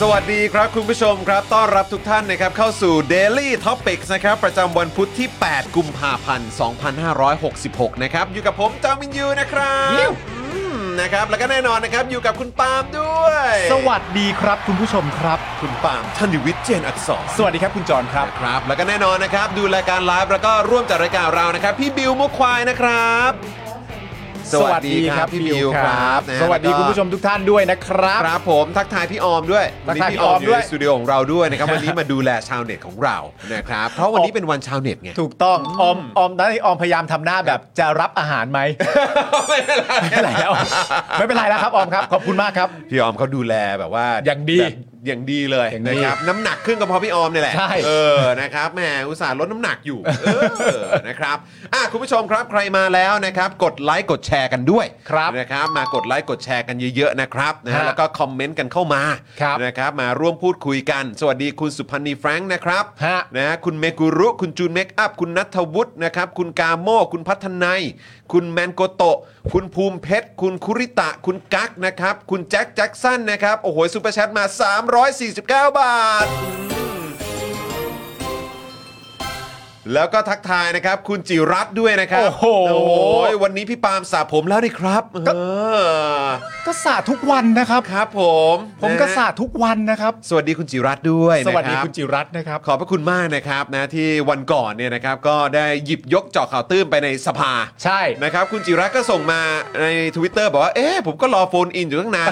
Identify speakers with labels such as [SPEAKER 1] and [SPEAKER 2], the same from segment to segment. [SPEAKER 1] สวัสดีครับคุณผู้ชมครับ ต้อนรับทุกท่านนะครับเข้าสู่ Daily Topics นะครับ ประจำวันพุทธที่ 8 กุมภาพันธ์ 2566 นะครับ อยู่กับผมจอมินยูนะครับอืมนะครับ แล้วก็แน่นอนนะครับ อยู่กับคุณปาล์มด้วย
[SPEAKER 2] สวัสดีครับคุณผู้ชมครับ
[SPEAKER 1] คุณปาล์มธนิวิทย์เจนอักษร
[SPEAKER 2] สวัสดีครับคุณจอห์นครับ
[SPEAKER 1] นะครับ แล้วก็แน่นอนนะครับ ดูรายการไลฟ์แล้วก็ร่วมจัดรายการเรานะครับ พี่บิวมุกควายนะครับ พี่บิวครับนะฮะ
[SPEAKER 2] สวัสดี
[SPEAKER 1] แล้ก็
[SPEAKER 2] คุณผู้ชมทุกท่านด้วยนะครับ
[SPEAKER 1] ครับผมทักทายพี่ออมด้วย
[SPEAKER 2] ทักทายพี่
[SPEAKER 1] วันนี้
[SPEAKER 2] ออมด้วย
[SPEAKER 1] ในสตูดิโอของเราด้วยนะครับ วันนี้มาดูแลชาวเน็ตของเรานะครับเพราะวันนี้เป็นวันชาวเน็ตไง
[SPEAKER 2] ถูกต้องออมออมนะออมพยายามทำหน้าแบบจะรับอาหารไหม
[SPEAKER 1] ไม่เป็นไร
[SPEAKER 2] ไม่เป็นไรแล้ว ไม่เป็นไรแล้วครับออมครับ ขอบคุณมากครับ
[SPEAKER 1] พี่ออมเขาดูแลแบบว่า
[SPEAKER 2] อย่างดี
[SPEAKER 1] แบบอย่างดีเลย
[SPEAKER 2] อย่างดี
[SPEAKER 1] นะครับน้ำหนักขึ้นก็เพราะพี่ออมนี่แหละ
[SPEAKER 2] ใช่
[SPEAKER 1] เออนะครับแหมอุตส่าห์ลดน้ำหนักอยู่เออ นะครับอ่ะคุณผู้ชมครับใครมาแล้วนะครับ กดไลค์กดแชร์กันด้วย
[SPEAKER 2] ครับ
[SPEAKER 1] นะครับมากดไลค์กดแชร์กันเยอะๆนะครับนะฮะ
[SPEAKER 2] ฮะ
[SPEAKER 1] แล้วก็คอมเมนต์กันเข้ามา
[SPEAKER 2] ครับ
[SPEAKER 1] นะครับมาร่วมพูดคุยกัน สวัสดีคุณสุพันธ์นีแฟรงค์นะครับ
[SPEAKER 2] ฮะ
[SPEAKER 1] นะฮะคุณเมกุรุ คุณจูนเมคอัพคุณนัทวุฒินะครับคุณกาโมคุณพัฒนัย คุณแมนโกโตะ คุณภูมิเพชร คุณคุริตะ คุณกั๊กนะครับ คุณแจ็คแจ็คสันนะครับ โอ้โหซูเปอร์แชทมา 349 บาท แล้วก็ทักทายนะครับ คุณจิรัตน์ด้วยนะครับ
[SPEAKER 2] โอ้โห
[SPEAKER 1] โหวันนี้พี่ปาล์มสระผมแล้วนี่ครับเออ
[SPEAKER 2] ก็สาดทุกวันนะครับ
[SPEAKER 1] ครับผม
[SPEAKER 2] ผม
[SPEAKER 1] นะฮะ
[SPEAKER 2] ก็สาดทุกวันนะครับ
[SPEAKER 1] สวัสดีคุณจิรัตน์ด้วย
[SPEAKER 2] สวัสดี
[SPEAKER 1] นะรับ
[SPEAKER 2] คุณจิรัตน์นะครับ
[SPEAKER 1] ขอบพระคุณมากนะครับนะที่วันก่อนเนี่ยนะครับก็ได้หยิบยกเจาะข่าวตื้นไปในสภา
[SPEAKER 2] ใช่
[SPEAKER 1] นะครับ คุณจิรัตน์ก็ส่งมาใน Twitter บอกว่า เอ๊ะผมก็รอโฟนอินอยู่ตั้ง นาน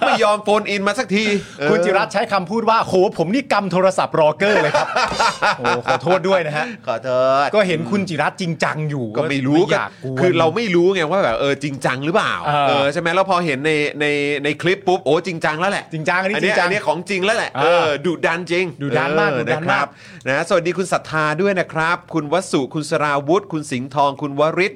[SPEAKER 1] ไม่ยอมโฟนอินมาสักที
[SPEAKER 2] คุณจิรัตน์ใช้คำพูดว่าโหผมนี่กำโทรศัพท์รอเกอร์ เลยครับ โอ้ขอโทษด้วยนะฮะ
[SPEAKER 1] ขอโทษ
[SPEAKER 2] ก็เห็นคุณจิรัตน์จริงจังอยู่
[SPEAKER 1] ก็ไม่รู้
[SPEAKER 2] อ
[SPEAKER 1] ก็
[SPEAKER 2] ยากกวน
[SPEAKER 1] คือเราไม่รู้ไงว่าแบบเออจริงจังหรือเปล่า
[SPEAKER 2] เออ
[SPEAKER 1] เออใช่ไหมแล้วพอเห็นในในในคลิปปุ๊บโอ้จริงจังแล้วแหละ
[SPEAKER 2] จริงจังอันนี้
[SPEAKER 1] อัน
[SPEAKER 2] จริ
[SPEAKER 1] เนี้ย
[SPEAKER 2] งจั
[SPEAKER 1] อั
[SPEAKER 2] ง
[SPEAKER 1] นเนี้ยของจริงแล้วแหละ
[SPEAKER 2] อ่า
[SPEAKER 1] เออดุดันจริง
[SPEAKER 2] ดุดันมาก
[SPEAKER 1] เออ
[SPEAKER 2] ดุดันมาก
[SPEAKER 1] ะครับนะสวัสดีคุณศรัทธาด้วยนะครับ คุณวสุคุณสราวุธ คุณสิงห์ทอง คุณวริศ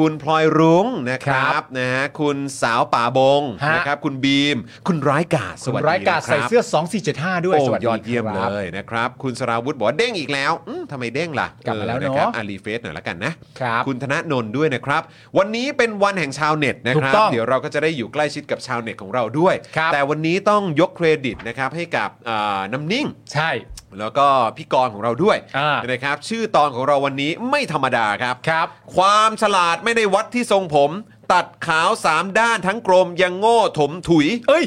[SPEAKER 1] คุณพลอยรุ้งนะครับนะฮะคุณสาวป่าบง
[SPEAKER 2] ฮะ
[SPEAKER 1] นะครับคุณบีม คุณร้ายกาจสวัสดี
[SPEAKER 2] รายการ
[SPEAKER 1] นะคบ
[SPEAKER 2] ใส่เสื้อ 2475 ด้วย
[SPEAKER 1] โอ้
[SPEAKER 2] สวัสดี
[SPEAKER 1] ยอดเยี่ยม
[SPEAKER 2] ครับ
[SPEAKER 1] เลยนะครับ คุณสราวุธบอกว่าเด้งอีกแล้วอืมทำไมเด้งล่ะ
[SPEAKER 2] กลับมาแล้วเนอะ
[SPEAKER 1] ครับอารีเฟสหน่อยละกันนะครับ ณธนนนท์ด้วยนะครับ วันนี้เป็นวันแห่งชาวเน็ตนะครั
[SPEAKER 2] ถูกต้อง
[SPEAKER 1] เดี๋ยวเราก็จะได้อยู่ใกล้ชิดกับชาวเน็ตของเราด้วย
[SPEAKER 2] ครับ
[SPEAKER 1] แต่วันนี้ต้องยกเครดิตนะครับให้กับอ่าน้ำนิ่ง
[SPEAKER 2] ใช่
[SPEAKER 1] แล้วก็พี่กรณ์ของเราด้วย
[SPEAKER 2] อ่า
[SPEAKER 1] นะครับ ชื่อตอนของเราวันนี้ไม่ธรรมดาครับ
[SPEAKER 2] ครับ
[SPEAKER 1] ความฉลาดไม่ได้วัดที่ทรงผม ตัดขาวสามด้านทั้งกรมยังโง่ถมถุย
[SPEAKER 2] เอ้ย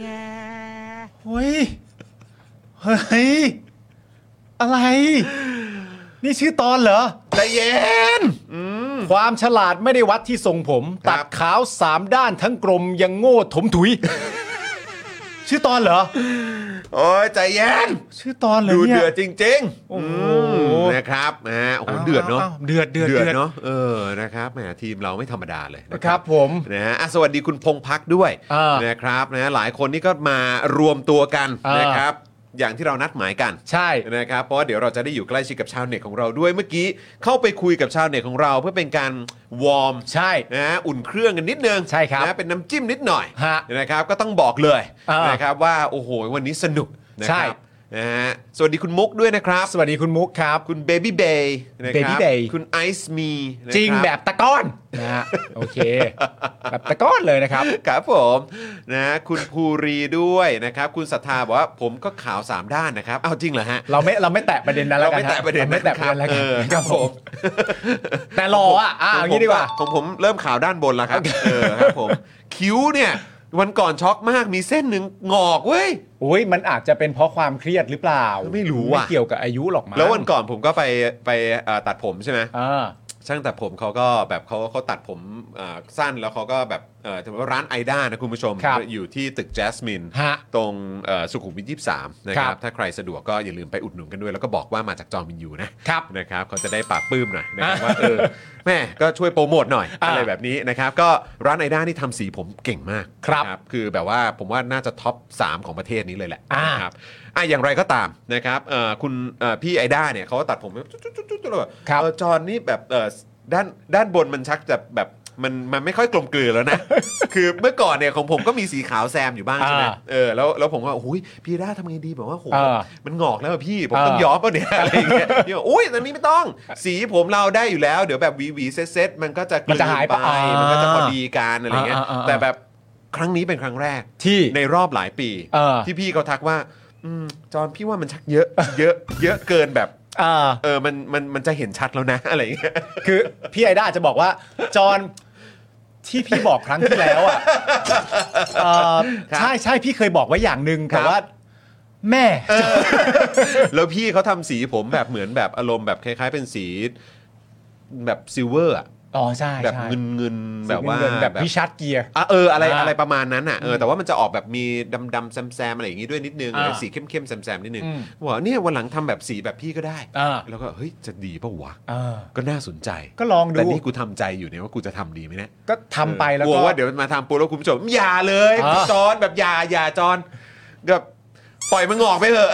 [SPEAKER 2] เฮ้ย เฮ้ย อะไร นี่ชื่อตอนเหรอ
[SPEAKER 1] ใจเย็น
[SPEAKER 2] ความฉลาดไม่ได้วัดที่ทรงผม
[SPEAKER 1] ครับ
[SPEAKER 2] ตัดขาวสามด้านทั้งกลมยังโง่ถมถุย ชื่อตอนเหรอ
[SPEAKER 1] โอ้ยใจเย็น
[SPEAKER 2] ชื่อตอนเหรอ
[SPEAKER 1] ดู
[SPEAKER 2] เนี่ย
[SPEAKER 1] เดือดจริงๆ
[SPEAKER 2] โอ้โห
[SPEAKER 1] อืมนะครับนะฮะโอ้โหเดือดเนาะ
[SPEAKER 2] วเดือดเดือด
[SPEAKER 1] เดือด
[SPEAKER 2] เดือด
[SPEAKER 1] เนาะ เออ นะครับ แหม ทีมเราไม่ธรรมดาเลยนะครับ
[SPEAKER 2] ผม
[SPEAKER 1] นะฮะอ่ะสวัสดีคุณพงพักด้วย
[SPEAKER 2] อ่าน
[SPEAKER 1] นะครับ นะ หลายคนนี่ก็มารวมตัวกัน
[SPEAKER 2] อ่าน
[SPEAKER 1] นะครับ อย่างที่เรานัดหมายกัน
[SPEAKER 2] ใช่
[SPEAKER 1] นะครับเพราะว่าเดี๋ยวเราจะได้อยู่ใกล้ชิดกับชาวเน็ตของเราด้วยเมื่อกี้เข้าไปคุยกับชาวเน็ตของเรา เพื่อเป็นการวอร์ม
[SPEAKER 2] ใช่
[SPEAKER 1] นะอุ่นเครื่องกันนิดนึง
[SPEAKER 2] ใช่ครับ
[SPEAKER 1] นะเป็นน้ำจิ้มนิดหน่อย
[SPEAKER 2] ฮะ
[SPEAKER 1] นะครับก็ต้องบอกเลย
[SPEAKER 2] เออ
[SPEAKER 1] นะครับว่าโอ้โหวันนี้สนุกนะ
[SPEAKER 2] ใช่
[SPEAKER 1] ครับนะฮะสวัสดีคุณมุกด้วยนะครับ
[SPEAKER 2] สวัสดีคุณมุกครับ
[SPEAKER 1] คุณเบบี้เบย์นะครั
[SPEAKER 2] Baby Bay
[SPEAKER 1] คุณไอซ์มี
[SPEAKER 2] จริงแบบตะก้อนนะฮะโอเค แบบตะก้อนเลยนะครับ
[SPEAKER 1] ครับผมนะคุณภูรีด้วยนะครับคุณศรัทธาบอกว่าผมก็ข่าวสามด้านนะครับเอาจริงเหรอฮะ
[SPEAKER 2] เราไม่เราไม่แตะประเด็นนั้นแล้ว
[SPEAKER 1] เรา
[SPEAKER 2] กัน
[SPEAKER 1] ไม่แตะประเด็น
[SPEAKER 2] ราไม่แตะประเด็นแล้วกัน
[SPEAKER 1] เออ
[SPEAKER 2] ครับผม แต่รออ่ะอ่ะ
[SPEAKER 1] ข
[SPEAKER 2] อย่างนี้ดีกว่า
[SPEAKER 1] ผมผมเริ่มข่าวด้านบนแล้วครับ เออครับผม คิ้วเนี่ย วันก่อนช็อกมากมีเส้นหนึ่งงอกเว้ย
[SPEAKER 2] อุ้ยมันอาจจะเป็นเพราะความเครียดหรือเปล่า
[SPEAKER 1] ไม่รู้ว่ะ
[SPEAKER 2] ไม่เกี่ยวกับอายุหรอกมั้ง
[SPEAKER 1] แล้ววันก่อนผมก็ไปไปเอ่อตัดผมใช่ไหม
[SPEAKER 2] อ่า
[SPEAKER 1] ช่างตัดผมเขาก็แบบเขาเขาตัดผมเอ่อสั้นแล้วเขาก็แบบเอ่อถือว่าร้านไอด้านะคุณผู้ชม
[SPEAKER 2] ครับ
[SPEAKER 1] อยู่ที่ตึกแจสมิน
[SPEAKER 2] ฮะ
[SPEAKER 1] ตรงเอ่อสุขุมวิท23นะค
[SPEAKER 2] ครั
[SPEAKER 1] รับบ ถ้าใครสะดวกก็อย่าลืมไปอุดหนุนกันด้วย แล้วก็บอกว่ามาจากจอมินยูนะ
[SPEAKER 2] ครับ
[SPEAKER 1] นะครับเขาจะได้ปราบปลื้มหน่อยนะครับ
[SPEAKER 2] อ่ะ
[SPEAKER 1] ว่าเออแม่ก็ช่วยโปรโมทหน่อย
[SPEAKER 2] อ่ะ
[SPEAKER 1] อะไรแบบนี้นะครับ ก็ร้านไอด้านี่ทำสีผมเก่งมาก
[SPEAKER 2] ครับ
[SPEAKER 1] นะคือแบบว่าผมว่าน่าจะท็อป 3 ของประเทศนี้เลยแหละ
[SPEAKER 2] อ่ะ
[SPEAKER 1] นะครับอ่ะอย่างไรก็ตามนะครับเอ่อคุณเอ่อพี่ไอด้าเนี่ยเขาก็ตัดผมแบบจุ๊ดๆๆๆตลอด
[SPEAKER 2] ครับ
[SPEAKER 1] เออจอนนี่แบบเอ่อด้านด้านบนมันชักจะแบบมันมันไม่ค่อยกลมกลืนแล้วนะ คือเมื่อก่อนเนี่ยของผมก็มีสีขาวแซมอยู่บ้างใช่ไหม
[SPEAKER 2] อ่า
[SPEAKER 1] เออแล้วแล้วผมก็โอ้ยพี่ไอด้าทำไงดีแบบว่าโห
[SPEAKER 2] อ่า
[SPEAKER 1] มันงอกแล้วอะพี่ผมต้อง
[SPEAKER 2] อ่า
[SPEAKER 1] ย้อมเปล่าเนี่ย อะไรอย่างเงี้ย พี่บอกอุ้ยตอนนี้ไม่ต้อง สีผมเราได้อยู่แล้ว เดี๋ยวแบบหวีหวีเซ็ตเซ็ตมันก็จะกลื
[SPEAKER 2] มันจะหายไป
[SPEAKER 1] มันก็จะพอดีกันอะไรเงี้ย
[SPEAKER 2] อ่าอ่าอ่า
[SPEAKER 1] แต่แบบครั้งนี้เป็นครั้งแรก
[SPEAKER 2] ที่
[SPEAKER 1] ในรอบหลายปี
[SPEAKER 2] เออ
[SPEAKER 1] ที่พี่เขาทักว่าอืมจอนพี่ว่ามันชักเยอะ เยอะ เยอะเกินแบบ
[SPEAKER 2] อ่า
[SPEAKER 1] เออมันมันมันจะเห็นชัดแล้วนะ อะไรเงี้ย
[SPEAKER 2] คือพี่ไอด้าอาจจะบอกว่า จอห์นที่พี่บอกครั้งที่แล้วอ่ะเอ่อใช่ใช่พี่เคยบอกไว้อย่างหนึ่งแต่ว่า แม่
[SPEAKER 1] แล้วพี่เขาทำสีผมแบบเหมือนแบบอารมณ์แบบคล้าย ๆ เป็นสีแบบซิลเวอร์อะ
[SPEAKER 2] อ๋อใช่
[SPEAKER 1] แบบ
[SPEAKER 2] ใช่
[SPEAKER 1] เงินเงินๆแบบว่า
[SPEAKER 2] เงินๆแบบพิชาร์ดเกียร์
[SPEAKER 1] อ่ะเอออะไร
[SPEAKER 2] อ่า
[SPEAKER 1] อะไรประมาณนั้นอ่ะเออแต่ว่ามันจะออกแบบมีดำดำๆแซมแซมๆอะไรอย่างงี้ด้วยนิดนึง
[SPEAKER 2] อ่า
[SPEAKER 1] เออสีเข้มเข้มๆแซมแซมๆนิดนึง
[SPEAKER 2] อืม
[SPEAKER 1] บอกว่าเนี่ยวันหลังทำแบบสีแบบพี่ก็ได้
[SPEAKER 2] อ่า
[SPEAKER 1] แล้วก็เฮ้ยจะดีปะวะ
[SPEAKER 2] เออ
[SPEAKER 1] ก็น่าสนใจ
[SPEAKER 2] ก็ลองดู
[SPEAKER 1] แต่นี่กูทำใจอยู่เนี่ยว่ากูจะทำดีไหมเนี่ย
[SPEAKER 2] ก็ทำไปแล้ว
[SPEAKER 1] กลัว
[SPEAKER 2] ก็
[SPEAKER 1] ว่าเดี๋ยวมาทำปุ๊บแล้วคุณผู้ชมอย่าเลย
[SPEAKER 2] อ่า
[SPEAKER 1] จอนแบบอย่าอย่าจอนแบบปล่อยมันงอกไปเถอะ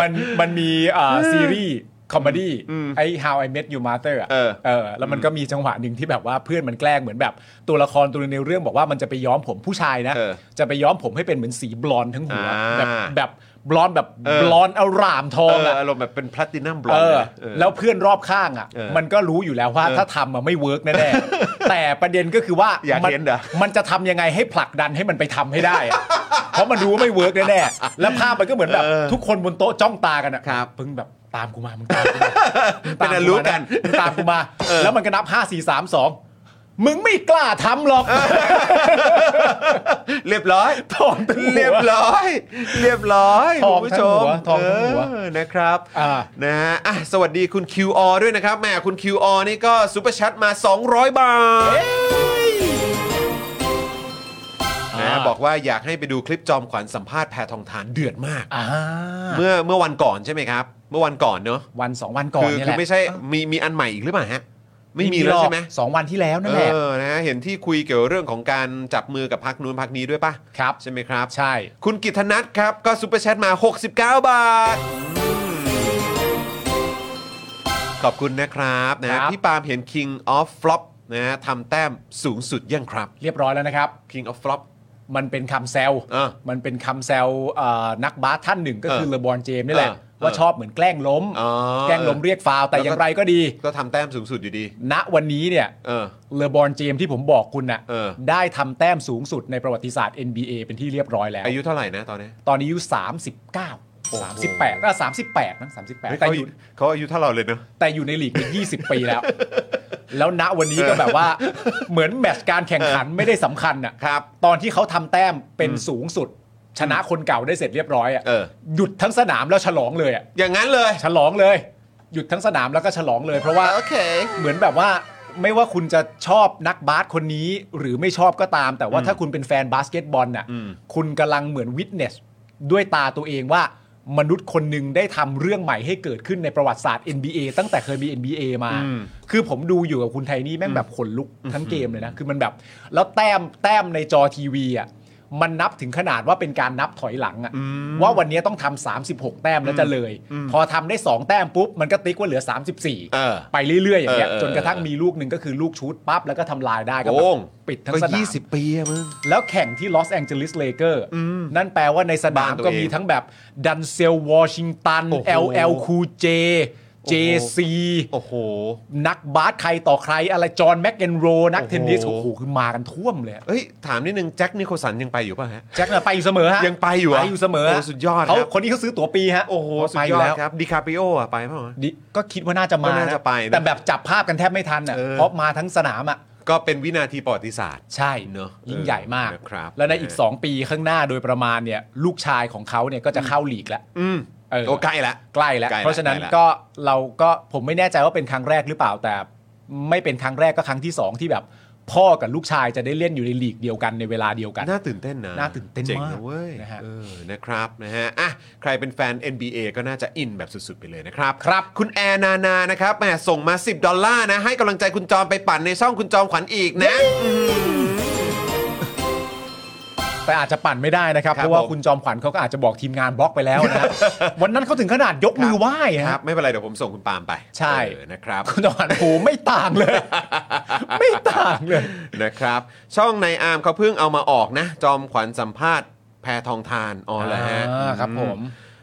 [SPEAKER 2] มันมันมีอ่าซีรีส์คอมเมดี้ไอ้ How I Met Your Mother อะ
[SPEAKER 1] เออ
[SPEAKER 2] เออ แล้วมันก็มีจังหวะหนึ่งที่แบบว่าเพื่อนมันแกล้งเหมือนแบบ ตัวละครตัวหนึ่งในเรื่องบอกว่ามันจะไปย้อมผมผู้ชายนะ
[SPEAKER 1] เออ
[SPEAKER 2] จะไปย้อมผมให้เป็นเหมือนสีบลอนด์ทั้งหัว
[SPEAKER 1] อ่า
[SPEAKER 2] แบบแบบบลอนด์แบบ
[SPEAKER 1] เออ
[SPEAKER 2] บลอนด์อารามทอ
[SPEAKER 1] เอง อ
[SPEAKER 2] อะ
[SPEAKER 1] อารมณ์แบบเป็นพลัตตินัมบล็อ
[SPEAKER 2] เอก อ แล้วเพื่อนรอบข้างอ่ะ
[SPEAKER 1] เออ
[SPEAKER 2] มันก็รู้อยู่แล้วว่าถ้าทำอะไม่เวิร์กแน่ๆ แต่ประเด็นก็คือว่า
[SPEAKER 1] อยาก
[SPEAKER 2] มั
[SPEAKER 1] เห็นเหรอ
[SPEAKER 2] มันจะทำยังไงให้ผลักดันให้มันไปทำให้ได้อะเพราะมันรู้ว่าไม่เวิร์กแน่ๆแล้วภาพมันก็เหมือนแบบทุกคนบนโต๊ะจ้องตากันอ่ะ
[SPEAKER 1] ครับ
[SPEAKER 2] เพิ่งแบบตามกูมา มึงตามกูมามึงตาม
[SPEAKER 1] เป็นอันรู้กัน
[SPEAKER 2] มึงตามกูมา แล้วมันก็นับ 5 4 3 2 มึงไม่กล้าทำหรอก
[SPEAKER 1] เรียบร้อย
[SPEAKER 2] ถอนทั้งหัว
[SPEAKER 1] เรียบร้อย เรียบร้อย
[SPEAKER 2] ทอง
[SPEAKER 1] คุณ
[SPEAKER 2] ทั้
[SPEAKER 1] ผู้ชม
[SPEAKER 2] งหัวทองทั้งหัว
[SPEAKER 1] เออนะครับ
[SPEAKER 2] อ่า
[SPEAKER 1] นะฮะอ่ะสวัสดีคุณ QR ด้วยนะครับแหมคุณ QR นี่ก็ซูเปอร์แชทมา 200 บาทนะบอกว่าอยากให้ไปดูคลิปจอมขวัญสัมภาษณ์แพทองทานเดือดมาก
[SPEAKER 2] อ่า
[SPEAKER 1] เมื่อเมื่อวันก่อนใช่ไหมครับ เมื่อวันก่อนเนอะ
[SPEAKER 2] วันสองวันก่อน
[SPEAKER 1] คือ
[SPEAKER 2] เนี่ย
[SPEAKER 1] คื
[SPEAKER 2] แห
[SPEAKER 1] อ
[SPEAKER 2] ละ
[SPEAKER 1] ไม่ใช่มีมีอันใหม่อีกหรือเปล่าฮะ ไม่มีแล้วใช่ไหม
[SPEAKER 2] รอบสองวันที่แล้วนั่น
[SPEAKER 1] เอ
[SPEAKER 2] แหละ
[SPEAKER 1] อนะฮะเห็นที่คุยเกี่ยวเรื่องของการจับมือกับพักนู้นพักนี้ด้วยป่ะ
[SPEAKER 2] ครับ
[SPEAKER 1] ใช่ไหมครับ
[SPEAKER 2] ใช่
[SPEAKER 1] คุณกิตนัทครับ ก็ซุปเปอร์แชทมา 69 บาทอืมขอบคุณนะครับนะฮะ
[SPEAKER 2] ครับ
[SPEAKER 1] พี่ปาล์มเห็น King of Flop นะฮะทำแต้มสูงสุดยังครับ
[SPEAKER 2] เรียบร้อยแล้วนะครับ
[SPEAKER 1] King of Flop
[SPEAKER 2] มันเป็นคำแซว
[SPEAKER 1] เออ
[SPEAKER 2] มันเป็นคำแซวเอ่อนักบาสท่านหนึ่งก็คือ
[SPEAKER 1] เออ
[SPEAKER 2] เลบอนเจมส์นี่แหละ
[SPEAKER 1] เออเออ
[SPEAKER 2] ว่าชอบเหมือนแกล้งล้ม
[SPEAKER 1] อ๋อ
[SPEAKER 2] แกล้งล้มเรียกฟาวล์แต่
[SPEAKER 1] แล้วก็
[SPEAKER 2] อย่างไรก็ดี
[SPEAKER 1] ก็ทำแต้มสูงสุดอยู่ดี
[SPEAKER 2] ณวันนี้เนี่ย
[SPEAKER 1] เออ
[SPEAKER 2] เลอบอนเจมส์ที่ผมบอกคุณน่ะ
[SPEAKER 1] เออ
[SPEAKER 2] ได้ทำแต้มสูงสุดในประวัติศาสตร์ NBA เป็นที่เรียบร้อยแล้ว
[SPEAKER 1] อายุเท่าไหร่นะตอนนี้
[SPEAKER 2] ตอนนี้อายุ 39
[SPEAKER 1] โอ้โห
[SPEAKER 2] 38อ่ะ38นะ38 แต่
[SPEAKER 1] เขา
[SPEAKER 2] อยู่
[SPEAKER 1] เขาอายุเท่าเราเลยเนอะ
[SPEAKER 2] แต่อยู่ในลีกมา20 ปีแล้ว แล้วณวันนี้ก็แบบว่า เหมือนแมตช์การแข่งขันไม่ได้สำคัญอ่ะ
[SPEAKER 1] ครับ
[SPEAKER 2] ตอนที่เขาทำแต้มเป็นสูงสุด ชนะคนเก่าได้เสร็จเรียบร้อยอ่ะ
[SPEAKER 1] เออ
[SPEAKER 2] หยุดทั้งสนามแล้วฉลองเลยอ่ะ
[SPEAKER 1] อย่างนั้นเลย
[SPEAKER 2] ฉลองเลย หยุดทั้งสนามแล้วก็ฉลองเลย เพราะว่า
[SPEAKER 1] โอเค
[SPEAKER 2] เหมือนแบบว่าไม่ว่าคุณจะชอบนักบาสคนนี้ หรือไม่ชอบก็ตาม แต่ว่าถ้าคุณเป็นแฟนบาสเกตบอลน่ะ
[SPEAKER 1] อืม
[SPEAKER 2] คุณกำลังเหมือนวิทเนสด้วยตาตัวเองว่ามนุษย์คนหนึ่งได้ทำเรื่องใหม่ให้เกิดขึ้นในประวัติศาสตร์ NBA ตั้งแต่เคยมี NBA มา คือผมดูอยู่กับคุณไทนี่แม่งแบบขนลุกทั้งเกมเลยนะ คือมันแบบ แล้วแต้มแต้มในจอทีวีอ่ะ มันนับถึงขนาดว่าเป็นการนับถอยหลังอะว่าวันนี้ต้องทำ36 แต้มแล้วจะเลย พอทำได้ 2 แต้มปุ๊บ มันก็ติ๊กว่าเหลือ
[SPEAKER 1] เออ
[SPEAKER 2] 34 ไปเรื่อยๆอย่างเงี้ย
[SPEAKER 1] เออเออ
[SPEAKER 2] จนกระทั่งมีลูกหนึ่งก็คือลูกชุดปั๊บแล้วก็ทำลายได้ก็แบ
[SPEAKER 1] โอ้
[SPEAKER 2] บปิดทั้ง
[SPEAKER 1] ก็
[SPEAKER 2] สนาม
[SPEAKER 1] 20 ปีอะมึง
[SPEAKER 2] แล้วแข่งที่ลอสแองเจลิสเลเกอร์นั่นแปลว่าในสนาม
[SPEAKER 1] บ้านตัว
[SPEAKER 2] ก็
[SPEAKER 1] เอง
[SPEAKER 2] มีทั้งแบบดันเซลวอชิงตัน
[SPEAKER 1] โอ้โห
[SPEAKER 2] LL คูเจ JC
[SPEAKER 1] โอ้โห
[SPEAKER 2] นักบาสใครต่อใครอะไรจอห์นแม็กเอนโร นัก
[SPEAKER 1] โอ้โห
[SPEAKER 2] เทนนิสโอ้โหคือมากันท่วมเลยอะ
[SPEAKER 1] เอ้ย ถามนิดนึงแจ็คนิโคสันยังไปอยู่ป่ะฮะ
[SPEAKER 2] แจ็คน่ะไปอยู่เสมอฮะ
[SPEAKER 1] ยังไปอยู่เหร
[SPEAKER 2] ไปอยู่เสมอ
[SPEAKER 1] โสุดยอดค
[SPEAKER 2] เขา
[SPEAKER 1] รับ
[SPEAKER 2] คนนี้เขาซื้อตั๋วปีฮะ
[SPEAKER 1] โอ้โหสุ
[SPEAKER 2] ไป
[SPEAKER 1] ด
[SPEAKER 2] อย
[SPEAKER 1] อด
[SPEAKER 2] แล้ว
[SPEAKER 1] ครับดิคาปิโออะไปป่ะ
[SPEAKER 2] ดิก็คิดว่าน่าจะมา
[SPEAKER 1] ก็น่าจะไปนะ
[SPEAKER 2] แต่แบบจับภาพกันแทบไม่ทันอ่ะ
[SPEAKER 1] เออ
[SPEAKER 2] เพราะมาทั้งสนามอ่ะ
[SPEAKER 1] ก็เป็นวินาทีประวัติศาสตร์
[SPEAKER 2] ใช่
[SPEAKER 1] เนอะ
[SPEAKER 2] ยิ่งใหญ่มาก
[SPEAKER 1] นะครับ
[SPEAKER 2] แล้วในอีก
[SPEAKER 1] นะฮะ
[SPEAKER 2] 2 ปีข้างหน้าโดยประมาณเนี่ยลูกชายของเขาเนี่ยก็จะเข้าลีกแล้ว
[SPEAKER 1] อืม
[SPEAKER 2] เออ
[SPEAKER 1] โอ้ใกล้ละ
[SPEAKER 2] ใกล้แล้ว
[SPEAKER 1] ใกล้แล้ว
[SPEAKER 2] เพราะฉะนั้น
[SPEAKER 1] ใกล้แล้ว
[SPEAKER 2] ก็เราก็ผมไม่แน่ใจว่าเป็นครั้งแรกหรือเปล่าแต่ไม่เป็นครั้งแรกก็ครั้งที่สองที่แบบ พ่อกับลูกชายจะได้เล่นอยู่ในลีกเดียวกันในเวลาเดียวกัน
[SPEAKER 1] น่าตื่นเต้นนะ
[SPEAKER 2] น่าตื่นเต้น
[SPEAKER 1] เจ๋ง
[SPEAKER 2] มาก
[SPEAKER 1] นะเว้ย
[SPEAKER 2] นะฮะ
[SPEAKER 1] เออนะครับนะฮะอ่ะใครเป็นแฟน NBA ก็น่าจะอินแบบสุด ๆ ไปเลยนะครับ
[SPEAKER 2] ครับ
[SPEAKER 1] คุณแอร์นานานะครับแหมส่งมา 10 ดอลลาร์นะ ให้กำลังใจคุณจอมไปปั่นในช่องคุณจอมขวัญอีกนะ
[SPEAKER 2] แต่อาจจะปั่นไม่ได้นะครับ
[SPEAKER 1] ครับ
[SPEAKER 2] เพราะว่า
[SPEAKER 1] ผม
[SPEAKER 2] คุณจอมขวัญเขาก็อาจจะบอกทีมงานบล็อกไปแล้ว นะครับ วันนั้นเขาถึงขนาดยกมือไหว้
[SPEAKER 1] ค
[SPEAKER 2] ค
[SPEAKER 1] รั
[SPEAKER 2] รับ บ
[SPEAKER 1] ไม่เป็นไร เดี๋ยวผมส่งคุณปาล์มไป
[SPEAKER 2] ใช่
[SPEAKER 1] เออนะครับ
[SPEAKER 2] คุณจอมขวัญโอ้โหไม่ต่างเลย ไม่ต่างเลย
[SPEAKER 1] นะครับ ช่องในอาร์มเขาเพิ่งเอามาออกนะ จอมขวัญสัมภาษณ์แพทองทานอ๋อเหรอฮะ
[SPEAKER 2] อ่าครับผม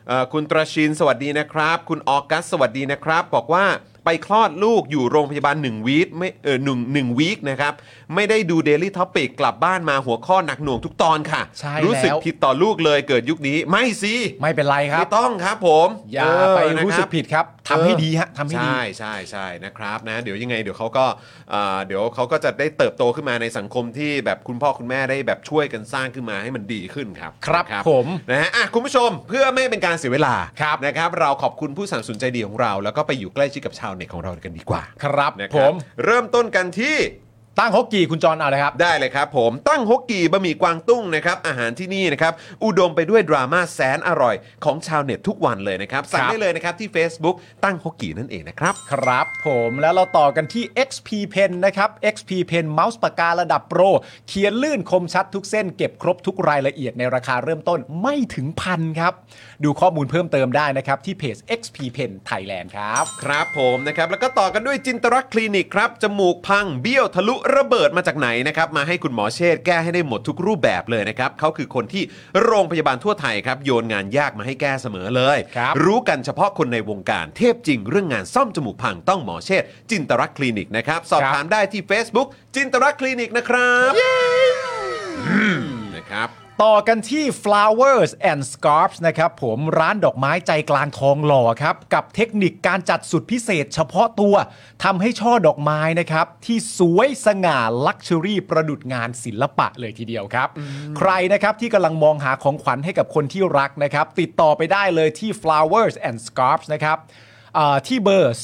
[SPEAKER 1] เอ่อคุณตรชินสวัสดีนะครับ คุณออกัสสวัสดีนะครับ บอกว่าไปคลอดลูกอยู่โรงพยาบาล1วีคไม่เออหนึ่งหนึ่งวีคนะครับ ไม่ได้ดู Daily Topic กลับบ้านมาหัวข้อหนักหน่วงทุกตอนค่ะ
[SPEAKER 2] ใช่
[SPEAKER 1] รู้สึก
[SPEAKER 2] แล้ว
[SPEAKER 1] ผิดต่อลูกเลยเกิดยุคนี้ไม่สิ
[SPEAKER 2] ไม่เป็นไรครับ
[SPEAKER 1] ไม่ต้องครับผม
[SPEAKER 2] อย่า
[SPEAKER 1] เ
[SPEAKER 2] ไปรู้สึ
[SPEAKER 1] นะคบ
[SPEAKER 2] กผิดครับทำให้ดีฮะทำให้ดี
[SPEAKER 1] ใช่ใช่ใช่นะครับนะเดี๋ยวยังไงเดี๋ยวเขาก็เอ่อเดี๋ยวเขาก็จะได้เติบโตขึ้นมาในสังคมที่แบบคุณพ่อคุณแม่ได้แบบช่วยกันสร้างขึ้นมาให้มันดีขึ้นครับ
[SPEAKER 2] ครับ
[SPEAKER 1] นะ
[SPEAKER 2] ผม
[SPEAKER 1] นะฮะอ่ะคุณผู้ชมเพื่อไม่ให้เป็นการเสียเวลา
[SPEAKER 2] ครับ
[SPEAKER 1] นะครับ เราขอบคุณผู้สนับสนุนใจดีของเรา แล้วก็ไปอยู่ใกล้ชิดกับชาวเน็ตของเรากันดีกว่า
[SPEAKER 2] ครับ
[SPEAKER 1] นะ
[SPEAKER 2] ผม
[SPEAKER 1] เริ่มต้นกันที่
[SPEAKER 2] ตั้งฮกกี่คุณจอนเอาเลยครับ
[SPEAKER 1] ได้เลยครับ ผมตั้งฮกกีบะหมี่กวางตุ้งนะครับอาหารที่นี่นะครับอุดมไปด้วยดราม่าแสนอร่อยของชาวเน็ตทุกวันเลยนะครับสั่ง
[SPEAKER 2] ครับ
[SPEAKER 1] ได้เลยนะครับที่ Facebook ตั้งฮกกีนั่นเองนะครับ
[SPEAKER 2] ครับผมแล้วเราต่อกันที่ XP Pen นะครับ XP Pen เมาส์ปากการะดับโปร เขียนลื่นคมชัดทุกเส้นเก็บครบทุกรายละเอียดในราคาเริ่มต้นไม่ถึงพันครับ ดูข้อมูลเพิ่มเติมได้นะครับ ที่เพจ XP Pen Thailand ครับ
[SPEAKER 1] ครับผมนะครับแล้วก็ต่อกันด้วยจินตรักษณ์คลินิกครับ จมูกพังเบี้ยวทะลุระเบิดมาจากไหนนะครับ มาให้คุณหมอเชษฐ์แก้ให้ได้หมดทุกรูปแบบเลยนะครับเขาคือคนที่โรงพยาบาลทั่วไทยครับ โยนงานยากมาให้แก้เสมอเลย
[SPEAKER 2] ครับ
[SPEAKER 1] รู้กันเฉพาะคนในวงการเทพจริงเรื่องงานซ่อมจมูกพังต้องหมอเชษฐ์จินตรักษณ์คลินิกนะครับ สอบถามได้ที่ Facebook จินตรักษณ์คลินิกนะครับอืมนะครับ
[SPEAKER 2] ต่อกันที่ flowers and scarfs นะครับผมร้านดอกไม้ใจกลางทองหล่อครับ กับเทคนิคการจัดสุดพิเศษเฉพาะตัวทำให้ช่อดอกไม้นะครับ ที่สวยสง่าลักชัวรี่ประดุจงานศิลปะเลยทีเดียวครับ ใครนะครับที่กำลังมองหาของขวัญให้กับคนที่รักนะครับ ติดต่อไปได้เลยที่ flowers and scarfs นะครับ เอ่อที่เบอร์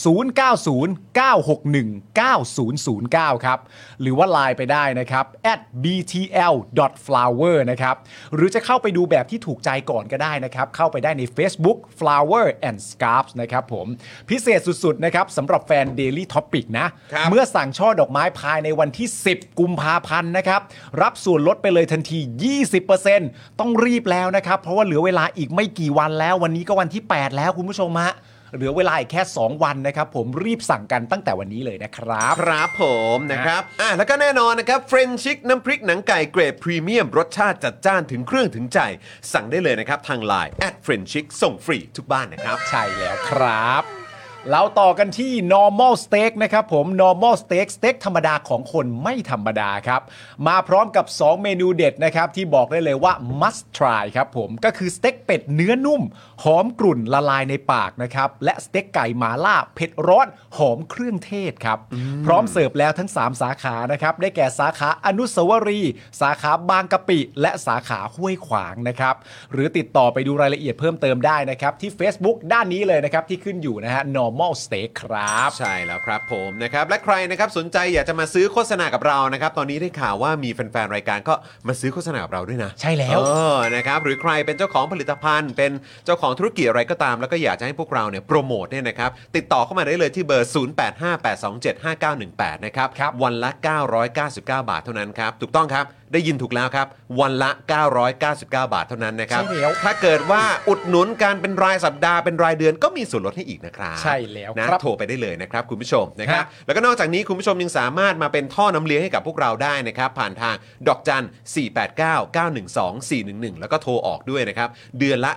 [SPEAKER 2] 0909619009 ครับ หรือว่าไลน์ไปได้นะครับ at btl.flower นะครับ หรือจะเข้าไปดูแบบที่ถูกใจก่อนก็ได้นะครับ เข้าไปได้ใน Facebook flower and scarfs นะครับผม พิเศษสุด ๆ นะครับสำหรับแฟน Daily Topic นะ
[SPEAKER 1] ครับ
[SPEAKER 2] เมื่อสั่งช่อดอกไม้ภายในวันที่ 10 กุมภาพันธ์นะครับ รับส่วนลดไปเลยทันที 20%ต้องรีบแล้วนะครับ เพราะว่าเหลือเวลาอีกไม่กี่วันแล้ว วันนี้ก็วันที่ 8 แล้วคุณผู้ชมฮะ เหลือเวลาอีกแค่ 2 วันนะครับ ผมรีบสั่งกันตั้งแต่วันนี้เลยนะครับ
[SPEAKER 1] ครับผมนะครับอ่ะแล้วก็แน่นอนนะครับเฟรนชิกน้ำพริกหนังไก่เกรดพรีเมียมรสชาติจัดจ้านถึงเครื่องถึงใจ สั่งได้เลยนะครับ ทางไลน์ at f r e n c h i c ส่งฟรีทุกบ้านนะครับ
[SPEAKER 2] ใช่แล้วครับ เราต่อกันที่ normal steak นะครับผม normal steak สเต็กธรรมดาของคนไม่ธรรมดาครับ มาพร้อมกับ 2 เมนูเด็ดนะครับ ที่บอกได้เลยว่า must try ครับผม ก็คือสเต็กเป็ดเนื้อนุ่ม หอมกรุ่นละลายในปากนะครับ และสเต็กไก่หมาล่าเผ็ดร้อน หอมเครื่องเทศครับ พร้อมเสิร์ฟแล้วทั้ง 3 สาขานะครับ ได้แก่สาขาอนุสาวรีย์สาขาบางกะปิ และสาขาห้วยขวางนะครับ หรือติดต่อไปดูรายละเอียดเพิ่มเติมได้นะครับ ที่ Facebook ด้านนี้เลยนะครับ ที่ขึ้นอยู่นะฮะ normal normal steak ครับ
[SPEAKER 1] ใช่แล้วครับผมนะครับและใครนะครับสนใจอยากจะมาซื้อโฆษณากับเรานะครับ ตอนนี้ได้ข่าวว่ามีแฟนๆรายการก็มาซื้อโฆษณากับเราด้วยนะ
[SPEAKER 2] ใช่แล้ว
[SPEAKER 1] เออนะครับหรือใครเป็นเจ้าของผลิตภัณฑ์ เป็นเจ้าของธุรกิจอะไรก็ตาม แล้วก็อยากจะให้พวกเราเนี่ยโปรโมทเนี่ยนะครับติดต่อเข้ามาได้เลยที่เบอร์ 0858275918 นะครับ
[SPEAKER 2] ครับ
[SPEAKER 1] วันละ 999 บาทเท่านั้นครับถูกต้องครับได้ยินถูกแล้วครับวันละ 999 บาทเท่านั้นนะครับ
[SPEAKER 2] ใช่แล้ว
[SPEAKER 1] ถ้าเกิดว่าอุดหนุนการเป็นรายสัปดาห์เป็นรายเดือนก็มีส่วนลดให้อีกนะครับ
[SPEAKER 2] ใช่แล้ว
[SPEAKER 1] นะครับ โทรไปได้เลยนะครับคุณผู้ชมนะครับ
[SPEAKER 2] ฮะ
[SPEAKER 1] แล้วก็นอกจากนี้คุณผู้ชมยังสามารถมาเป็นท่อน้ำเลี้ยงให้กับพวกเราได้นะครับ ผ่านทางดอกจัน 489 912 411 แล้วก็โทรออกด้วยนะครับ เดือนละ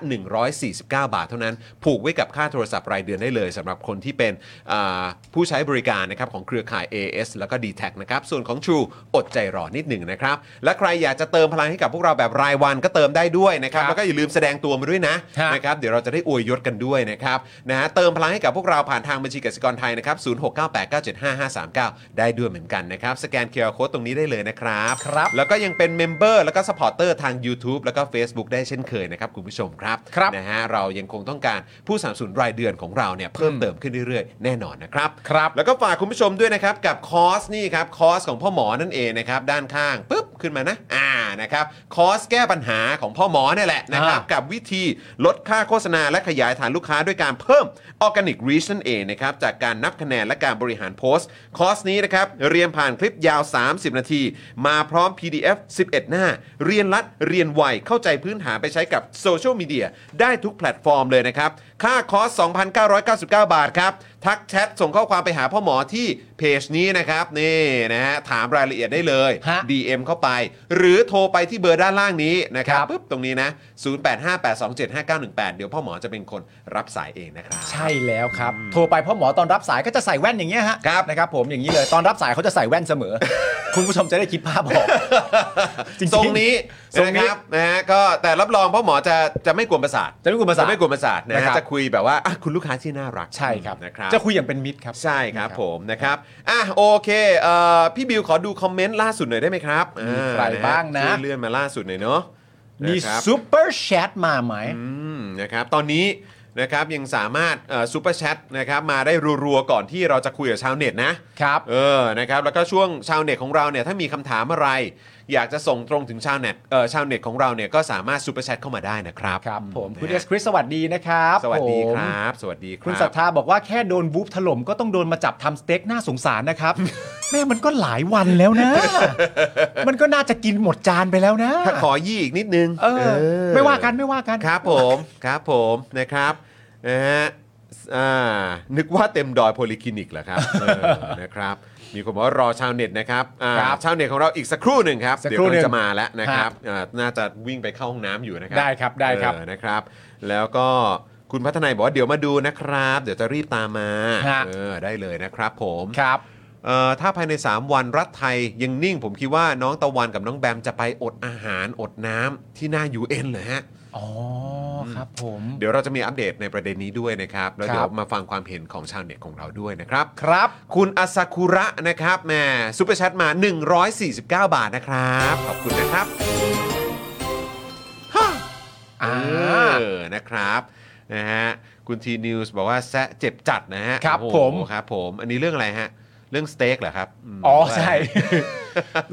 [SPEAKER 1] 149 บาทเท่านั้น ผูกไว้กับค่าโทรศัพท์รายเดือนได้เลยสำหรับคนที่เป็นอ่าผู้ใช้บริการนะครับของเครือข่าย AS แล้วก็ d t แทนะครับ ส่วนของ True อดใจรอนิดหนึ่งนะครับ และใครอยากจะเติมพลังให้กับพวกเราแบบรายวันก็เติมได้ด้วยนะครับ
[SPEAKER 2] ครับ
[SPEAKER 1] แล้วก็อย่าลืมแสดงตัวมาด้วยนะ
[SPEAKER 2] ฮะ
[SPEAKER 1] นะครับ นะครับเดี๋ยวเราจะได้อวยยศกันด้วยนะครับนะฮะเติมพลังให้กับพวกเราผ่านทางบัญชีกสิกรไทยนะครับ 0698975539 ได้ด้วยเหมือนกันนะครับ สแกนเคอร์โคตรงนี้ได้เลยนะครับ
[SPEAKER 2] ครับ
[SPEAKER 1] แล้วก็ยังเป็นเมมเบอร์แล้วก็สปอร์เตอร์ทาง YouTube แล้วก็ Facebook ได้เช่นเคยนะครับ คุณผู้ชมครับ
[SPEAKER 2] ครับ
[SPEAKER 1] นะฮะเรายังคงต้องการผู้สนับสนุนรายเดือนของเราเนี่ยเพิ่ม
[SPEAKER 2] อืม
[SPEAKER 1] เติมขึ้นเรื่อยๆ แน่นอนนะครับ
[SPEAKER 2] ครับ
[SPEAKER 1] แล้วก็ฝากคุณผู้ชมด้วยนะครับ กับคอร์สนี่ครับคอร์สของพ่อหมอนั่นเองนะครับด้านข้างปุ๊บขึ้นมานะอ่านะครับคอร์สแก้ปัญหาของพ่อหมอเนี่ยแหละนะครับ กับวิธีลดค่าโฆษณาและขยายฐานลูกค้าด้วยการเพิ่มออร์แกนิกรีชนั่นเองนะครับ จากการนับคะแนนและการบริหารโพสต์ คอร์สนี้นะครับ เรียนผ่านคลิปยาว 30 นาที มาพร้อม PDF 11 หน้า เรียนรัดเรียนไวเข้าใจพื้นฐานไปใช้กับโซเชียลมีเดียได้ทุกแพลตฟอร์มเลยนะครับ ค่าคอร์ส 2,999 บาทครับ ทักแชทส่งข้อความไปหาพ่อหมอที่เพจนี้นะครับ นี่นะฮะถามรายละเอียดได้เลย
[SPEAKER 2] ฮะ
[SPEAKER 1] DM เข้าไป หรือโทรไปที่เบอร์ด้านล่างนี้นะครับ
[SPEAKER 2] ครับ
[SPEAKER 1] ปุ๊บตรงนี้นะ 0858275918 เดี๋ยวพ่อหมอจะเป็นคนรับสายเองนะครับ
[SPEAKER 2] ใช่แล้วครับ โทรไปเพ่อหมอตอนรับสายก็จะใส่แว่นอย่างเงี้ยฮะ
[SPEAKER 1] ครับ
[SPEAKER 2] นะครับผมอย่างนี้เลยตอนรับสายเขาจะใส่แว่นเสม อ คุณผู้ชมจะได้คิดภาพออก จริงๆ
[SPEAKER 1] ทรงนี้
[SPEAKER 2] ทรง
[SPEAKER 1] นะค
[SPEAKER 2] นี้
[SPEAKER 1] รับนะฮะก็แต่รับรองพ่อหมอจะจะไม่กวนประสาท
[SPEAKER 2] จะไม่กวนประสาท
[SPEAKER 1] จะไม่กวนประสาทนะ
[SPEAKER 2] นะครั
[SPEAKER 1] ฮะ
[SPEAKER 2] บ
[SPEAKER 1] จะคุยแบบว่าอ่ะคุณลูกค้าที่น่ารัก
[SPEAKER 2] ใช่ครับ
[SPEAKER 1] นะครับ
[SPEAKER 2] จะคุยอย่างเป็นมิตรครับ
[SPEAKER 1] ใช่ครับ
[SPEAKER 2] นะครับ
[SPEAKER 1] ผมนะครับอ่ะโอเคเอ่อพี่บิวขอดูคอมเมนต์ล่าสุดหน่อยได้ไหมครับ
[SPEAKER 2] มีใคร
[SPEAKER 1] อ่ฮ
[SPEAKER 2] บ้างนะ
[SPEAKER 1] ช่วยเลื่อนมาล่าสุดหน่อยเนาะ
[SPEAKER 2] มี
[SPEAKER 1] นะครับ
[SPEAKER 2] ซูเปอร์แชทมาไหม
[SPEAKER 1] อืมนะครับตอนนี้นะครับยังสามารถซูเปอร์แชทนะครับมาได้รัวๆก่อนที่เราจะคุยกับชาวเน็ตนะครับ เออนะครับแล้วก็ช่วงชาวเน็ตของเราเนี่ยถ้ามีคำถามอะไร อยากจะส่งตรงถึงชาวเน็ตเอ่อชาวเน็ตของเราเนี่ยก็สามารถซูเปอร์แชทเข้ามาได้นะครับ
[SPEAKER 2] ครับผม
[SPEAKER 1] นะ
[SPEAKER 2] คุณเอสคริสสวัสดีนะครับ
[SPEAKER 1] สวัสดี
[SPEAKER 2] ผม
[SPEAKER 1] ครับ สวัสดีครับ
[SPEAKER 2] คุณศรัทธาบอกว่าแค่โดนวูฟถล่มก็ต้องโดนมาจับทำสเต็กน่าสงสารนะครับ แม่มันก็หลายวันแล้ว นะ มันก็น่าจะกินหมดจานไปแล้วนะ
[SPEAKER 1] ถ้าขอยี่อีกนิดนึง
[SPEAKER 2] เออ
[SPEAKER 1] เออ
[SPEAKER 2] ไม่ว่ากันไม่ว่ากัน
[SPEAKER 1] ครับผม ครับผมนะครับนะฮะอ่านึกว่าเต็มดอยโพลิคลินิกเหรอครับเออนะครับ มีคนบอกว่ารอชาวเน็ตนะครับอ่า
[SPEAKER 2] ครับ
[SPEAKER 1] ชาวเน็ตของเราอีกสักครู่หนึ่งครับ
[SPEAKER 2] สัก
[SPEAKER 1] เดี๋ย
[SPEAKER 2] คว
[SPEAKER 1] กำ
[SPEAKER 2] รู่หนึ่
[SPEAKER 1] ลัง
[SPEAKER 2] ง
[SPEAKER 1] จะมาแล้วนะครับอ่าน่าจะวิ่งไปเข้าห้องน้ำอยู่นะครั
[SPEAKER 2] ได้ครับได้ครับ
[SPEAKER 1] เออนะครับ แล้วก็คุณพัฒนายบอกว่าเดี๋ยวมาดูนะครับ เดี๋ยวจะรีบตามมา
[SPEAKER 2] ฮะ
[SPEAKER 1] เออได้เลยนะครับผม
[SPEAKER 2] ครับ
[SPEAKER 1] เอ่อถ้าภายใน 3 วันรัฐไทยยังนิ่ง ผมคิดว่าน้องตะวันกับน้องแบมจะไปอดอาหารอดน้ำที่หน้า UN เลยฮะ
[SPEAKER 2] อ๋อครับผม
[SPEAKER 1] เดี๋ยวเราจะมีอัปเดตในประเด็นนี้ด้วยนะครับ แล้ว
[SPEAKER 2] ครับ
[SPEAKER 1] เดี๋ยวมาฟังความเห็นของชาวเน็ตของเราด้วยนะครับ
[SPEAKER 2] ครับ
[SPEAKER 1] คุณอาซากุระนะครับแหมซุปเปอร์แชทมา 149 บาทนะครับ ขอบคุณนะครับฮะ
[SPEAKER 2] อ่า
[SPEAKER 1] เออนะครับนะฮะคุณทีนิวส์บอกว่าแซะเจ็บจัดนะฮะ
[SPEAKER 2] ครับ
[SPEAKER 1] โอ้
[SPEAKER 2] ผ
[SPEAKER 1] โห
[SPEAKER 2] ม
[SPEAKER 1] ครับผม อันนี้เรื่องอะไรฮะ เรื่องสเต็กเหรอครับม
[SPEAKER 2] อ๋อ
[SPEAKER 1] ว่า
[SPEAKER 2] ใช่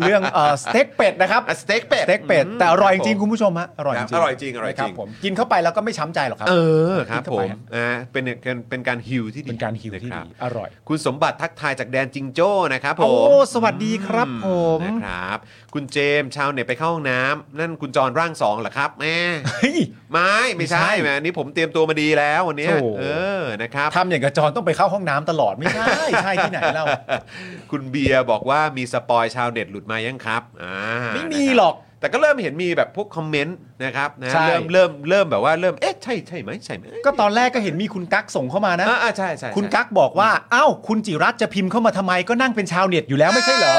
[SPEAKER 2] เรื่องเอ่อสเต็กเป็ดนะครับ
[SPEAKER 1] อ่ะสเต็กเป็ด
[SPEAKER 2] สเต็กเป็ด
[SPEAKER 1] ม
[SPEAKER 2] แต่อร่อยจริง
[SPEAKER 1] บผ
[SPEAKER 2] ๆคุ
[SPEAKER 1] ม
[SPEAKER 2] ณผู้ชมฮะอร่อยจริง
[SPEAKER 1] ครับอร่อยจริงอร่อยจริง
[SPEAKER 2] นะคบผมกินเข้าไปแล้วก็ไม่ช้ำใจหรอกครับ
[SPEAKER 1] เออครับผม
[SPEAKER 2] กินเข้าไปฮะ
[SPEAKER 1] อ่าเป็นเป็นเป็นการฮิวที่ดี
[SPEAKER 2] เป็นการฮิวที่
[SPEAKER 1] ะค
[SPEAKER 2] ดี
[SPEAKER 1] บ
[SPEAKER 2] อร่อย
[SPEAKER 1] คุณสมบัติทักทายจากแดนจิงโจ้นะครับผ
[SPEAKER 2] โอ้
[SPEAKER 1] ม
[SPEAKER 2] สวัสดีครับผม
[SPEAKER 1] นะครับ คุณเจมส์ชาวเน็ตไปเข้าห้องน้ำนั่นคุณจรร่างสองเหรอครับแม่
[SPEAKER 2] เฮ้ย
[SPEAKER 1] ไม่ไม่ใช่
[SPEAKER 2] ไม่ใช่
[SPEAKER 1] แหมอันนี่ผมเตรียมตัวมาดีแล้ววันเนี้ย
[SPEAKER 2] โอ้
[SPEAKER 1] เออนะครับ
[SPEAKER 2] ทำอย่างกับจอนต้องไปเข้าห้องน้ำตลอดไม่ใช่ ใช่ที่ไหนเรา
[SPEAKER 1] คุณเบียร์บอกว่ามีสปอยชาวเน็ตหลุดมายังครับอ่า
[SPEAKER 2] ไม่มี
[SPEAKER 1] นะคบ
[SPEAKER 2] หรอก
[SPEAKER 1] แต่ก็เริ่มเห็นมีแบบพวกคอมเมนต์นะครับนะ
[SPEAKER 2] ใช่
[SPEAKER 1] เริ่มเริ่มเริ่มแบบว่าเริ่มเอ๊ะใช่ใช่ไหมใช่ไหม
[SPEAKER 2] ก็ตอนแรกก็เห็นมีคุณกั๊กส่งเข้ามานะ
[SPEAKER 1] อ่าอ่าใช่ใช่ใช่
[SPEAKER 2] คุณกั๊กบอกว่า เอ้า คุณจิรัตน์จะพิมพ์เข้ามาทำไมก็นั่งเป็นชาวเน็ตอยู่แล้วไม่ใช่เหรอ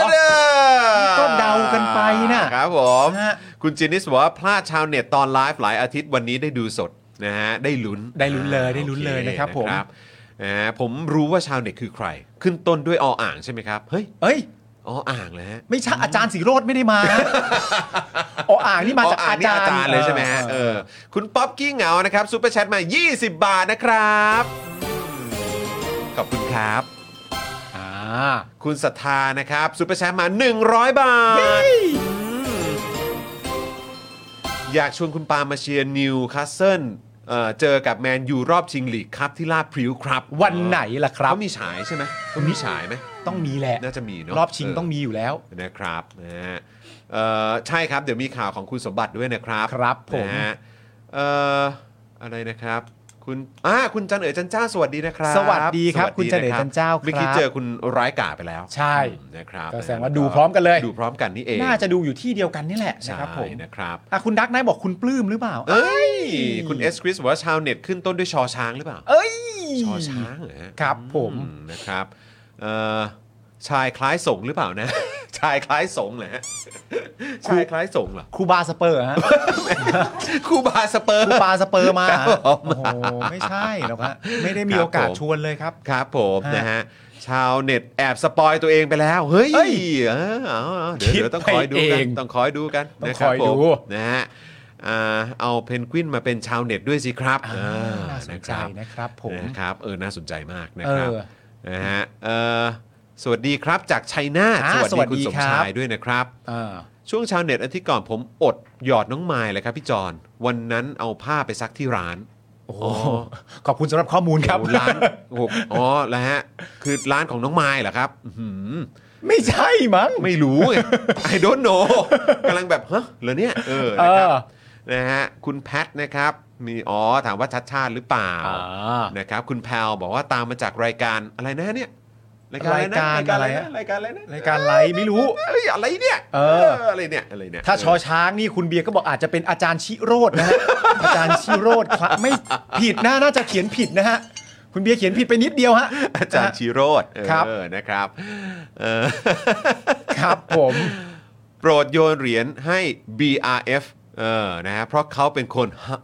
[SPEAKER 2] ก็เดากันไปน่ะ
[SPEAKER 1] ครับผม
[SPEAKER 2] ฮะ
[SPEAKER 1] คุณจินิสบอกว่าพลาดชาวเน็ตตอนไลฟ์หลายอาทิตย์วันนี้ได้ดูสดนะฮะได้ลุ้น
[SPEAKER 2] ได้ลุ้นเลยได้ลุ้น
[SPEAKER 1] โอ
[SPEAKER 2] เลยนะครับผม
[SPEAKER 1] นะฮะผมรู้ว่าชาวเน็ตคือใคร ขึ้นต้นด้วยออ่างใช่ไหมครับ เฮ้ย
[SPEAKER 2] เอ้ย
[SPEAKER 1] ออ่างเลยฮะ
[SPEAKER 2] ไม่ใช่อาจารย์สีโรดไม่ได้มา นะอ๋ออ่างนี่มาจาก
[SPEAKER 1] อ่
[SPEAKER 2] อา
[SPEAKER 1] นี่
[SPEAKER 2] จารย์
[SPEAKER 1] อาจารย์เลยใช่ไหมฮะเออคุณป๊อปกี้เหงานะครับซูเปอร์แชทมา 20 บาทนะครับ ขอบคุณครับ
[SPEAKER 2] อ่า
[SPEAKER 1] คุณศรัทธานะครับซูเปอร์แชมป์มา 100 บาทอืมอยากชวนคุณปามาเชียร์นิวคาสเซิลเอ่อเจอกับแมนยูรอบชิงลีกครับที่ลาดพริ้วครับ
[SPEAKER 2] วันไหนล่ะครับ
[SPEAKER 1] เขามีฉายใช่ไหมเขามีฉายไหม
[SPEAKER 2] ต้องมีแหละ
[SPEAKER 1] น่าจะมีเนอะ
[SPEAKER 2] รอบชิง
[SPEAKER 1] เ
[SPEAKER 2] ต้องมีอยู่แล้ว
[SPEAKER 1] นะครับนะฮะเอ่อใช่ครับ เดี๋ยวมีข่าวของคุณสมบัติด้วยนะครับ
[SPEAKER 2] ครับผม
[SPEAKER 1] นะฮะเอ่ออะไรนะครับ คุณอ่าคุณจันเอ๋ยจันเจ้าสวัสดีนะครับ
[SPEAKER 2] สวัสดีครับ
[SPEAKER 1] สวัส
[SPEAKER 2] คุณเฉลย
[SPEAKER 1] ะรับ
[SPEAKER 2] จันเจ้าครับ
[SPEAKER 1] เมื่อกี้เจอคุณร้ายกาจไปแล้ว
[SPEAKER 2] ใช่
[SPEAKER 1] อืมนะครับ
[SPEAKER 2] ก็แสดงว่าดูพร้อมกันเลย
[SPEAKER 1] ดูพร้อมกันนี่เอง
[SPEAKER 2] น่าจะดูอยู่ที่เดียวกันนี่แหละนะ
[SPEAKER 1] ใช่
[SPEAKER 2] ครับผม
[SPEAKER 1] นะครับ
[SPEAKER 2] อ่ะคุณดักไนท์บอกคุณปลื้มหรือเปล่า
[SPEAKER 1] เอ้ยคุณเอสคริสบอกว่าชาวเน็ตขึ้นต้นด้วยชอช้างหรือเปล่า
[SPEAKER 2] เอ้ย
[SPEAKER 1] ชอช้างเหรอฮะ
[SPEAKER 2] ครับผม
[SPEAKER 1] อืมนะครับเอ่อชายคล้ายสงฆ์หรือเปล่านะ ชายคล้ายสงฆ์เหรอฮะชายคล้ายสงฆ์เหรอ
[SPEAKER 2] ครูบาสเปอร์ฮะ
[SPEAKER 1] ครูบาสเปอร์
[SPEAKER 2] ครูบาสเปอร์มา
[SPEAKER 1] ครับผม
[SPEAKER 2] โอ้โหไม่ใช่หรอกฮะไม่ได้มีโอกาสชวนเลยครับ
[SPEAKER 1] ครับผม
[SPEAKER 2] ฮะ
[SPEAKER 1] นะฮะชาวเน็ตแอบสปอยตัวเองไปแล้ว เฮ้ย
[SPEAKER 2] เอ้ย
[SPEAKER 1] เออเอาเอาเดี๋ยว
[SPEAKER 2] คิด
[SPEAKER 1] เดี๋ยวต้องคอยดูกั
[SPEAKER 2] ไป
[SPEAKER 1] น
[SPEAKER 2] เอง
[SPEAKER 1] ต้องคอยดูกัน
[SPEAKER 2] ต้อง
[SPEAKER 1] นะครับ
[SPEAKER 2] คอยดู
[SPEAKER 1] ผมนะฮะอ่าเอาเพนกวินมาเป็นชาวเน็ตด้วยสิครับ
[SPEAKER 2] อ่า
[SPEAKER 1] อ่
[SPEAKER 2] น่าสน
[SPEAKER 1] ค
[SPEAKER 2] ใจ
[SPEAKER 1] รับ
[SPEAKER 2] นะครับผม
[SPEAKER 1] นะครับเออน่าสนใจมากนะครับ
[SPEAKER 2] เออ
[SPEAKER 1] นะฮะเอ่อสวัสดีครับจากชัยนาท
[SPEAKER 2] อ่า
[SPEAKER 1] สวัสดีคุณ
[SPEAKER 2] ส
[SPEAKER 1] สม
[SPEAKER 2] วัสดีครับ
[SPEAKER 1] ชายด้วยนะครับ
[SPEAKER 2] อ่า
[SPEAKER 1] ช่วงชาวเน็ตอาทิตย์ก่อนผมอดหยอดน้องไมล์เลยครับพี่จอนวันนั้นเอาผ้าไปซักที่ร้าน
[SPEAKER 2] โอ้โห
[SPEAKER 1] อ๋อ
[SPEAKER 2] ขอบคุณสำหรับข้อมูลครับ
[SPEAKER 1] โอ้ร้านโอ้โหอ๋อแล้วฮะคือร้านของน้องไมล์เหรอครับอื้อหือ
[SPEAKER 2] ไม่ใช่มั้ง
[SPEAKER 1] ไม่รู้ไง I don't know กำลังแบบฮะเหรอเนี่ยเออนะครับ
[SPEAKER 2] เออ
[SPEAKER 1] นะฮะคุณแพทนะครับมีอ๋อถามว่าชัดชาติหรือเปล่า
[SPEAKER 2] อ่า
[SPEAKER 1] นะครับคุณแพลบอกว่าตามมาจากรายการอะไรนะเนี่ยรายการอะไรนะ
[SPEAKER 2] รายการอะไรฮะ
[SPEAKER 1] รายการอะไรนะ
[SPEAKER 2] รายการไลฟ์ไม่รู้
[SPEAKER 1] เอ้ยอะไรเนี่ย
[SPEAKER 2] เออ
[SPEAKER 1] อะไรเนี่ยอะไรเนี่ย
[SPEAKER 2] ถ้าชอช้างนี่คุณเบียร์ก็บอกอาจจะเป็นอาจารย์ชิโรดนะ ฮะ อาจารย์ชิโรดครับไม่ผิดนะน่าจะเขียนผิดนะฮะ คุณเบียร์เขียนผิดไปนิดเดียวฮะ
[SPEAKER 1] อาจารย์ชิโรด
[SPEAKER 2] ครับ
[SPEAKER 1] นะครับเออ
[SPEAKER 2] ครับผม
[SPEAKER 1] โปรดโยนเหรียญให้ BRF เออนะฮะเพราะเขาเป็นคนห้า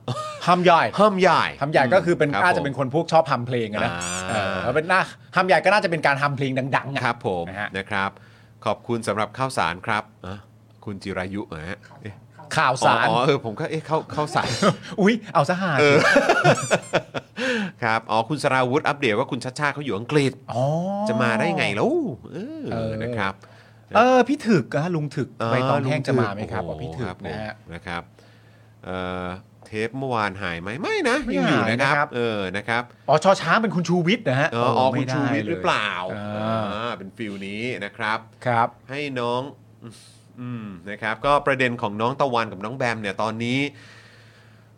[SPEAKER 2] ฮัมใหญ่
[SPEAKER 1] ห้ามใหญ่
[SPEAKER 2] ฮัมใหญ่ก็คือเป็น
[SPEAKER 1] รับ
[SPEAKER 2] อาจจะเป็น
[SPEAKER 1] ผม
[SPEAKER 2] คนพวกชอบฮัมเพลงอะนะ
[SPEAKER 1] อ่า
[SPEAKER 2] เออแล้วเป็นหน้าฮัมใหญ่ก็น่าจะเป็นการฮัมเพลงดังๆอะ
[SPEAKER 1] ครับผม
[SPEAKER 2] นะฮะ
[SPEAKER 1] นะครับ ขอบคุณสำหรับข้าวสารครับอ่ะคุณจิรายุเหรอฮะเอ๊ะ
[SPEAKER 2] ข่าวสาร
[SPEAKER 1] อ๋ออ๋อเออผมก็เอ๊ะเข้าเข้าวสาร
[SPEAKER 2] อุ้ยเอาซะหา
[SPEAKER 1] ครับ อ๋อ คุณสราวุธอัปเดตว่าคุณชัชชาติเขาอยู่อังกฤษ
[SPEAKER 2] อ๋อ
[SPEAKER 1] จะมาได้ไงแล้วเออ
[SPEAKER 2] เออ
[SPEAKER 1] นะครับ
[SPEAKER 2] เออพี่ถึกอะลุงถึกใบตอง
[SPEAKER 1] ลุ
[SPEAKER 2] แห้งจะมาไหมครับ
[SPEAKER 1] โอ้
[SPEAKER 2] อ๋อ
[SPEAKER 1] โ
[SPEAKER 2] พี่ถึ
[SPEAKER 1] ค
[SPEAKER 2] ก
[SPEAKER 1] รับผม
[SPEAKER 2] นะฮะ
[SPEAKER 1] นะครับเอ่อเทปเมื่อวานหายไหมไม่นะ
[SPEAKER 2] ไม่
[SPEAKER 1] ยังอยู่
[SPEAKER 2] หาย
[SPEAKER 1] นะ
[SPEAKER 2] นะ
[SPEAKER 1] ค
[SPEAKER 2] ครั
[SPEAKER 1] รับ
[SPEAKER 2] บ
[SPEAKER 1] เออนะครับ
[SPEAKER 2] อ๋อชอช้างเป็นคุณชูวิทย์นะฮะ
[SPEAKER 1] เอออ๋อคุ
[SPEAKER 2] ไม่
[SPEAKER 1] ณชูวิทย์
[SPEAKER 2] ได้
[SPEAKER 1] หรือเปล่า
[SPEAKER 2] อ่
[SPEAKER 1] อ่าเป็นฟิลนี้นะครับ
[SPEAKER 2] ครับ
[SPEAKER 1] ให้น้อง อืมนะครับ ก็ประเด็นของน้องตะวันกับน้องแบมเนี่ยตอนนี้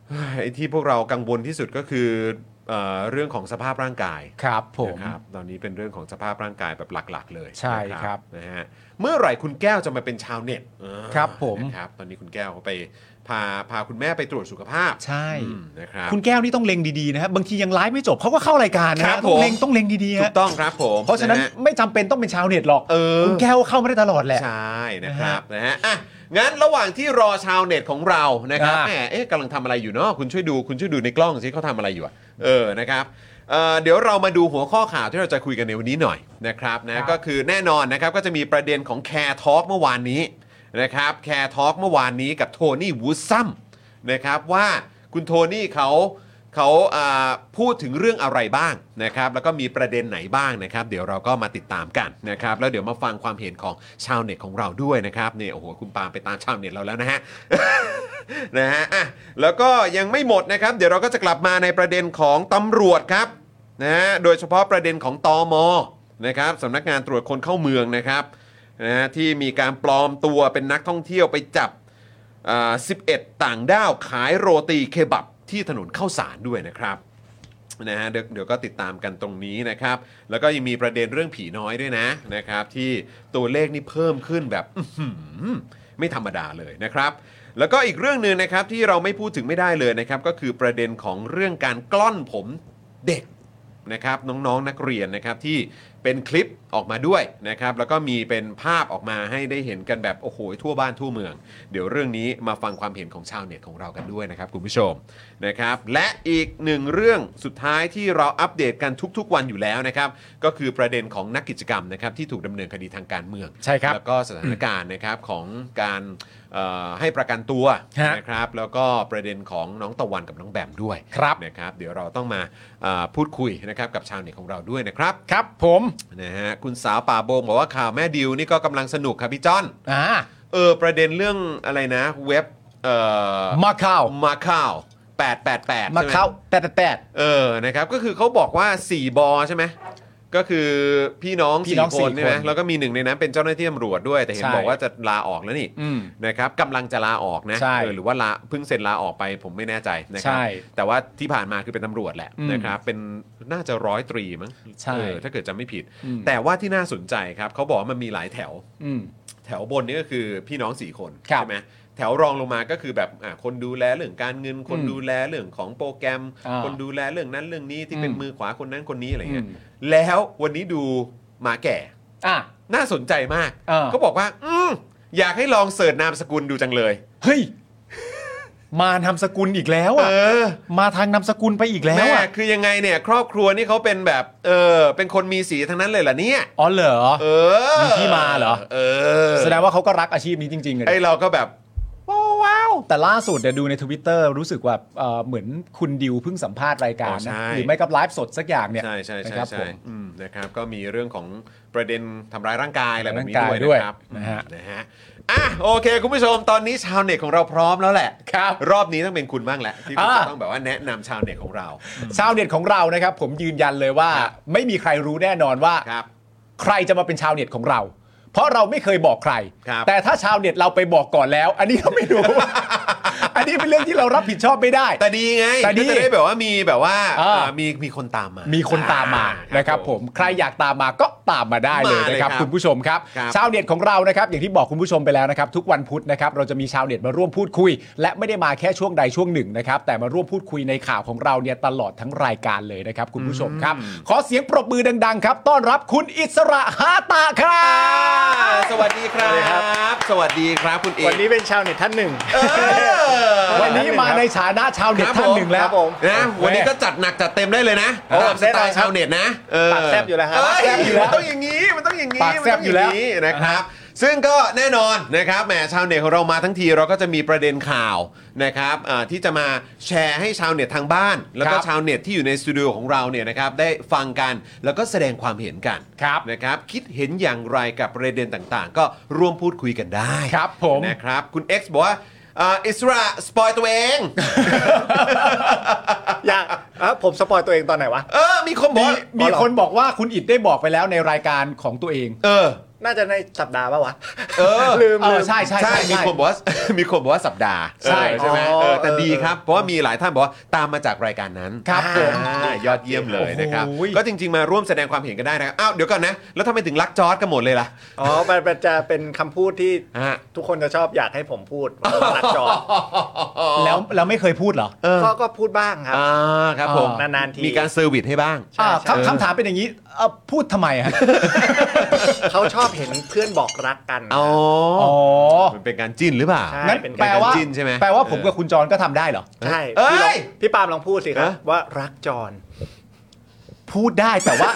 [SPEAKER 1] เฮ้ยไอ้ที่พวกเรากังวลที่สุดก็คือเออเรื่องของสภาพร่างกาย
[SPEAKER 2] ครับผม
[SPEAKER 1] นะครับตอนนี้เป็นเรื่องของสภาพร่างกายแบบหลัก ๆ เลย
[SPEAKER 2] ใช่
[SPEAKER 1] นะครับ นะฮะเมื่อไหร่คุณแก้วจะมาเป็นชาวเน็ตเออ
[SPEAKER 2] ครับผม
[SPEAKER 1] นะครับตอนนี้คุณแก้วเขาไปพาพาคุณแม่ไปตรวจสุขภาพ
[SPEAKER 2] ใช่
[SPEAKER 1] อืมนะครับ
[SPEAKER 2] คุณแก้วนี่ต้องเล็งดีๆนะฮะบางทียังไลฟ์ไม่จบเขาก็เข้ารายการนะ
[SPEAKER 1] ครั
[SPEAKER 2] ฮะ
[SPEAKER 1] บ
[SPEAKER 2] ต้องเล็ง
[SPEAKER 1] ผม
[SPEAKER 2] ต้องเล็งดีๆ
[SPEAKER 1] ถู
[SPEAKER 2] ฮะ
[SPEAKER 1] กต้องครับผม
[SPEAKER 2] เพราะฉะนั้น
[SPEAKER 1] ฮ
[SPEAKER 2] ไม่จำเป็นต้องเป็นชาวเน็ตหรอก
[SPEAKER 1] เออ
[SPEAKER 2] คุณแก้วเข้ามาได้ตลอดแหละ
[SPEAKER 1] ใช่นะครับนะฮะอ่ะงั้นระหว่างที่รอชาวเน็ตของเรานะครับ
[SPEAKER 2] อ่ะ
[SPEAKER 1] แหมเอ๊ะกำลังทำอะไรอยู่เนาะคุณช่วยดูคุณช่วยดูในกล้องสิเขาทำอะไรอยู่อะเออนะครับเอ่อเดี๋ยวเรามาดูหัวข้อข่าวที่เราจะคุยกันในวันนี้หน่อยนะครับ
[SPEAKER 2] ครั
[SPEAKER 1] นะ
[SPEAKER 2] บ
[SPEAKER 1] ก็คือแน่นอนนะครับก็จะมีประเด็นของแคร์ทอล์กเมื่อวานนี้นะครับแคร์ทอล์กเมื่อวานนี้กับโทนี่วูดซัมนะครับว่าคุณโทนี่เขาเขาอ่าพูดถึงเรื่องอะไรบ้างนะครับแล้วก็มีประเด็นไหนบ้างนะครับ เดี๋ยวเราก็มาติดตามกันนะครับแล้วเดี๋ยวมาฟังความเห็นของชาวเน็ตของเราด้วยนะครับเนี่ยโอ้โหคุณปาล์มไปตามชาวเน็ตเราแล้วนะฮะ นะฮะอ่ะแล้วก็ยังไม่หมดนะครับ เดี๋ยวเราก็จะกลับมาในประเด็นของตำรวจครับนะฮะโดยเฉพาะประเด็นของตอมนะครับสำนักงานตรวจคนเข้าเมืองนะครับนะฮะที่มีการปลอมตัวเป็นนักท่องเที่ยวไปจับอ่า11 ต่างด้าวขายโรตีเคบับที่ถนนเข้าสารด้วยนะครับนะฮะเดี๋ยวเดี๋ยวก็ติดตามกันตรงนี้นะครับ แล้วก็ยังมีประเด็นเรื่องผีน้อยด้วยนะนะครับ ที่ตัวเลขนี่เพิ่มขึ้นแบบ อืมไม่ธรรมดาเลยนะครับ แล้วก็อีกเรื่องหนึ่งนะครับที่เราไม่พูดถึงไม่ได้เลยนะครับ ก็คือประเด็นของเรื่องการกล้อนผมเด็กนะครับ น้องๆนักเรียนนะครับที่เป็นคลิปออกมาด้วยนะครับ แล้วก็มีเป็นภาพออกมาให้ได้เห็นกันแบบโอ้โหทั่วบ้านทั่วเมือง เดี๋ยวเรื่องนี้มาฟังความเห็นของชาวเน็ตของเรากันด้วยนะครับคุณผู้ชมนะครับ และอีกหนึ่งเรื่องสุดท้ายที่เราอัปเดตกันทุกๆวันอยู่แล้วนะครับ ก็คือประเด็นของนักกิจกรรมนะครับที่ถูกดำเนินคดีทางการเมือง
[SPEAKER 2] ใช่ครับ
[SPEAKER 1] แล้วก็สถานการณ์นะครับของการ เอ่อให้ประกันตัว
[SPEAKER 2] ฮะ
[SPEAKER 1] นะครับแล้วก็ประเด็นของน้องตะวันกับน้องแบมด้วย
[SPEAKER 2] ครับ
[SPEAKER 1] นะครับเดี๋ยวเราต้องมาเอ่อพูดคุยนะครับกับชาวเน็ตของเราด้วยนะครับ
[SPEAKER 2] ครับผม
[SPEAKER 1] นะฮะคุณสาวป่าโบงบอกว่าข่าวแม่ดิวนี่ก็กำลังสนุกครับพี่จอน
[SPEAKER 2] อ่า
[SPEAKER 1] เออประเด็นเรื่องอะไรนะเว็บเอ่อ
[SPEAKER 2] มาเข้า
[SPEAKER 1] มาข้าว888
[SPEAKER 2] มา
[SPEAKER 1] ใช่ไห
[SPEAKER 2] เข้าแปดแปดแปด
[SPEAKER 1] เออ นะครับ ก็คือเขาบอกว่า 4 บอใช่ไหม ก็คือพี่น้อง
[SPEAKER 2] พี่
[SPEAKER 1] สี่
[SPEAKER 2] น้อง
[SPEAKER 1] คน
[SPEAKER 2] สี่
[SPEAKER 1] ใช่ไหม
[SPEAKER 2] คน
[SPEAKER 1] แล้วก็มีหนึ่งในนั้นเป็นเจ้าหน้าที่ตำรวจด้วย แต่เห็น
[SPEAKER 2] ใช่
[SPEAKER 1] บอกว่าจะลาออกแล้วนี่
[SPEAKER 2] อืม
[SPEAKER 1] นะครับกำลังจะลาออกนะ
[SPEAKER 2] ใช่
[SPEAKER 1] เออหรือว่าลาเพิ่งเซ็นลาออกไปผมไม่แน่ใจนะครั
[SPEAKER 2] ใช่
[SPEAKER 1] แต่ว่าที่ผ่านมาคือเป็นตำรวจแหละ
[SPEAKER 2] อืม
[SPEAKER 1] นะครับ เป็นน่าจะร้อยตรีมั้ง
[SPEAKER 2] ใช่
[SPEAKER 1] เออถ้าเกิดจะไม่ผิด
[SPEAKER 2] อืม
[SPEAKER 1] แต่ว่าที่น่าสนใจครับเขาบอกว่ามันมีหลายแถว
[SPEAKER 2] อืม
[SPEAKER 1] แถวบนนี่ก็คือพี่น้องสี่คน
[SPEAKER 2] ครับ
[SPEAKER 1] ใช่ไหมแถวรองลงมาก็คือแบบอ่ะคนดูแลเรื่องการเงิน คน
[SPEAKER 2] อืม
[SPEAKER 1] ดูแลเรื่องของโปรแกรม
[SPEAKER 2] อ่า
[SPEAKER 1] คนดูแลเรื่องนั้นเรื่องนี้ที่
[SPEAKER 2] อืม
[SPEAKER 1] เป็นมือขวาคนนั้นคนนี้อะไรเงี้ย
[SPEAKER 2] อืม
[SPEAKER 1] แล้ววันนี้ดูหมาแก่
[SPEAKER 2] อ่ะ
[SPEAKER 1] น่าสนใจมาก
[SPEAKER 2] เออ
[SPEAKER 1] เขาบอกว่า อืมอยากให้ลองเสิร์ชนามสกุลดูจังเลย
[SPEAKER 2] เฮ้ย มานามสกุลอีกแล้ว
[SPEAKER 1] เอ
[SPEAKER 2] อ่ะ
[SPEAKER 1] อ
[SPEAKER 2] มาทางนามสกุลไปอีกแล้ว
[SPEAKER 1] แม่
[SPEAKER 2] อ่ะ
[SPEAKER 1] คือยังไงเนี่ย ครอบครัวนี่เขาเป็นแบบเออเป็นคนมีสีทั้งนั้นเลยเหรอเนี่ย
[SPEAKER 2] อ๋อเหรอ
[SPEAKER 1] เออ
[SPEAKER 2] มีที่มาเหรอ
[SPEAKER 1] เออ
[SPEAKER 2] แสดงว่าเขาก็รักอาชีพนี้จริงๆเลย
[SPEAKER 1] ไอเราก็แบบว้าว
[SPEAKER 2] แต่ล่าสุดเนี่ยดูในทวิตเตอร์รู้สึกว่าเอ่อเหมือนคุณดิวเพิ่งสัมภาษณ์รายการ
[SPEAKER 1] อ๋อใช่
[SPEAKER 2] นะหรือไม่กับไลฟ์สดสักอย่างเนี่ย
[SPEAKER 1] ใช่ใช่ใช่
[SPEAKER 2] นะครับ
[SPEAKER 1] ใช่
[SPEAKER 2] ผม
[SPEAKER 1] อืมนะครับก็มีเรื่องของประเด็นทำร้ายร่างกายอะไรแบบนี้
[SPEAKER 2] ร่างกาย
[SPEAKER 1] ด้วยนะครับ
[SPEAKER 2] ด้วยนะฮะ
[SPEAKER 1] นะฮะอ่ะโอเค คุณผู้ชมตอนนี้ชาวเน็ตของเราพร้อมแล้วแหละ
[SPEAKER 2] ครับ
[SPEAKER 1] รอบนี้ต้องเป็นคุณบ้างแหละที่คุณ
[SPEAKER 2] อ่า
[SPEAKER 1] จะต้องแบบว่าแนะนำชาวเน็ตของเรา
[SPEAKER 2] ชาวเน็ตของเรานะครับ ผมยืนยันเลยว่า
[SPEAKER 1] ครับ
[SPEAKER 2] ไม่มีใครรู้แน่นอนว่า
[SPEAKER 1] ครับ
[SPEAKER 2] ใครจะมาเป็นชาวเน็ตของเรา เพราะเราไม่เคยบอกใคร
[SPEAKER 1] ครับ
[SPEAKER 2] แต่ถ้าชาวเน็ตเราไปบอกก่อนแล้ว อันนี้เราไม่รู้ อันนี้เป็นเรื่องที่เรารับผิดชอบไม่ได้
[SPEAKER 1] แต่ดีไง
[SPEAKER 2] แต่ดี
[SPEAKER 1] ก็จะได้แบบว่ามีแบบว่า
[SPEAKER 2] อ่า
[SPEAKER 1] เอ่อมีมีคนตามมา
[SPEAKER 2] มี
[SPEAKER 1] มี
[SPEAKER 2] คนตามมานะครับผม ใครอยากตามมาก็ตามมาได้เลย
[SPEAKER 1] มาเลย
[SPEAKER 2] นะครับ
[SPEAKER 1] ครับ
[SPEAKER 2] คุณผู้ชมครับ
[SPEAKER 1] ครับ
[SPEAKER 2] ชาวเน็ตของเรานะครับ อย่างที่บอกคุณผู้ชมไปแล้วนะครับ ทุกวันพุธนะครับเราจะมีชาวเน็ตมาร่วมพูดคุย และไม่ได้มาแค่ช่วงใดช่วงหนึ่งนะครับ แต่มาร่วมพูดคุยในข่าวของเราเนี่ยตลอดทั้งรายการเลยนะครับ คุณผู้ชมครับ ขอเสียงปรบมือดังๆ ครับ ต้อนรับคุณอิสระฮาตาครั
[SPEAKER 1] า
[SPEAKER 2] บ
[SPEAKER 1] สวัสดีครั
[SPEAKER 3] สวัสดีครับ บ
[SPEAKER 1] สวัสดีครับคุณเอ
[SPEAKER 3] วัน
[SPEAKER 1] ก
[SPEAKER 3] นี้เป็นชาวเน็ตท่านหนึ่ง
[SPEAKER 1] เออ
[SPEAKER 2] วันนี้มาในฐานะชาวเน็ต
[SPEAKER 1] ครับ
[SPEAKER 2] ท่านหนึ่งแล้ว
[SPEAKER 3] ครับผม
[SPEAKER 1] นะวันนี้ก็จัดหนักจัดเต็มได้เลยนะ
[SPEAKER 3] โอ้
[SPEAKER 1] ตามสไตล์
[SPEAKER 3] แน่นอนครับ
[SPEAKER 1] ชาวเน็ตนะเออ
[SPEAKER 3] ปากแซ่บอยู่แล้วฮะ
[SPEAKER 1] เอ้ย
[SPEAKER 2] แซ่บอยู่แล้ว
[SPEAKER 1] มันต้องอย่างนี้มันต้องอย่างนี้
[SPEAKER 2] ปากแซ่
[SPEAKER 1] มัน
[SPEAKER 2] บ
[SPEAKER 1] ต้ง
[SPEAKER 2] อยู่แล้ว
[SPEAKER 1] างนี้นะครับ ซึ่งก็แน่นอนนะครับแหมชาวเน็ตของเรามาทั้งทีเราก็จะมีประเด็นข่าวนะครับอ่าที่จะมาแชร์ให้ชาวเน็ตทางบ้าน แล้วก็
[SPEAKER 2] ครับ
[SPEAKER 1] ชาวเน็ตที่อยู่ในสตูดิโอของเราเนี่ยนะครับได้ฟังกันแล้วก็แสดงความเห็นกัน
[SPEAKER 2] ครับ
[SPEAKER 1] นะครับ คิดเห็นอย่างไรกับประเด็นต่างๆ ก็ร่วมพูดคุยกันได้
[SPEAKER 2] ครับผม
[SPEAKER 1] นะครับคุณ X บอกว่าอ่าอิสระสปอยตัวเอง
[SPEAKER 3] อยากเอ้าผมสปอยตัวเองตอนไหนวะ
[SPEAKER 1] เออ มีคนบอกว่า
[SPEAKER 2] มีคนบอกว่าคุณอิดได้บอกไปแล้วในรายการของตัวเอง
[SPEAKER 1] เออ
[SPEAKER 3] น่าจะในสัปดาห์ป่ะ วะ
[SPEAKER 1] เออ
[SPEAKER 3] ลืม
[SPEAKER 2] เอ
[SPEAKER 3] ลื
[SPEAKER 2] อ
[SPEAKER 3] ม
[SPEAKER 2] ใช่ใช่
[SPEAKER 1] ใช่
[SPEAKER 2] ใช่
[SPEAKER 1] มี
[SPEAKER 2] ใช่
[SPEAKER 1] คนบอกว่า มีคนบอกว่าสัปดาห์
[SPEAKER 2] ใช่
[SPEAKER 1] เออใช่ไหม
[SPEAKER 3] อ๋อ
[SPEAKER 1] เออแต่
[SPEAKER 3] เออ
[SPEAKER 1] ดีครับ เพราะว่ามีหลายท่านบอกว่าตามมาจากรายการนั้น
[SPEAKER 2] ครับผม
[SPEAKER 1] อ่ายอดเยี่ยมเลยนะครับ
[SPEAKER 2] โอ้โห
[SPEAKER 1] ก็จริง ๆ มาร่วมแสดงความเห็นกันได้นะครับ อ้าว เดี๋ยวก่อนนะ แล้วทำไมถึงรักจอร์ดกันหมดเลยล่ะ
[SPEAKER 3] อ๋อมันมันจะเป็นคำพูดที่
[SPEAKER 1] ฮะ
[SPEAKER 3] ทุกคนจะชอบอยากให้ผม พูดว่ารักจอร์ด
[SPEAKER 2] แล้วแล้วไม่เคยพูดเหรอ
[SPEAKER 3] ก็ก็พูดบ้างครับ
[SPEAKER 1] อ่าครับผม
[SPEAKER 3] อ๋อนานๆที
[SPEAKER 1] มีการเซอร์วิสให้บ้าง
[SPEAKER 3] ใช่
[SPEAKER 2] อ่า
[SPEAKER 3] ใช่
[SPEAKER 2] คำคำถามเป็นอย่างนี้เอ่อพูดทำไมฮะ
[SPEAKER 3] เขาชอบเห็นเพื่อนบอกรักกัน
[SPEAKER 1] อ๋อ
[SPEAKER 2] อ๋อ
[SPEAKER 1] มันเป็นการจิ้นหรือเปล่า
[SPEAKER 3] ใช่
[SPEAKER 2] งั้น
[SPEAKER 3] เป็นการ
[SPEAKER 2] แปลว่า
[SPEAKER 1] จิ้นใช่ไหม
[SPEAKER 2] แปลว่าผม
[SPEAKER 1] เออ
[SPEAKER 2] กับคุณจรก็ทำได้เหรอ
[SPEAKER 3] ใช่
[SPEAKER 1] เอ้
[SPEAKER 3] พี่ลอง
[SPEAKER 1] ย
[SPEAKER 3] พี่ปาล์มลองพูดสิครับ
[SPEAKER 1] ฮะ
[SPEAKER 3] ว่ารักจอร์น
[SPEAKER 2] พูดได้แต่ว่า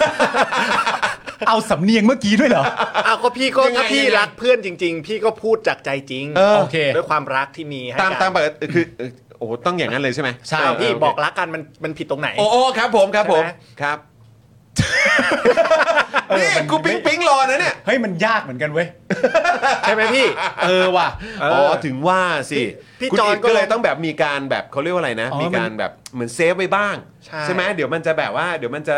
[SPEAKER 2] เอาสำเนียงเมื่อกี้ด้วยเหรอ
[SPEAKER 3] อ้าวก็พี่ก็
[SPEAKER 1] ยังไง
[SPEAKER 3] ถ้าพี่
[SPEAKER 1] ยังไง
[SPEAKER 3] รักเพื่อนจริง ๆ พี่ก็พูดจากใจจริง
[SPEAKER 1] เออ
[SPEAKER 2] โอเค
[SPEAKER 3] ด้วยความรักที่มีให้
[SPEAKER 1] ตาม
[SPEAKER 3] กัน
[SPEAKER 1] ตามปกติคือเออโอ้โหต้องอย่างนั้นเลยใช่ไหม
[SPEAKER 2] ใช่
[SPEAKER 3] อ้าวพี่
[SPEAKER 1] เโเค
[SPEAKER 3] บอกรักกันมันมันผิดตรงไหน
[SPEAKER 1] โอ้โอ้ครับผมครับผม
[SPEAKER 3] ใช่ไหม
[SPEAKER 1] ครับ
[SPEAKER 2] เออ
[SPEAKER 1] นี่
[SPEAKER 2] มัน
[SPEAKER 1] กูปิ๊งปิ๊งรอนะเนี่ย
[SPEAKER 2] เฮ้ยมันยากเหมือนกันเว้ย
[SPEAKER 3] ใช่ไหม พี่
[SPEAKER 2] เออว่ะ
[SPEAKER 1] อ๋อถึงว่าสิ
[SPEAKER 3] พี่
[SPEAKER 1] คุณ
[SPEAKER 3] จอน
[SPEAKER 1] อิฐก็เลย
[SPEAKER 3] ก็
[SPEAKER 1] ต้องแบบมีการแบบเขาเรียกว่าอะไรนะ
[SPEAKER 2] อ๋อ
[SPEAKER 1] มีการ
[SPEAKER 2] มัน
[SPEAKER 1] แบบเหมือนเซฟไว้บ้าง
[SPEAKER 3] ใช่
[SPEAKER 1] ไหมเดี๋ยวมันจะแบบว่าเดี๋ยวมันจะ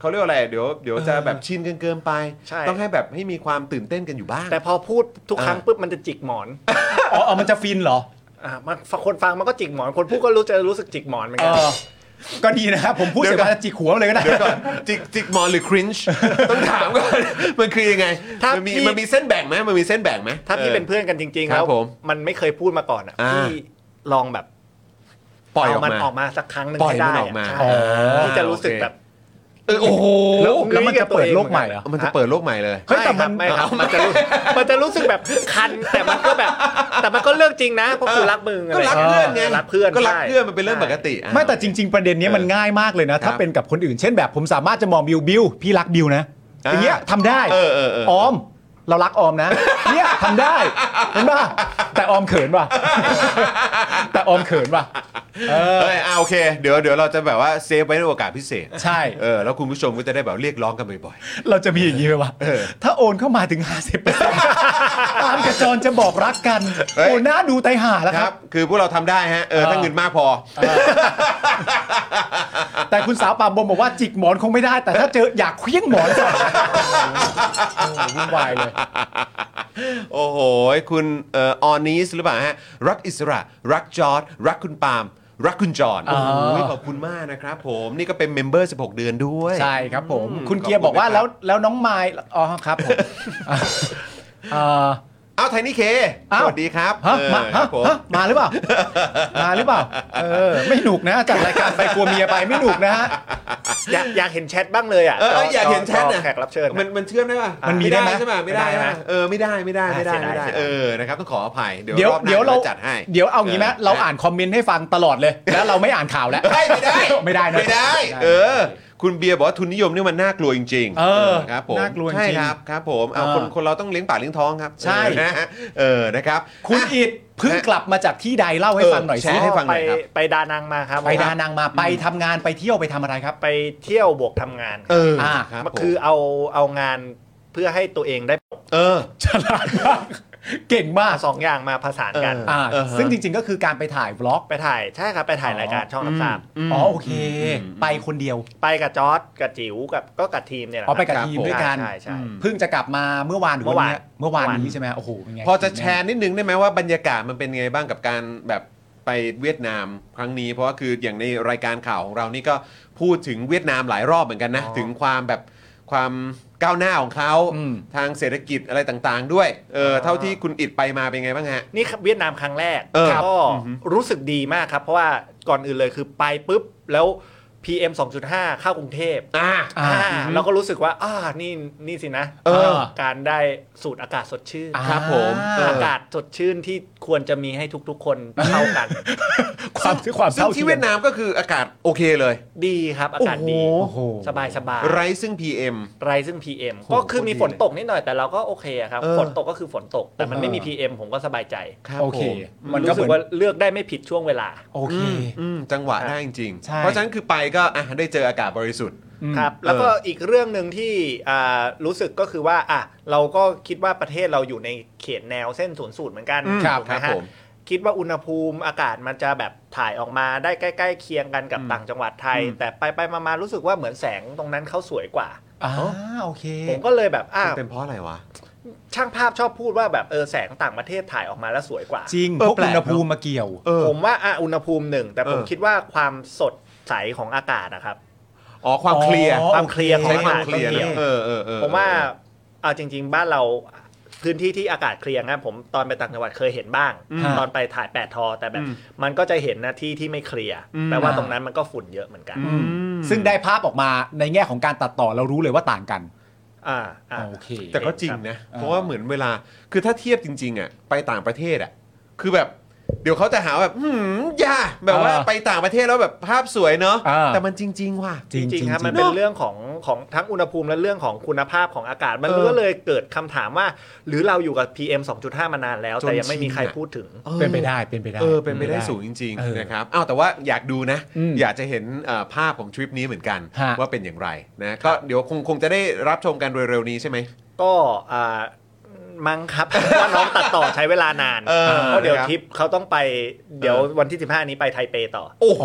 [SPEAKER 1] เขาเรียกว่าอะไรเดี๋ยวเดี๋ยวจะแบบชินกันเกินไป
[SPEAKER 3] ใช่
[SPEAKER 1] ต้องให้แบบให้มีความตื่นเต้นกันอยู่บ้าง
[SPEAKER 3] แต่พอพูดทุกครั้ง
[SPEAKER 1] อ่า
[SPEAKER 3] ปุ๊บมันจะจิกหมอน
[SPEAKER 2] อ๋อเอามันจะฟินเหรอ
[SPEAKER 3] อ่ะมันคนฟังมันก็จิกหมอน คนพูดก็รู้จะรู้สึกจิกหมอนเหมือน
[SPEAKER 2] เอ
[SPEAKER 3] กัน
[SPEAKER 2] อ ก็ดีนะครับผมพูดเสร็จมาจิกหัวเลยก็ได้
[SPEAKER 1] เดี๋ยวก่อนจิกจิกหมอนหรือครินช์ ต้องถามก่อน มันคือยังไง
[SPEAKER 3] ถ้า
[SPEAKER 1] มันมี
[SPEAKER 3] พี่
[SPEAKER 1] มันมีเส้นแบ่งไหมมันมีเส้นแบ่งไหม
[SPEAKER 3] ถ้า
[SPEAKER 1] อ
[SPEAKER 3] พี่
[SPEAKER 1] อ
[SPEAKER 3] เป็นเพื่อนกันจริง
[SPEAKER 1] ค
[SPEAKER 3] ๆ
[SPEAKER 1] รับ
[SPEAKER 3] แล้ว
[SPEAKER 1] ผม
[SPEAKER 3] มันไม่เคยพูดมาก่อนอ่ะ
[SPEAKER 1] อ่า
[SPEAKER 3] พี่ลองแบบ
[SPEAKER 1] ปล่อยออ
[SPEAKER 3] เามั
[SPEAKER 1] ก
[SPEAKER 3] น
[SPEAKER 1] มา
[SPEAKER 3] ออกมาสักครั้งหนึ่ง
[SPEAKER 1] ปล่อย
[SPEAKER 3] ให้
[SPEAKER 1] มั
[SPEAKER 3] ได้
[SPEAKER 1] นออกมา
[SPEAKER 3] ะ
[SPEAKER 2] อ๋อ
[SPEAKER 3] ที่จะรู้สึกแบบ
[SPEAKER 1] เออโอ้โห
[SPEAKER 2] แล้ว
[SPEAKER 3] ผม
[SPEAKER 2] แล้วมันจะเปิดโลกใหม่เหรอ
[SPEAKER 1] มันจะเปิดโลกใหม่เลย
[SPEAKER 2] เฮ้ยแต่มัน
[SPEAKER 3] ไม่ครับไม่ครับมันจะรู้มันจะรู้สึกแบบคันแต่มันก็แบบ แต่มันก็เลือกจริงนะเพราะกูรักมึงอะ
[SPEAKER 1] ก็
[SPEAKER 3] ไร
[SPEAKER 1] รัก
[SPEAKER 3] ย่าง
[SPEAKER 1] เพื่
[SPEAKER 3] เงี้
[SPEAKER 1] อน
[SPEAKER 3] ย
[SPEAKER 1] ไง
[SPEAKER 3] รักเพื่อน
[SPEAKER 1] ก็รัก
[SPEAKER 3] ใช่
[SPEAKER 1] เพื่อนมันเป็นเรื่องปกติอ่ะ
[SPEAKER 2] ไม่แต่จริง ๆ ประเด็นเนี้ยมันง่ายมากเลยนะ
[SPEAKER 1] ค
[SPEAKER 2] ถ้า
[SPEAKER 1] รับ
[SPEAKER 2] เป็นกับคนอื่น เช่นแบบผมสามารถจะมองบิวบิวพี่รักบิวนะ
[SPEAKER 1] อ่า
[SPEAKER 2] อย่างเงี้ยทำได้
[SPEAKER 1] เออเออเออ
[SPEAKER 2] ออม เรารักออม นะ เนี่ยทำได้เห็นป่ะแต่ออมเขิน ว่ะ แต่ออมเขินว่ะ
[SPEAKER 1] เอ้ยอ่าโอเค เดี๋ยวเดี๋ยวเราจะแบบว่าเซฟไว้ในโอกาสพิเศษ
[SPEAKER 2] ใช่
[SPEAKER 1] เออแล้วคุณผู้ชมก็จะได้แบบเรียกร้องกันบ่อยๆ
[SPEAKER 2] เราจะมีอย่างนี้ไหมวะถ้าโอนเข้ามาถึง 50% ตามกระจรจะบอกรักกัน
[SPEAKER 1] เฮ้ย
[SPEAKER 2] โอ้น่าดูไตห่าแล้ว
[SPEAKER 1] ค
[SPEAKER 2] ค
[SPEAKER 1] รั
[SPEAKER 2] รับ บ
[SPEAKER 1] คือพวกเราทำได้ฮะ เออ ถ้าเงินมากพอ
[SPEAKER 2] แต่คุณสาวป่าบมบอกว่าจิกหมอนคงไม่ได้ แต่ถ้าเจออยากเคลี้ยงหมอนใส่โอ้โหวุ่นวายเลย
[SPEAKER 1] โอ้โห คุณเอ่อออนิสหรือเปล่าฮะ รักอิสระ รักจอร์ดรักคุณปาล์มรักคุณจอร์ดโอ้โหขอบคุณมากนะครับผม นี่ก็เป็นเมมเบอร์ 16 เดือนด้วย
[SPEAKER 2] ใช่ครับผม
[SPEAKER 1] อืม
[SPEAKER 2] คุณเกียร์บอกว่า
[SPEAKER 1] ขอบคุณ
[SPEAKER 2] แล้ว
[SPEAKER 1] นะครับ
[SPEAKER 2] แล้วน้องไมล์อ๋อครับ ผมเอ่อ
[SPEAKER 1] เอาไทนี่เค
[SPEAKER 2] อ้า
[SPEAKER 1] ส
[SPEAKER 2] ว
[SPEAKER 1] วัสดีครับ
[SPEAKER 2] ฮะ
[SPEAKER 1] เออ
[SPEAKER 2] มา
[SPEAKER 1] ค
[SPEAKER 2] ฮะ
[SPEAKER 1] รับผม
[SPEAKER 2] ฮะมาหรือเปล่า มาหรือเปล่า เออ ไม่หนุกนะจัดรายการไปกลัวเมียไปไม่หนุกนะฮะ
[SPEAKER 3] อยากอยากเห็นแชทบ้างเลยอ่ะ
[SPEAKER 1] เออเอออยากเห็น
[SPEAKER 3] จ
[SPEAKER 1] แชท
[SPEAKER 3] จ
[SPEAKER 1] นะ
[SPEAKER 3] แขกรับเชิญ
[SPEAKER 1] มั
[SPEAKER 3] นะ
[SPEAKER 1] นมันเชื่อมได้ป่ะ
[SPEAKER 2] มันมีได้ไหม
[SPEAKER 1] ใช่ไหมไม่ได้
[SPEAKER 3] ไม่ได้
[SPEAKER 1] นะ
[SPEAKER 3] นะ
[SPEAKER 1] เออไม่ได้ไม่ได้ไม่ได้
[SPEAKER 3] เสียดาย
[SPEAKER 1] ไม่ได้
[SPEAKER 3] เสียดาย
[SPEAKER 1] เออนะครับต้องขออภัยเดี๋ยว
[SPEAKER 2] เดี๋ยว
[SPEAKER 1] รอบหน้า
[SPEAKER 2] เดี๋ยวเรา
[SPEAKER 1] จัดให้
[SPEAKER 2] เดี๋ยวเอางี้ไหมเราอ่านคอมเมนต์ให้ฟังตลอดเลย แล้วเราไม่อ่านข่าวแล้ว
[SPEAKER 1] เฮ้ยไม่ได้
[SPEAKER 2] ไม่ได้นะ
[SPEAKER 1] ไม่ได้ เออ คุณเบียร์บอกว่าทุนนิยมนี่มันน่ากลัวจริงๆ
[SPEAKER 2] เออ
[SPEAKER 1] ครับผม
[SPEAKER 2] น่ากลัวจริง
[SPEAKER 1] ใช่ครับครับผมเอา
[SPEAKER 2] เออ
[SPEAKER 1] คนคนเราต้องเลี้ยงปากเลี้ยงท้องครับ
[SPEAKER 2] ใช่
[SPEAKER 1] เออนะฮะเออนะครับ
[SPEAKER 2] คุณ
[SPEAKER 1] อ่ะ
[SPEAKER 2] อิดเพิ่งกลับมาจากที่ใดเล่าให้
[SPEAKER 1] เออ
[SPEAKER 2] ฟังหน่อย
[SPEAKER 1] แช
[SPEAKER 2] สิ
[SPEAKER 1] ร์ ให้ฟังห
[SPEAKER 3] ไป
[SPEAKER 1] น่อยครับ
[SPEAKER 3] ไปดานังมาครับ
[SPEAKER 2] ไปดานังมาไปทำงานไปเที่ยวไปทำอะไรครับ
[SPEAKER 3] ไปเที่ยวบวกทำงาน
[SPEAKER 1] เออ
[SPEAKER 2] อ่ะ
[SPEAKER 1] ครับ
[SPEAKER 3] มัน
[SPEAKER 1] ผม
[SPEAKER 3] คือเอาเอางานเพื่อให้ตัวเองได้
[SPEAKER 1] เออ
[SPEAKER 2] ฉลาดมากเก่งมาก
[SPEAKER 3] สองอย่างมาผสานกัน
[SPEAKER 1] เ
[SPEAKER 2] อ่า
[SPEAKER 1] เออฮะ
[SPEAKER 2] ซึ่งจริงๆก็คือการไปถ่ายบล็อก
[SPEAKER 3] ไปถ่ายใช่ครับไปถ่ายรายการช่องรับทราบ
[SPEAKER 2] อ๋อโอเค ไปคนเดียว
[SPEAKER 3] ไปกับจอร์ดกับจิ๋วกับก็กับทีมเนี่ยแหละ
[SPEAKER 2] อ๋อไปกับ
[SPEAKER 3] ครั
[SPEAKER 2] ทีมด้วยกัน
[SPEAKER 3] ใช่ใช่ใช่
[SPEAKER 2] เพิ่งจะกลับมาเมื่อวานหรือ
[SPEAKER 3] เมื่อวาน
[SPEAKER 2] ยเมื่อวาน
[SPEAKER 3] เมื่อวาน
[SPEAKER 2] นี้ใช่ไหมโอ้โหเป็นไง
[SPEAKER 1] พอจะแชร์นิดนึงได้ไหมว่าบรรยากาศมันเป็นไงบ้างกับการแบบไปเวียดนามครั้งนี้ เพราะว่าคืออย่างในรายการข่าวของเรานี่ก็พูดถึงเวียดนามหลายรอบเหมือนกันนะ ถึงความแบบความก้าวหน้าของเขาทางเศรษฐกิจอะไรต่างๆ ด้วยเออเท่าที่คุณอิดไปมาเป็นไงบ้างฮะ
[SPEAKER 3] นี่เวียดนามครั้งแรก
[SPEAKER 1] เออ
[SPEAKER 3] ก็รู้สึกดีมากครับ เพราะว่าก่อนอื่นเลยคือไปปุ๊บแล้ว PM 2.5 เข้ากรุงเทพ
[SPEAKER 1] อ่า
[SPEAKER 2] อ่า
[SPEAKER 3] อ่าเราก็รู้สึกว่าอ่านี่นี่สินะ
[SPEAKER 2] เออ
[SPEAKER 3] การได้สูดอากาศสดชื่น
[SPEAKER 2] อ่า
[SPEAKER 1] ครับผม เอออ
[SPEAKER 3] อากาศสดชื่นที่ควรจะมีให้ทุกๆ คนเท่ากัน
[SPEAKER 2] ความที่ความ
[SPEAKER 1] ซึ่ง
[SPEAKER 2] เท่า
[SPEAKER 1] ที่
[SPEAKER 2] เทีย
[SPEAKER 1] เวีย
[SPEAKER 2] ม
[SPEAKER 1] ดนามก็คืออากาศโอเคเลย
[SPEAKER 3] ดีครับ อากาศดี
[SPEAKER 2] โอ้โห
[SPEAKER 3] สบายสบายๆ
[SPEAKER 1] ไร้ซึ่ง PM
[SPEAKER 3] ไรซึ่ง PM ก็คือมีฝนตกนิดหน่อยแต่เราก็โอเคอะครับ
[SPEAKER 1] เออ
[SPEAKER 3] ฝนตกก็คือฝนตก แต่มันไม่มี PM ผมก็สบายใจ
[SPEAKER 1] ครับ
[SPEAKER 2] โอเค
[SPEAKER 1] ผม
[SPEAKER 2] มันก็
[SPEAKER 3] รู้
[SPEAKER 2] เห
[SPEAKER 3] สึ
[SPEAKER 2] มื
[SPEAKER 3] ก
[SPEAKER 2] อน
[SPEAKER 3] ว่าเลือกได้ไม่ผิดช่วงเวลา
[SPEAKER 2] โอเค
[SPEAKER 1] อืมอืมจังหวะได้จริงๆ
[SPEAKER 2] ใช่
[SPEAKER 1] เพราะฉะนั้นคือไปก็อ่ะได้เจออากาศบริสุทธิ์
[SPEAKER 3] ครับ แล้วก็อีกเรื่องหนึ่งที่อ่ารู้สึกก็คือว่าอ่ะเราก็คิดว่าประเทศเราอยู่ในเขตแนวเส้นศูนย์สูตรเหมือนกัน
[SPEAKER 1] อืมครับ
[SPEAKER 3] ถูกไหม
[SPEAKER 1] ครั
[SPEAKER 3] ฮะ
[SPEAKER 1] บผม
[SPEAKER 3] คิดว่าอุณหภูมิอากาศมันจะแบบถ่ายออกมาได้ใกล้ๆเคียงกันกับต่างจังหวัดไทย แต่ไปไปๆมาๆรู้สึกว่าเหมือนแสงตรงนั้นเขาสวยกว่า
[SPEAKER 2] อ่าโอเค
[SPEAKER 3] ผมก็เลยแบบอ้า
[SPEAKER 1] มั
[SPEAKER 3] วน
[SPEAKER 1] เป็นเพราะอะไรวะ
[SPEAKER 3] ช่างภาพชอบพูดว่าแบบเออแสงต่างประเทศถ่ายออกมาแล้วสวยกว่า
[SPEAKER 2] จริง
[SPEAKER 1] เออ
[SPEAKER 2] พวก
[SPEAKER 1] แปล
[SPEAKER 2] อุ
[SPEAKER 1] ก
[SPEAKER 2] ณหภูมิมาเกี่ยว
[SPEAKER 1] เออ
[SPEAKER 3] ผมว่าอ่ะอุณหภูมิหนึ่ง แต่ผม
[SPEAKER 1] เออ
[SPEAKER 3] คิดว่าความสดใสของอากาศนะครับ
[SPEAKER 1] อ๋อความเคลียร์
[SPEAKER 2] อ๋อ
[SPEAKER 3] ความเคลียร์ของ
[SPEAKER 1] ใช้
[SPEAKER 3] อา
[SPEAKER 1] ความ
[SPEAKER 3] กาศ
[SPEAKER 1] เคลียร์
[SPEAKER 3] เกี่ยว
[SPEAKER 1] นะเออเออเออ
[SPEAKER 3] ผมว่าเอาจริง ๆ บ้านเราพื้นที่ที่อากาศเคลียร์นะผมตอนไปต่างจังหวัดเคยเห็นบ้าง
[SPEAKER 2] อืม
[SPEAKER 3] ตอนไปถ่ายแปดทอ แต่แบบมันก็จะเห็นนะที่ที่ไม่เคลียร์แปลว่าตรงนั้นมันก็ฝุ่นเยอะเหมือนกัน
[SPEAKER 2] ซึ่งได้ภาพออกมาในแง่ของการตัดต่อเรารู้เลยว่าต่างกัน
[SPEAKER 3] อ่าอ่า
[SPEAKER 2] โอเค
[SPEAKER 1] แต่ก็จริงนะ
[SPEAKER 2] อ่า
[SPEAKER 1] เพราะว่าเหมือนเวลาคือถ้าเทียบจริง ๆอ่ะไปต่างประเทศอ่ะคือแบบเดี๋ยวเขาจะหาแบบหืมอย่าแบบว่า
[SPEAKER 2] เออ
[SPEAKER 1] ไปต่างประเทศแล้วแบบภาพสวยเนาะ
[SPEAKER 2] อ่า
[SPEAKER 1] แต่มันจริง ๆ ว่ะ
[SPEAKER 2] จริง
[SPEAKER 3] จริงๆครับมัน
[SPEAKER 2] ๆ
[SPEAKER 3] เป็น
[SPEAKER 1] เนอะ
[SPEAKER 3] เรื่องของของทั้งอุณหภูมิและเรื่องของคุณภาพของอากาศ มัน
[SPEAKER 1] เออ
[SPEAKER 3] ก็เลยเกิดคำถามว่า หรือเราอยู่กับ PM 2.5 มานานแล้ว
[SPEAKER 1] จน
[SPEAKER 3] แต่ยังไม่มีใคร
[SPEAKER 1] ชินอะ
[SPEAKER 3] พูดถึง
[SPEAKER 1] ออ
[SPEAKER 2] เป็นไปได้เป็นไปได้
[SPEAKER 1] เออเป็นไปได้สูงจริง
[SPEAKER 2] เออ
[SPEAKER 1] ๆนะครับอ้าวแต่ว่าอยากดูนะ
[SPEAKER 2] อืม
[SPEAKER 1] อยากจะเห็นเอ่อภาพของทริปนี้เหมือนกัน
[SPEAKER 2] ฮะ
[SPEAKER 1] ว่าเป็นอย่างไรนะก็เดี๋ยวคงคงจะได้รับชมกันเร็วๆนี้ใช่ไหม
[SPEAKER 3] ก็อ่ามั้งครับ ว่าน้องตัดต่อใช้เวลานาน
[SPEAKER 1] เออ
[SPEAKER 3] เพราะเดี๋ยว
[SPEAKER 1] นะครับ
[SPEAKER 3] ทริปเขาต้องไปเดี๋ยววันที่ 15 นี้ไปไทเปต่อ
[SPEAKER 1] โอ้โห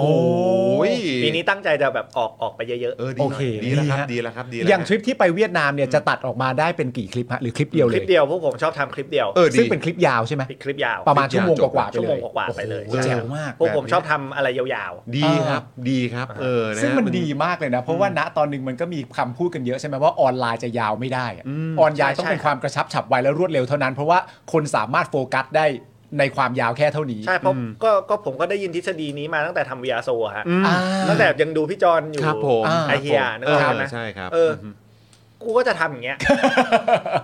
[SPEAKER 3] ปีนี้ตั้งใจจะแบบออกออกไปเยอะ
[SPEAKER 1] เออดี
[SPEAKER 2] โอ
[SPEAKER 1] หน่อ
[SPEAKER 2] เค
[SPEAKER 1] ยดีแล้วครับ
[SPEAKER 2] ฮะ
[SPEAKER 1] ดีแล้วครับดีแล้ว
[SPEAKER 2] อย่าง
[SPEAKER 1] ฮะ
[SPEAKER 2] ทริปที่ไปเวียดนามเนี่ยจะตัดออกมาได้เป็นกี่คลิปฮะหรือคลิปเดียว
[SPEAKER 3] ๆ ค
[SPEAKER 2] เล
[SPEAKER 3] ลิ
[SPEAKER 2] ย
[SPEAKER 3] ปเดียวพวกผมชอบทำคลิปเดียว
[SPEAKER 1] เออดี
[SPEAKER 2] ซึ่งเป็นคลิปยาวใช่ไหม
[SPEAKER 3] เป็นคลิปยาว
[SPEAKER 2] ประมาณชั่วโมงกว่าๆไป
[SPEAKER 3] ชั่ว
[SPEAKER 2] เล
[SPEAKER 3] โมง
[SPEAKER 2] ย
[SPEAKER 3] กว่าๆไปเลย
[SPEAKER 2] โอ้โห
[SPEAKER 3] ใช่
[SPEAKER 2] แจ๋วมาก
[SPEAKER 3] พวกผมชอบทำอะไรยาว
[SPEAKER 1] ดีครับดีครับเออนะ
[SPEAKER 2] ซึ่งมัน
[SPEAKER 1] ฮะ
[SPEAKER 2] ดีมากเลยนะ เพราะว่าณตอนหนึงมันก็มีคำพูดกันเยอะใช่ไหมว่าออนไลน์จะยาวไม่ได้อะออนไลน์ต้อง
[SPEAKER 3] ใช่
[SPEAKER 2] เป็นความกระชับฉับไวและรวดเร็วเท่านั้น เพราะว่าคนสามารถโฟกัสได้ในความยาวแค่เท่านี้
[SPEAKER 3] ๆ ใช่เพราะก็ก็ผมก็ได้ยินทฤษฎีนี้มาตั้งแต่ทำ VR โซฮะ
[SPEAKER 2] อ่า
[SPEAKER 3] ตั้งแต่ยังดูพี่จอนอยู่
[SPEAKER 1] ครับผม
[SPEAKER 2] อ่า
[SPEAKER 3] ไอเฮียนึก
[SPEAKER 1] เอ
[SPEAKER 3] อ
[SPEAKER 1] อ
[SPEAKER 3] อกไหม
[SPEAKER 1] ใช่ครับ
[SPEAKER 3] เอออกูก็จะทำอย่างเงี้ย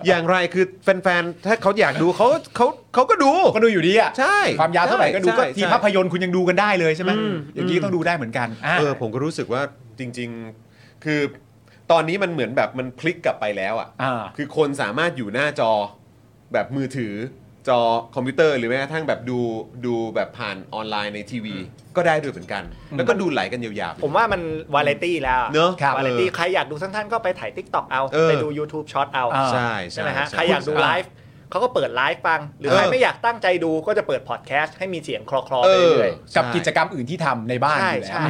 [SPEAKER 1] อย่างไรคือแฟนๆ ถ้าเขาอยากดูเขาเขาเขาก็ดู
[SPEAKER 2] ก็ดูอยู่ดีอ่ะ
[SPEAKER 1] ใช่
[SPEAKER 2] ความยาวเท่าไหร่ก็ดู
[SPEAKER 1] ใช่
[SPEAKER 2] ก็
[SPEAKER 1] ใช่
[SPEAKER 2] ทีภาพยนตร์คุณยังดูกันได้เลยใช่ไหม
[SPEAKER 1] อืม
[SPEAKER 2] อย่างนี้ต้องดูได้เหมือนกันอ่ะ
[SPEAKER 1] เออผมก็รู้สึกว่าจริง ๆ คือ ตอนนี้มันเหมือนแบบมันพลิกกลับไปแล้วอ่ะ
[SPEAKER 2] อ่า
[SPEAKER 1] คือคนสามารถอยู่หน้าจอแบบมือถือ จอคอมพิวเตอร์หรือแม้กระทั่งแบบดูดูแบบผ่านออนไลน์ในทีวี ก็ได้ด้วยเหมือนกัน แล้วก็ดูไหลกันยาวๆ
[SPEAKER 3] ผมว่ามันวาไรตี้แล้ว
[SPEAKER 1] เนอะ
[SPEAKER 2] ครับ
[SPEAKER 3] วาไรตี้
[SPEAKER 1] เออ
[SPEAKER 3] ใครอยากดูสั้นๆก็ไปถ่าย t ิกตอกเอา
[SPEAKER 1] เออ
[SPEAKER 3] ไปดู YouTube ช็อตเอา
[SPEAKER 2] อ่า
[SPEAKER 1] ใช่ใช่
[SPEAKER 3] ใช่ไหมฮะ
[SPEAKER 1] ช่
[SPEAKER 3] ใครอยากดูไลฟ์เขาก็เปิดไลฟ์ฟัง หรือ
[SPEAKER 1] เออ
[SPEAKER 3] ใครไม่อยากตั้งใจดูก็จะเปิดพอดแคสต์ให้มีเสียงคลอๆ
[SPEAKER 1] เอ
[SPEAKER 3] ไป
[SPEAKER 1] อ
[SPEAKER 3] เรื่อย
[SPEAKER 2] กับ
[SPEAKER 1] ใช่
[SPEAKER 2] กิจกรรมอื่นที่ทำในบ้าน
[SPEAKER 3] ใช่
[SPEAKER 2] อยู่แล้ว
[SPEAKER 3] ใช่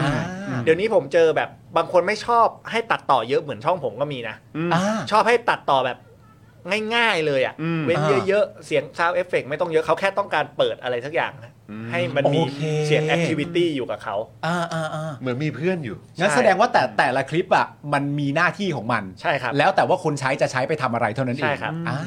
[SPEAKER 2] อ่า
[SPEAKER 3] ๆเดี๋ยวนี้ผมเจอแบบบางคนไม่ชอบให้ตัดต่อเยอะเหมือนช่องผมก็มีนะ
[SPEAKER 2] อ่า
[SPEAKER 3] ชอบให้ตัดต่อแบบง่ายๆเลยอ่ะ
[SPEAKER 1] อืม
[SPEAKER 3] เว้น
[SPEAKER 2] อ่า
[SPEAKER 3] เยอะๆ เสียงซาวเอฟเฟกไม่ต้องเยอะเขาแค่ต้องการเปิดอะไรสักอย่างนะให้มันมี
[SPEAKER 2] โอเค
[SPEAKER 3] เสียงแอคทิวิตี้อยู่กับเขา
[SPEAKER 2] อ่าอ่าอ่า
[SPEAKER 1] เหมือนมีเพื่อนอยู่
[SPEAKER 2] งั้น
[SPEAKER 3] ใช่
[SPEAKER 2] แสดงว่าแต่แต่ละคลิปอ่ะมันมีหน้าที่ของมัน
[SPEAKER 3] ใช่ครับ
[SPEAKER 2] แล้วแต่ว่าคนใช้จะใช้ไปทำอะไรเท่านั้นเอง
[SPEAKER 3] ใช่ครับ
[SPEAKER 2] อ่า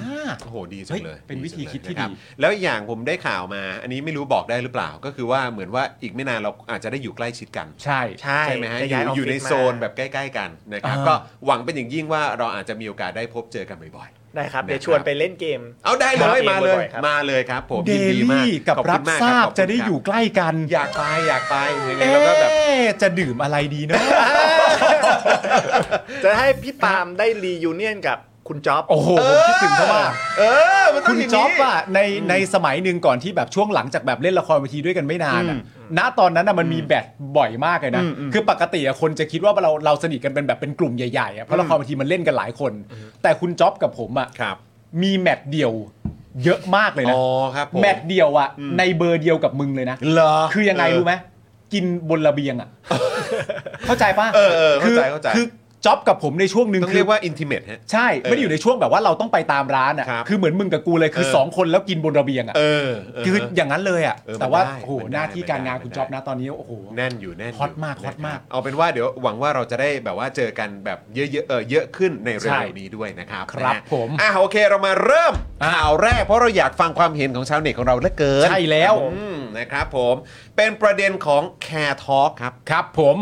[SPEAKER 1] โอ้โหดีจั
[SPEAKER 2] เฮ้
[SPEAKER 1] ง
[SPEAKER 2] ย
[SPEAKER 1] เลย
[SPEAKER 2] เป็นวิธี
[SPEAKER 1] จังลย
[SPEAKER 2] คิดที่
[SPEAKER 1] นะรับ
[SPEAKER 2] ดี
[SPEAKER 1] แล้วอีกอย่างผมได้ข่าวมา อันนี้ไม่รู้บอกได้หรือเปล่า ก็คือว่าเหมือนว่าอีกไม่นานเราอาจจะได้อยู่ใกล้ชิดกัน
[SPEAKER 2] ใช่
[SPEAKER 3] ใช่
[SPEAKER 1] ไหมฮะ
[SPEAKER 3] จะ
[SPEAKER 1] อยู่
[SPEAKER 3] ย้ายออฟ
[SPEAKER 1] อยู่
[SPEAKER 3] ฟิศ
[SPEAKER 1] ใน
[SPEAKER 3] มา
[SPEAKER 1] โซนแบบใกล้ๆกันนะครับ
[SPEAKER 2] อ่า
[SPEAKER 1] ก็หวังเป็นอย่างยิ่งว่าเราอาจจะมีโอกาสได้พบเจอกันบ่อย
[SPEAKER 3] ได้ครับ เดี๋ยว
[SPEAKER 1] นะครับ
[SPEAKER 3] ชวนไปเล่นเกม
[SPEAKER 1] เอาได้เลยมาเลย
[SPEAKER 3] ครับ
[SPEAKER 1] มาเลยครับผม
[SPEAKER 2] เด
[SPEAKER 1] ยินดีมาก
[SPEAKER 2] ลี่กับ
[SPEAKER 1] ขอคุ
[SPEAKER 2] รับ
[SPEAKER 1] ณมก
[SPEAKER 2] ทราบ
[SPEAKER 1] ขคุณ
[SPEAKER 2] จะได้อยู่
[SPEAKER 1] ค
[SPEAKER 2] ใกล้กัน
[SPEAKER 1] รับอยากไปอยากไปยังไง
[SPEAKER 2] เอ๊
[SPEAKER 1] เราก็แบบ
[SPEAKER 2] ะจะดื่มอะไรดีเนาะ
[SPEAKER 3] จะให้พี่ปาล์มได้รียูเนียนกับคุณจ๊อบ
[SPEAKER 2] โอ้โหผมคิดถึงเขามาก
[SPEAKER 1] เออมันต้
[SPEAKER 2] คุ
[SPEAKER 1] อง
[SPEAKER 2] ณ
[SPEAKER 1] ย่างนี้
[SPEAKER 2] จ๊อบอะในในสมัยหนึ่งก่อนที่แบบช่วงหลังจากแบบเล่นละครเวทีด้วยกันไม่นานอะณตอนนั้นอะมันมีแบตบ่อยมากเลยนะ คือปกติอะคนจะคิดว่าเราเราสนิทกันเป็นแบบเป็นกลุ่มใหญ่ๆอะเพราะละครเวทีมันเล่นกันหลายคน แต่คุณจ๊อบกับผมอะ
[SPEAKER 1] ครับ
[SPEAKER 2] มีแมตช์เดียวเยอะมากเลย
[SPEAKER 1] อ๋
[SPEAKER 2] นะ
[SPEAKER 1] อครับผม
[SPEAKER 2] แมตช์เดียวอะในเบอร์เดียวกับมึงเลยนะ
[SPEAKER 1] เหรอ
[SPEAKER 2] คือยังไงรู้ไหมกินบนระเบียงอ่ะ เข้าใจปะ
[SPEAKER 1] เออเออเข้าใจ
[SPEAKER 2] คือ
[SPEAKER 1] เข้าใจ
[SPEAKER 2] คือจ็อบกับผมในช่วงหนึ่ง
[SPEAKER 1] ต้อง
[SPEAKER 2] คื
[SPEAKER 1] เรีย
[SPEAKER 2] อก
[SPEAKER 1] ว่าอินทิเมทฮะ
[SPEAKER 2] ใช่ไม่ได้อยู่ในช่วงแบบว่าเราต้องไปตามร้านอ่ะ
[SPEAKER 1] ครับ
[SPEAKER 2] คือเหมือนมึงกับกูเลยคือ
[SPEAKER 1] เออ
[SPEAKER 2] สองคนแล้วกินบนระเบียงอ่ะ
[SPEAKER 1] เออเ
[SPEAKER 2] คืออย่างนั้นเลยอ่ะ
[SPEAKER 1] เออมัน
[SPEAKER 2] แต่ว่า
[SPEAKER 1] ได้
[SPEAKER 2] โอ้โห
[SPEAKER 1] มันได้
[SPEAKER 2] หน้าที่การงาน
[SPEAKER 1] มันได้
[SPEAKER 2] คุณจ็อบนะตอนนี้โอ้โห
[SPEAKER 1] แน่นอยู่แน่นยู่
[SPEAKER 2] ฮอตมากฮอตมาก
[SPEAKER 1] นะครับเอาเป็นว่าเดี๋ยวหวังว่าเราจะได้แบบว่าเจอกันแบบเยอะๆเออเยอะขึ้นในเร็
[SPEAKER 2] ใช่
[SPEAKER 1] วๆนี้ด้วยนะครับ
[SPEAKER 2] ครับ
[SPEAKER 1] นะฮะ
[SPEAKER 2] ผม
[SPEAKER 1] อ่ะโอเคเรามาเริ่ม
[SPEAKER 2] อ่ะ
[SPEAKER 1] ข่าวแรกเพราะเราอยากฟังความเห็นของชาวเน็ตของเราเหลือเกิน
[SPEAKER 2] ใช่แล้ว
[SPEAKER 1] อืมนะครับผมเป็นประเด็นของ Care Talk ครับ
[SPEAKER 2] ครับผม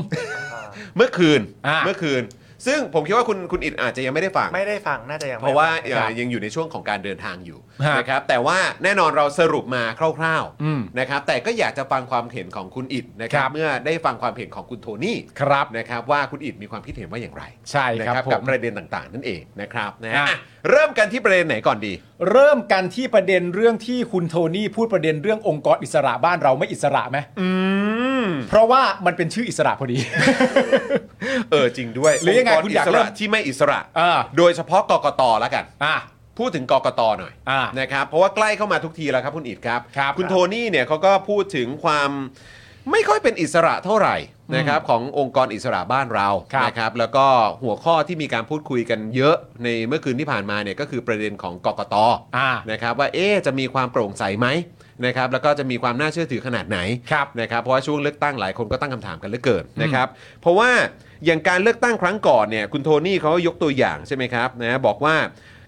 [SPEAKER 1] เมื่อคืน
[SPEAKER 2] อ่ะ
[SPEAKER 1] เมื่อคืน ซึ่งผมคิดว่าคุณคุณอิดอาจจะยังไม่ได้ฟัง
[SPEAKER 3] ไม่ได้ฟังน่าจะยัง
[SPEAKER 1] เพราะว่า
[SPEAKER 3] ไม่ได้ฟัง
[SPEAKER 1] เอ่อยังอยู่ในช่วงของการเดินทางอยู่
[SPEAKER 2] ฮะ
[SPEAKER 1] นะครับแต่ว่าแน่นอนเราสรุปมาคร่าว
[SPEAKER 2] อืม
[SPEAKER 1] ๆนะครับแต่ก็อยากจะฟังความเห็นของคุณอิดนะครั
[SPEAKER 2] ครับ บ
[SPEAKER 1] เมื่อได้ฟังความเห็นของคุณโทนี่
[SPEAKER 2] ครับ
[SPEAKER 1] นะครับว่าคุณอิดมีความคิดเห็นว่าอย่างไร
[SPEAKER 2] ใช่
[SPEAKER 1] นะครับ
[SPEAKER 2] ผ
[SPEAKER 1] กับ
[SPEAKER 2] ม
[SPEAKER 1] ประเด็นต่างๆ นั่นเองนะครับนะ
[SPEAKER 2] อ่ะ
[SPEAKER 1] อ่ะเริ่มกันที่ประเด็นไหนก่อนดี
[SPEAKER 2] เริ่มกันที่ประเด็นเรื่องที่คุณโทนี่พูดประเด็นเรื่ององค์กรอิสระบ้านเราไม่อิสระไหมเพราะว่ามันเป็นชื่ออิสระพอดี
[SPEAKER 1] เออจริงด้วย
[SPEAKER 2] หรือยังไง
[SPEAKER 1] ค์ก
[SPEAKER 2] คุณอยาก
[SPEAKER 1] ส
[SPEAKER 2] เริ่
[SPEAKER 1] ระ
[SPEAKER 2] ม
[SPEAKER 1] ที่ไม่อิสระ
[SPEAKER 2] อ่า
[SPEAKER 1] โดยเฉพาะกกตแล้วกัน
[SPEAKER 2] อ่ะ
[SPEAKER 1] พูดถึงกกตหน่อย
[SPEAKER 2] อ่า
[SPEAKER 1] นะครับเพราะว่าใกล้เข้ามาทุกทีแล้วครับคุณอิดครับ
[SPEAKER 2] ครับ
[SPEAKER 1] ณโทนี่เนี่ยเขาก็พูดถึงความไม่ค่อยเป็นอิสระเท่าไหร่นะครับขององค์กรอิสระบ้านเรา
[SPEAKER 2] ครับ
[SPEAKER 1] นะครับแล้วก็หัวข้อที่มีการพูดคุยกันเยอะในเมื่อคืนที่ผ่านมาเนี่ยก็คือประเด็นของกกต
[SPEAKER 2] อ่า
[SPEAKER 1] นะครับว่าเอ๊ะจะมีความโปร่งใสไหมนะครับแล้วก็จะมีความน่าเชื่อถือขนาดไหน
[SPEAKER 2] ครับ
[SPEAKER 1] นะครับเพราะว่าช่วงเลือกตั้งหลายคนก็ตั้งคำถามกันเหลือเกินนะครับเพราะว่าอย่างการเลือกตั้งครั้งก่อนเนี่ยคุณโทนี่เขายกตัวอย่างใช่ไหมครับนะบอกว่า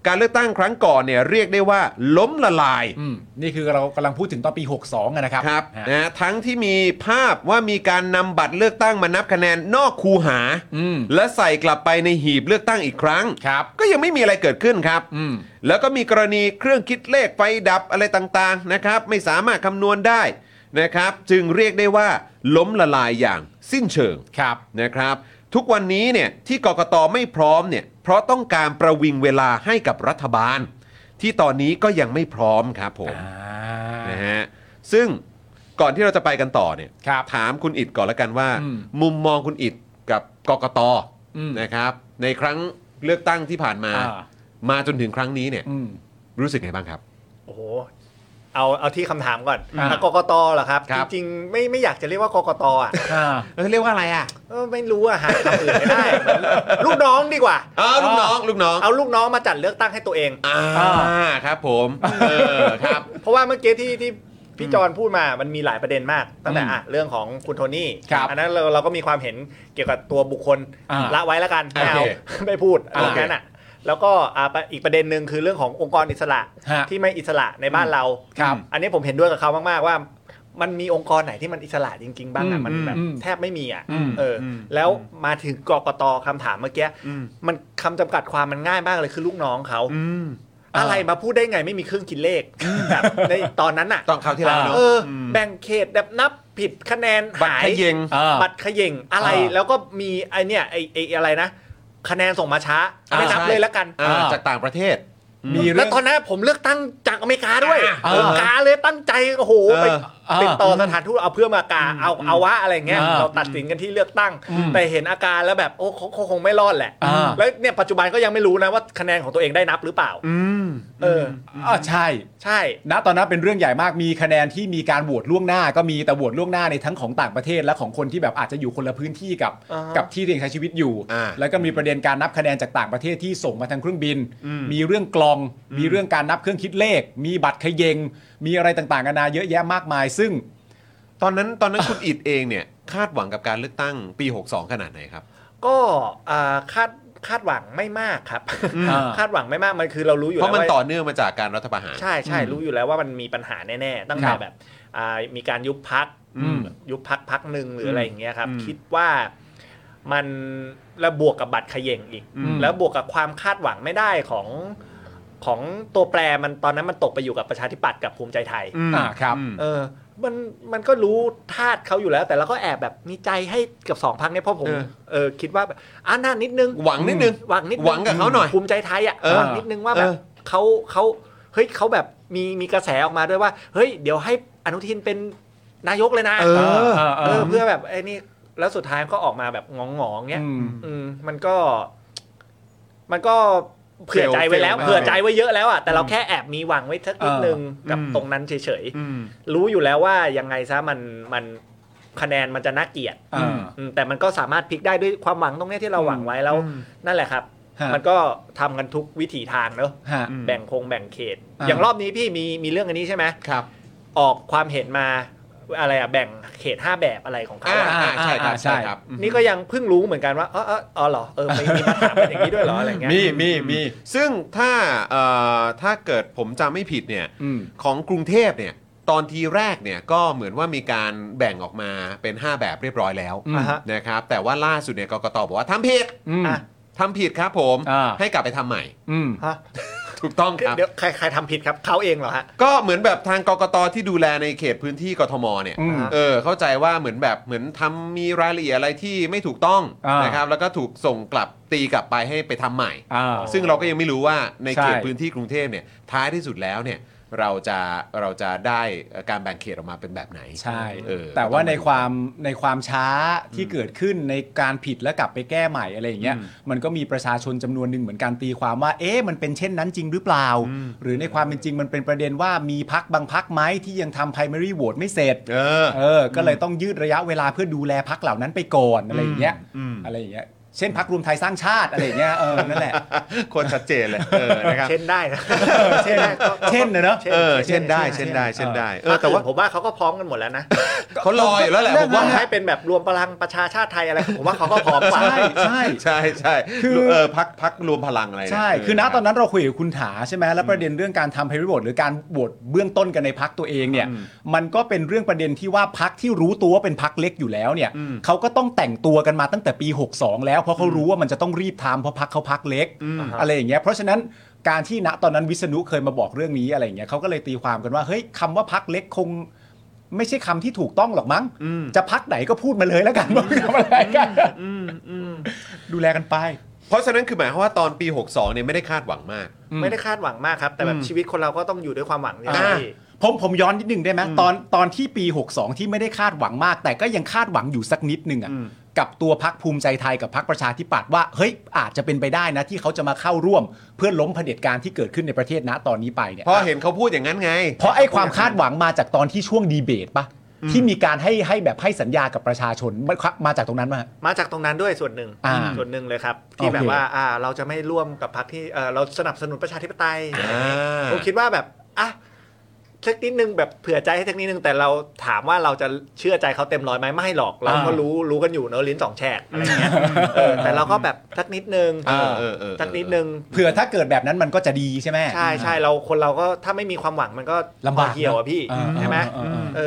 [SPEAKER 1] การเลือกตั้งครั้งก่อนเนี่ยเรียกได้ว่าล้มละลาย
[SPEAKER 2] ืมนี่คือเรากำลังพูดถึงตอนปี 62อะนะครับ
[SPEAKER 1] ครับ
[SPEAKER 2] อ่ะ
[SPEAKER 1] นะฮะทั้งที่มีภาพว่ามีการนำบัตรเลือกตั้งมานับคะแนนนอกคูหา
[SPEAKER 2] อืม
[SPEAKER 1] และใส่กลับไปในหีบเลือกตั้งอีกครั้ง
[SPEAKER 2] ครับ
[SPEAKER 1] ก็ยังไม่มีอะไรเกิดขึ้นครับ
[SPEAKER 2] อืม
[SPEAKER 1] แล้วก็มีกรณีเครื่องคิดเลขไฟดับอะไรต่างๆนะครับ ไม่สามารถคำนวณได้นะครับ จึงเรียกได้ว่า ล้มละลายอย่างสิ้นเชิง
[SPEAKER 2] ครับ
[SPEAKER 1] นะครับ ทุกวันนี้เนี่ยที่กกตไม่พร้อมเนี่ยเพราะต้องการประวิงเวลาให้กับรัฐบาล ที่ตอนนี้ก็ยังไม่พร้อมครับผมนะฮะซึ่งก่อนที่เราจะไปกันต่อเนี่ย
[SPEAKER 2] ครับ
[SPEAKER 1] ถามคุณอิดก่อนละกันว่า
[SPEAKER 2] อืม
[SPEAKER 1] มุมมองคุณอิดกับกกต
[SPEAKER 2] อืม
[SPEAKER 1] นะครับ ในครั้งเลือกตั้งที่ผ่านมา
[SPEAKER 2] อ่า
[SPEAKER 1] มาจนถึงครั้งนี้เนี่ย
[SPEAKER 2] อืม
[SPEAKER 1] รู้สึกไงบ้างครับ
[SPEAKER 3] โอ้โห เอาเอาที่คำถามก่อน
[SPEAKER 2] อ่า
[SPEAKER 3] อ่ะกกตเหรอครับ
[SPEAKER 1] ครั
[SPEAKER 3] จ
[SPEAKER 1] บ
[SPEAKER 3] ริงๆ ไม่ไม่อยากจะเรียกว่ากกตอ่ะ
[SPEAKER 2] อ่า
[SPEAKER 1] เราเรียกว่าอะไรอ่ะ
[SPEAKER 3] เออไม่รู้อ่ะหาคำอื่นไม่ได้ ลูกน้องดีกว่า
[SPEAKER 1] อ๋อลูกน้องลูกน้อง
[SPEAKER 3] เอาลูกน้องมาจัดเลือกตั้งให้ตัวเอง
[SPEAKER 1] อ่า
[SPEAKER 2] อ่า
[SPEAKER 1] ครับผมเออครับ
[SPEAKER 3] เพราะว่าเมื่อกี้ที่ที่พี่จอนพูดมามันมีหลายประเด็นมาก ตั้งแต่
[SPEAKER 2] อืม
[SPEAKER 3] อ่ะเรื่องของคุณโทนี่
[SPEAKER 2] ครับ
[SPEAKER 3] อันนั้นเราเราก็มีความเห็นเกี่ยวกับตัวบุคคล
[SPEAKER 2] อ่า
[SPEAKER 3] ละไว้แล้วกันไม่เอา
[SPEAKER 1] โอเค
[SPEAKER 3] ไม่พูด
[SPEAKER 2] อ่า
[SPEAKER 3] เรื่องนั้นอ่ะ แล้วก็อ่ะอีกประเด็นหนึ่งคือเรื่องขององค์กรอิสระ
[SPEAKER 2] ฮะ
[SPEAKER 3] ที่ไม่อิสระในบ้านเรา
[SPEAKER 2] ครับ
[SPEAKER 3] อันนี้ผมเห็นด้วยกับเขามาก ๆ ว่า มันมีองค์กรไหนที่มันอิสระจริง ๆ บ้าง
[SPEAKER 2] อื
[SPEAKER 3] อ่ะ
[SPEAKER 2] ม
[SPEAKER 3] มันแบบ
[SPEAKER 2] อืม
[SPEAKER 3] แทบไม่มีอ่ะ
[SPEAKER 2] อืม
[SPEAKER 3] เอออแล้วมาถึงกกตคำถามเมื่อกี้มันคำจำกัดความมันง่ายมากเลยคือลูกน้องเขา อะไรมาพูดได้ไงไม่มีเครื่องคิดเลขแบบในตอนนั้นอ่ะ
[SPEAKER 1] ตอนคราวที่แล้วเนอะ
[SPEAKER 3] เอออแบ่งเขตแบบนับผิดคะแนน
[SPEAKER 1] บัตร
[SPEAKER 3] หาย
[SPEAKER 1] เขย่ง
[SPEAKER 2] อ่า
[SPEAKER 3] บัตรเขย่งอะไร
[SPEAKER 2] อ่า
[SPEAKER 3] แล้วก็มีไอเนี่ยไอไออะไรนะ คะแนนส่งมาช้า
[SPEAKER 1] อ่า
[SPEAKER 3] ไม่นับ
[SPEAKER 1] ใช่
[SPEAKER 3] เลยละกัน
[SPEAKER 1] อ่า
[SPEAKER 2] อ่า
[SPEAKER 1] จากต่างประเทศ
[SPEAKER 2] มี
[SPEAKER 3] แล้
[SPEAKER 2] เรื่
[SPEAKER 3] ว
[SPEAKER 2] อง
[SPEAKER 3] ตอนนั้นผมเลือกตั้งจากอเมริกาด้วย
[SPEAKER 2] อ่า
[SPEAKER 3] ผมกาเลยตั้งใจโอ้โห
[SPEAKER 1] เออ
[SPEAKER 3] ไป
[SPEAKER 2] อ่า
[SPEAKER 3] ติดต่อสถานทูตเอาเพื่อมากาเอาเอาวะอะไรเงี้ย
[SPEAKER 2] อ่า
[SPEAKER 3] เราตัดสินกันที่เลือกตั้ง
[SPEAKER 2] อืม
[SPEAKER 3] แต่เห็นอาการแล้วแบบโอ้เขาเขาคงไม่รอดแหละ
[SPEAKER 2] อ่า
[SPEAKER 3] แล้วเนี่ยปัจจุบันก็ยังไม่รู้นะว่าคะแนนของตัวเองได้นับหรือเปล่า
[SPEAKER 1] อืม
[SPEAKER 3] เออ
[SPEAKER 2] อ่าใช่
[SPEAKER 3] ใช่
[SPEAKER 2] ณตอนนั้นเป็นเรื่องใหญ่มากมีคะแนนที่มีการโหวตล่วงหน้าก็มีแต่โหวตล่วงหน้าในทั้งของต่างประเทศ และของคนที่แบบอาจจะอยู่คนละพื้นที่กับ
[SPEAKER 3] าฮะ
[SPEAKER 2] กับที่เรียนใช้ชีวิตอยู่
[SPEAKER 1] อ่า
[SPEAKER 2] แล้วก็มีประเด็นการนับคะแนนจากต่างประเทศที่ส่งมาทางเครื่องบิน มีเรื่องกลอง มีเรื่องการนับเครื่องคิดเลข มีบัตรเขยง มีอะไรต่างๆนานาเยอะแยะมากมาย ซึ่ง
[SPEAKER 1] ตอนนั้นตอนนั้นคุณอิดเองเนี่ย คาดหวังกับการเลือกตั้งปี 62 ขนาดไหนครับ
[SPEAKER 3] ก็อ่าคาดคาดหวังไม่มากครับ
[SPEAKER 2] อ่า
[SPEAKER 3] คาดหวังไม่มากมันคือเรารู้อยู่
[SPEAKER 1] เพ
[SPEAKER 3] แล้ว
[SPEAKER 1] ราะมัน
[SPEAKER 3] ว่า
[SPEAKER 1] ต่อเนื่องมาจากการรัฐประหาร
[SPEAKER 3] ใช่ใช่
[SPEAKER 2] อืม
[SPEAKER 3] รู้อยู่แล้วว่ามันมีปัญหาแน่ ๆ ตั้ง
[SPEAKER 2] ครั
[SPEAKER 3] แต่
[SPEAKER 2] บ
[SPEAKER 3] แบบอ่ามีการยุบพัก
[SPEAKER 2] อืม
[SPEAKER 3] ยุบพักพักหนึ่งหรืออะไรอย่างเงี้ยครับ
[SPEAKER 1] อืม
[SPEAKER 3] คิดว่ามันแล้วบวกกับบัตรเขย่งอีก
[SPEAKER 2] อืม
[SPEAKER 3] แล้วบวกกับความคาดหวังไม่ได้ของของตัวแปรมันตอนนั้นมันตกไปอยู่กับประชาธิปัตย์กับภูมิใจไทย
[SPEAKER 2] อ่าครับ
[SPEAKER 3] เออ มันมันก็รู้ธาตุเขาอยู่แล้ว แต่เราก็แอบแบบมีใจให้กับสองพักเนี้ยเพราะผม
[SPEAKER 1] เออ
[SPEAKER 3] เออคิดว่าแบบอ่ะน่านิดนึง
[SPEAKER 1] หวังนิดนึง
[SPEAKER 3] หวังนิดนึ
[SPEAKER 1] หวังกับเขาหน่อย
[SPEAKER 3] ภูมิใจไทยอ่ะ
[SPEAKER 1] เออ
[SPEAKER 3] หวังนิดนึงว่าแบบ
[SPEAKER 1] เออ
[SPEAKER 3] เขาเขาเฮ้ยเขาแบบมีมีกระแสออกมาด้วยว่า เฮ้ยเดี๋ยวให้อนุทินเป็นนายกเลยนะ
[SPEAKER 1] เออ
[SPEAKER 3] เออเพื่อแบบไอ้นี่แล้วสุดท้ายก็ออกมาแบบงองๆเนี้ย
[SPEAKER 2] ม
[SPEAKER 3] อืมมันก็ มันก็เผื่อ
[SPEAKER 1] Fail
[SPEAKER 3] ใจไว้แล้ว
[SPEAKER 1] fail มาก
[SPEAKER 3] เผื่อใจไว้เยอะแล้วอ่ะแต่เราแค่แอบมีหวังไว้สักนิดนึง
[SPEAKER 1] เออ
[SPEAKER 3] กับ
[SPEAKER 1] อืม
[SPEAKER 3] ตรงนั้นเฉย
[SPEAKER 1] อืม
[SPEAKER 3] ๆรู้อยู่แล้วว่ายังไงซะมันมันคะแนนมันจะน่าเกลียด
[SPEAKER 2] อ่า
[SPEAKER 3] อืมแต่มันก็สามารถพลิกได้ด้วยความหวังตรงเนี้ยที่เราหวังไว้แล้ว
[SPEAKER 1] อืม
[SPEAKER 3] นั่นแหละครับ
[SPEAKER 2] ฮะ
[SPEAKER 3] มันก็ทำกันทุกวิถีทางเนอะ
[SPEAKER 2] ฮะ
[SPEAKER 1] อืม
[SPEAKER 3] แบ่งคงแบ่งเขต
[SPEAKER 2] อ่า
[SPEAKER 3] อย่างรอบนี้พี่มีมีเรื่องอันนี้ใช่ไหม
[SPEAKER 1] ครับ
[SPEAKER 3] ออกความเห็นมาอะไรอะแบ่งเขต 5 แบบอะไรของเขา
[SPEAKER 1] อ่า
[SPEAKER 3] อะ
[SPEAKER 1] อ่าใช่ครับ
[SPEAKER 2] อ่าใช่
[SPEAKER 1] ใช่ครับอืม
[SPEAKER 3] นี่ก็ยังเพิ่งรู้เหมือนกันว่าเออเอออ๋อเหรอเออมีมีปัญหาเป็นอย่างนี้ด้วยเหรออะไรเงี้ย
[SPEAKER 2] มีมีมี
[SPEAKER 1] ซึ่งถ้าเอ่อถ้าเกิดผมจำไม่ผิดเนี่ย
[SPEAKER 2] อืม
[SPEAKER 1] ของกรุงเทพเนี่ย ตอนทีแรกเนี่ยก็เหมือนว่ามีการแบ่งออกมาเป็น 5 แบบเรียบร้อยแล้ว
[SPEAKER 2] อืม
[SPEAKER 3] อ่ะฮะ
[SPEAKER 1] นะครับ แต่ว่าล่าสุดเนี่ยกกตบอกว่าทำผิด
[SPEAKER 2] อืม
[SPEAKER 3] อ่ะ
[SPEAKER 1] ทำผิดครับผม
[SPEAKER 2] อ่า
[SPEAKER 1] ให้กลับไปทำใหม่
[SPEAKER 2] อืม
[SPEAKER 3] ฮะ
[SPEAKER 1] ถูกต้องครับ
[SPEAKER 3] เดี๋ยวใครใครทำผิดครับเขาเองเหรอฮะ
[SPEAKER 1] ก็เหมือนแบบทางกกตที่ดูแลในเขตพื้นที่กทมเนี่ย
[SPEAKER 2] อืม
[SPEAKER 1] เออเข้าใจว่าเหมือนแบบเหมือนทำมีรายละเอียดอะไรที่ไม่ถูกต้อง
[SPEAKER 2] อ่าน
[SPEAKER 1] นะครับแล้วก็ถูกส่งกลับตีกลับไปให้ไปทำใหม่
[SPEAKER 2] อ่า
[SPEAKER 1] ซึ่งเราก็ยังไม่รู้ว่าในเขต
[SPEAKER 2] ใช่
[SPEAKER 1] พื้นที่กรุงเทพเนี่ยท้ายที่สุดแล้วเนี่ยเราจะเราจะได้การแบ่งเขตออกมาเป็นแบบไหน
[SPEAKER 2] ใช่
[SPEAKER 1] เออ
[SPEAKER 2] แต่ว่าใน
[SPEAKER 1] ก็ต้อง
[SPEAKER 2] ความในความช้าที่เกิดขึ้นในการผิดแล้วกลับไปแก้ใหม่อะไรอย่างเงี้ยมันก็มีประชาชนจำนวนหนึ่งเหมือนกันตีความว่า เอ๊ะมันเป็นเช่นนั้นจริงหรือเปล่า หรือในความเป็นจริงมันเป็นประเด็นว่ามีพักบางพักไหมที่ยังทำ primary vote ไม่เสร็จ
[SPEAKER 1] เออ
[SPEAKER 2] เออ ก็เลยต้องยืดระยะเวลาเพื่อดูแลพักเหล่านั้นไปก่อนอะไรอย่างเงี้ย
[SPEAKER 1] อืม
[SPEAKER 2] อะไรอย่างเงี้ยเช่นพักรวมไทยสร้างชาติอะไรอย่างเงี้ยเออนั่นแหละ
[SPEAKER 1] โคนชัดเจนเลยเออนะครับ
[SPEAKER 3] เช่นได้นะ
[SPEAKER 2] เช่นเช่นนะเนอะ
[SPEAKER 1] เออเช่นได้เช่นได้เช่นได้เออแต่ว่า
[SPEAKER 3] ผมว่าเขาก็พร้อมกันหมดแล้ว นะ
[SPEAKER 1] เขารออยู่แล้วแหละผมว่า
[SPEAKER 3] ให้เป็นแบบรวมพลังประชาชาติไทยอะไร ผมว่าเขาก็พร้อมกว่า
[SPEAKER 2] ใช่ใช่
[SPEAKER 1] ใช่ใช่
[SPEAKER 2] คือ
[SPEAKER 1] เออพักพักรวมพลังอะไรเย
[SPEAKER 2] ใช่ คือณ
[SPEAKER 1] เรับ
[SPEAKER 2] ตอนนั้นเราคุยกับคุณถาใช่ไหมแล้วประเด็นเรื่องการทำเพริบทหรือการบวชเบื้องต้นกันในพักตัวเองเนี่ย มันก็เป็นเรื่องประเด็นที่ว่าพักที่รู้ตัวว่าเป็นพักเล็กอยู่แล้วเนี่ย
[SPEAKER 1] อืม
[SPEAKER 2] เขาก็ต้องแต่งตัวกันมาตั้งแต่ปี 62 แล้วเพราะเขารู้ว่ามันจะต้องรีบทำเพราะพักเขาพักเล็ก อะไรอย่างเงี้ย เพราะฉะนั้นการที่ณตอนนั้นวิษณุเคยมาบอกเรื่องนี้อะไรอย่างเงี้ยเขาก็เลยตีความกันว่าเฮ้ยคำว่าพักเล็กคง ไม่ใช่คำที่ถูกต้องหรอกมั้ง จะพักไหนก็พูดมาเลยแล้วกันว่าทำอะไรกันดูแลกันไป
[SPEAKER 1] เพราะฉะนั้นคือหมายความว่าตอนปี 62เนี่ยไม่ได้คาดหวังมาก
[SPEAKER 3] ไม่ได้คาดหวังมากครับ แต่แบบชีวิตคนเราก็ต้องอยู่ด้วยความหวังเนี่ย
[SPEAKER 1] อ่า
[SPEAKER 3] พี่
[SPEAKER 2] ผมผมย้อนนิดหนึ่งได้ไหมตอนตอนที่ปี 62 ที่ไม่ได้คาดหวังมาก แต่ก็ยังคาดหวังอยู่สักนิดหนึ่งอ่ะกับตัวพักภูมิใจไทยกับพักประชาธิปัตย์ว่าเฮ้ยอาจจะเป็นไปได้นะที่เขาจะมาเข้าร่วม เพื่อล้มเผด็จการที่เกิดขึ้นในประเทศณตอนนี้ไปเนี่ย
[SPEAKER 1] เพราะเห็นเขาพูดอย่างนั้นไง
[SPEAKER 2] เพราะไอ้ความคาดหวังมาจากตอนที่ช่วงดีเบตปะที่มีการให้ให้แบบให้สัญญากับประชาชนมันมาจากตรงนั้นมา
[SPEAKER 3] มาจากตรงนั้นด้วยส่วนหนึ่ง
[SPEAKER 2] อ่า
[SPEAKER 3] ส่วนหนึ่งเลยครับที่
[SPEAKER 2] โอเค
[SPEAKER 3] แบบว่าอ่าเราจะไม่ร่วมกับพรรคที่เอ่อเราสนับสนุนประชาธิปไตย
[SPEAKER 1] อ่า
[SPEAKER 3] ผมคิดว่าแบบอ่ะสักนิดนึงแบบเผื่อใจให้สักนิดนึงแต่เราถามว่าเราจะเชื่อใจเขาเต็มร้อยไหมไม่หรอก เราก็
[SPEAKER 2] อ่า
[SPEAKER 3] รู้รู้กันอยู่เนอะลิ้นสองแฉกอะไรเงี้ยเออแต่เราก็แบบสักนิดนึง
[SPEAKER 1] เออเออเออ
[SPEAKER 3] สักนิดนึง
[SPEAKER 2] เผื่อถ้าเกิดแบบนั้นมันก็จะดีใช่ไหม
[SPEAKER 3] ใช่ใช่เราคนเราก็ถ้าไม่มีความหวังมันก็
[SPEAKER 2] ลำบาก
[SPEAKER 3] คอเหี่ยวอะพี่
[SPEAKER 2] เออ
[SPEAKER 3] ใช่ไหม
[SPEAKER 2] เออเออ
[SPEAKER 3] เ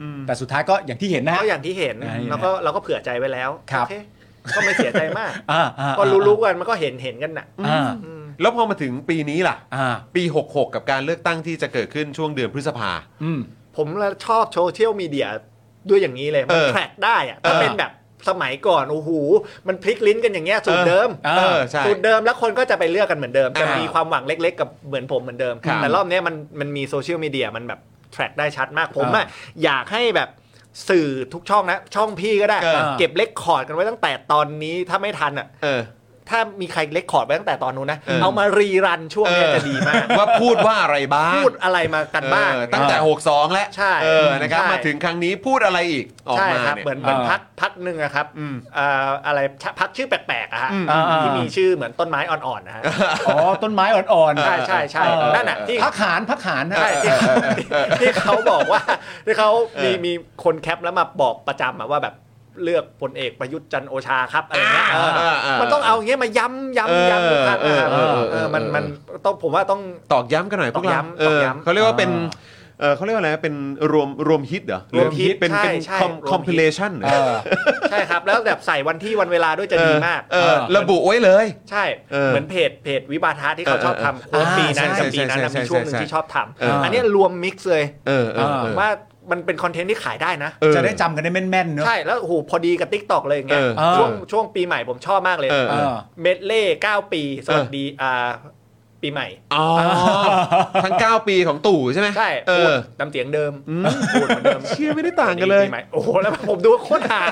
[SPEAKER 3] ออ
[SPEAKER 2] แต่สุดท้ายก็อย่างที่เห็นนะ
[SPEAKER 3] ก็อย่างที่เห็น
[SPEAKER 2] อ่า
[SPEAKER 3] แล้วก็เราก็เผื่อใจไว้แล้ว
[SPEAKER 2] ครับ
[SPEAKER 3] โอเคก็ไม่เสียใจมาก
[SPEAKER 2] อ่าอ่า
[SPEAKER 3] ก็รู้ๆกันมันก็เห็นเห็นกันน่ะ
[SPEAKER 2] อ่า
[SPEAKER 3] อืม
[SPEAKER 1] แล้วพอมาถึงปีนี้ล่ะ
[SPEAKER 2] อ่า
[SPEAKER 1] ปี 66 กับการเลือกตั้งที่จะเกิดขึ้นช่วงเดือนพฤษภา
[SPEAKER 2] อืม
[SPEAKER 3] ผมชอบโซเชียลมีเดียด้วยอย่างนี้เลย มั
[SPEAKER 1] เอน อ
[SPEAKER 3] แทร็กได้อะถ้า
[SPEAKER 1] เออ
[SPEAKER 3] เป็นแบบ สมัยก่อนโอ้โหมันพลิกลิ้นกันอย่างเงี้ยสูตรเดิม
[SPEAKER 1] เออใช่
[SPEAKER 3] สูตรเดิมแล้วคนก็จะไปเลือกกันเหมือนเดิมจะ
[SPEAKER 1] อ่ามี
[SPEAKER 3] มีความหวังเล็กๆ กับเหมือนผมเหมือนเดิม
[SPEAKER 1] ครับ
[SPEAKER 3] แต่รอบเนี้ยมันมันมีโซเชียลมีเดียมันแบบแทร็กได้ชัดมากผมอะอยากให้แบบสื่อทุกช่องนะ ช่องพี่ก็ได้
[SPEAKER 2] เออ
[SPEAKER 3] เก็บเลคคอร์ดกันไว้ตั้งแต่ตอนนี้ถ้าไม่ทันอ่ะ
[SPEAKER 1] เออ
[SPEAKER 3] ถ้ามีใครเลคคอร์ดไว้ตั้งแต่ตอนนู้นนะ
[SPEAKER 1] เออ
[SPEAKER 3] เอามารีรันช่วงเนี้ยจะดีมาก
[SPEAKER 1] ว่าพูดว่าอะไรบ้าง
[SPEAKER 3] พูดอะไรมากันบ้าง
[SPEAKER 1] เออตั้งแต่ 62 แล้ว
[SPEAKER 3] ใช่
[SPEAKER 1] เออนะครับ
[SPEAKER 3] ใช่
[SPEAKER 1] มาถึงครั้งนี้พูดอะไรอีกออก
[SPEAKER 3] ใช่
[SPEAKER 1] มา
[SPEAKER 3] ครับ
[SPEAKER 1] เนี่ย
[SPEAKER 3] เหมือนเหมือน
[SPEAKER 2] อ่า
[SPEAKER 3] พักพักหนึ่งอะครับ
[SPEAKER 1] อืม
[SPEAKER 3] เอ่ออะไรพักชื่อแปลกๆอะฮะ
[SPEAKER 1] อืม
[SPEAKER 2] อ่า
[SPEAKER 3] ที่มีชื่อเหมือนต้นไม้อ่อนๆนะฮะ
[SPEAKER 2] อ๋อ ต้นไม้อ่อนๆ
[SPEAKER 3] ใช่ใช่ใช่
[SPEAKER 2] เออ
[SPEAKER 3] นั่นน่ะที่
[SPEAKER 2] พักหานพักหานนะ
[SPEAKER 3] ใช่ที่เขาที่เขาบอกว่า ที่เขามีมีคนแคปแล้วมาบอกประจำอะว่าแบบเลือกพลเอกประยุทธ์จันทร์โอชาครับอะไรเงี้ย
[SPEAKER 1] อ่า
[SPEAKER 3] เออ
[SPEAKER 1] อ่าอ่ามั
[SPEAKER 3] มันต้องเอาอย่างเงี้ยมาย้ำย้ำย้ำทุกครั้ง
[SPEAKER 1] เออ
[SPEAKER 3] นะ
[SPEAKER 1] เออเออ
[SPEAKER 3] เออมัน
[SPEAKER 1] เออ
[SPEAKER 3] มันต้องผมว่าต้อง
[SPEAKER 1] ตอกย้ำกันหน่อยพวก
[SPEAKER 3] ตอก
[SPEAKER 1] เรา
[SPEAKER 3] ย้ำ
[SPEAKER 1] เอ
[SPEAKER 3] ตอก
[SPEAKER 1] อ
[SPEAKER 3] ย้ำ
[SPEAKER 1] เขาเรียกว่าเป็น
[SPEAKER 2] อ่า
[SPEAKER 1] เออเขาเรียกว่าอะไรนะเป็นรวมรวมฮิตเหรอหอ
[SPEAKER 3] รวมฮิต
[SPEAKER 1] เป็น
[SPEAKER 3] ใช่
[SPEAKER 1] เป็น
[SPEAKER 3] ใช่รวมฮิต
[SPEAKER 1] คอมพิเลชันเหรอ
[SPEAKER 3] ใช่ครับ แล้วแบบใส่วันที่วันเวลาด้วยจะดีมาก
[SPEAKER 1] เออเออ
[SPEAKER 2] เออ
[SPEAKER 1] ระบุไว้เลย
[SPEAKER 3] ใช่
[SPEAKER 1] เออ
[SPEAKER 3] เหมือนเพจเพจวิบาทะที่เขา
[SPEAKER 1] เออ
[SPEAKER 3] ชอบ
[SPEAKER 1] เออ
[SPEAKER 3] ทำโค้ดปีนั้นกั
[SPEAKER 2] อ่าใช่
[SPEAKER 3] บปีนั้นนะ
[SPEAKER 1] ใช่
[SPEAKER 3] มี
[SPEAKER 1] ใช่
[SPEAKER 3] ช่วงหนึ่ง
[SPEAKER 1] ใช่
[SPEAKER 3] ที่ชอบท
[SPEAKER 1] เออ
[SPEAKER 3] ำ
[SPEAKER 1] อั
[SPEAKER 3] อันเนี้ยรวมมิกซ์เลย
[SPEAKER 1] เออเออเออ
[SPEAKER 3] ว่ามันเป็นคอนเทนต์ที่ขายได้นะ
[SPEAKER 1] เออ
[SPEAKER 2] จะได้จำกันได้แม่นๆเนอะ
[SPEAKER 3] ใช่แล้วโอ้โหพอดีกับติ๊กตอกเลยอย่างเงี้ย
[SPEAKER 1] เออ
[SPEAKER 2] เออ
[SPEAKER 3] ช่วงช่วงปีใหม่ผมชอบมากเลย
[SPEAKER 1] เออ
[SPEAKER 2] เออ
[SPEAKER 3] เมดเล่9ปี สวัสดีอ่าปีใหม่
[SPEAKER 1] อ๋อทั้ง 9 ปีของตู่ใช่ไหม
[SPEAKER 3] ใช่
[SPEAKER 1] เอ
[SPEAKER 3] พูด
[SPEAKER 1] อ
[SPEAKER 3] น้ำเสียงเดิมพูดเหมือนเดิม
[SPEAKER 1] เชี่ยไม่ได้ต่างกันเลย
[SPEAKER 3] ปีใหม่โอ้โห แล้วผมดูโคตรหา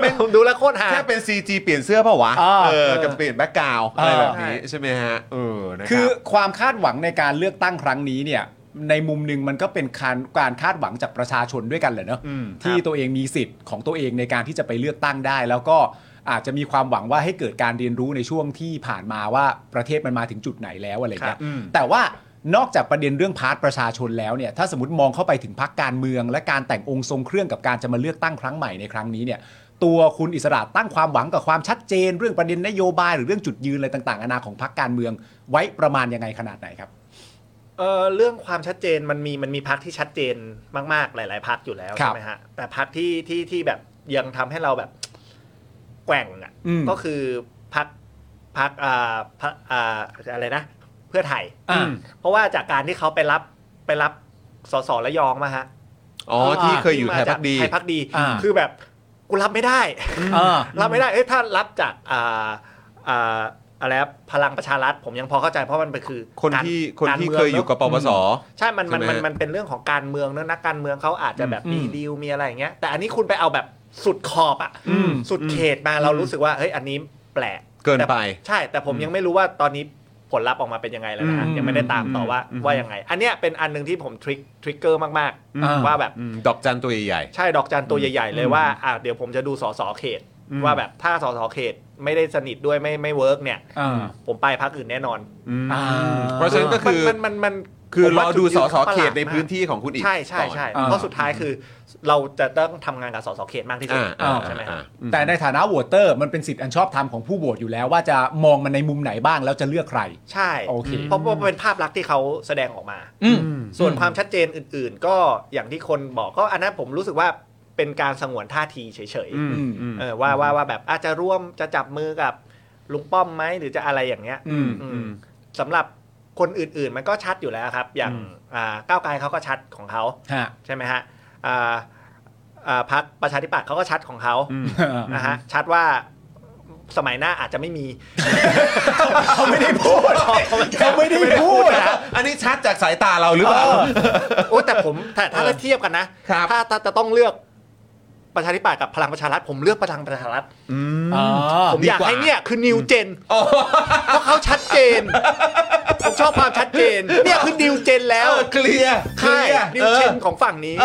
[SPEAKER 3] แม่งผมดูแล้วโคตรหา
[SPEAKER 1] แค่เป็น CG เปลี่ยนเสื้อเปล่าวะ
[SPEAKER 2] อ่า
[SPEAKER 1] เออกับเปลี่ยนแบ็กกราวอะไร
[SPEAKER 2] อ่า
[SPEAKER 1] แบบนี้ใช่ไหมฮะเออนะ
[SPEAKER 2] คือ
[SPEAKER 1] รับ
[SPEAKER 2] ความคาดหวังในการเลือกตั้งครั้งนี้เนี่ยในมุมหนึ่งมันก็เป็นการการคาดหวังจากประชาชนด้วยกันแหละเนอะ
[SPEAKER 1] อืม
[SPEAKER 2] ที่ตัวเองมีสิทธิ์ของตัวเองในการที่จะไปเลือกตั้งได้ แล้วก็อาจจะมีความหวังว่าให้เกิดการเรียนรู้ในช่วงที่ผ่านมาว่าประเทศมันมาถึงจุดไหนแล้วอะไร
[SPEAKER 3] ครั
[SPEAKER 2] เงี้
[SPEAKER 3] บ
[SPEAKER 2] ยแต่ว่านอกจากประเด็นเรื่องพาร์ทประชาชนแล้วเนี่ยถ้าสมมติมองเข้าไปถึงพักการเมือง และการแต่งองค์ทรงเครื่องกับการจะมาเลือกตั้งครั้งใหม่ในครั้งนี้เนี่ยตัวคุณอิสระตั้งความหวังกับความชัดเจน เรื่องประเด็นนโยบายหรือเรื่องจุดยืนอะไรต่างๆนานาของพักการเมือง ไว้ประมาณยังไงขนาดไหนครับ
[SPEAKER 3] เอ่อเรื่องความชัดเจนมันมีมันมีพักที่ชัดเจนมาก ๆ หลาย ๆพักอยู่แล้ว
[SPEAKER 2] ครั
[SPEAKER 3] ใช่
[SPEAKER 2] บ
[SPEAKER 3] ไหมฮะแต่พักที่ที่ที่แบบยังทำให้เราแบบแกว่งอ่ะ
[SPEAKER 2] อืม
[SPEAKER 3] ก็คือพักพักอ่าพรรคอ่าอะไรนะ เพื่อไทย
[SPEAKER 2] อ่า
[SPEAKER 3] เพราะว่าจากการที่เขาไปรับไปรับสสระยองมาฮะ
[SPEAKER 1] อ๋อที่เคยอยู่ไทย
[SPEAKER 3] มาจา
[SPEAKER 1] พักดี
[SPEAKER 3] ไทยพักดี
[SPEAKER 2] อ่า
[SPEAKER 3] คือแบบกูรับไม่ได้
[SPEAKER 2] อ่า
[SPEAKER 3] รับไม่ได้ เอ้ย ถ้ารับจากอ่าอ่าอะไรครับพลังประชารัฐ ผมยังพอเข้าใจเพราะมันเป็นคือ
[SPEAKER 1] คน
[SPEAKER 3] การ
[SPEAKER 1] ที่คน
[SPEAKER 3] การ
[SPEAKER 1] ที่
[SPEAKER 3] มืง
[SPEAKER 1] เคยอยู่กับปปส
[SPEAKER 3] ใช่ มัน มัน
[SPEAKER 1] ใช่ไหม
[SPEAKER 3] มัน มันเป็นเรื่องของการเมืองเนอะนักการเมืองเขาอาจจะแบบ
[SPEAKER 2] อืม
[SPEAKER 3] มีดีล มีอะไรอย่างเงี้ย แต่อันนี้คุณไปเอาแบบสุดขอบอะ
[SPEAKER 2] อืม
[SPEAKER 3] สุดเขตมา เรารู้สึกว่า เฮ้ย อันนี้แปลก
[SPEAKER 1] เกินไป
[SPEAKER 3] แต่ใช่ แต่ผมยังไม่รู้ว่าตอนนี้ผลลัพธ์ออกมาเป็นยังไงแล้วนะฮะ
[SPEAKER 2] อืม
[SPEAKER 3] ยังไม่ได้ตามต่อว่า
[SPEAKER 1] อืม
[SPEAKER 3] ว่ายังไง อันเนี้ยเป็นอันหนึ่งที่ผมทริกทริกเกอร์มาก
[SPEAKER 2] อ่า
[SPEAKER 3] ๆ ว่าแบบ
[SPEAKER 1] อืมดอกจันตัวใหญ่
[SPEAKER 3] ใช่ดอกจันตัวใหญ่ ๆ เลยว่าอ่ะเดี๋ยวผมจะดูสสเขต
[SPEAKER 1] อืม
[SPEAKER 3] ว่าแบบถ้าสสเขตไม่ได้สนิทด้วยไม่ไม่เวิร์กเนี่ย
[SPEAKER 2] อ่า
[SPEAKER 3] ผมไปพักอื่นแน่นอน
[SPEAKER 1] ๆอืม
[SPEAKER 2] อ่า
[SPEAKER 1] เพราะฉะนั้นก็คือ
[SPEAKER 3] มันมันมัน
[SPEAKER 1] คือ
[SPEAKER 3] ผมว่
[SPEAKER 1] เราดูส
[SPEAKER 3] จุยืน
[SPEAKER 1] ส
[SPEAKER 3] ขาประ
[SPEAKER 1] เข
[SPEAKER 3] หลา
[SPEAKER 1] ตในพื้นที่ของคุณอีก
[SPEAKER 3] ใช่ใช่
[SPEAKER 1] ก่อน
[SPEAKER 3] ใช่
[SPEAKER 2] อ่า
[SPEAKER 3] เพราะสุดท้ายคือเราจะต้องทำงานกับสสเขตมากที่สุด
[SPEAKER 1] อ่าอ่า
[SPEAKER 3] ใช่ไหมค
[SPEAKER 1] อ่า
[SPEAKER 3] รับ
[SPEAKER 1] อืม
[SPEAKER 2] แต่ในฐานะโหวตเตอร์มันเป็นสิทธิ์อันชอบธรรมของผู้โหวตอยู่แล้ว ว่าจะมองมันในมุมไหนบ้างแล้วจะเลือกใคร
[SPEAKER 3] ใช่
[SPEAKER 2] โอเค
[SPEAKER 3] เพราะว่าเป็นภาพลักษณ์ที่เขาแสดงออกมา
[SPEAKER 2] อืม
[SPEAKER 3] ส่วน
[SPEAKER 2] อืม
[SPEAKER 3] ความชัดเจนอื่น ๆ ก็อย่างที่คนบอกก็อันนั้นผมรู้สึกว่าเป็นการสงวนท่าทีเฉยๆ
[SPEAKER 1] อืม
[SPEAKER 2] อืม
[SPEAKER 1] อืม
[SPEAKER 3] เออว่าว่าว่าแบบอาจจะร่วมจะจับมือกับลุงป้อมไหมหรือจะอะไรอย่างเงี้ย
[SPEAKER 2] อืม
[SPEAKER 3] อืมสำหรับคนอื่นๆ มันก็ชัดอยู่แล้วครับ อย่างอ่าก้าวไกลเขาก็ชัดของเขา
[SPEAKER 2] ฮะ
[SPEAKER 3] ใช่ไหมฮะอ่าอ่าพรรคประชาธิปัตย์เขาก็ชัดของเขา
[SPEAKER 1] อืม
[SPEAKER 3] นะฮะชัดว่าสมัยหน้าอาจจะไม่มี
[SPEAKER 2] เขาไม่ได้พูดเขาไม่ได้พูด
[SPEAKER 1] อ่ะอันนี้ชัดจากสายตาเราหรือเปล่า
[SPEAKER 3] โอ้แต่ผมถ้าถ้าเทียบกันนะครับ ถ้าถ้าจะต้องเลือกประชาธิปัตย์กับพลังประชารัฐผมเลือกพลังประชารัฐ
[SPEAKER 1] อืม
[SPEAKER 2] อ่า
[SPEAKER 3] ผมอยาก
[SPEAKER 1] ดีกว่า
[SPEAKER 3] ให้เนี่ยคือนิวเจน
[SPEAKER 1] โอ้
[SPEAKER 3] เพราะเขาชัดเจน ผมชอบความชัดเจน เนี่ยคือดิวเจนแล้
[SPEAKER 1] เอ
[SPEAKER 3] ว
[SPEAKER 1] อเคลียร์เคลี
[SPEAKER 3] ค่าย
[SPEAKER 1] ร์
[SPEAKER 3] ดิ
[SPEAKER 1] เอ
[SPEAKER 3] วเจ
[SPEAKER 1] อน
[SPEAKER 3] ของฝั่งนี้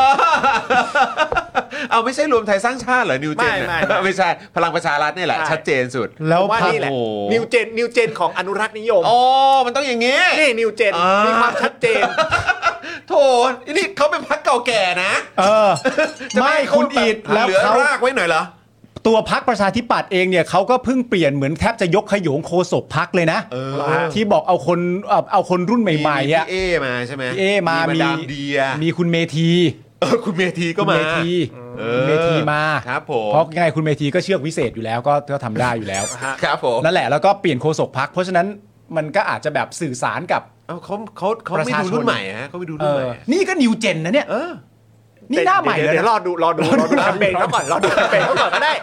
[SPEAKER 1] เอาไม่ใช่รวมไทยสร้างชาติเหรอนิวเจน
[SPEAKER 3] ไม่
[SPEAKER 1] น่ะ
[SPEAKER 3] ไม่
[SPEAKER 1] ไม่ใช่พลังประชารัฐนี่แหละ
[SPEAKER 3] ใช่
[SPEAKER 1] ชัดเจนสุด
[SPEAKER 2] แล้ว
[SPEAKER 3] ผมว่า
[SPEAKER 2] พัก
[SPEAKER 3] นี่แหละ
[SPEAKER 1] โอ้โห
[SPEAKER 3] นิวเจน นิวเจนของอนุรักษ์นิยม
[SPEAKER 1] โอ้มันต้องอย่างงี้
[SPEAKER 3] นี่นิวเจน
[SPEAKER 1] อ่ามี
[SPEAKER 3] มีความชัดเจน
[SPEAKER 1] โถนี่เขาเป็นพักเก่าแก่นะ
[SPEAKER 2] เออ
[SPEAKER 1] จะ
[SPEAKER 2] ไม่
[SPEAKER 1] ให้เขา
[SPEAKER 2] คุณอีด
[SPEAKER 1] บบ
[SPEAKER 2] แล้ว
[SPEAKER 1] เหลือ
[SPEAKER 2] เขา
[SPEAKER 1] รากไว้หน่อยเหรอ
[SPEAKER 2] ตัวพักประชาธิปัตย์เองเนี่ยเขาก็เพิ่งเปลี่ยนเหมือนแทบจะยกขโยงโคศกพักเลยนะ
[SPEAKER 1] เออ
[SPEAKER 2] ที่บอกเอาคนเอาเอาคนรุ่นใหม่ๆ
[SPEAKER 1] พี่
[SPEAKER 2] อ่ะ
[SPEAKER 1] เอมาใช่ไหม
[SPEAKER 2] พี่เอมามี
[SPEAKER 1] ดามเดีย
[SPEAKER 2] มีคุณเมธี
[SPEAKER 1] เออคุณเมธีก็มา
[SPEAKER 2] คุณเมธี
[SPEAKER 1] อ
[SPEAKER 2] คุ
[SPEAKER 1] อ
[SPEAKER 2] ณเมธีมา
[SPEAKER 1] ครับผม
[SPEAKER 2] เพราะยังไงคุณเมธีก็เชือกวิเศษอยู่แล้วก็ก็ทำได้อยู่แล้ว
[SPEAKER 1] ครับผม
[SPEAKER 2] นั่นแหละแล้วก็เปลี่ยนโฆษกพัก เพราะฉะนั้นมันก็อาจจะแบบสื่อสารกับ
[SPEAKER 1] เอ้าเขาเขาเขา
[SPEAKER 2] ประ
[SPEAKER 1] ไม่
[SPEAKER 2] ชา
[SPEAKER 1] ดู
[SPEAKER 2] ชน
[SPEAKER 1] รุ่นใหม่ฮะเขาไม่ดู
[SPEAKER 2] เอ
[SPEAKER 1] รุ่นให
[SPEAKER 2] อ
[SPEAKER 1] ม่อะ
[SPEAKER 2] นี่ก็นิวเจนนะเนี่ย
[SPEAKER 1] เออ
[SPEAKER 2] นี่หน้าใหม่
[SPEAKER 3] เดี๋ยว
[SPEAKER 2] เลย
[SPEAKER 3] เดี๋ยวร
[SPEAKER 2] นะ
[SPEAKER 3] อดูรอดูรอดูแคมเปญเขาก่อนรอดูแคมเปญเขาก่อนก็ได้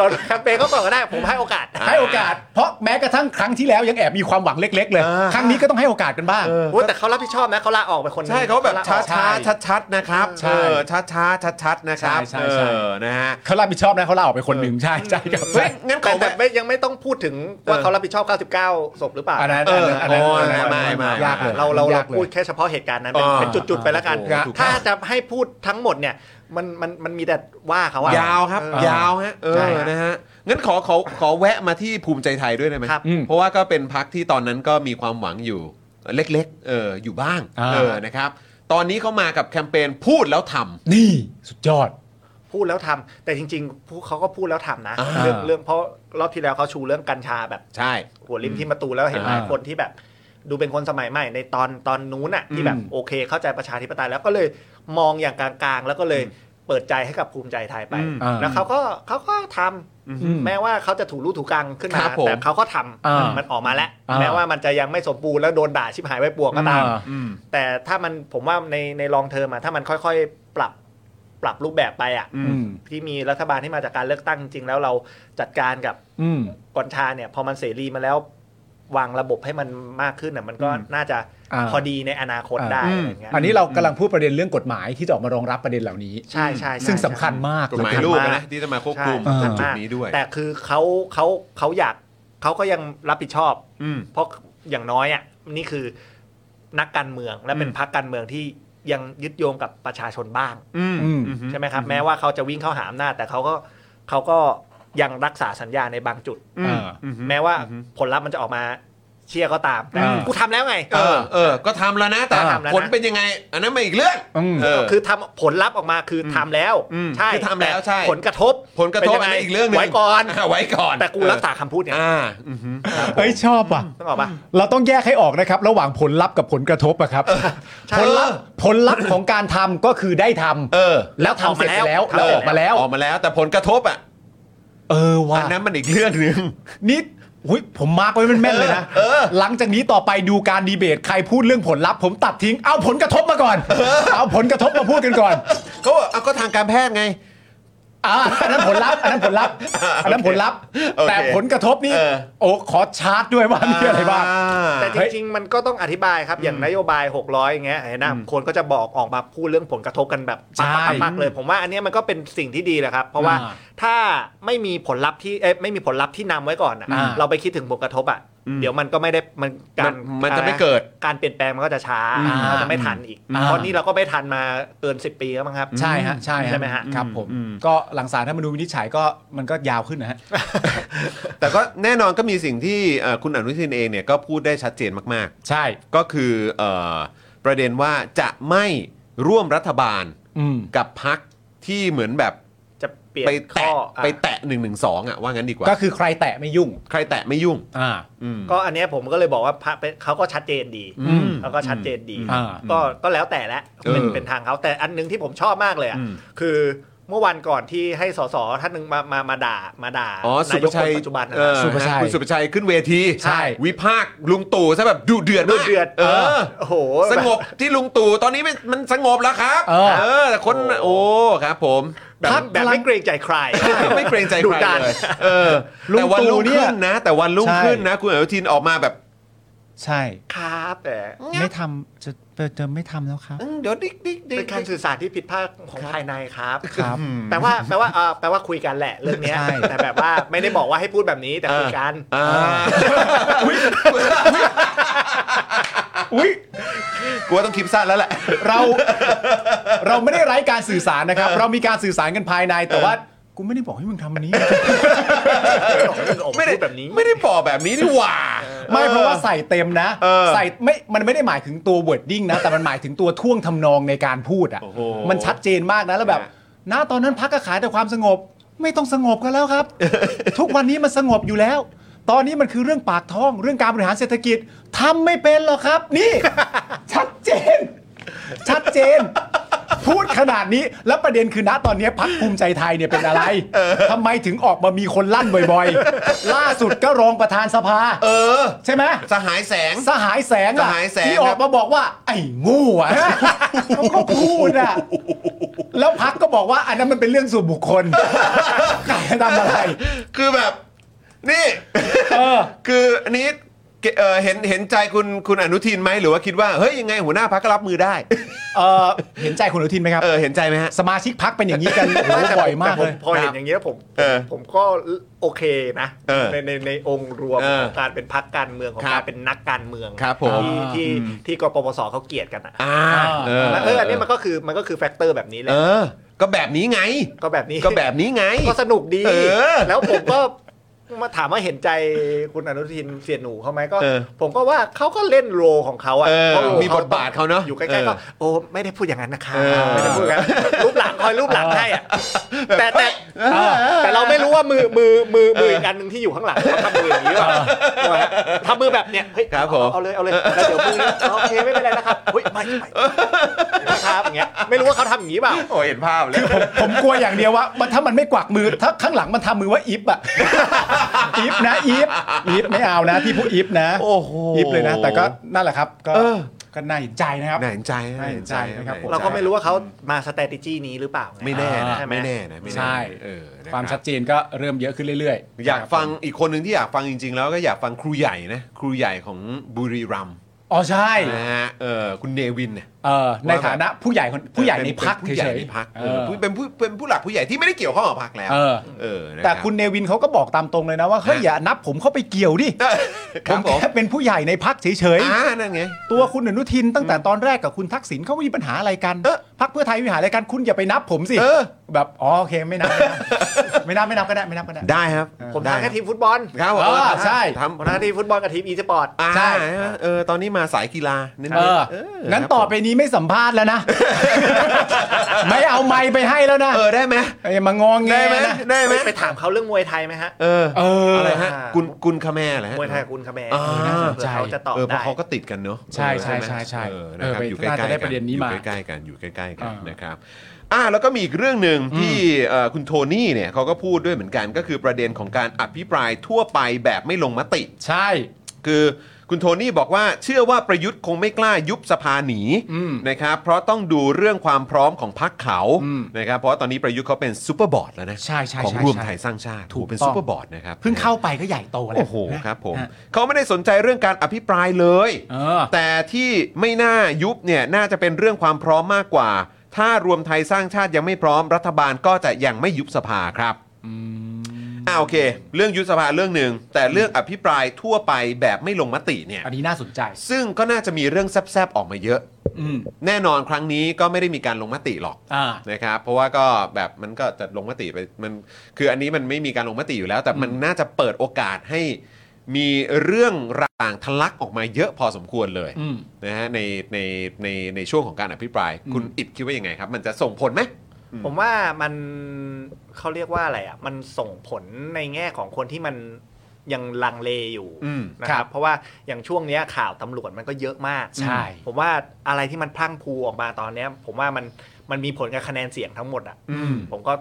[SPEAKER 3] รอดูแคมเปญเขาก่อนก็ได้ ผมให้โอกาส
[SPEAKER 2] ให้โอกาส เพราะแม้กระทั่งครั้งที่แล้วยังแอบมีความหวังเล็ก ๆ เลย
[SPEAKER 1] อ่า
[SPEAKER 2] ครั้งนี้ก็ต้องให้โอกาสกันบ้าง
[SPEAKER 3] โอ้แต่เขารับผิดชอบนะเขาลาออกไปคนหนึง
[SPEAKER 1] ใช่เขาแบบ
[SPEAKER 3] ลออก
[SPEAKER 1] ช้า
[SPEAKER 2] ใช่
[SPEAKER 1] ช้าชัดชัดๆนะครับ
[SPEAKER 2] ใช่
[SPEAKER 1] เออช้าช้าชัดชัดๆนะครับ
[SPEAKER 2] ใช่
[SPEAKER 1] เอ
[SPEAKER 2] ใช่ใช่
[SPEAKER 1] อนะฮะ
[SPEAKER 2] เขารับผิดชอบนะเขาลาออกไปคนหนึ่งใช่ใช่ครับ
[SPEAKER 1] เฮ้ยงั้นข
[SPEAKER 3] แต่
[SPEAKER 1] อแบ
[SPEAKER 3] แต่
[SPEAKER 1] บ
[SPEAKER 3] ไม่ยังไม่ต้องพูดถึงว่าเขารับผิดชอบ 99 ศพหรือเปล่า
[SPEAKER 2] อันนั้น
[SPEAKER 1] เอออั
[SPEAKER 2] อันนั้น
[SPEAKER 1] โอ้ย
[SPEAKER 2] อันนั้น
[SPEAKER 1] ไม่ไม่ไม่
[SPEAKER 2] ยากเลย
[SPEAKER 3] เราเรา
[SPEAKER 2] ย
[SPEAKER 3] เรา
[SPEAKER 2] กลย
[SPEAKER 3] พูดแค่เฉพาะเหตุการณ์นั้นเป็น
[SPEAKER 1] อ่า
[SPEAKER 3] เป็นจุดๆไปแล้วกัน
[SPEAKER 1] ครับ
[SPEAKER 3] ถ้าจะให้พูดทั้งหมดเนี่ยมันมันมันมีแต่ว่าเขาอะ
[SPEAKER 1] ยาวครับ
[SPEAKER 2] เออย
[SPEAKER 1] าวฮะเอ
[SPEAKER 3] ใช่
[SPEAKER 1] อ
[SPEAKER 3] ฮะ
[SPEAKER 1] นะฮะงั้นขอขอขอแวะมาที่ภูมิใจไทยด้วยได้ไหม
[SPEAKER 3] ครับ
[SPEAKER 2] อืม
[SPEAKER 1] เพราะว่าก็เป็นพักที่ตอนนั้นก็มีความหวังอยู่เล็กๆเอออยู่บ้าง
[SPEAKER 2] อ่า
[SPEAKER 1] เออนะครับตอนนี้เขามากับแคมเปญพูดแล้วทำ
[SPEAKER 2] นี่สุดยอด
[SPEAKER 3] พูดแล้วทำแต่จริงๆพูเขาก็พูดแล้วทำนะ
[SPEAKER 1] อ่า
[SPEAKER 3] เรื่องเรื่องเพราะรอบที่แล้วเขาชูเรื่องกัญชาแบบ
[SPEAKER 1] ใช่
[SPEAKER 3] หัวริมที่ประตูแล้วเห็นหลาย
[SPEAKER 2] อ่า
[SPEAKER 3] คนที่แบบ ดูเป็นคนสมัยใหม่ในตอนตอนนู้นอะที่แบบโอเค เข้าใจประชาธิปไตยแล้วก็เลยมองอย่างกลางๆ แล้วก็เลยเปิดใจให้กับภูมิใจไทยไป
[SPEAKER 1] อืม
[SPEAKER 2] อ่า
[SPEAKER 3] แล้วเขาก็เขาก็ทำ
[SPEAKER 2] ม
[SPEAKER 3] แม้ว่าเขาจะถูรูถูกลางขึ้น
[SPEAKER 1] ค
[SPEAKER 3] มา
[SPEAKER 1] รับผม
[SPEAKER 3] แต่เขาก็ท
[SPEAKER 2] อ่า
[SPEAKER 3] ำมันมันออกมาแล้ว
[SPEAKER 2] อ่า
[SPEAKER 3] แม้ว่ามันจะยังไม่สมบูรณ์แล้วโดนด่าชิบหายไปปวกก็ตาม
[SPEAKER 2] อ่า
[SPEAKER 1] อืม
[SPEAKER 3] แต่ถ้ามันผมว่าในในลองเทอมอะถ้ามันค่อยๆปรับปรับรูปแบบไปอะ
[SPEAKER 1] อื
[SPEAKER 2] อืม
[SPEAKER 3] ที่มีรัฐบาลที่มาจากการเลือกตั้งจริงๆแล้วเราจัดการกับ
[SPEAKER 2] อืม
[SPEAKER 3] กัญชาเนี่ยพอมันเสรีมาแล้ววางระบบให้มันมากขึ้นน่ะมันก็น่าจะ
[SPEAKER 2] อ่า
[SPEAKER 3] พอดีในอนาคตได้อะไรเงี้ย
[SPEAKER 2] อันนี้เรากำลังพูดประเด็นเรื่องกฎหมายที่จะออกมารองรับประเด็นเหล่านี้
[SPEAKER 3] ใช่ใช่ใช่
[SPEAKER 2] ซึ่งสำคัญมาก
[SPEAKER 1] กฎหมายลูกนะที่จะมาควบคุม
[SPEAKER 3] ใช่สำ
[SPEAKER 1] จุด
[SPEAKER 3] คัญมาก
[SPEAKER 1] นี้ด้วย
[SPEAKER 3] แต่คือเขาเขาเขาอยากเขาก็ยังรับผิดชอบ
[SPEAKER 1] อืม
[SPEAKER 3] เพราะอย่างน้อยอ่ะนี่คือนักการเมืองและเป็น
[SPEAKER 1] อืม
[SPEAKER 3] พรรคการเมืองที่ยังยึดโยงกับประชาชนบ้าง
[SPEAKER 1] อืมอืม
[SPEAKER 3] ใช่ไหมครับ แม้ว่าเขาจะวิ่งเข้าหาอำนาจแต่เขาก็เขาก็ยังรักษาสัญญาในบางจุด
[SPEAKER 2] อืม
[SPEAKER 3] แม้ว่า
[SPEAKER 1] อือฮึ
[SPEAKER 3] ผลลัพธ์มันจะออกมาเชี่ยก็ตามแต่
[SPEAKER 2] อ่ากู
[SPEAKER 3] กูทำแล้วไง
[SPEAKER 1] เออเออ ก็ทำแล้วนะแต่
[SPEAKER 3] ทำแล้วนะ
[SPEAKER 1] ผลเป็นยังไง อันนั้นมาอีกเรื่อง
[SPEAKER 2] อืม
[SPEAKER 1] เออ
[SPEAKER 3] คือทำผลลัพธ์ออกมาคือทำแล้ว
[SPEAKER 1] อืม
[SPEAKER 3] ใช่
[SPEAKER 1] คือทำแล้ว
[SPEAKER 3] ต่
[SPEAKER 1] ใช่
[SPEAKER 3] ผลกระทบ
[SPEAKER 1] ผลกระทบ
[SPEAKER 3] เป็
[SPEAKER 1] อัน
[SPEAKER 3] ยั
[SPEAKER 1] นั้นอีกเรื่องหนึง
[SPEAKER 3] ไว้ก่อน
[SPEAKER 1] าไว้ก่อน
[SPEAKER 3] แต่กูรักษาคำพูดเนี่ย
[SPEAKER 1] อ่าอือฮึ
[SPEAKER 2] เอ้ยชอบอ่ะ
[SPEAKER 3] ต้องบอกป่ะ
[SPEAKER 2] เราต้องแยกให้ออกนะครับ ระหว่างผลลัพธ์กับผลกระทบอะครับ
[SPEAKER 3] ใช่
[SPEAKER 2] ผลลัพธ์ผลลัพธ์ของการทำก็คือได้ทำ
[SPEAKER 1] เออ
[SPEAKER 2] แล้วทำเสร็จไปแล้ว
[SPEAKER 3] ทำ
[SPEAKER 2] แล้ว
[SPEAKER 3] เสร็จ
[SPEAKER 2] ออกมาแล้ว
[SPEAKER 1] ออกมาแล้วแต่ผลกระทบอ่ะ
[SPEAKER 2] เออ
[SPEAKER 1] อั
[SPEAKER 2] ว่ะ
[SPEAKER 1] นนั้นมันอีกเรื่องหนึ่ง
[SPEAKER 2] นี่อุยผมมาร์กไว้แม่นๆเลยนะ
[SPEAKER 1] เออ
[SPEAKER 2] หลังจากนี้ต่อไปดูการดีเบตใครพูดเรื่องผลลัพธ์ผมตัดทิ้งเอาผลกระทบมาก่อน เอาผลกระทบมาพูดกันก่อน
[SPEAKER 1] เขาบอกเอาก็ทางการแพทย์ไง
[SPEAKER 2] อ่าอันนั้นผลลัพธ์อันนั้นผลลั พธ์อันนั้นผลลัพธ์
[SPEAKER 1] โอเค
[SPEAKER 2] แต่ผลกระทบนี่
[SPEAKER 1] เออ
[SPEAKER 2] โอ้ขอชาร์จด้วยว่ามีอะไรบ้าง
[SPEAKER 3] แต่
[SPEAKER 1] แต่
[SPEAKER 3] จริงๆ มันก็ต้องอธิบายครับ อย่างนโยบาย 600อย่างเงี้ยเห็นนะคนก็จะบอกออกมาพูดเรื่องผลกระทบกันแบบ
[SPEAKER 2] ใช่
[SPEAKER 3] ปักๆๆๆเลย ผมว่าอันเนี้ยมันก็เป็นสิ่งที่ดีแหละครับ เพราะว่า
[SPEAKER 2] อ่า
[SPEAKER 3] ถ้าไม่มีผลลัพธ์ที่เอ๊ะไม่มีผลลัพธ์ที่นำไว้ก่อนอะ
[SPEAKER 2] อ่า
[SPEAKER 3] เราไปคิดถึงผลกระทบอ่ะเดี๋ยวมันก็ไม่ได้มันกา
[SPEAKER 1] มั
[SPEAKER 3] ร
[SPEAKER 1] นมันจะไม่เกิด
[SPEAKER 3] การเปลี่ยนแปลงมันก็จะช้า
[SPEAKER 2] อ่า
[SPEAKER 3] เราจะไม่ทันอีก
[SPEAKER 2] อ่า
[SPEAKER 3] ตอนนี้เราก็ไม่ทันมาเกิน 10 ปีแล้วมั้งครับ
[SPEAKER 2] ใช่ฮะใช่
[SPEAKER 3] ใช่ไหมฮะ
[SPEAKER 2] ครับผม
[SPEAKER 1] อืม
[SPEAKER 2] ก็หลังสารถ้ามาดูญวินิจฉัยก็มันก็ยาวขึ้นนะฮะ
[SPEAKER 1] แต่ก็แน่นอนก็มีสิ่งที่เอ่อคุณอนุทินเองเนี่ยก็พูดได้ชัดเจนมาก
[SPEAKER 2] ใช่
[SPEAKER 1] ๆ ก็คือเอ่อประเด็นว่าจะไม่ร่วมรัฐบาล
[SPEAKER 2] อืม
[SPEAKER 1] กับพักที่เหมือนแบบ
[SPEAKER 3] จะเปลี่ยน
[SPEAKER 1] ไป
[SPEAKER 3] ข้
[SPEAKER 1] แตะ
[SPEAKER 3] ออ่ะ
[SPEAKER 1] ไปแตะหนึ่งหนึ่งสองอ่ะว่างั้นดีกว่า
[SPEAKER 2] ก็คือใครแตะไม่ยุ่ง
[SPEAKER 1] ใครแตะไม่ยุ่ง
[SPEAKER 2] อ่า
[SPEAKER 1] อืม
[SPEAKER 3] ก็อันเนี้ยผมก็เลยบอกว่าพระเป็นเขาก็ชัดเจนดี
[SPEAKER 1] อืม
[SPEAKER 3] เขาก็ชัดเจนดี
[SPEAKER 2] อ่า
[SPEAKER 3] ก็ก็แล้วแต่ละเป็น
[SPEAKER 1] เออ
[SPEAKER 3] เป็นทางเขาแต่อันหนึงที่ผมชอบมากเลยอ่ะ
[SPEAKER 1] อืม
[SPEAKER 3] คือเมื่อวันก่อนที่ให้สสท่านหนึงมามามาด่ามาด่า
[SPEAKER 1] อ๋อสุ
[SPEAKER 3] นาย
[SPEAKER 1] ภ
[SPEAKER 3] กค
[SPEAKER 1] ชัย
[SPEAKER 3] นปัจจุบันนะ
[SPEAKER 1] เออ
[SPEAKER 2] สุภชัย
[SPEAKER 1] คุณสุภชัยขึ้นเวที
[SPEAKER 2] ใช่
[SPEAKER 1] วิพากษ์ลุงตู่ซะแบบดุเดือด
[SPEAKER 3] ดู
[SPEAKER 1] มาก
[SPEAKER 3] เดือด
[SPEAKER 1] เออ
[SPEAKER 3] โอ้โห
[SPEAKER 1] สงบที่ลุงตู่ตอนนี้มันมันสงบแล้วครับ
[SPEAKER 2] เออ
[SPEAKER 1] แต่คน
[SPEAKER 3] โอ้
[SPEAKER 1] โอ้ครับผม
[SPEAKER 3] แบบแบบแบบไม่เกรงใจใคร
[SPEAKER 1] ไม่เกรงใจ
[SPEAKER 3] ดุ
[SPEAKER 1] ใคร
[SPEAKER 3] ดัน
[SPEAKER 1] เลยเออ
[SPEAKER 2] ลุง
[SPEAKER 1] แต่วัน
[SPEAKER 2] ตู่
[SPEAKER 1] รุ่ง
[SPEAKER 2] เนี่ย
[SPEAKER 1] ขึ้นนะ แต่วันรุ่ง
[SPEAKER 2] ใช่
[SPEAKER 1] ขึ้นนะ คุณอนุทินออกมาแบบ
[SPEAKER 2] ใช่
[SPEAKER 3] ครับแต่
[SPEAKER 2] ไม่ทำจะจะไม่ทำแล้วครับ
[SPEAKER 1] อื้อเดี๋ยวดิ๊กดิ๊กดิ๊
[SPEAKER 3] เป็น
[SPEAKER 1] ก
[SPEAKER 3] การสื่อสารที่ผิดพลาดของภายในครับ
[SPEAKER 2] ครับ
[SPEAKER 3] แปลว่าแปลว่าเอ่อแปลว่าคุยกันแหละเรื่องเนี้ย
[SPEAKER 2] ใช่
[SPEAKER 3] แต่แบบว่าไม่ได้บอกว่าให้พูดแบบนี้แต่คุยกัน
[SPEAKER 1] อ่า
[SPEAKER 2] อุ้ย
[SPEAKER 1] กูว่าต้องคลิปสั้นแล้วแหละ
[SPEAKER 2] เราเราไม่ได้ไร้การสื่อสารนะครับ เรามีการสื่อสารกันภายในแต่ว่ากูไม่ได้บอกให้มึงทำอันนี้
[SPEAKER 3] ไม่
[SPEAKER 1] ไม่
[SPEAKER 3] ได้
[SPEAKER 1] ได้
[SPEAKER 3] พูดแบบนี้
[SPEAKER 1] ไม่ได้ปอกแบบนี้นี่หว่า
[SPEAKER 2] ไม่เพราะว่าใส่เต็มนะ
[SPEAKER 1] เออ
[SPEAKER 2] ใส่ไม่มันไม่ได้หมายถึงตัว wording นะ แต่มันหมายถึงตัวท่วงทำนองในการพูดอ่ะ
[SPEAKER 1] โอ้โห
[SPEAKER 2] มันชัดเจนมากนะแล้วแบบ
[SPEAKER 1] นะ
[SPEAKER 2] หน้าตอนนั้นพักก็ขายแต่ความสงบ ไม่ต้องสงบกันแล้ว ครับ ทุกวันนี้มันสงบอยู่แล้ว ตอนนี้มันคือเรื่องปากท้อง เรื่องการบริหารเศรษฐกิจทำไม่เป็นหรอกครับ นี่ ชัดเจน ชัดเจน พูดขนาดนี้แล้วประเด็นคือณตอนนี้พักภูมิใจไทยเนี่ยเป็นอะไรทำไมถึงออกมามีคนลั่นบ่อยๆ ล่าสุดก็รองประธานสภา
[SPEAKER 1] เออ
[SPEAKER 2] ใช่ไหม
[SPEAKER 1] สหายแสง
[SPEAKER 2] สหายแสง
[SPEAKER 1] ส
[SPEAKER 2] อะ
[SPEAKER 1] หายแสง
[SPEAKER 2] ที่ออกมาบอกว่า ไอ้โงูอ่ะ เขาก็พูดอ่ะ แล้วพักก็บอกว่าอันนั้นมันเป็นเรื่องส่วนบุคคลใครจะทำอะไร
[SPEAKER 1] คือแบบนี่
[SPEAKER 2] เออ
[SPEAKER 1] คืออันนี้เกเอ่อเห็นเห็นใจคุณคุณอนุทินไหมหรือว่าคิดว่าเฮ้ยยังไงหัวหน้าพักก็รับมือได้
[SPEAKER 2] เออเห็นใจคุณอนุทินไหมครับ
[SPEAKER 1] เออเห็นใจไหมฮะ
[SPEAKER 2] สมาชิกพักเป็นอย่างนี้กันโอ้โหบ่อยมาก
[SPEAKER 3] แต่ผ
[SPEAKER 2] เลย
[SPEAKER 3] พอเห็นอย่างนี้แล้วผม
[SPEAKER 1] เออ
[SPEAKER 3] ผมก็โอเคนะ
[SPEAKER 1] เออ
[SPEAKER 3] ในในในองค์รวม
[SPEAKER 1] เออ
[SPEAKER 3] ของการเป็นพักการเมืองของ
[SPEAKER 1] ครับ
[SPEAKER 3] การเป็นนักการเมือง
[SPEAKER 1] ครับผม
[SPEAKER 3] ที่ที่
[SPEAKER 2] อืม
[SPEAKER 3] ที่กปปสเขาเกลียดกันอ่ะ
[SPEAKER 1] อ่าเออ
[SPEAKER 3] เอออันนี้มันก็คือมันก็คือแฟกเตอร์แบบนี้แห
[SPEAKER 1] เอ
[SPEAKER 3] ละ
[SPEAKER 1] อ ก็แบบนี้ไง
[SPEAKER 3] ก็แบบนี้
[SPEAKER 1] ก็แบบนี้ไง
[SPEAKER 3] ก็สนุกดี
[SPEAKER 1] เออ
[SPEAKER 3] แล้วผมก็ มาถามว่าเห็นใจคุณอนุทินเสียหนูเขาไหมก็
[SPEAKER 1] เออ
[SPEAKER 3] ผมก็ว่าเขาก็เล่นโรลของเขาอ่ะ
[SPEAKER 1] เออ
[SPEAKER 3] เพราะโร
[SPEAKER 1] มีบทบาทเขาเนอะ
[SPEAKER 3] อยู่ใกล้ๆ
[SPEAKER 1] เอ
[SPEAKER 3] ก็
[SPEAKER 1] อ
[SPEAKER 3] โอ้ไม่ได้พูดอย่างนั้นนะคะ
[SPEAKER 1] เออ
[SPEAKER 3] ไม่ได้พูดอย่างนั้นรูปหลังคอยรูปหลังให้อ่ะแต่แต่
[SPEAKER 2] เออ
[SPEAKER 3] แต่เราไม่รู้ว่ามือมือมือมืออีกอันหนึ่งที่อยู่ข้างหลังเขาทำมืออย่างนี้หรือเปล่าทำมือแบบเนี้ยเฮ้ย
[SPEAKER 1] ครับผม
[SPEAKER 3] เอาเอาเลยเอาเลยแล้วเดี๋ยวมือนี้โอเคไม่เป็นไรนะครับเฮ้ยไม่ไม่นะครับอย่างเงี้ยไม่รู้ว่าเขาทำอย่างนี้เปล่า
[SPEAKER 1] โอ้ยเห็นภาพเลย
[SPEAKER 2] ผมผมกลัวอย่างเดียวว่ามันถ้ามันไม่กวักมือ ถ้าข้างหลังมันทำมือว่าอิฟอะอิฟนะอิฟอิฟไม่เอานะที่พูดอิฟนะ
[SPEAKER 1] โอ้โห
[SPEAKER 2] ฟเลยนะ แต่ก็นั่นแหละครับก็
[SPEAKER 1] เออ
[SPEAKER 2] ก็น่าเห็นใจนะครับ
[SPEAKER 1] น่าเห็นใจ
[SPEAKER 2] น่าเห็นใจนะครับผม
[SPEAKER 3] เราก็ไม่รู้ว่าเขามาสแตติจี้นี้หรือเปล่าง
[SPEAKER 1] ไม่แน่นะ
[SPEAKER 3] ใช่ไหม
[SPEAKER 1] ไม่แน่นะไม่แน่นะ
[SPEAKER 2] ใช่
[SPEAKER 1] เออนะรับ
[SPEAKER 2] ความชัดเจนก็เริ่มเยอะขึ้นเรื่อยๆ
[SPEAKER 1] อยากฟังอีกคนหนึ่งที่อยากฟังจริง ๆ แล้วก็อยากฟังครูใหญ่นะครูใหญ่ของบุรีรัมย์
[SPEAKER 2] อ๋อใช่
[SPEAKER 1] นะฮะเออคุณเนวินเนี่ย
[SPEAKER 2] เออในฐานะผู้ใหญ่คนผู้ใหญ่ในพัก
[SPEAKER 1] เป็
[SPEAKER 2] เฉ
[SPEAKER 1] ผู้ใหญ่
[SPEAKER 2] ย
[SPEAKER 1] ในพัก
[SPEAKER 2] ๆเอ
[SPEAKER 1] เออ
[SPEAKER 2] อ
[SPEAKER 1] ผู้เป็นผู้เป็นผู้หลักผู้ใหญ่ที่ไม่ได้เกี่ยวข้องกับพักแล้ว
[SPEAKER 2] เออ
[SPEAKER 1] เออนะ
[SPEAKER 2] แต่
[SPEAKER 1] รับ
[SPEAKER 2] คุณเนวินเขาก็บอกตามตรงเลยนะว่าเฮ้ย
[SPEAKER 1] ฮะ
[SPEAKER 2] อย่านับผมเข้าไปเกี่ยวดิ
[SPEAKER 1] ค
[SPEAKER 2] ผ
[SPEAKER 1] รับ
[SPEAKER 2] ม
[SPEAKER 1] ผม
[SPEAKER 2] แค่เป็นผู้ใหญ่ในพักเฉย
[SPEAKER 1] อ่านั่นไง
[SPEAKER 2] ๆตัวคุณอนุทินตั้งแต่ตอนแรกกับคุณทักษิณเขาไม่มีปัญหาอะไรกัน
[SPEAKER 1] เออ
[SPEAKER 2] พักเพื่อไทยมีปัญหาอะไรกันคุณอย่าไปนับผมสิ
[SPEAKER 1] เออ
[SPEAKER 2] แบบอ๋อโอเคไม่นับ ไม่นับ ไม่นับไม่นับก็ได้ไม่นับก็ได้
[SPEAKER 1] ได้ครับ
[SPEAKER 3] ผม
[SPEAKER 1] ได้
[SPEAKER 3] ทำแค่ทีมฟุตบอล
[SPEAKER 1] ครับผม
[SPEAKER 2] เออใช่
[SPEAKER 1] ทำ
[SPEAKER 3] ผมทำแค่ทีมฟุตบอลกับทีมอีสปอร์ต
[SPEAKER 1] อ่า
[SPEAKER 2] ใช่
[SPEAKER 1] เออตอนนี้มาสายกีฬาเน้นๆ
[SPEAKER 2] เออ
[SPEAKER 1] เออ
[SPEAKER 2] งั้น
[SPEAKER 1] ครับ
[SPEAKER 2] ต่อไปนี้ไม่สัมภาษณ์แล้วนะ ไม่เอาไมค์ไปให้แล้วนะ
[SPEAKER 1] เออได้ไหม
[SPEAKER 2] ไอ้มางองแง
[SPEAKER 1] ได้ไหม
[SPEAKER 2] นะ
[SPEAKER 1] ได้ไหม
[SPEAKER 3] ไปถามเขาเรื่องมวยไทยไหมฮะ
[SPEAKER 1] เออ
[SPEAKER 2] เออ
[SPEAKER 1] อะไรฮะกุลกุลคาแม่เหรอฮะ
[SPEAKER 3] มวยไทยกับคุณคาแม
[SPEAKER 1] อ่า
[SPEAKER 3] เผื่อเขาจะตอบ
[SPEAKER 1] เออเพราะ
[SPEAKER 3] ได้
[SPEAKER 1] เขาก็ติดกันเนอะ
[SPEAKER 2] ใช่ใช่ใช่ใช่
[SPEAKER 1] เออนะครับ
[SPEAKER 2] เออ
[SPEAKER 1] อยู่ใกล้ๆกั
[SPEAKER 2] น่าจะได้ประเด็นนี้มา
[SPEAKER 1] อยู่ใกล้ๆกันอยู่ใกล้ๆกัน
[SPEAKER 2] อ่าน
[SPEAKER 1] นะครับอ่าแล้วก็มีอีกเรื่องหนึ่งที่เอ่อคุณโทนี่เนี่ยเขาก็พูดด้วยเหมือนกันก็คือประเด็นของการอภิปรายทั่วไปแบบไม่ลงมติ
[SPEAKER 2] ใช่
[SPEAKER 1] คือคุณโทนี่บอกว่าเชื่อว่าประยุทธ์คงไม่กล้ายุบสภาหนี
[SPEAKER 2] อืม
[SPEAKER 1] นะครับเพราะต้องดูเรื่องความพร้อมของพรรคเขา
[SPEAKER 2] อืม
[SPEAKER 1] นะครับเพราะว่าตอนนี้ประยุทธ์เขาเป็นซูเปอร์บอร์ดแล้วนะ
[SPEAKER 2] ใช่ใช่
[SPEAKER 1] ของ
[SPEAKER 2] ใช่
[SPEAKER 1] รวม
[SPEAKER 2] ใช่
[SPEAKER 1] ไทยสร้างชาติ
[SPEAKER 2] ถูก
[SPEAKER 1] เป็น
[SPEAKER 2] ต้อง
[SPEAKER 1] ซูเปอร์บอร์ดนะครับ
[SPEAKER 2] เพิ่งเข้าไปก็ใหญ่โตแล้ว
[SPEAKER 1] โอ้โห
[SPEAKER 2] นะครับ
[SPEAKER 1] ผม
[SPEAKER 2] ฮะ
[SPEAKER 1] เขาไม่ได้สนใจเรื่องการอภิปรายเลย
[SPEAKER 2] เออ
[SPEAKER 1] แต่ที่ไม่น่ายุบเนี่ยน่าจะเป็นเรื่องความพร้อมมากกว่า ถ้ารวมไทยสร้างชาติยังไม่พร้อมรัฐบาลก็จะยังไม่ยุบสภาครับอ่าโอเค เรื่องยุบสภาเรื่องหนึ่งแต่เรื่องอภิปรายทั่วไปแบบไม่ลงมติเนี่ย
[SPEAKER 2] อันนี้น่าสนใจ
[SPEAKER 1] ซึ่งก็น่าจะมีเรื่องแซบๆออกมาเยอะ
[SPEAKER 2] อืม
[SPEAKER 1] แน่นอนครั้งนี้ก็ไม่ได้มีการลงมติหรอก
[SPEAKER 2] อ่า
[SPEAKER 1] นะครับเพราะว่าก็แบบมันก็จะลงมติไปมันคืออันนี้มันไม่มีการลงมติอยู่แล้ว แต่มันน่าจะเปิดโอกาสให้มีเรื่องราวต่างทะลักออกมาเยอะพอสมควรเลย
[SPEAKER 2] อืม
[SPEAKER 1] นะฮะในในในในช่วงของการอภิปราย คุณอิดคิดว่ายังไงครับ มันจะส่งผลไหม
[SPEAKER 3] ผมว่ามันเขาเรียกว่าอะไรอ่ะ มันส่งผลในแง่ของคนที่มันยังลังเลอยู่
[SPEAKER 1] อืม
[SPEAKER 3] นะ
[SPEAKER 2] ค
[SPEAKER 3] ค
[SPEAKER 2] รั
[SPEAKER 3] รั
[SPEAKER 2] บบ
[SPEAKER 3] เพราะว่าอย่างช่วงเนี้ยข่าวตำรวจมันก็เยอะมาก
[SPEAKER 2] ใช่
[SPEAKER 3] ผมว่าอะไรที่มันพลั่งพรูออกมาตอนเนี้ย ผมว่ามันมันมีผลกับคะแนนเสียงทั้งหมดอ่ะ
[SPEAKER 1] อืม
[SPEAKER 3] ผมก็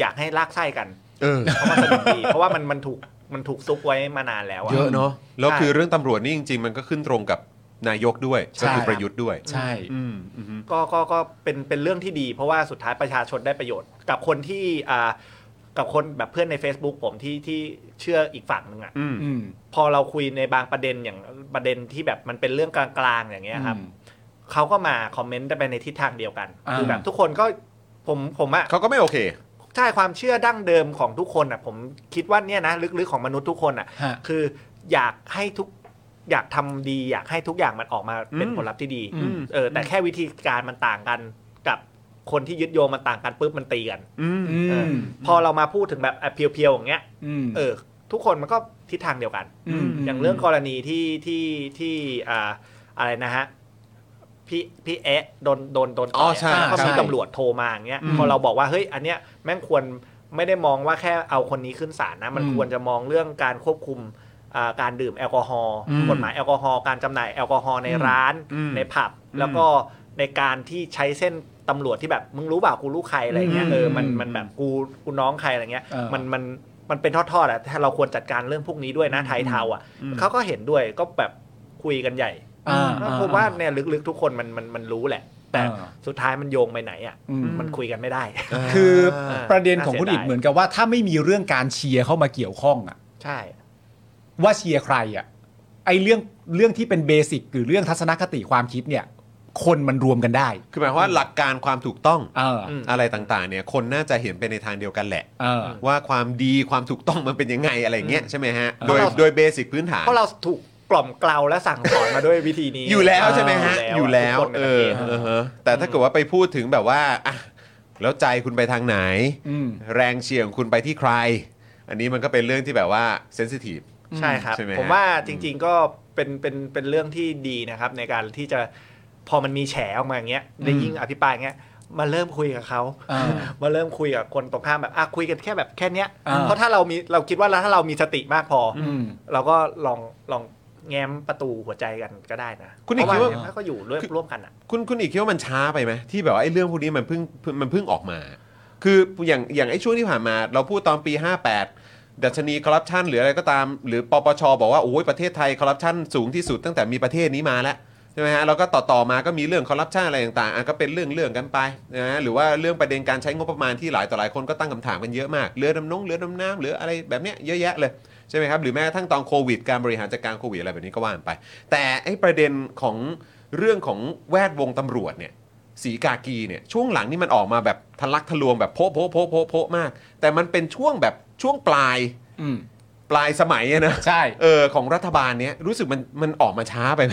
[SPEAKER 3] อยากให้ลากไส้กัน
[SPEAKER 1] เออ
[SPEAKER 3] เพราะมันสนุกดี เพราะว่ามันมันถูกมันถูกซุกไว้มานานแล้วอ่ะ
[SPEAKER 1] เยอะเนาะแล้ว
[SPEAKER 3] ใช่
[SPEAKER 1] คือเรื่องตำรวจนี่จริง ๆ มันก็ขึ้นตรงกับนายกด้วย
[SPEAKER 2] ใช่
[SPEAKER 1] ก็คือประยุทธ์ด้วย
[SPEAKER 2] ใช่
[SPEAKER 1] อืมอืมอืม
[SPEAKER 3] ก็ก็ก็เป็นเป็นเรื่องที่ดี เพราะว่าสุดท้ายประชาชนได้ประโยชน์ กับคนที่อ่ากับคนแบบเพื่อนใน Facebook ผมที่ที่เชื่ออีกฝั่งหนึ่งอ่ะ
[SPEAKER 2] อืม
[SPEAKER 3] พอเราคุยในบางประเด็นอย่างประเด็นที่แบบมันเป็นเรื่องกลางๆอย่างเงี้ยครับ
[SPEAKER 2] อืม
[SPEAKER 3] เขาก็มาคอมเมนต์ไปในทิศทางเดียวกัน
[SPEAKER 2] อ่า
[SPEAKER 3] คือแบบทุกคนก็ผมผมอะ
[SPEAKER 1] เขาก็ไม่โอเค
[SPEAKER 3] ใช่ความเชื่อดั้งเดิมของทุกคนอะผมคิดว่าเนี่ยนะลึกๆของมนุษย์ทุกคนอะ
[SPEAKER 2] ฮะ
[SPEAKER 3] คืออยากให้ทุกอยากทำดี อยากให้ทุกอย่างมันออกมาเป็นผลลัพธ์ที่ดี
[SPEAKER 2] อืม
[SPEAKER 3] เออแต่แค่วิธีการมันต่างกันกับคนที่ยึดโยงมันต่างกันปุ๊บมันตีกัน
[SPEAKER 2] อื
[SPEAKER 3] เออ
[SPEAKER 2] ม
[SPEAKER 3] พอเรามาพูดถึงแบบอ่ะเพียวๆอย่างเงี้ย
[SPEAKER 2] อืม
[SPEAKER 3] เออทุกคนมันก็ทิศทางเดียวกัน
[SPEAKER 2] อืม
[SPEAKER 3] อย่างเรื่องกรณีที่ที่ที่อ่าอะไรนะฮะพี่พี่แอะโดนโดนโดนต่
[SPEAKER 1] อ๋อย ใช่
[SPEAKER 3] แล้วก็
[SPEAKER 1] ใช่
[SPEAKER 3] มีตำรวจโทรมาอย่างเงี้ย
[SPEAKER 2] อืม
[SPEAKER 3] พอเราบอกว่าเฮ้ยอันเนี้ยแม่งควรไม่ได้มองว่าแค่เอาคนนี้ขึ้นศาลนะ มัน
[SPEAKER 2] อืม
[SPEAKER 3] ควรจะมองเรื่องการควบคุมอ่าการดื่มแอลกอฮอล์
[SPEAKER 2] อืม
[SPEAKER 3] กฎหมายแอลกอฮอล์การจำหน่ายแอลกอฮอล์ใน
[SPEAKER 2] อืม
[SPEAKER 3] ร้าน
[SPEAKER 1] อืม
[SPEAKER 3] ในผับ แล้วก็ในการที่ใช้เส้นตำรวจที่แบบมึงรู้เปล่ากูรู้ใครอะไรเงี้ยเออมันมันแบบกูกูน้องใครอะไรเงี้ย
[SPEAKER 2] เออ
[SPEAKER 3] มัน มันมันเป็นทอดๆอ่ะถ้าเราควรจัดการเรื่องพวกนี้ด้วยนะไทยเทาอ่ะเขาก็เห็นด้วยก็แบบคุยกันใหญ่
[SPEAKER 2] อ่า
[SPEAKER 3] ผมว่าเนี่ยลึกๆทุกคนมันมันมันรู้แหละ แต่ แต่
[SPEAKER 2] อ่า
[SPEAKER 3] สุดท้ายมันโยงไปไหนอ่ะมันคุยกันไม่ได้
[SPEAKER 2] คือประเด็น
[SPEAKER 3] น่า
[SPEAKER 2] ของคุณ
[SPEAKER 3] เสีย
[SPEAKER 2] อิ
[SPEAKER 3] ดาย
[SPEAKER 2] ดเหมือนกับว่าถ้าไม่มีเรื่องการเชียร์เข้ามาเกี่ยวข้องอะ
[SPEAKER 3] ใช่
[SPEAKER 2] ว่าเชียร์ใครอะไอเรื่องเรื่องที่เป็นเบสิกหรือเรื่องทัศนคติความคิดเนี่ย คนมันรวมกันได้
[SPEAKER 1] คือหมายความว่าหลักการความถูกต้อง
[SPEAKER 2] เอออ
[SPEAKER 1] อะไรต่างๆเนี่ยคนน่าจะเห็นไปในทางเดียวกันแหละ
[SPEAKER 2] เออ
[SPEAKER 1] ว่าความดีความถูกต้องมันเป็นยังไงอะไรอย่างเงี้ยใช่ไหมฮะ โดย
[SPEAKER 2] เพราะเรา
[SPEAKER 1] โดยเบสิกพื้นฐาน
[SPEAKER 3] เพราะเราถูกกล่อมเกลาและสั่งสอนมาด้วยวิธีนี้
[SPEAKER 1] อยู่แล้วใช่ไหมฮะ อยู่แล้ว
[SPEAKER 3] ทุกคนใน
[SPEAKER 1] เอ
[SPEAKER 3] ประ
[SPEAKER 1] อ
[SPEAKER 3] เทศ
[SPEAKER 1] เออฮะแต่ถ้าเกิดว่าไปพูดถึงแบบว่าอ่ะแล้วใจคุณไปทางไหน
[SPEAKER 2] อืม
[SPEAKER 1] แรงเชียร์ของคุณไปที่ใคร อันนี้มันก็เป็นเรื่องที่แบบว่าเซนซิทีฟ
[SPEAKER 3] ใช่ครับ
[SPEAKER 1] ใช่ไหมฮะ
[SPEAKER 3] ผมว่าจริงๆก็เป็นเป็นเป็นเรื่องที่ดีนะครับในการที่จะพอมันมีแฉออกมาอย่างเงี้ยได้ยิ่งอภิปรายอย่างเงี้ยมาเริ่มคุยกับเขา
[SPEAKER 2] อ่า
[SPEAKER 3] มาเริ่มคุยกับคนตรงข้ามแบบอ่ะคุยกันแค่แบบแค่เนี้ย
[SPEAKER 2] อ่า
[SPEAKER 3] เพราะถ้าเรามีเราคิดว่าแล้วถ้าเรามีสติมากพออ
[SPEAKER 2] อืม
[SPEAKER 3] เราก็ลองลองแง้มประตูหัวใจกันก็ได้นะ
[SPEAKER 1] คุณอีก
[SPEAKER 3] เพระ
[SPEAKER 1] คิดว่า
[SPEAKER 3] มันก็อยู่ร่วมร่วมกันอ่ะ
[SPEAKER 1] คุณคุณอีกคิดว่ามันช้าไปไหมที่แบบว่าไอ้เรื่องพวกนี้มันเพิ่งมันเพิ่งออกมา คืออย่างอย่างไอ้ช่วงที่ผ่านมา เราพูดตอนปี 58 ดัชนีคอร์รัปชันหรืออะไรก็ตาม หรือปปชบอกว่าโอ้ยประเทศไทยคอร์รัปชันสูงที่สุดตั้งแต่มีประเทศนี้มาแล้วใช่ไหมฮะแล้วก็ต่อต่อมาก็มีเรื่องคอร์รัปชันอะไรต่างๆอ่ะก็เป็นเรื่องเรื่องกันไปนะฮะหรือว่าเรื่องประเด็นการใช้งบประมาณที่หลายต่อหลายคนก็ตั้งคำถามกันเยอะมากเรือดำน้งเรือดำน้ำหรืออะไรแบบเนี้ยเยอะแยะเลยใช่ไหมครับหรือแม้กระทั่งตอนโควิดการบริหารจัดการโควิดอะไรแบบนี้ก็ว่ากันไป แต่ไอ้ประเด็นของเรื่องของแวดวงตำรวจเนี่ย สีกากีเนี่ยช่วงหลังนี่มันออกมาแบบทะลักทะลวงแบบโพะโพะโพะโพะโพะมาก แต่มันเป็นช่วงแบบช่วงปลาย
[SPEAKER 2] อืม
[SPEAKER 1] ปลายสมัยอะนะ
[SPEAKER 2] ใช่
[SPEAKER 1] เออของรัฐบาลเนี้ยรู้สึกมันมันออกมาช้าไปไหม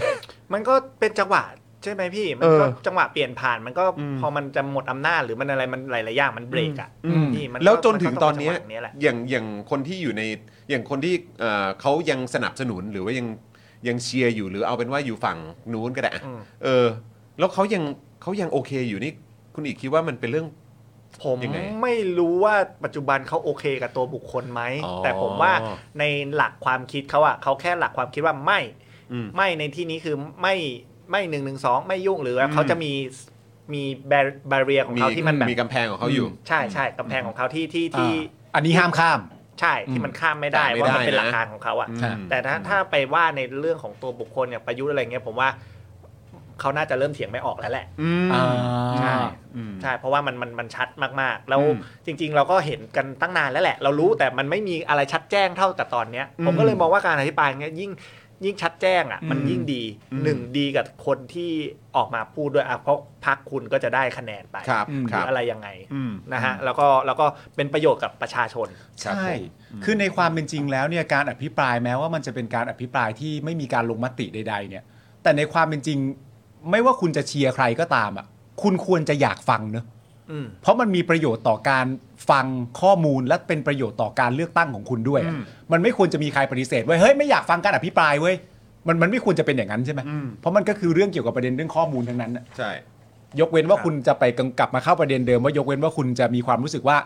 [SPEAKER 3] มันก็เป็นจังหวะใช่ไหมพี่ มั
[SPEAKER 1] เอน อ
[SPEAKER 3] ก็จังหวะเปลี่ยนผ่านมันก็
[SPEAKER 1] อืม
[SPEAKER 3] พอมันจะหมดอำนาจหรือมันอะไรมันหลายๆอย่างมันเบรกอ่ะ
[SPEAKER 1] อืม
[SPEAKER 3] พี่มัก็
[SPEAKER 1] แล้วจนถึงตอนเนี้ย
[SPEAKER 3] มัก็งเป็จังหวะนี้แหละ
[SPEAKER 1] อย่างอย่างคนที่อยู่ในอย่างคนที่เอ่อเขายังสนับสนุนหรือว่ายังยังเชียร์อยู่หรือเอาเป็นว่าอยู่ฝั่งนู้นก็ได้อะ
[SPEAKER 3] อืม
[SPEAKER 1] เออ แล้วเขายังเขายังโอเคอยู่นี่คุณอีกคิดว่ามันเป็นเรื่อง
[SPEAKER 3] ผม
[SPEAKER 1] ยังไง
[SPEAKER 3] ไม่รู้ว่าปัจจุบันเขาโอเคกับตัวบุคคลไหม
[SPEAKER 1] อ๋อ
[SPEAKER 3] แต่ผมว่าในหลักความคิดเขาอะเขาแค่หลักความคิดว่าไม่
[SPEAKER 1] อืม
[SPEAKER 3] ไม่ในที่นี้คือไม่ไม่หนึ่งหนึ่งสองไม่ยุ่งหรือว่า
[SPEAKER 1] อืม
[SPEAKER 3] เขาจะมีมีแบเรียของ
[SPEAKER 1] มี
[SPEAKER 3] เขาที่มันแบบ
[SPEAKER 1] มีกำแพงของเขาอยู่
[SPEAKER 3] ใช่ใช่กำแพงของเขาที่ที่ที่
[SPEAKER 2] อ่าอันนี้ห้ามข้าม
[SPEAKER 3] ใช่ที่มันข้ามไม่ได้
[SPEAKER 1] ข้ามไม่
[SPEAKER 3] ว่ามันเป็น
[SPEAKER 1] ได้
[SPEAKER 3] ห
[SPEAKER 1] นะ
[SPEAKER 3] ลักการของเขาอะ
[SPEAKER 1] อืม
[SPEAKER 2] ใช่
[SPEAKER 3] แต่ถ้าถ้าไปว่าในเรื่องของตัวบุคคลอย่างประยุทธ์อะไรเงี้ยผมว่าเขาน่าจะเริ่มเถียงไม่ออกแล้วแหละ
[SPEAKER 1] อืม
[SPEAKER 2] อ่า
[SPEAKER 3] ใช่ ใช่ เพราะว่ามันมันมันชัดมากๆ แล้ว
[SPEAKER 1] อืม
[SPEAKER 3] จริง ๆ เราก็เห็นกันตั้งนานแล้วแหละ เรารู้แต่มันไม่มีอะไรชัดแจ้งเท่าแต่ตอนเนี้ย
[SPEAKER 1] อืม
[SPEAKER 3] ผมก็เลยมองว่าการอธิบายเงี้ยยิ่งยิ่งชัดแจ้งอ่ะมัน
[SPEAKER 1] อืม
[SPEAKER 3] ยิ่งดี
[SPEAKER 1] อืม
[SPEAKER 3] หนึ่งดีกับคนที่ออกมาพูดด้วยอ่ะเพราะพักคุณก็จะได้คะแนนไป
[SPEAKER 1] ครับ
[SPEAKER 2] อืม
[SPEAKER 3] ห
[SPEAKER 1] ค
[SPEAKER 3] รื
[SPEAKER 1] รับ
[SPEAKER 3] ออะไรยังไง
[SPEAKER 1] อืม
[SPEAKER 3] นะฮะแล้วก็แล้วก็เป็นประโยชน์กับประชาชน
[SPEAKER 1] ครับผ
[SPEAKER 2] ใช่
[SPEAKER 1] มอืม
[SPEAKER 2] คือในความเป็นจริงแล้วเนี่ยการอภิปรายแม้ว่ามันจะเป็นการอภิปรายที่ไม่มีการลงมติใด ๆ เนี่ย แต่ในความเป็นจริง ไม่ว่าคุณจะเชียร์ใครก็ตามอ่ะ คุณควรจะอยากฟังเนอะ
[SPEAKER 3] อืม
[SPEAKER 2] เพราะมันมีประโยชน์ต่อการฟังข้อมูลและเป็นประโยชน์ต่อการเลือกตั้งของคุณด้วยอะมันไม่ควรจะมีใครปฏิเสธเว้ยเฮ้ยไม่อยากฟังการอภิปรายเว้ยมันมันไม่ควรจะเป็นอย่างนั้นใช่ไหม
[SPEAKER 1] อืม
[SPEAKER 2] เพราะมันก็คือเรื่องเกี่ยวกับประเด็นเรื่องข้อมูลทั้งนั้นอะ
[SPEAKER 1] ใช่
[SPEAKER 2] ยกเว้นว่า
[SPEAKER 3] ครับ
[SPEAKER 2] คุณจะไปกังกลับมาเข้าประเด็นเดิมว่ายกเว้นว่าคุณจะมีความรู้สึกว่า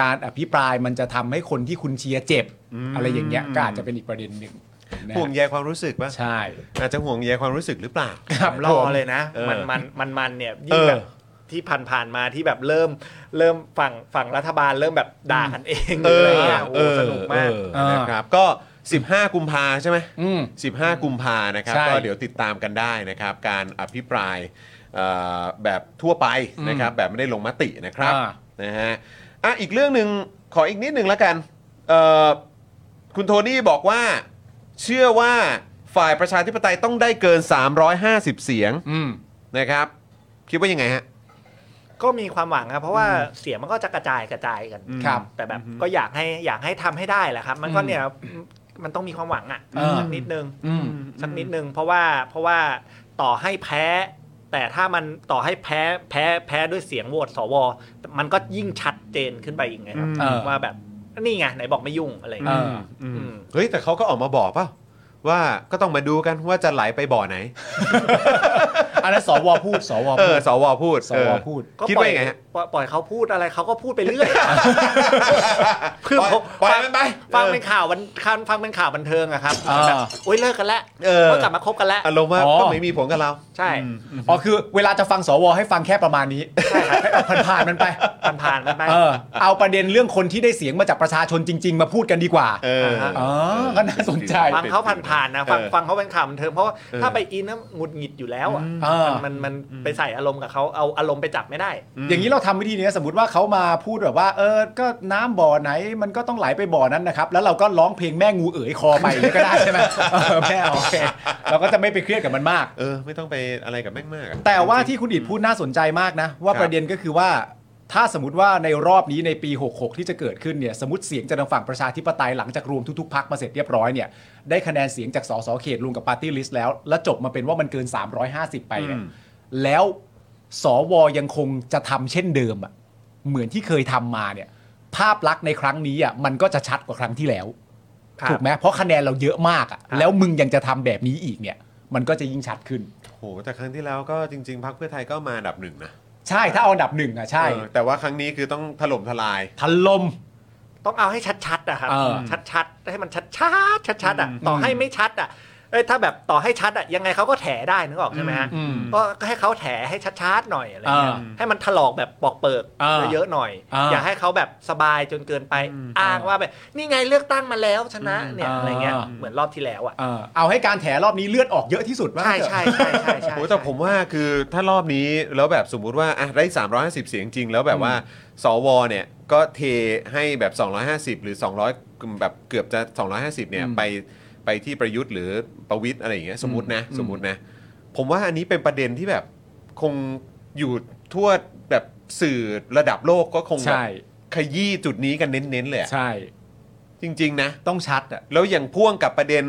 [SPEAKER 2] การอภิปรายมันจะทำให้คนที่คุณเชียร์เจ็บ อะไรอย่างเงี้ยก็อาจจะเป็นอีกประเด็นหนึ่งนะ
[SPEAKER 1] ห่วงใยความรู้สึกป่ะ
[SPEAKER 2] ใช่
[SPEAKER 1] อาจจะห่วงใยความรู้สึกหรือเปล่า
[SPEAKER 2] ครับ
[SPEAKER 3] ร
[SPEAKER 2] ผ
[SPEAKER 3] อ
[SPEAKER 2] ม
[SPEAKER 3] เลยนะ
[SPEAKER 1] เออ
[SPEAKER 3] มันมันมันมันเนี่ย
[SPEAKER 1] เอ
[SPEAKER 3] ยิ่ง
[SPEAKER 1] อ
[SPEAKER 3] แบบที่ผ่านๆมาที่แบบเริ่มเริ่มฝั่งฝั่งรัฐบาลเริ่มแบบด่ากันเองหรืออะไรเงี้ยโอ้โหสนุกมาก
[SPEAKER 1] เออนะครับก็ 15 กุมภาใช่ไหม
[SPEAKER 2] อืม
[SPEAKER 1] 15 กุมภานะครับ
[SPEAKER 2] ใช่
[SPEAKER 1] ก็เดี๋ยวติดตามกันได้นะครับ การอภิปรายเอ่อแบบทั่วไปนะครับ แบบไม่ได้ลงมตินะครับ
[SPEAKER 2] อ่า
[SPEAKER 1] นะฮะอ่ะอีกเรื่องหนึ่งขออีกนิดหนึ่งแล้วกันเอ่อคุณโทนี่บอกว่า เชื่อว่าฝ่ายประชาธิปไตยต้องได้เกิน 350 เสียง
[SPEAKER 2] อืม
[SPEAKER 1] นะครับ คิดว่ายังไงฮะ
[SPEAKER 3] ก็มีความหวังครับเพราะว่าเสียงมันก็จะกระจายกระจายกัน
[SPEAKER 2] ครับ
[SPEAKER 3] แต่แบบก็อยากให้อยากให้ทำให้ได้แหละครับ มันก็เนี่ยมันต้องมีความหวังอ่ะ
[SPEAKER 2] เออ
[SPEAKER 3] สักนิดนึง
[SPEAKER 2] อืม
[SPEAKER 3] สักนิดนึงเพราะว่าเพราะว่าต่อให้แพ้ แต่ถ้ามันต่อให้แพ้แพ้แพ้ด้วยเสียงโหวตสวมันก็ยิ่งชัดเจนขึ้นไปอีกไงครับ
[SPEAKER 2] เออ
[SPEAKER 3] ว่าแบบนี่ไงไหนบอกไม่ยุ่งอะไรอย่าง
[SPEAKER 2] เอ
[SPEAKER 3] เงี้ย
[SPEAKER 2] อ
[SPEAKER 3] อืม
[SPEAKER 1] เฮ้ย แต่เขาก็ออกมาบอกเปล่าว่าก็ต้องมาดูกันว่าจะไหลไปบ่อไหน
[SPEAKER 2] อันนั้นสวพูดสว
[SPEAKER 1] เอ
[SPEAKER 2] พู
[SPEAKER 1] อ
[SPEAKER 2] ด
[SPEAKER 1] สวพูด
[SPEAKER 2] สว
[SPEAKER 1] เออ
[SPEAKER 2] พูด
[SPEAKER 3] ก็
[SPEAKER 1] คิด
[SPEAKER 3] ปล่
[SPEAKER 1] ว่า
[SPEAKER 3] อย
[SPEAKER 1] ยังไงฮะ
[SPEAKER 3] ปล่อยปล่อยเขาพูดอะไรเขาก็พูดไปเรื่อย คือผม
[SPEAKER 1] ปล่อยปล่อยมันไป
[SPEAKER 3] ฟัง
[SPEAKER 1] เออ
[SPEAKER 3] เป็นข่าววันคันฟังเป็นข่าวบันเทิงอะครับ
[SPEAKER 2] อ่า
[SPEAKER 3] แบบโอ๊ยเลิกกันแล้ว
[SPEAKER 1] เออ
[SPEAKER 3] ก็กลับมาคบกันแล้ว
[SPEAKER 1] อารมณ์ว่า
[SPEAKER 2] อ๋อ
[SPEAKER 1] ก็ไม่มีผลกับเรา
[SPEAKER 3] ใช่
[SPEAKER 2] อ๋อคือเวลาจะฟังสวให้ฟังแค่ประมาณนี้ให้เอาผ่านๆมันไป
[SPEAKER 3] ผ่านๆกันไป
[SPEAKER 2] เออเอาประเด็นเรื่องคนที่ได้เสียงมาจากประชาชนจริง ๆ มาพูดกันดีกว่า
[SPEAKER 1] เออ
[SPEAKER 3] อ่าฮะ
[SPEAKER 2] อ๋อก็น่าสนใจ
[SPEAKER 3] ฟังเขาผ่ ผ่านนะฟัง
[SPEAKER 1] เออ
[SPEAKER 3] ฟังเขาเป็นข่าวบันเทิงเพราะว่า
[SPEAKER 1] เออ
[SPEAKER 3] ถ้าไปอินนะหงุดหงิดอยู่แล้วอะ
[SPEAKER 2] อืม
[SPEAKER 3] มันมันมันไปใส่อารมณ์กับเขาเอาอารมณ์ไปจับไม่ได้
[SPEAKER 2] อย่างนี้เราทำวิธีนี้สมมติว่าเขามาพูดแบบว่า เออ ก็น้ำบ่อไหนมันก็ต้องไหลไปบ่อนั้นนะครับ แล้วเราก็ร้องเพลงแม่งูเอ๋ยคอไปเลยก็ได้ใช่ไหม เออแม่เอาโอเคเราก็จะไม่ไปเครียดกับมันมาก
[SPEAKER 1] เออ ไม่ต้องไปอะไรกับแม่งมากอะ
[SPEAKER 2] แต่ว่าที่คุณอิดพูดน่าสนใจมากนะ ว่า
[SPEAKER 1] ครับ
[SPEAKER 2] ประเด็นก็คือว่า ถ้าสมมติว่าในรอบนี้ในปี 66 ที่จะเกิดขึ้นเนี่ยสมมติเสียงจากทางฝั่งประชาธิปไตยหลังจากรวมทุกๆพักมาเสร็จเรียบร้อยเนี่ยได้คะแนนเสียงจากสสเขตรวมกับปาร์ตี้ลิสต์แล้ว แล้วจบมาเป็นว่ามันเกิน 350 ไปเนี่ยแล้วสวยังคงจะทำเช่นเดิมอ่ะเหมือนที่เคยทำมาเนี่ยภาพลักษณ์ในครั้งนี้อ่ะมันก็จะชัดกว่าครั้งที่แล้ว
[SPEAKER 3] ครับ
[SPEAKER 2] ถูกไหมเพราะคะแนนเราเยอะมากอ่ะแล้วมึงยังจะทำแบบนี้อีกเนี่ยมันก็จะยิ่งชัดขึ้น
[SPEAKER 1] โหแต่ครั้งที่แล้วก็จริง ๆพรรคเพื่อไทยก็มาอันดับหนึ่งนะ
[SPEAKER 2] ใช่ถ้าเอาอันดับหนึ่งอ่ะใช่
[SPEAKER 1] เออแต่ว่าครั้งนี้คือต้องถล่มทลาย
[SPEAKER 2] ทันลม
[SPEAKER 3] ต้องเอาให้ชัดๆอะครับ
[SPEAKER 2] เออ
[SPEAKER 3] ชัดๆให้มันชัดๆชัดๆอะต่อให้ไม่ชัดอะเอ้ยถ้าแบบต่อให้ชัดอะยังไงเขาก็แถได้นึกออกใช่ไหมฮะ
[SPEAKER 2] อืม
[SPEAKER 3] ก็ก็ให้เขาแถให้ชัดๆหน่อยอะไรเงี้ย
[SPEAKER 2] อ่า
[SPEAKER 3] ให้มันถลอกแบบปอกเปิก
[SPEAKER 2] อ่า
[SPEAKER 3] เยอะๆหน่อย
[SPEAKER 2] อ่า
[SPEAKER 3] อย่าให้เขาแบบสบายจนเกินไปอ้างว่าแบบนี่ไงเลือกตั้งมาแล้วชนะเนี่ย
[SPEAKER 2] อ่า
[SPEAKER 3] อะไรเงี้ยเหมือนรอบที่แล้วอะ
[SPEAKER 2] เออเอาให้การแถรอบนี้เลือดออกเยอะที่สุดว่า
[SPEAKER 3] ใช่
[SPEAKER 2] งั้นเถอะ
[SPEAKER 3] ใช่ใช่ใช่ใช่
[SPEAKER 1] โอ้แต่ผมว่าคือถ้ารอบนี้แล้วแบบสมมุติว่าอ่ะได้ 350 เสียงจริง แล้วแบบว่าสวเนี่ยก็เทให้แบบ 250 หรือ 200แบบเกือบจะ 250เนี่ย
[SPEAKER 2] อืม
[SPEAKER 1] ไปไปที่ประยุทธ์หรือประวิทย์อะไรอย่างเงี้ยสมมตินะ
[SPEAKER 2] อืม
[SPEAKER 1] สมมตินะ ผมว่าอันนี้เป็นประเด็นที่แบบคงอยู่ทั่วแบบสื่อระดับโลกก็คงแบบ
[SPEAKER 2] ใช่
[SPEAKER 1] ขยี้จุดนี้กันเน้นๆเลยอะ
[SPEAKER 2] ใช่
[SPEAKER 1] จริง ๆ นะ
[SPEAKER 2] ต้องชัดอ่ะ
[SPEAKER 1] แล้วอย่างพ่วงกับประเด็น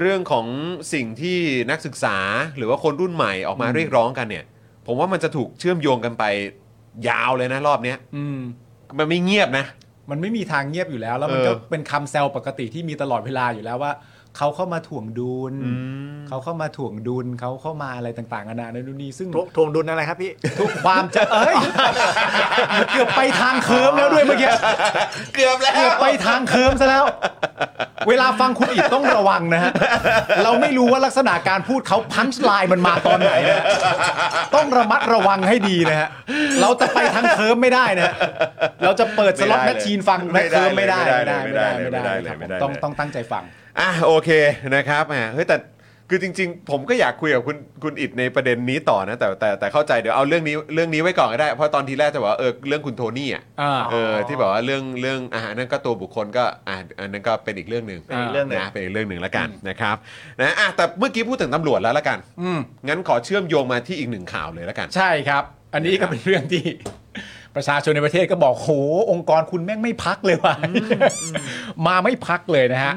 [SPEAKER 1] เรื่องของสิ่งที่นักศึกษาหรือว่าคนรุ่นใหม่ออกมา
[SPEAKER 2] อืม
[SPEAKER 1] เรียกร้องกันเนี่ย ผมว่ามันจะถูกเชื่อมโยงกันไปยาวเลยนะรอบเนี้ย
[SPEAKER 2] อืม
[SPEAKER 1] มันไม่เงียบนะ
[SPEAKER 2] มันไม่มีทางเงียบอยู่แล้ว แล้วมัน
[SPEAKER 1] เออ
[SPEAKER 2] ก็เป็นคำแซวปกติที่มีตลอดเวลาอยู่แล้วว่า เขาเข้ามาถ่วงดุล
[SPEAKER 1] ม
[SPEAKER 2] เขาเข้ามาถ่วงดุลเขาเข้ามาอะไรต่างๆนานานู่นนี่ซึ่ง
[SPEAKER 3] ทวงทวงดุลอะไรครับพี่
[SPEAKER 2] ทุกความจะเอ้ยเกือบไปทางเคิร์มแล้วด้วยเมื่อกี้
[SPEAKER 1] เกือบแล้ว
[SPEAKER 2] เกือบไปทางเคิร์มซะแล้ว เวลาฟังคุณอิดต้องระวังนะฮะเราไม่รู้ว่าลักษณะการพูดเขาพันช์ไลน์มันมาตอนไหนนะฮะ ต้องระมัดระวังให้ดีนะฮะ เราจะไปทางเคิร์มไม่ได้นะฮะเราจะเปิดสล็อตแมชชีนฟังแมชเคิร์มไม่ได้
[SPEAKER 1] ไม่ได้เลยไม่ได้เลย
[SPEAKER 2] ครับ
[SPEAKER 1] ไม่ได้เลย
[SPEAKER 2] ต้องต้องตั้งใจฟัง
[SPEAKER 1] อ่ะโอเคนะครับแหมเฮ้ยแต่คือจริง ๆ ผมก็อยากคุยกับคุณคุณอิดในประเด็นนี้ต่อนะแต่แต่แต่เข้าใจเดี๋ยวเอาเรื่องนี้เรื่องนี้ไว้ก่อนก็ได้เพราะตอนทีแรกจะบอกว่าเออเรื่องคุณโทนี่อ่ะ
[SPEAKER 2] อ่า
[SPEAKER 1] เออที่บอกว่าเรื่องเรื่องอ่ะอันนั่นก็ตัวบุคคลก็อ่ะอันนั้นก็เป็นอีกเรื่องหนึ่ง
[SPEAKER 3] เป็นอีกเรื่องหนึ่ง
[SPEAKER 1] นะเป็นอีกเรื่องหนึ่งแล้วกันนะครับนะอ่ะแต่เมื่อกี้พูดถึงตำรวจแล้วละกัน
[SPEAKER 2] อืม
[SPEAKER 1] งั้นขอเชื่อมโยงมาที่อีกหนึ่งข่าวเลยละกัน
[SPEAKER 2] ใช่ครับ อันนี้ก็เป็นเรื่องที่ ประชาชนในประเทศก็บอกโหองค์กรคุณแม่งไม่พักเลยว่ะ มาไม่พักเลยนะฮะ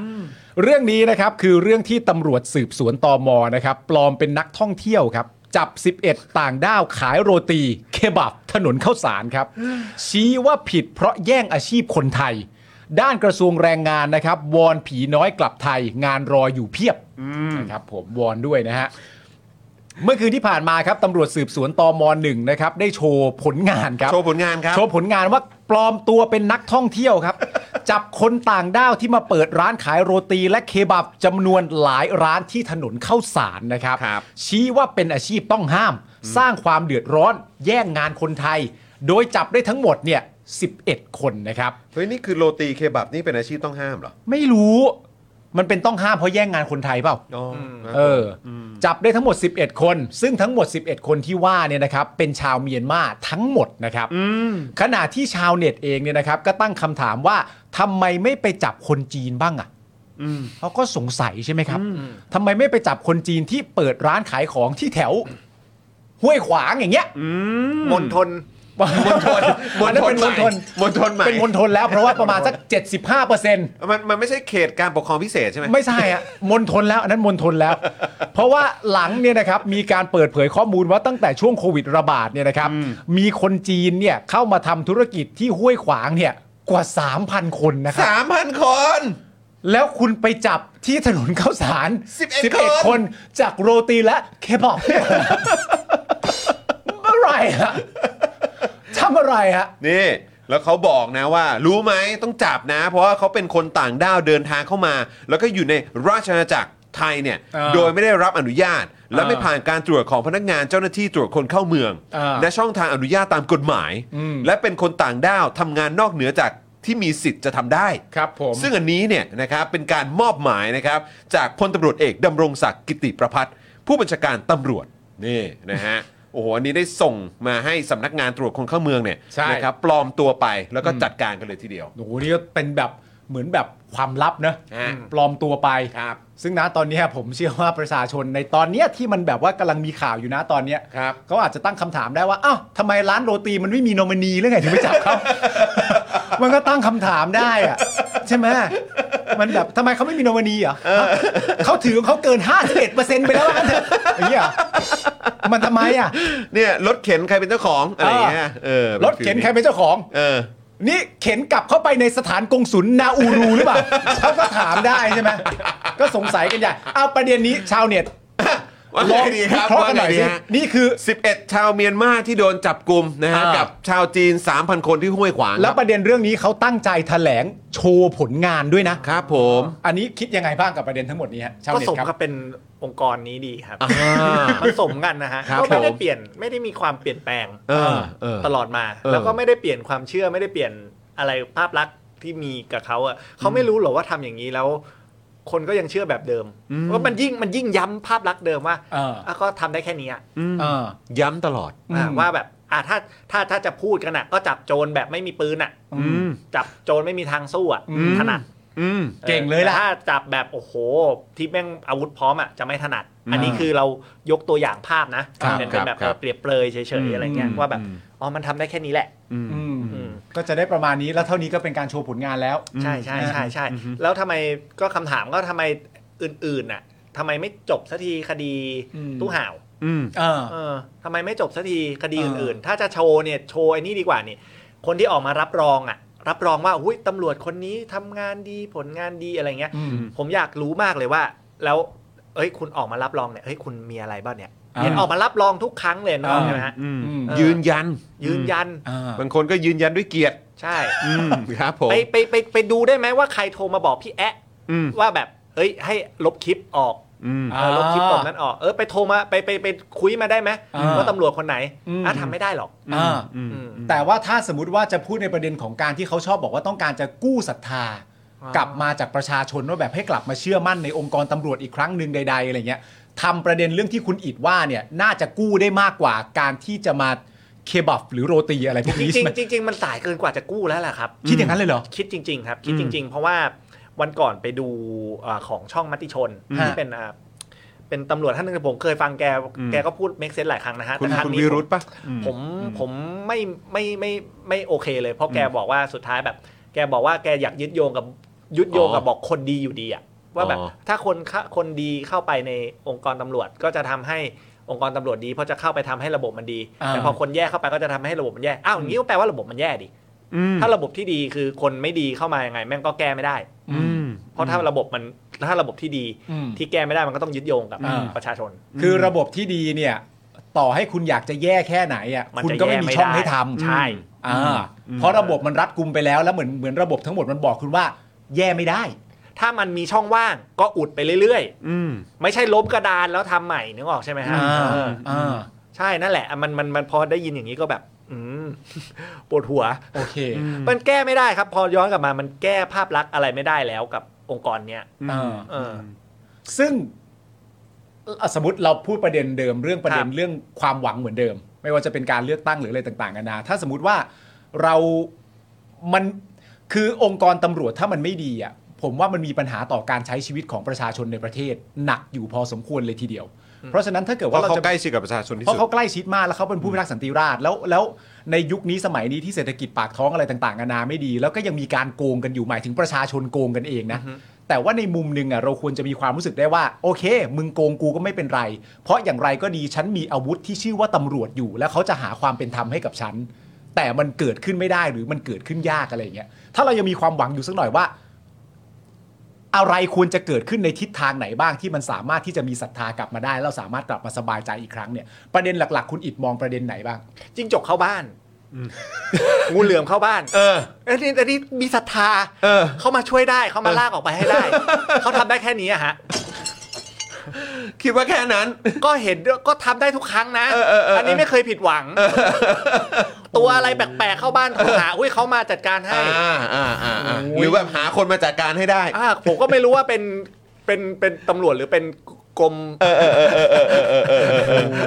[SPEAKER 2] เรื่องนี้นะครับคือเรื่องที่ตำรวจสืบสวนตอมอนะครับปลอมเป็นนักท่องเที่ยวครับ จับ 11 ต่างด้าวขายโรตี เคบับถนนข้าวสาร ครับ ชี้ว่าผิดเพราะแย่งอาชีพคนไทย ด้านกระทรวงแรงงานนะครับวอนผีน้อยกลับไทย งานรออยู่เพียบนะครับผมวอนด้วยนะฮะ เมื่อคืนที่ผ่านมาครับตำรวจสืบสวนตอมอหนึ่งนะครับได้โชว์ผลงานครับ
[SPEAKER 1] โชว์ผลงานครับ
[SPEAKER 2] โชว์ผลงานว่าปลอมตัวเป็นนักท่องเที่ยวครับ จับคนต่างด้าวที่มาเปิดร้านขายโรตีและเคบับจำนวนหลายร้านที่ถนนเข้าสารนะครับ
[SPEAKER 1] ครับ
[SPEAKER 2] ชี้ว่าเป็นอาชีพต้องห้าม สร้างความเดือดร้อน แย่งงานคนไทย โดยจับได้ทั้งหมดเนี่ย 11 คนนะครับ
[SPEAKER 1] เฮ้ยนี่คือโรตีเคบับนี่เป็นอาชีพต้องห้ามเหรอ
[SPEAKER 2] ไม่รู้มันเป็นต้องห้ามเพราะแย่งงานคนไทยเปล่า
[SPEAKER 1] อ๋อ
[SPEAKER 2] เอออจับได้ทั้งหมด 11 คน ซึ่งทั้งหมด 11 คนที่ว่าเนี่ยนะครับ เป็นชาวเมียนมาทั้งหมดนะครับ ขณะที่ชาวเน็ตเองเนี่ยนะครับ ก็ตั้งคำถามว่าทำไมไม่ไปจับคนจีนบ้างอะ่ะเขาก็สงสัยใช่ไหมครับทำไมไม่ไปจับคนจีนที่เปิดร้านขายของที่แถว ห้วยขวางอย่างเงี้ย
[SPEAKER 3] มนทน
[SPEAKER 1] มณฑล
[SPEAKER 2] มนทนเป็นมนทน
[SPEAKER 1] มณฑลใหม่
[SPEAKER 2] เป็นมนทนแล้วเพราะว่าประมาณสัก 75เปอร์เซ็นต
[SPEAKER 1] มันมันไม่ใช่เขตการปกครองพิเศษใช่ไหม
[SPEAKER 2] ไม่ใช่อะมนทนแล้วอันนั้นมนทนแล้ว เพราะว่าหลังเนี่ยนะครับมีการเปิดเผยข้อมูลว่าตั้งแต่ช่วงโควิดระบาดเนี่ยนะครับ มีคนจีนเนี่ยเข้ามาทำธุรกิจที่ห้วยขวางเนี่ยกว่า 3,000 คนนะครับ
[SPEAKER 1] สามพันคน
[SPEAKER 2] แล้วคุณไปจับที่ถนนข้าวสาร
[SPEAKER 1] 11
[SPEAKER 2] 11 คนจากโรตีและเคบั บเมื่อไหรฮะทำอะไรฮะ
[SPEAKER 1] นี่ แล้วเขาบอกนะว่า รู้ไหมต้องจับนะ เพราะว่าเขาเป็นคนต่างด้าวเดินทางเข้ามา แล้วก็อยู่ในราชอาณาจักรไทยเนี่ย
[SPEAKER 2] อ่า
[SPEAKER 1] โดยไม่ได้รับอนุญาต และไม่ผ่านการตรวจของพนักงานเจ้าหน้าที่ตรวจคนเข้าเมือง
[SPEAKER 2] อ่า
[SPEAKER 1] และช่องทางอนุญาตตามกฎหมาย
[SPEAKER 2] อืม
[SPEAKER 1] และเป็นคนต่างด้าวทำงานนอกเหนือจาก ที่มีสิทธิ์จะทำได้
[SPEAKER 2] ครับผม
[SPEAKER 1] ซึ่งอันนี้เนี่ยนะครับเป็นการมอบหมายนะครับจากพลตำรวจเอกดำรงศักดิ์กิติประพัฒน์ผู้บัญชาการตำรวจนี่นะฮะ โอ้โหอันนี้ได้ส่งมาให้สำนักงานตรวจคนเข้าเมืองเนี่ย
[SPEAKER 2] ใช่
[SPEAKER 1] นะครับปลอมตัวไปแล้วก็จัดการกันเลยทีเดียว
[SPEAKER 2] โอ้โหนี่ก็เป็นแบบเหมือนแบบความลับนะ
[SPEAKER 1] ฮะ
[SPEAKER 2] ปลอมตัวไป
[SPEAKER 1] ครับ
[SPEAKER 2] ซึ่งนะตอนเนี้ยผมเชื่อว่าประชาชนในตอนเนี้ยที่มันแบบว่ากำลังมีข่าวอยู่นะตอนเนี้ย
[SPEAKER 1] ครับ
[SPEAKER 2] เขาอาจจะตั้งคำถามได้ว่าอ้าวทำไมร้านโรตีมันไม่มีโนมินีหรือไงถึงไม่จับเขา มันก็ตั้งคำถามได้อะใช่ไหมมันแบบทำไมเขาไม่มีโนมินีเหรอเขาถือของเขาเกิน 51%ไปแล้วว่างั้นเถอะอย่างเงี้ยเหรอมันทำไมอ่ะ
[SPEAKER 1] เนี่ยรถเข็นใครเป็นเจ้าของอะไรอย่างเงี้ยเออ
[SPEAKER 2] รถเข็นใครเป็นเจ้าของ
[SPEAKER 1] เออ
[SPEAKER 2] นี่เข็นกลับเข้าไปในสถานกงศุลนาอูรูหรือเปล่า เขาก็ถามได้ใช่ไหมก็สงสัยกันใหญ่เอาประเด็นนี้ชาวเน็ต
[SPEAKER 1] ว่า
[SPEAKER 2] ล
[SPEAKER 1] ไง
[SPEAKER 2] อง
[SPEAKER 1] ดีครับ
[SPEAKER 2] วิเคราะห์
[SPEAKER 1] ว่า
[SPEAKER 2] กันห
[SPEAKER 1] ไง
[SPEAKER 2] น่อย
[SPEAKER 1] ดี
[SPEAKER 2] สิ
[SPEAKER 1] ฮะ
[SPEAKER 2] นี่คือ
[SPEAKER 1] 11 ชาวเมียนมาที่โดนจับกลุ่มนะฮะ
[SPEAKER 2] อ่ากั
[SPEAKER 1] กับชาวจีน 3,000 คนที่ห้วยขวาง
[SPEAKER 2] แล้วประเด็นเรื่องนี้เขาตั้งใจแถลงโชว์ผลงานด้วยนะ
[SPEAKER 1] ครับผม
[SPEAKER 2] อันนี้คิดยังไงบ้างกับประเด็นทั้งหมดนี้ฮะชาว
[SPEAKER 3] ก็
[SPEAKER 2] เน็ต
[SPEAKER 3] สม
[SPEAKER 2] ครั
[SPEAKER 3] กับบ เป็นองค์กรนี้ดีครับ
[SPEAKER 1] อ่า
[SPEAKER 3] มันสมกันนะฮะ
[SPEAKER 1] ครับ
[SPEAKER 3] ก็ไม่ได้
[SPEAKER 1] ผม
[SPEAKER 3] เปลี่ยนไม่ได้มีความเปลี่ยนแปลง
[SPEAKER 1] เออเออ
[SPEAKER 3] ตลอดมา
[SPEAKER 1] เออ
[SPEAKER 3] แล้วก็ไม่ได้เปลี่ยนความเชื่อไม่ได้เปลี่ยนอะไรภาพลักษณ์ที่มีกับเขาอ่ะเขาไม่รู้หรอกว่าทำอย่างนี้แล้ว คนก็ยังเชื่อแบบเดิมว่ามันยิ่งมันยิ่งย้ำภาพลักษณ์เดิมว่า
[SPEAKER 2] เอออ่
[SPEAKER 3] ะก็ทำได้แค่นี้อ่ะ
[SPEAKER 2] เออ
[SPEAKER 1] ย้ำตลอด
[SPEAKER 3] อ่ะ
[SPEAKER 2] อืม
[SPEAKER 3] ว่าแบบอ่ะถ้าถ้าถ้าจะพูดกันอ่ะ ก็จับโจรแบบไม่มีปืนอ่ะจับโจรไม่มีทางสู้อ่ะถนัด
[SPEAKER 1] อืม
[SPEAKER 2] เก่งเลยล่ะ
[SPEAKER 3] แต่ถ้าจับแบบโอ้โห ที่แม่งอาวุธพร้อมอ่ะจะไม่ถนัด อันนี้คือเรายกตัวอย่างภาพนะครับ เป็นเป็นแบบ
[SPEAKER 1] ครับ
[SPEAKER 3] เปรียบเปรยเฉยๆอะไรเงี้ย
[SPEAKER 2] อืม
[SPEAKER 3] ว่าแบบอ๋อมันทำได้แค่นี้แหละ
[SPEAKER 2] อืม
[SPEAKER 3] อืม
[SPEAKER 2] ก็จะได้ประมาณนี้แล้วเท่านี้ก็เป็นการโชว์ผลงานแล้ว
[SPEAKER 3] ใช่ใช่ใช่ใช่แล้วทำไมก็คำถามก็ทำไมอื่นๆน่ะทำไมไม่จบสักทีคดี
[SPEAKER 2] อืม
[SPEAKER 3] ตู้ห่าว
[SPEAKER 1] อืม
[SPEAKER 2] เออ
[SPEAKER 3] เออทำไมไม่จบสักทีคดี
[SPEAKER 2] เอออื่
[SPEAKER 3] อื่นๆ ถ้าจะโชว์เนี่ยโชว์ไอ้นี่ดีกว่านี่ คนที่ออกมารับรองอ่ะ รับรองว่าอุ้ยตำรวจคนนี้ทำงานดีผลงานดีอะไรเงี้ย
[SPEAKER 2] อืม
[SPEAKER 3] ผมอยากรู้มากเลยว่า แล้ว เอ้ย คุณออกมารับรองเนี่ยเอ้ยคุณมีอะไรบ้างเนี่ย
[SPEAKER 2] อ่า
[SPEAKER 3] เห็นออกมารับรองทุกครั้งเลยน้อง
[SPEAKER 2] อ่า
[SPEAKER 3] ใช่ไหมฮะ
[SPEAKER 1] อืม
[SPEAKER 2] อืม
[SPEAKER 1] ยืนยัน
[SPEAKER 3] ยืนยัน
[SPEAKER 2] เออบ
[SPEAKER 1] างคนก็ยืนยันด้วยเกียรติ
[SPEAKER 3] ใช่
[SPEAKER 1] ครับผม
[SPEAKER 3] ไปไปไปไปดูได้ไหมว่าใครโทรมาบอกพี่แอะ
[SPEAKER 1] อืม
[SPEAKER 3] ว่าแบบเอ้ย ให้ลบคลิปออก
[SPEAKER 1] อืม
[SPEAKER 3] เออลบคลิปตรงนั้นออก เออ ไปโทรมา ไปไปไปคุยมาได้ไหม
[SPEAKER 2] อ่า
[SPEAKER 3] ว่าตำรวจคนไหน
[SPEAKER 2] อืม
[SPEAKER 3] อ่ะทำไม่ได้หรอก
[SPEAKER 2] เออ
[SPEAKER 3] อืม
[SPEAKER 2] แต่ว่าถ้าสมมติว่าจะพูดในประเด็นของการที่เขาชอบบอกว่าต้องการจะกู้ศรัทธา
[SPEAKER 3] อ่าก ก
[SPEAKER 2] ลับมาจากประชาชนว่าแบบให้กลับมาเชื่อมั่นในองค์กรตำรวจอีกครั้งหนึ่งใด ๆอะไรเงี้ยทำประเด็นเรื่องที่คุณอิดว่าเนี่ยน่าจะกู้ได้มากกว่าการที่จะมาเคบับหรือโรตีอะไรพวก
[SPEAKER 3] จ
[SPEAKER 2] นี้
[SPEAKER 3] ริ
[SPEAKER 2] ใช่
[SPEAKER 3] ง
[SPEAKER 2] ไหม
[SPEAKER 3] ๆจริง ๆ มันสายเกินกว่าจะกู้แล้วล่ะครับ
[SPEAKER 2] คิดอย่างนั้นเลยเหรอ
[SPEAKER 3] คิดจริง ๆ ครับ คิดจริง ๆ เพราะว่าวันก่อนไปดูอาของช่องมติชน
[SPEAKER 2] ฮะ
[SPEAKER 3] ที่เป็นอ่าเป็นตำรวจท่านหนึ่งผมเคยฟังแก
[SPEAKER 1] อืม
[SPEAKER 3] แกก็พูดเมคเซนหลายครั้งนะฮะ
[SPEAKER 1] คุณ
[SPEAKER 3] แต่ครั้
[SPEAKER 1] คุณ
[SPEAKER 3] งนี้
[SPEAKER 1] วิรุธปะ
[SPEAKER 3] ผมผมไม่ไม่ไม่ไม่โอเคเลย เพราะแกบอกว่าสุดท้ายแบบ แกบอกว่าแกอยากยึดโยงกับยึดโยงกับ
[SPEAKER 1] อ๋อ
[SPEAKER 3] บอกคนดีอยู่ดีอะว่าแบบ
[SPEAKER 1] อ๋อ
[SPEAKER 3] ถ้าคนเข้าคนดีเข้าไปในองค์กรตำรวจก็จะทำให้องค์กรตำรวจดีเพราะจะเข้าไปทำให้ระบบมันดี
[SPEAKER 2] อ่า
[SPEAKER 3] แต่พอคนแย่เข้าไปก็จะทำให้ระบบมันแย่อ้าวอย่างนี้ก็แปลว่าระบบมันแย่ดิ
[SPEAKER 1] อืม
[SPEAKER 3] ถ้าระบบที่ดีคือคนไม่ดีเข้ามายังไง แม่งก็แก้ไม่ได้
[SPEAKER 1] อืม
[SPEAKER 3] เพราะถ้าระบบมันถ้าระบบที่ดี
[SPEAKER 2] อืม
[SPEAKER 3] ที่แก้ไม่ได้มันก็ต้องยึดโยงกับ
[SPEAKER 2] อ่า
[SPEAKER 3] ประชาชน
[SPEAKER 2] คือระบบที่ดีเนี่ยต่อให้คุณอยากจะแย่แค่ไหนอ่ะ
[SPEAKER 3] มัน
[SPEAKER 2] คุณ
[SPEAKER 3] จะ
[SPEAKER 2] ก็ไม่มีช่อง
[SPEAKER 3] แย่ไม่ได้
[SPEAKER 2] ให้ทำ
[SPEAKER 3] ใช่
[SPEAKER 2] อ่าเพราะระบบมันรัดกุมไปแล้วแล้วเหมือนเหมือนระบบทั้งหมดมันบอกคุณว่า แย่ไม่ได้
[SPEAKER 3] ถ้ามันมีช่องว่างก็อุดไปเรื่อย
[SPEAKER 1] อืม
[SPEAKER 3] ๆ ไม่ใช่ล้มกระดานแล้วทำใหม่นึกออกใช่ไหมฮะ
[SPEAKER 2] อ่า
[SPEAKER 3] เออ
[SPEAKER 2] อ่า
[SPEAKER 3] ใช่นั่นแหละมันมันมันพอได้ยินอย่างนี้ก็แบบ อืม ปวดหัว
[SPEAKER 2] โอเค
[SPEAKER 3] มันแก้ไม่ได้ครับ พอย้อนกลับมามันแก้ภาพลักษณ์อะไรไม่ได้แล้วกับองค์กรเนี้ย
[SPEAKER 2] เออ
[SPEAKER 3] เออ
[SPEAKER 2] ซึ่งเอ่อสมมติเราพูดประเด็นเดิม เรื่องประเด็
[SPEAKER 3] ค
[SPEAKER 2] น
[SPEAKER 3] รับ
[SPEAKER 2] เรื่องความหวังเหมือนเดิม ไม่ว่าจะเป็นการเลือกตั้งหรืออะไรต่างๆกันานาถ้าสมมติว่าเรา มันคือองค์กรตำรวจถ้ามันไม่ดีอ่ะผมว่ามันมีปัญหาต่อการใช้ชีวิตของประชาชนในประเทศ หนักอยู่พอสมควรเลยทีเดียว เพราะฉะนั้นถ้าเกิด
[SPEAKER 1] เพราะ
[SPEAKER 2] ว่าเรา
[SPEAKER 1] เขา
[SPEAKER 2] จะ
[SPEAKER 1] ใกล้ชิดกับประชาชนที่
[SPEAKER 2] เพราะ
[SPEAKER 1] สุ
[SPEAKER 2] เขา
[SPEAKER 1] ด
[SPEAKER 2] ใกล้ชิดมากแล้วเขาเป็นผู้พิทักษ์สันติราษฎร์แล้วแล้วในยุคนี้สมัยนี้ที่เศรษฐกิจปากท้องอะไรต่างๆนานาไม่ดี แล้วก็ยังมีการโกงกันอยู่หมายถึงประชาชนโกงกันเองนะ แต่ว่าในมุมหนึ่งอ่ะเราควรจะมีความรู้สึกได้ว่า โอเค มึงโกงกูก็ไม่เป็นไร เพราะอย่างไรก็ดีฉันมีอาวุธที่ชื่อว่าตำรวจอยู่ แล้วเขาจะหาความเป็นธรรมให้กับฉัน แต่มันเกิดขึ้นไม่ได้หรือมันเกิดขึ้นยากอะไรอย่างเงี้ยถ้าเรายังมีความหวังอยู่สักหน่อยว่า อะไรควรจะเกิดขึ้นในทิศทางไหนบ้างที่มันสามารถที่จะมีศรัทธากลับมาได้ แล้วสามารถกลับมาสบายใจอีกครั้งเนี่ยประเด็นหลักๆ คุณอิดมองประเด็นไหนบ้าง
[SPEAKER 3] จิ้งจกเข้าบ้าน งูเหลือมเข้าบ้าน
[SPEAKER 1] เออ
[SPEAKER 3] เอันนี้อันนี้มีศรัทธา
[SPEAKER 1] เออ
[SPEAKER 3] เขามาช่วยได้เขามาลากออกไปให้ได้ เขาทำได้แค่นี้อะฮะ
[SPEAKER 1] คิดว่าแค่นั้น
[SPEAKER 3] ก็เห็นด้วยก็ทำได้ทุกครั้งนะ
[SPEAKER 1] เออเออเอออั
[SPEAKER 3] นนี้ไม่เคยผิดหวัง ตัวอะไรแปลกๆเข้าบ้านโทรหาอุ้ยเขามาจัดการให้
[SPEAKER 1] อ่าอ่าอ่าอ่าหรือแบบหาคนมาจัดการให้ได้
[SPEAKER 3] อ่าผมก็ไม่รู้ว่าเป็นเป็นเป็นตำรวจหรือเป็นกรม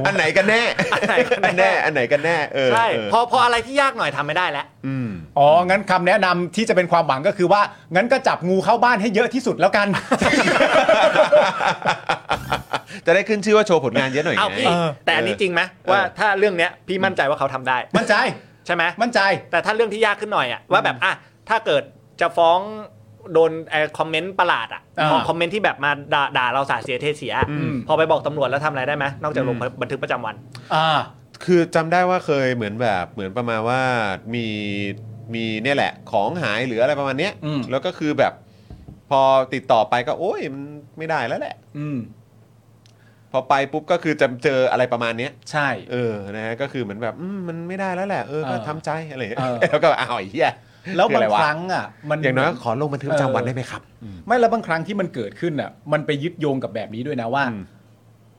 [SPEAKER 1] อันไหนกันแน่
[SPEAKER 3] อันไหนกันแน่
[SPEAKER 1] อันแน่ อันไหนกันแน่เออ
[SPEAKER 3] ใช่
[SPEAKER 1] เออ
[SPEAKER 3] พอพออะไรที่ยากหน่อยทำไม่ได้แล้ว
[SPEAKER 1] อืม
[SPEAKER 2] อ๋อ งั้นคำแนะนำที่จะเป็นความหวังก็คือว่า งั้นก็จับงูเข้าบ้านให้เยอะที่สุดแล้วกัน
[SPEAKER 1] จะได้ขึ้นชื่อว่าโชว์ผลงานเยอะหน่อย
[SPEAKER 3] เอา
[SPEAKER 1] ไง
[SPEAKER 3] พี่ แต่อันนี้จริงไหมว่าถ้าเรื่องเนี้ยพี่มั่นใจว่าเขาทำได้
[SPEAKER 2] มั่นใจ
[SPEAKER 3] ใช่ไหม
[SPEAKER 2] มั่นใจ
[SPEAKER 3] แต่ถ้าเรื่องที่ยากขึ้นหน่อยอะว่าแบบอ่ะถ้าเกิดจะฟ้องโดนไอ้คอมเมนต์ประหลาดอะ
[SPEAKER 2] อ่า
[SPEAKER 3] ของคอมเมนต์ที่แบบมาด่าด่าเราสาดเสียเทเสียอะพอไปบอกตำรวจแล้วทำอะไรได้ไหมนอกจากลงบันทึกประจำวัน
[SPEAKER 2] อ่า
[SPEAKER 1] คือจำได้ว่าเคยเหมือนแบบเหมือนประมาณว่ามีมีเนี่ยแหละ ของหายหรืออะไรประมาณเนี้ย
[SPEAKER 2] อืม
[SPEAKER 1] แล้วก็คือแบบพอติดต่อไปก็โอ้ยมันไม่ได้แล้วแหละ
[SPEAKER 2] อืม
[SPEAKER 1] พอไปปุ๊บก็คือจะเจออะไรประมาณเนี้ย
[SPEAKER 2] ใช่
[SPEAKER 1] เออนะฮะก็คือเหมือนแบบอืมมันไม่ได้แล้วแหละเออก็
[SPEAKER 2] เออ
[SPEAKER 1] ทำใจอะไรอย่างเงี้ย
[SPEAKER 2] เออ
[SPEAKER 1] แล้วก็อ้าวไอ้เหี้ย
[SPEAKER 2] แล้วบาง
[SPEAKER 1] ออะ
[SPEAKER 2] ค
[SPEAKER 1] ไะ
[SPEAKER 2] รั้งอ่ะ มัน
[SPEAKER 1] อย่างน้อยก็ขอลงบันทึกประจำวันได้ไหมครับ
[SPEAKER 2] ไม่แล้วบางครั้งที่มันเกิดขึ้นอ่ะมันไปยึดโยงกับแบบนี้ด้วยนะว่า
[SPEAKER 1] อืม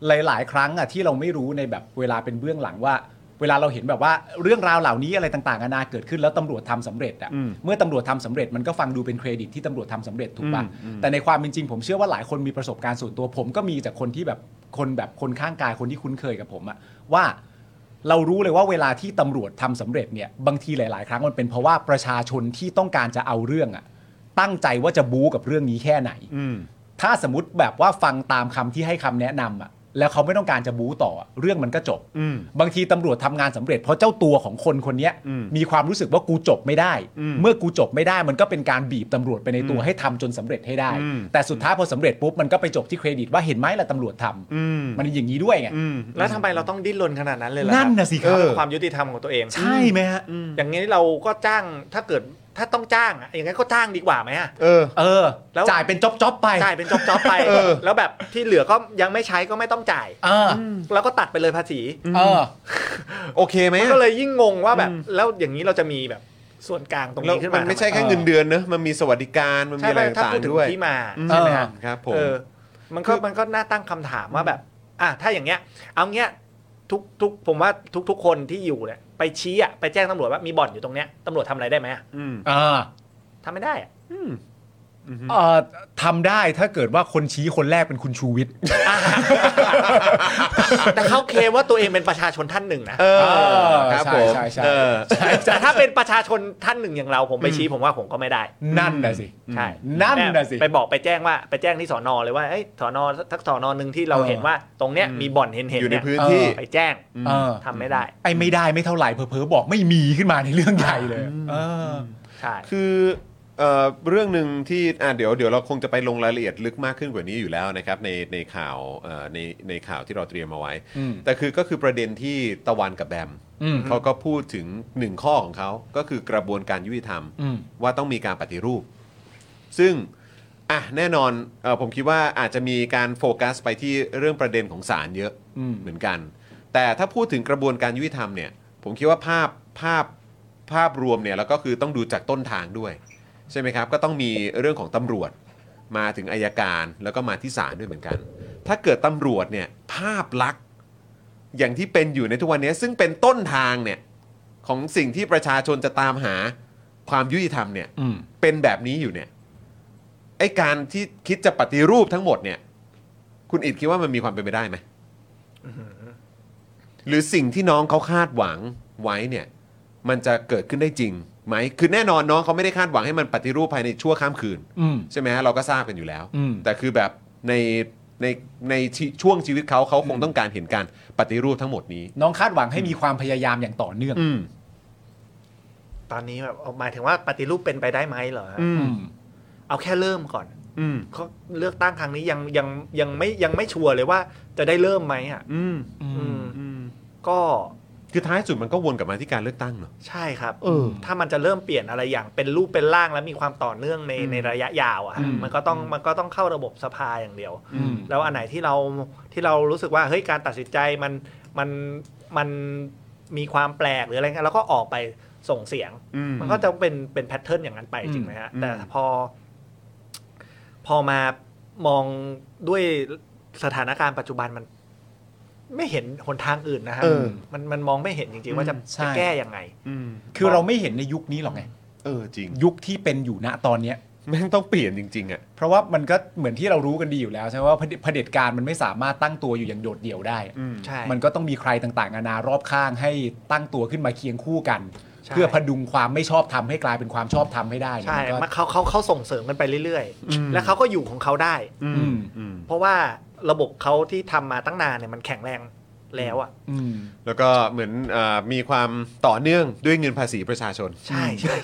[SPEAKER 2] หลาย ๆ ครั้งอ่ะที่เราไม่รู้ในแบบเวลาเป็นเบื้องหลังว่า เวลาเราเห็นแบบว่าเรื่องราวเหล่านี้อะไรต่างๆนานาเกิดขึ้นแล้วตำรวจทำสำเร็จอ่ะ
[SPEAKER 1] อืม
[SPEAKER 2] เมื่อตำรวจทำสำเร็จมันก็ฟังดูเป็นเครดิตที่ตำรวจทำสำเร็จถูกป่ะ
[SPEAKER 1] อืมอืม
[SPEAKER 2] แต่ในความเป็นจริงผมเชื่อว่าหลายคนมีประสบการณ์ส่วนตัวผมก็มีจากคนที่แบบคนแบบคนข้างกายคนที่คุ้นเคยกับผมอ่ะว่า เรารู้เลยว่าเวลาที่ตำรวจทำสำเร็จเนี่ยบางทีหลาย ๆ ครั้งมันเป็นเพราะว่าประชาชนที่ต้องการจะเอาเรื่องอะตั้งใจว่าจะบู๊กับเรื่องนี้แค่ไหน
[SPEAKER 1] อืม
[SPEAKER 2] ถ้าสมมติแบบว่าฟังตามคำที่ให้คำแนะนำอะแล้วเขาไม่ต้องการจะบู๊ต่ออะเรื่องมันก็จบ
[SPEAKER 1] อืม
[SPEAKER 2] บางทีตำรวจทำงานสำเร็จเพราะเจ้าตัวของคนคนเนี้ย
[SPEAKER 1] อืม
[SPEAKER 2] มีความรู้สึกว่ากูจบไม่ได้
[SPEAKER 1] อืม
[SPEAKER 2] เมื่อกูจบไม่ได้มันก็เป็นการบีบตำรวจไปในตัวให้ทำจนสำเร็จให้ได้
[SPEAKER 1] อืม
[SPEAKER 2] แต่สุดท้ายพอสำเร็จปุ๊บมันก็ไปจบที่เครดิตว่าเห็นไหมล่ะตำรวจทำ
[SPEAKER 1] อืม
[SPEAKER 2] มันอย่างนี้ด้วยไง
[SPEAKER 1] อืม
[SPEAKER 3] แล้วทำไมเราต้องดิ้นรนขนาดนั้นเลยล่ะ
[SPEAKER 2] นั่นน่ะสิครับ
[SPEAKER 3] เพื่อความยุติธรรมของตัวเอง
[SPEAKER 2] ใช่ไหมฮะ
[SPEAKER 3] อย่างนี้เราก็จ้างถ้าเกิดถ้าต้องจ้างอะอย่างนั้นก็จ้างดีกว่าไหมอะ
[SPEAKER 1] เออ
[SPEAKER 2] เออ
[SPEAKER 3] แล้ว
[SPEAKER 2] จ่ายเป็นจ๊อบๆไป
[SPEAKER 3] จ่ายเป็นจอบๆไป
[SPEAKER 1] เออ
[SPEAKER 3] แล้วแบบที่เหลือก็ยังไม่ใช้ก็ไม่ต้องจ่าย
[SPEAKER 2] เออ
[SPEAKER 3] แล้วก็ตัดไปเลยภาษี
[SPEAKER 2] เออ
[SPEAKER 1] โอเคไหม
[SPEAKER 3] มั
[SPEAKER 1] อะ
[SPEAKER 3] นก็เลยยิ่งงงว่าแบบ แล้วอย่างนี้เราจะมีแบบส่วนกลางตรง
[SPEAKER 1] แล้ว
[SPEAKER 3] นี้ขึ้น
[SPEAKER 1] มั
[SPEAKER 3] มาน
[SPEAKER 1] ไม่ใช่แค่เงินเดือนเนอะมันมีสวัสดิการมัน
[SPEAKER 3] ทำไม
[SPEAKER 1] มีอะไร
[SPEAKER 3] ใช่ป่ะถ้า
[SPEAKER 1] ต่าง
[SPEAKER 3] พูดถึ
[SPEAKER 1] ๆ
[SPEAKER 3] ง
[SPEAKER 1] ด้วย
[SPEAKER 3] ที่มา
[SPEAKER 2] อืม
[SPEAKER 3] ใช่ไหมฮะ
[SPEAKER 1] ครับผม
[SPEAKER 3] เออ มันก็
[SPEAKER 1] คือ
[SPEAKER 3] มันก็น่าตั้งคำถามว่าแบบ อ่ะถ้าอย่างเงี้ย เอาเงี้ยทุกทุกผมว่าทุก ๆ คนที่อยู่เนี่ยไปชี้อะไปแจ้งตำรวจว่ามีบ่อนอยู่ตรงเนี้ยตำรวจทำอะไรได้ไหมอะ
[SPEAKER 1] อืม
[SPEAKER 2] เออ
[SPEAKER 3] ทำไม่ได้อะ
[SPEAKER 2] เอ่อทำได้ถ้าเกิดว่าคนชี้คนแรกเป็นคุณชูวิทย์
[SPEAKER 3] แต่เขาเคลมว่าตัวเองเป็นประชาชนท่านหนึ่งนะ
[SPEAKER 1] เออ
[SPEAKER 2] อ
[SPEAKER 1] ครับ
[SPEAKER 2] ใช่
[SPEAKER 1] ผม
[SPEAKER 2] ใช่ใช่
[SPEAKER 1] เออ
[SPEAKER 3] แต่ถ้าเป็นประชาชนท่านหนึ่งอย่างเราผมไปชี้ผมว่าผมก็ไม่ได้
[SPEAKER 2] นั่นน่ะสิ
[SPEAKER 3] ใช่
[SPEAKER 2] นั่นน่ะสิ
[SPEAKER 3] ไปบอกไปแจ้งว่าไปแจ้งที่สอนอเลยว่าเอ้ยสอนอทักสอนอหนึ่งที่เรา
[SPEAKER 2] เออ
[SPEAKER 3] เห็นว่าตรงเนี้ย
[SPEAKER 1] อืม
[SPEAKER 3] มีบ่อนเห็นเห็น
[SPEAKER 1] อยู่ใน
[SPEAKER 3] เนี่ย
[SPEAKER 1] พื้นที่
[SPEAKER 3] ไปแจ้ง
[SPEAKER 2] เออ
[SPEAKER 3] ทำไม่ได้
[SPEAKER 2] ไอ้ไม่ได้ไม่เท่าไหร่เผลอๆบอกไม่มีขึ้นมาในเรื่องใหญ่เลยเออ
[SPEAKER 3] ใช่
[SPEAKER 1] คือเอ่อเรื่องหนึ่งที่อ่ะเดี๋ยวเดี๋ยวเราคงจะไปลงรายละเอียดลึกมากขึ้นกว่านี้อยู่แล้วนะครับในในข่าวเอ่อในในข่าวที่เราเตรียมมาไว้
[SPEAKER 2] อืม
[SPEAKER 1] แต่คือก็คือประเด็นที่ตะวันกับแบม
[SPEAKER 2] อืม
[SPEAKER 1] เขาก็พูดถึงหนึ่งข้อของเขาก็คือกระบวนการยุติธรรม
[SPEAKER 2] อืม
[SPEAKER 1] ว่าต้องมีการปฏิรูป ซึ่งอ่ะแน่นอนเออผมคิดว่าอาจจะมีการโฟกัสไปที่เรื่องประเด็นของศาลเยอะ
[SPEAKER 2] อืม
[SPEAKER 1] เหมือนกัน แต่ถ้าพูดถึงกระบวนการยุติธรรมเนี่ย ผมคิดว่าภาพภาพภาพรวมเนี่ยแล้วก็คือต้องดูจากต้นทางด้วย ใช่ไหมครับ ก็ต้องมีเรื่องของตำรวจมาถึงอายการแล้วก็มาที่ศาลด้วยเหมือนกัน ถ้าเกิดตำรวจเนี่ยภาพลักษณ์อย่างที่เป็นอยู่ในทุกวันนี้ซึ่งเป็นต้นทางเนี่ยของสิ่งที่ประชาชนจะตามหาความยุติธรรมเนี่ย
[SPEAKER 2] อืม
[SPEAKER 1] เป็นแบบนี้อยู่เนี่ยไอการที่คิดจะปฏิรูปทั้งหมดเนี่ย คุณอิดคิดว่ามันมีความเป็นไปได้ไหมหรือสิ่งที่น้องเขาคาดหวังไว้เนี่ย มันจะเกิดขึ้นได้จริงไหมคือแน่นอนน้องเขาไม่ได้คาดหวังให้มันปฏิรูปภายในชั่วข้ามคืน
[SPEAKER 2] อืม
[SPEAKER 1] ใช่ไหมฮะเราก็ทราบกันอยู่แล้ว
[SPEAKER 2] อืม
[SPEAKER 1] แต่คือแบบในในในชีช่วงชีวิตเขาเขาคงต้องการเห็นการปฏิรูปทั้งหมดนี้
[SPEAKER 2] น้องคาดหวังให้มีความพยายามอย่างต่อเนื่อง
[SPEAKER 1] อืม
[SPEAKER 3] ตอนนี้แบบเอาหมายถึงว่าปฏิรูปเป็นไปได้ไหมเหรอฮะ
[SPEAKER 1] อืม
[SPEAKER 3] เอาแค่เริ่มก่อน
[SPEAKER 1] อืม
[SPEAKER 3] เขาเลือกตั้งครั้งนี้ยังยังยังไม่ยังไม่ชัวร์เลยว่าจะได้เริ่มไหมอ่ะ
[SPEAKER 1] อืม
[SPEAKER 3] อืม
[SPEAKER 1] อืม
[SPEAKER 3] ก็
[SPEAKER 1] คือท้ายสุดมันก็วนกลับมาที่การเลือกตั้งเนอะ
[SPEAKER 3] ใช่ครับ
[SPEAKER 1] เออ
[SPEAKER 3] ถ้ามันจะเริ่มเปลี่ยนอะไรอย่างเป็นรูปเป็นร่างและมีความต่อเนื่องในในระยะยาวอ่ะฮะมันก็ต้องมันก็ต้องเข้าระบบสภาอย่างเดียว
[SPEAKER 2] อืม
[SPEAKER 3] แล้วอันไหนที่เราที่เรารู้สึกว่าเฮ้ยการตัดสินใจมันมันมันมีความแปลกหรืออะไรเงี้ยเราก็ออกไปส่งเสียง
[SPEAKER 1] อืม
[SPEAKER 3] มันก็จะเป็นเป็นแพทเทิร์นอย่างนั้นไป
[SPEAKER 2] อืม
[SPEAKER 3] จริงไหมฮะ
[SPEAKER 1] อืม
[SPEAKER 3] แต่พอ พอมามองด้วยสถานการณ์ปัจจุบันมัน ไม่เห็นหนทางอื่นนะฮะ
[SPEAKER 1] เออ
[SPEAKER 3] มันมันมองไม่เห็นจริงๆว่าจะ
[SPEAKER 2] ใช่
[SPEAKER 3] จะแก้ยังไง
[SPEAKER 1] อืม
[SPEAKER 2] คือเราไม่เห็นในยุคนี้หรอกไง
[SPEAKER 1] เออจริง
[SPEAKER 2] ยุคที่เป็นอยู่ณตอนเนี้ย
[SPEAKER 1] แม่งต้องเปลี่ยนจริง ๆ อ่ะ
[SPEAKER 2] เพราะว่ามันก็เหมือนที่เรารู้กันดีอยู่แล้วใช่ไหมว่าเผด็จเผด็จการมันไม่สามารถตั้งตัวอยู่อย่างโดดเดี่ยวได้
[SPEAKER 3] ใช่
[SPEAKER 2] มันก็ต้องมีใครต่างๆนานารอบข้างให้ตั้งตัวขึ้นมาเคียงคู่กัน
[SPEAKER 3] ใช่
[SPEAKER 2] เพื่อพดุงความไม่ชอบทำให้กลายเป็นความชอบทำให้ได้นะ
[SPEAKER 3] ใช่
[SPEAKER 2] มันก็
[SPEAKER 3] มันเขาเขาเขาส่งเสริมกันไปเรื่อยๆ แล้วเขาก็อยู่ของเขาได้
[SPEAKER 2] อืม
[SPEAKER 1] อืม
[SPEAKER 3] เพราะว่าระบบเขาที่ทำมาตั้งนานเนี่ยมันแข็งแรงแล้วอ่ะ
[SPEAKER 2] อืม
[SPEAKER 1] แล้วก็เหมือนเออมีความต่อเนื่องด้วยเงินภาษีประชาชน
[SPEAKER 3] ใช่ใช่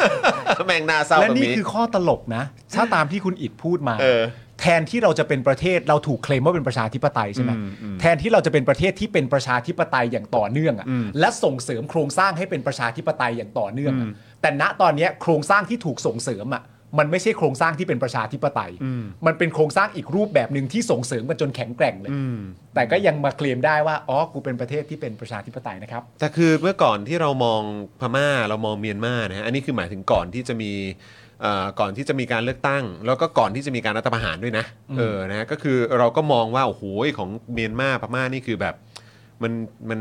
[SPEAKER 1] แม่งน่าเศร้า
[SPEAKER 2] และ
[SPEAKER 1] ตรง
[SPEAKER 2] นี่
[SPEAKER 1] นี้
[SPEAKER 2] คือข้อตลกนะ ถ้าตามที่คุณอิดพูดมา
[SPEAKER 1] เออ
[SPEAKER 2] แทนที่เราจะเป็นประเทศเราถูกเคลมว่าเป็นประชาธิปไตยใช่ไหม
[SPEAKER 1] อืมอืม
[SPEAKER 2] แทนที่เราจะเป็นประเทศที่เป็นประชาธิปไตยอย่างต่อเนื่องอะ
[SPEAKER 1] อืม
[SPEAKER 2] และส่งเสริมโครงสร้างให้เป็นประชาธิปไตยอย่างต่อเนื่องอะ
[SPEAKER 1] อืม
[SPEAKER 2] แต่ณตอนเนี้ยโครงสร้างที่ถูกส่งเสริมอ่ะมันไม่ใช่โครงสร้างที่เป็นประชาธิปไตย
[SPEAKER 1] อืม
[SPEAKER 2] มันเป็นโครงสร้างอีกรูปแบบหนึ่งที่ส่งเสริมกันจนแข็งแกร่งเลย
[SPEAKER 1] อืม
[SPEAKER 2] แต่ก็ยังมาเคลมได้ว่าอ๋อกูเป็นประเทศที่เป็นประชาธิปไตยนะครับ
[SPEAKER 1] แต่คือเมื่อก่อนที่เรามองพม่าเรามองเมียนมานะฮะอันนี้คือหมายถึงก่อนที่จะมีเอ่อก่อนที่จะมีการเลือกตั้ง แล้วก็ก่อนที่จะมีการรัฐประหารด้วยนะเออนะฮะก็คือเราก็มองว่าโอ้โหของเมียนมาพม่านี่คือแบบมันมัน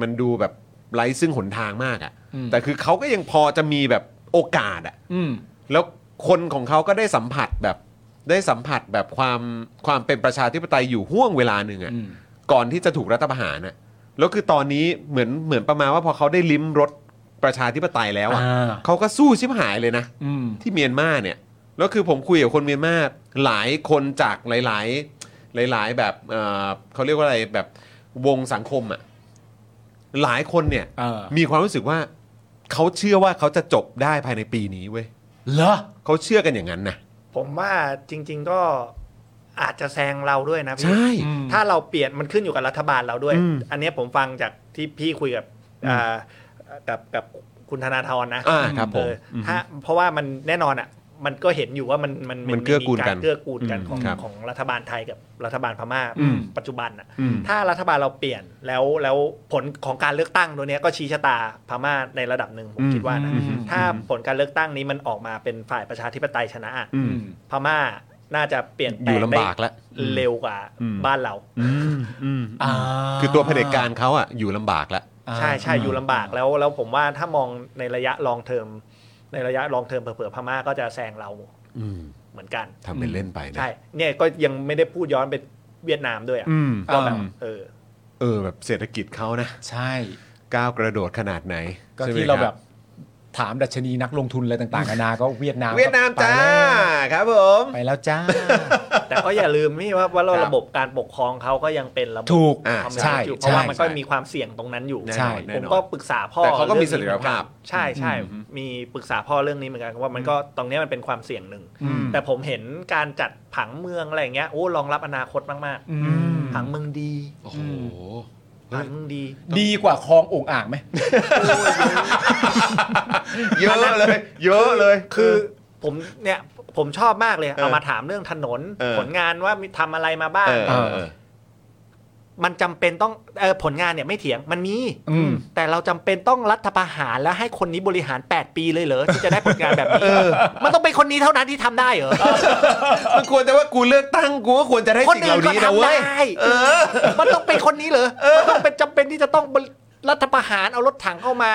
[SPEAKER 1] มันดูแบบไร้ซึ่งหนทางมากอะ่ะ
[SPEAKER 2] อืม
[SPEAKER 1] แต่คือเขาก็ยังพอจะมีแบบโอกาสอ่ะ
[SPEAKER 2] อืม
[SPEAKER 1] แล้วคนของเขาก็ได้สัมผัสแบบได้สัมผัสแบบความความเป็นประชาธิปไตยอยู่ห่วงเวลาหนึ่งอะ
[SPEAKER 2] อืม
[SPEAKER 1] ก่อนที่จะถูกรัฐประหารน่ะแล้วคือตอนนี้เหมือนเหมือนประมาณว่าพอเขาได้ลิ้มรสประชาธิปไตยแล้วอะ
[SPEAKER 2] อ่า
[SPEAKER 1] เขาก็สู้ชิบหายเลยนะ
[SPEAKER 2] อืม
[SPEAKER 1] ที่เมียนมาเนี่ยแล้วคือผมคุยกับคนเมียนมาหลายคนจากหลาย ๆ หลาย ๆ แบบเอ่อเขาเรียกว่าอะไรแบบวงสังคมอะหลายคนเนี่ย
[SPEAKER 2] เออ
[SPEAKER 1] มีความรู้สึกว่าเขาเชื่อว่าเขาจะจบได้ภายในปีนี้เว้ย
[SPEAKER 2] เหรอ
[SPEAKER 1] เขาเชื่อกันอย่างนั้นนะ
[SPEAKER 3] ผมว่าจริง ๆก็อาจจะแซงเราด้วยนะพี่
[SPEAKER 1] ใช่
[SPEAKER 2] อืม
[SPEAKER 3] ถ้าเราเปลี่ยนมันขึ้นอยู่กับรัฐบาลเราด้วย
[SPEAKER 1] อืม
[SPEAKER 3] อันเนี้ยผมฟังจากที่พี่คุยกับอ่ากับกับคุณธนาธรนะ
[SPEAKER 1] อ่าครับผม
[SPEAKER 3] เอออถ้าเพราะว่ามันแน่นอนอ่ะ มันก็เห็นอยู่ว่ามันมัน
[SPEAKER 1] มันเกื้อกูลกัน
[SPEAKER 3] มีาเกื้อกูลกันของ
[SPEAKER 1] อืมครับ
[SPEAKER 3] ของรัฐบาลไทยกับรัฐบาลพม่า
[SPEAKER 1] อืม
[SPEAKER 3] ปัจจุบันอ่ะ
[SPEAKER 1] อืม
[SPEAKER 3] ถ้ารัฐบาลเราเปลี่ยนแล้วแล้วผลของการเลือกตั้งตัวเนี้ยก็ชี้ชะตาพม่าในระดับหนึ่งผมคิดว่านะ
[SPEAKER 2] อืม
[SPEAKER 3] ถ้าผลการเลือกตั้งนี้มันออกมาเป็นฝ่ายประชาธิปไตยชนะ
[SPEAKER 1] อืม
[SPEAKER 3] พม่าน่าจะเปลี่ยนแป
[SPEAKER 1] อ
[SPEAKER 3] ล
[SPEAKER 1] ยู่
[SPEAKER 3] ง
[SPEAKER 1] ลำบากแล้ว
[SPEAKER 3] ได้เร็วกว่า
[SPEAKER 1] อืม
[SPEAKER 3] บ้านเรา
[SPEAKER 2] อ่า
[SPEAKER 1] คือตัวเผด็จการเขาอะอยู่ลำบากแล้ว
[SPEAKER 2] อ่า
[SPEAKER 3] ใช่ใช่อยู่ลำบากแล้วแล้วผมว่าถ้ามองในระยะลองเทอมในระยะลองเทอมเผื่อๆพม่าก็จะแซงเรา
[SPEAKER 1] อืม
[SPEAKER 3] เหมือนกัน
[SPEAKER 1] ทำเป็นเล่นไปนะ
[SPEAKER 3] ใช่เนี่ยก็ยังไม่ได้พูดย้อนไปเวียดนามด้วยอ่ะ
[SPEAKER 1] อืม
[SPEAKER 3] ก็แบบ
[SPEAKER 2] อืม
[SPEAKER 3] เออ
[SPEAKER 1] เออแบบเศรษฐกิจเขานะ
[SPEAKER 2] ใช่
[SPEAKER 1] ก้าวกระโดดขนาดไหน
[SPEAKER 2] ก็
[SPEAKER 1] ใช่ไหม
[SPEAKER 2] ที่เรา
[SPEAKER 1] ค
[SPEAKER 2] แบบถามดัชนีนักลงทุนอะไรต่างๆนานาก็เวียดนาม
[SPEAKER 1] เวียดนามจ้า ครับผม
[SPEAKER 2] ไปแล้วจ้า
[SPEAKER 3] แต่ก็อย่าลืมนี่ว่าว่า
[SPEAKER 1] ครับ
[SPEAKER 3] ระบบการปกครองเขาก็ยังเป็นระบบ
[SPEAKER 2] ถูก
[SPEAKER 1] อ่า
[SPEAKER 3] คอมมิว
[SPEAKER 2] ใช่
[SPEAKER 3] นิสต์อยู่เพ
[SPEAKER 2] ใช่
[SPEAKER 3] ราะว่ามันก็
[SPEAKER 1] ใช่
[SPEAKER 3] มีความเสี่ยงตรงนั้นอยู่
[SPEAKER 1] แน่น
[SPEAKER 2] ใช่
[SPEAKER 1] อนแน่
[SPEAKER 3] ผม
[SPEAKER 1] น
[SPEAKER 3] ก็
[SPEAKER 1] อน
[SPEAKER 3] ปรึกษาพ่อ
[SPEAKER 1] แต่เขาก็มี
[SPEAKER 3] รื่องนี้
[SPEAKER 1] เสถียรภาพ
[SPEAKER 3] เหมือนกันใช่ใช่มีปรึกษาพ่อเรื่องนี้เหมือนกันว่ามันก็ตรงเนี้ยมันเป็นความเสี่ยงหนึ่ง
[SPEAKER 2] อืม
[SPEAKER 3] แต่ผมเห็นการจัดผังเมืองอะไรอย่างเงี้ยโอ้รองรับอนาคตมาก
[SPEAKER 2] อืม
[SPEAKER 3] ผังเมืองดี
[SPEAKER 1] โอ้โห
[SPEAKER 3] ผังเมืองดี
[SPEAKER 2] ดีกว่าคลองโองอ่างไหม
[SPEAKER 1] เยอะเลย เยอะเลย
[SPEAKER 3] คือผมเนี่ยผมชอบมากเลยเอา
[SPEAKER 1] เออ
[SPEAKER 3] มาถามเรื่องถนน
[SPEAKER 1] เออ
[SPEAKER 3] ผลงานว่ามีทำอะไรมาบ้าง
[SPEAKER 1] เออเออเออ
[SPEAKER 3] มันจำเป็นต้องเออผลงานเนี่ยไม่เถียงมันมี
[SPEAKER 2] อืม
[SPEAKER 3] แต่เราจำเป็นต้องรัฐประหารแล้วให้คนนี้บริหาร 8 ปีเลยเหรอที่จะได้ผลงานแบบนี้มันต้องเป็นคนนี้เท่านั้นที่ทำได้เหรอ
[SPEAKER 1] มันควรแต่ว่ากูเลือกตั้งกูก็ควรจะได้
[SPEAKER 3] คน
[SPEAKER 1] สิ่งเห
[SPEAKER 3] อื่น
[SPEAKER 1] ล่า
[SPEAKER 3] ก็
[SPEAKER 1] นี้นะ
[SPEAKER 3] ทำ
[SPEAKER 1] เว้
[SPEAKER 3] ได้
[SPEAKER 1] ย
[SPEAKER 3] มันต้องเป็นคนนี้เหรอมันต้องเป็นจำเป็นที่จะต้องบริรัฐประหารเอารถถังเข้ามา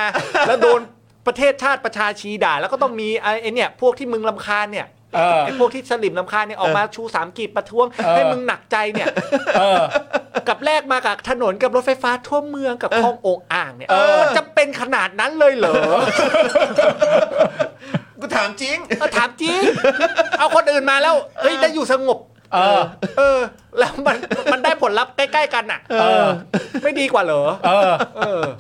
[SPEAKER 3] แล้วโดนประเทศชาติประชาชีด่า แล้วก็ต้องมีไอ้ไอ้เนี่ยพวกที่มึงลำคาญเนี่ย
[SPEAKER 2] เออ
[SPEAKER 3] ไอ้พวกที่สลิมลำคาญเนี่ยออกมาชูสามกีบประท้วง
[SPEAKER 2] เออ
[SPEAKER 3] ให้มึงหนักใจเนี่ย
[SPEAKER 2] เออ
[SPEAKER 3] กับแรกมากับถนนกับรถไฟฟ้าทั่วเมืองกับคลองโองอ่างเนี่ย
[SPEAKER 1] เออ
[SPEAKER 3] มันจะเป็นขนาดนั้นเลยเหรอ
[SPEAKER 1] กูถามจริง
[SPEAKER 3] เออถามจริงเอาคนอื่นมาแล้วเฮ้ยได้อยู่สงบ
[SPEAKER 2] เออ
[SPEAKER 3] เออ แล้วมันมันได้ผลลัพธ์ใกล้ๆกันอ่ะ
[SPEAKER 2] เออ
[SPEAKER 3] ไม่ดีกว่าเหรอ
[SPEAKER 2] เออ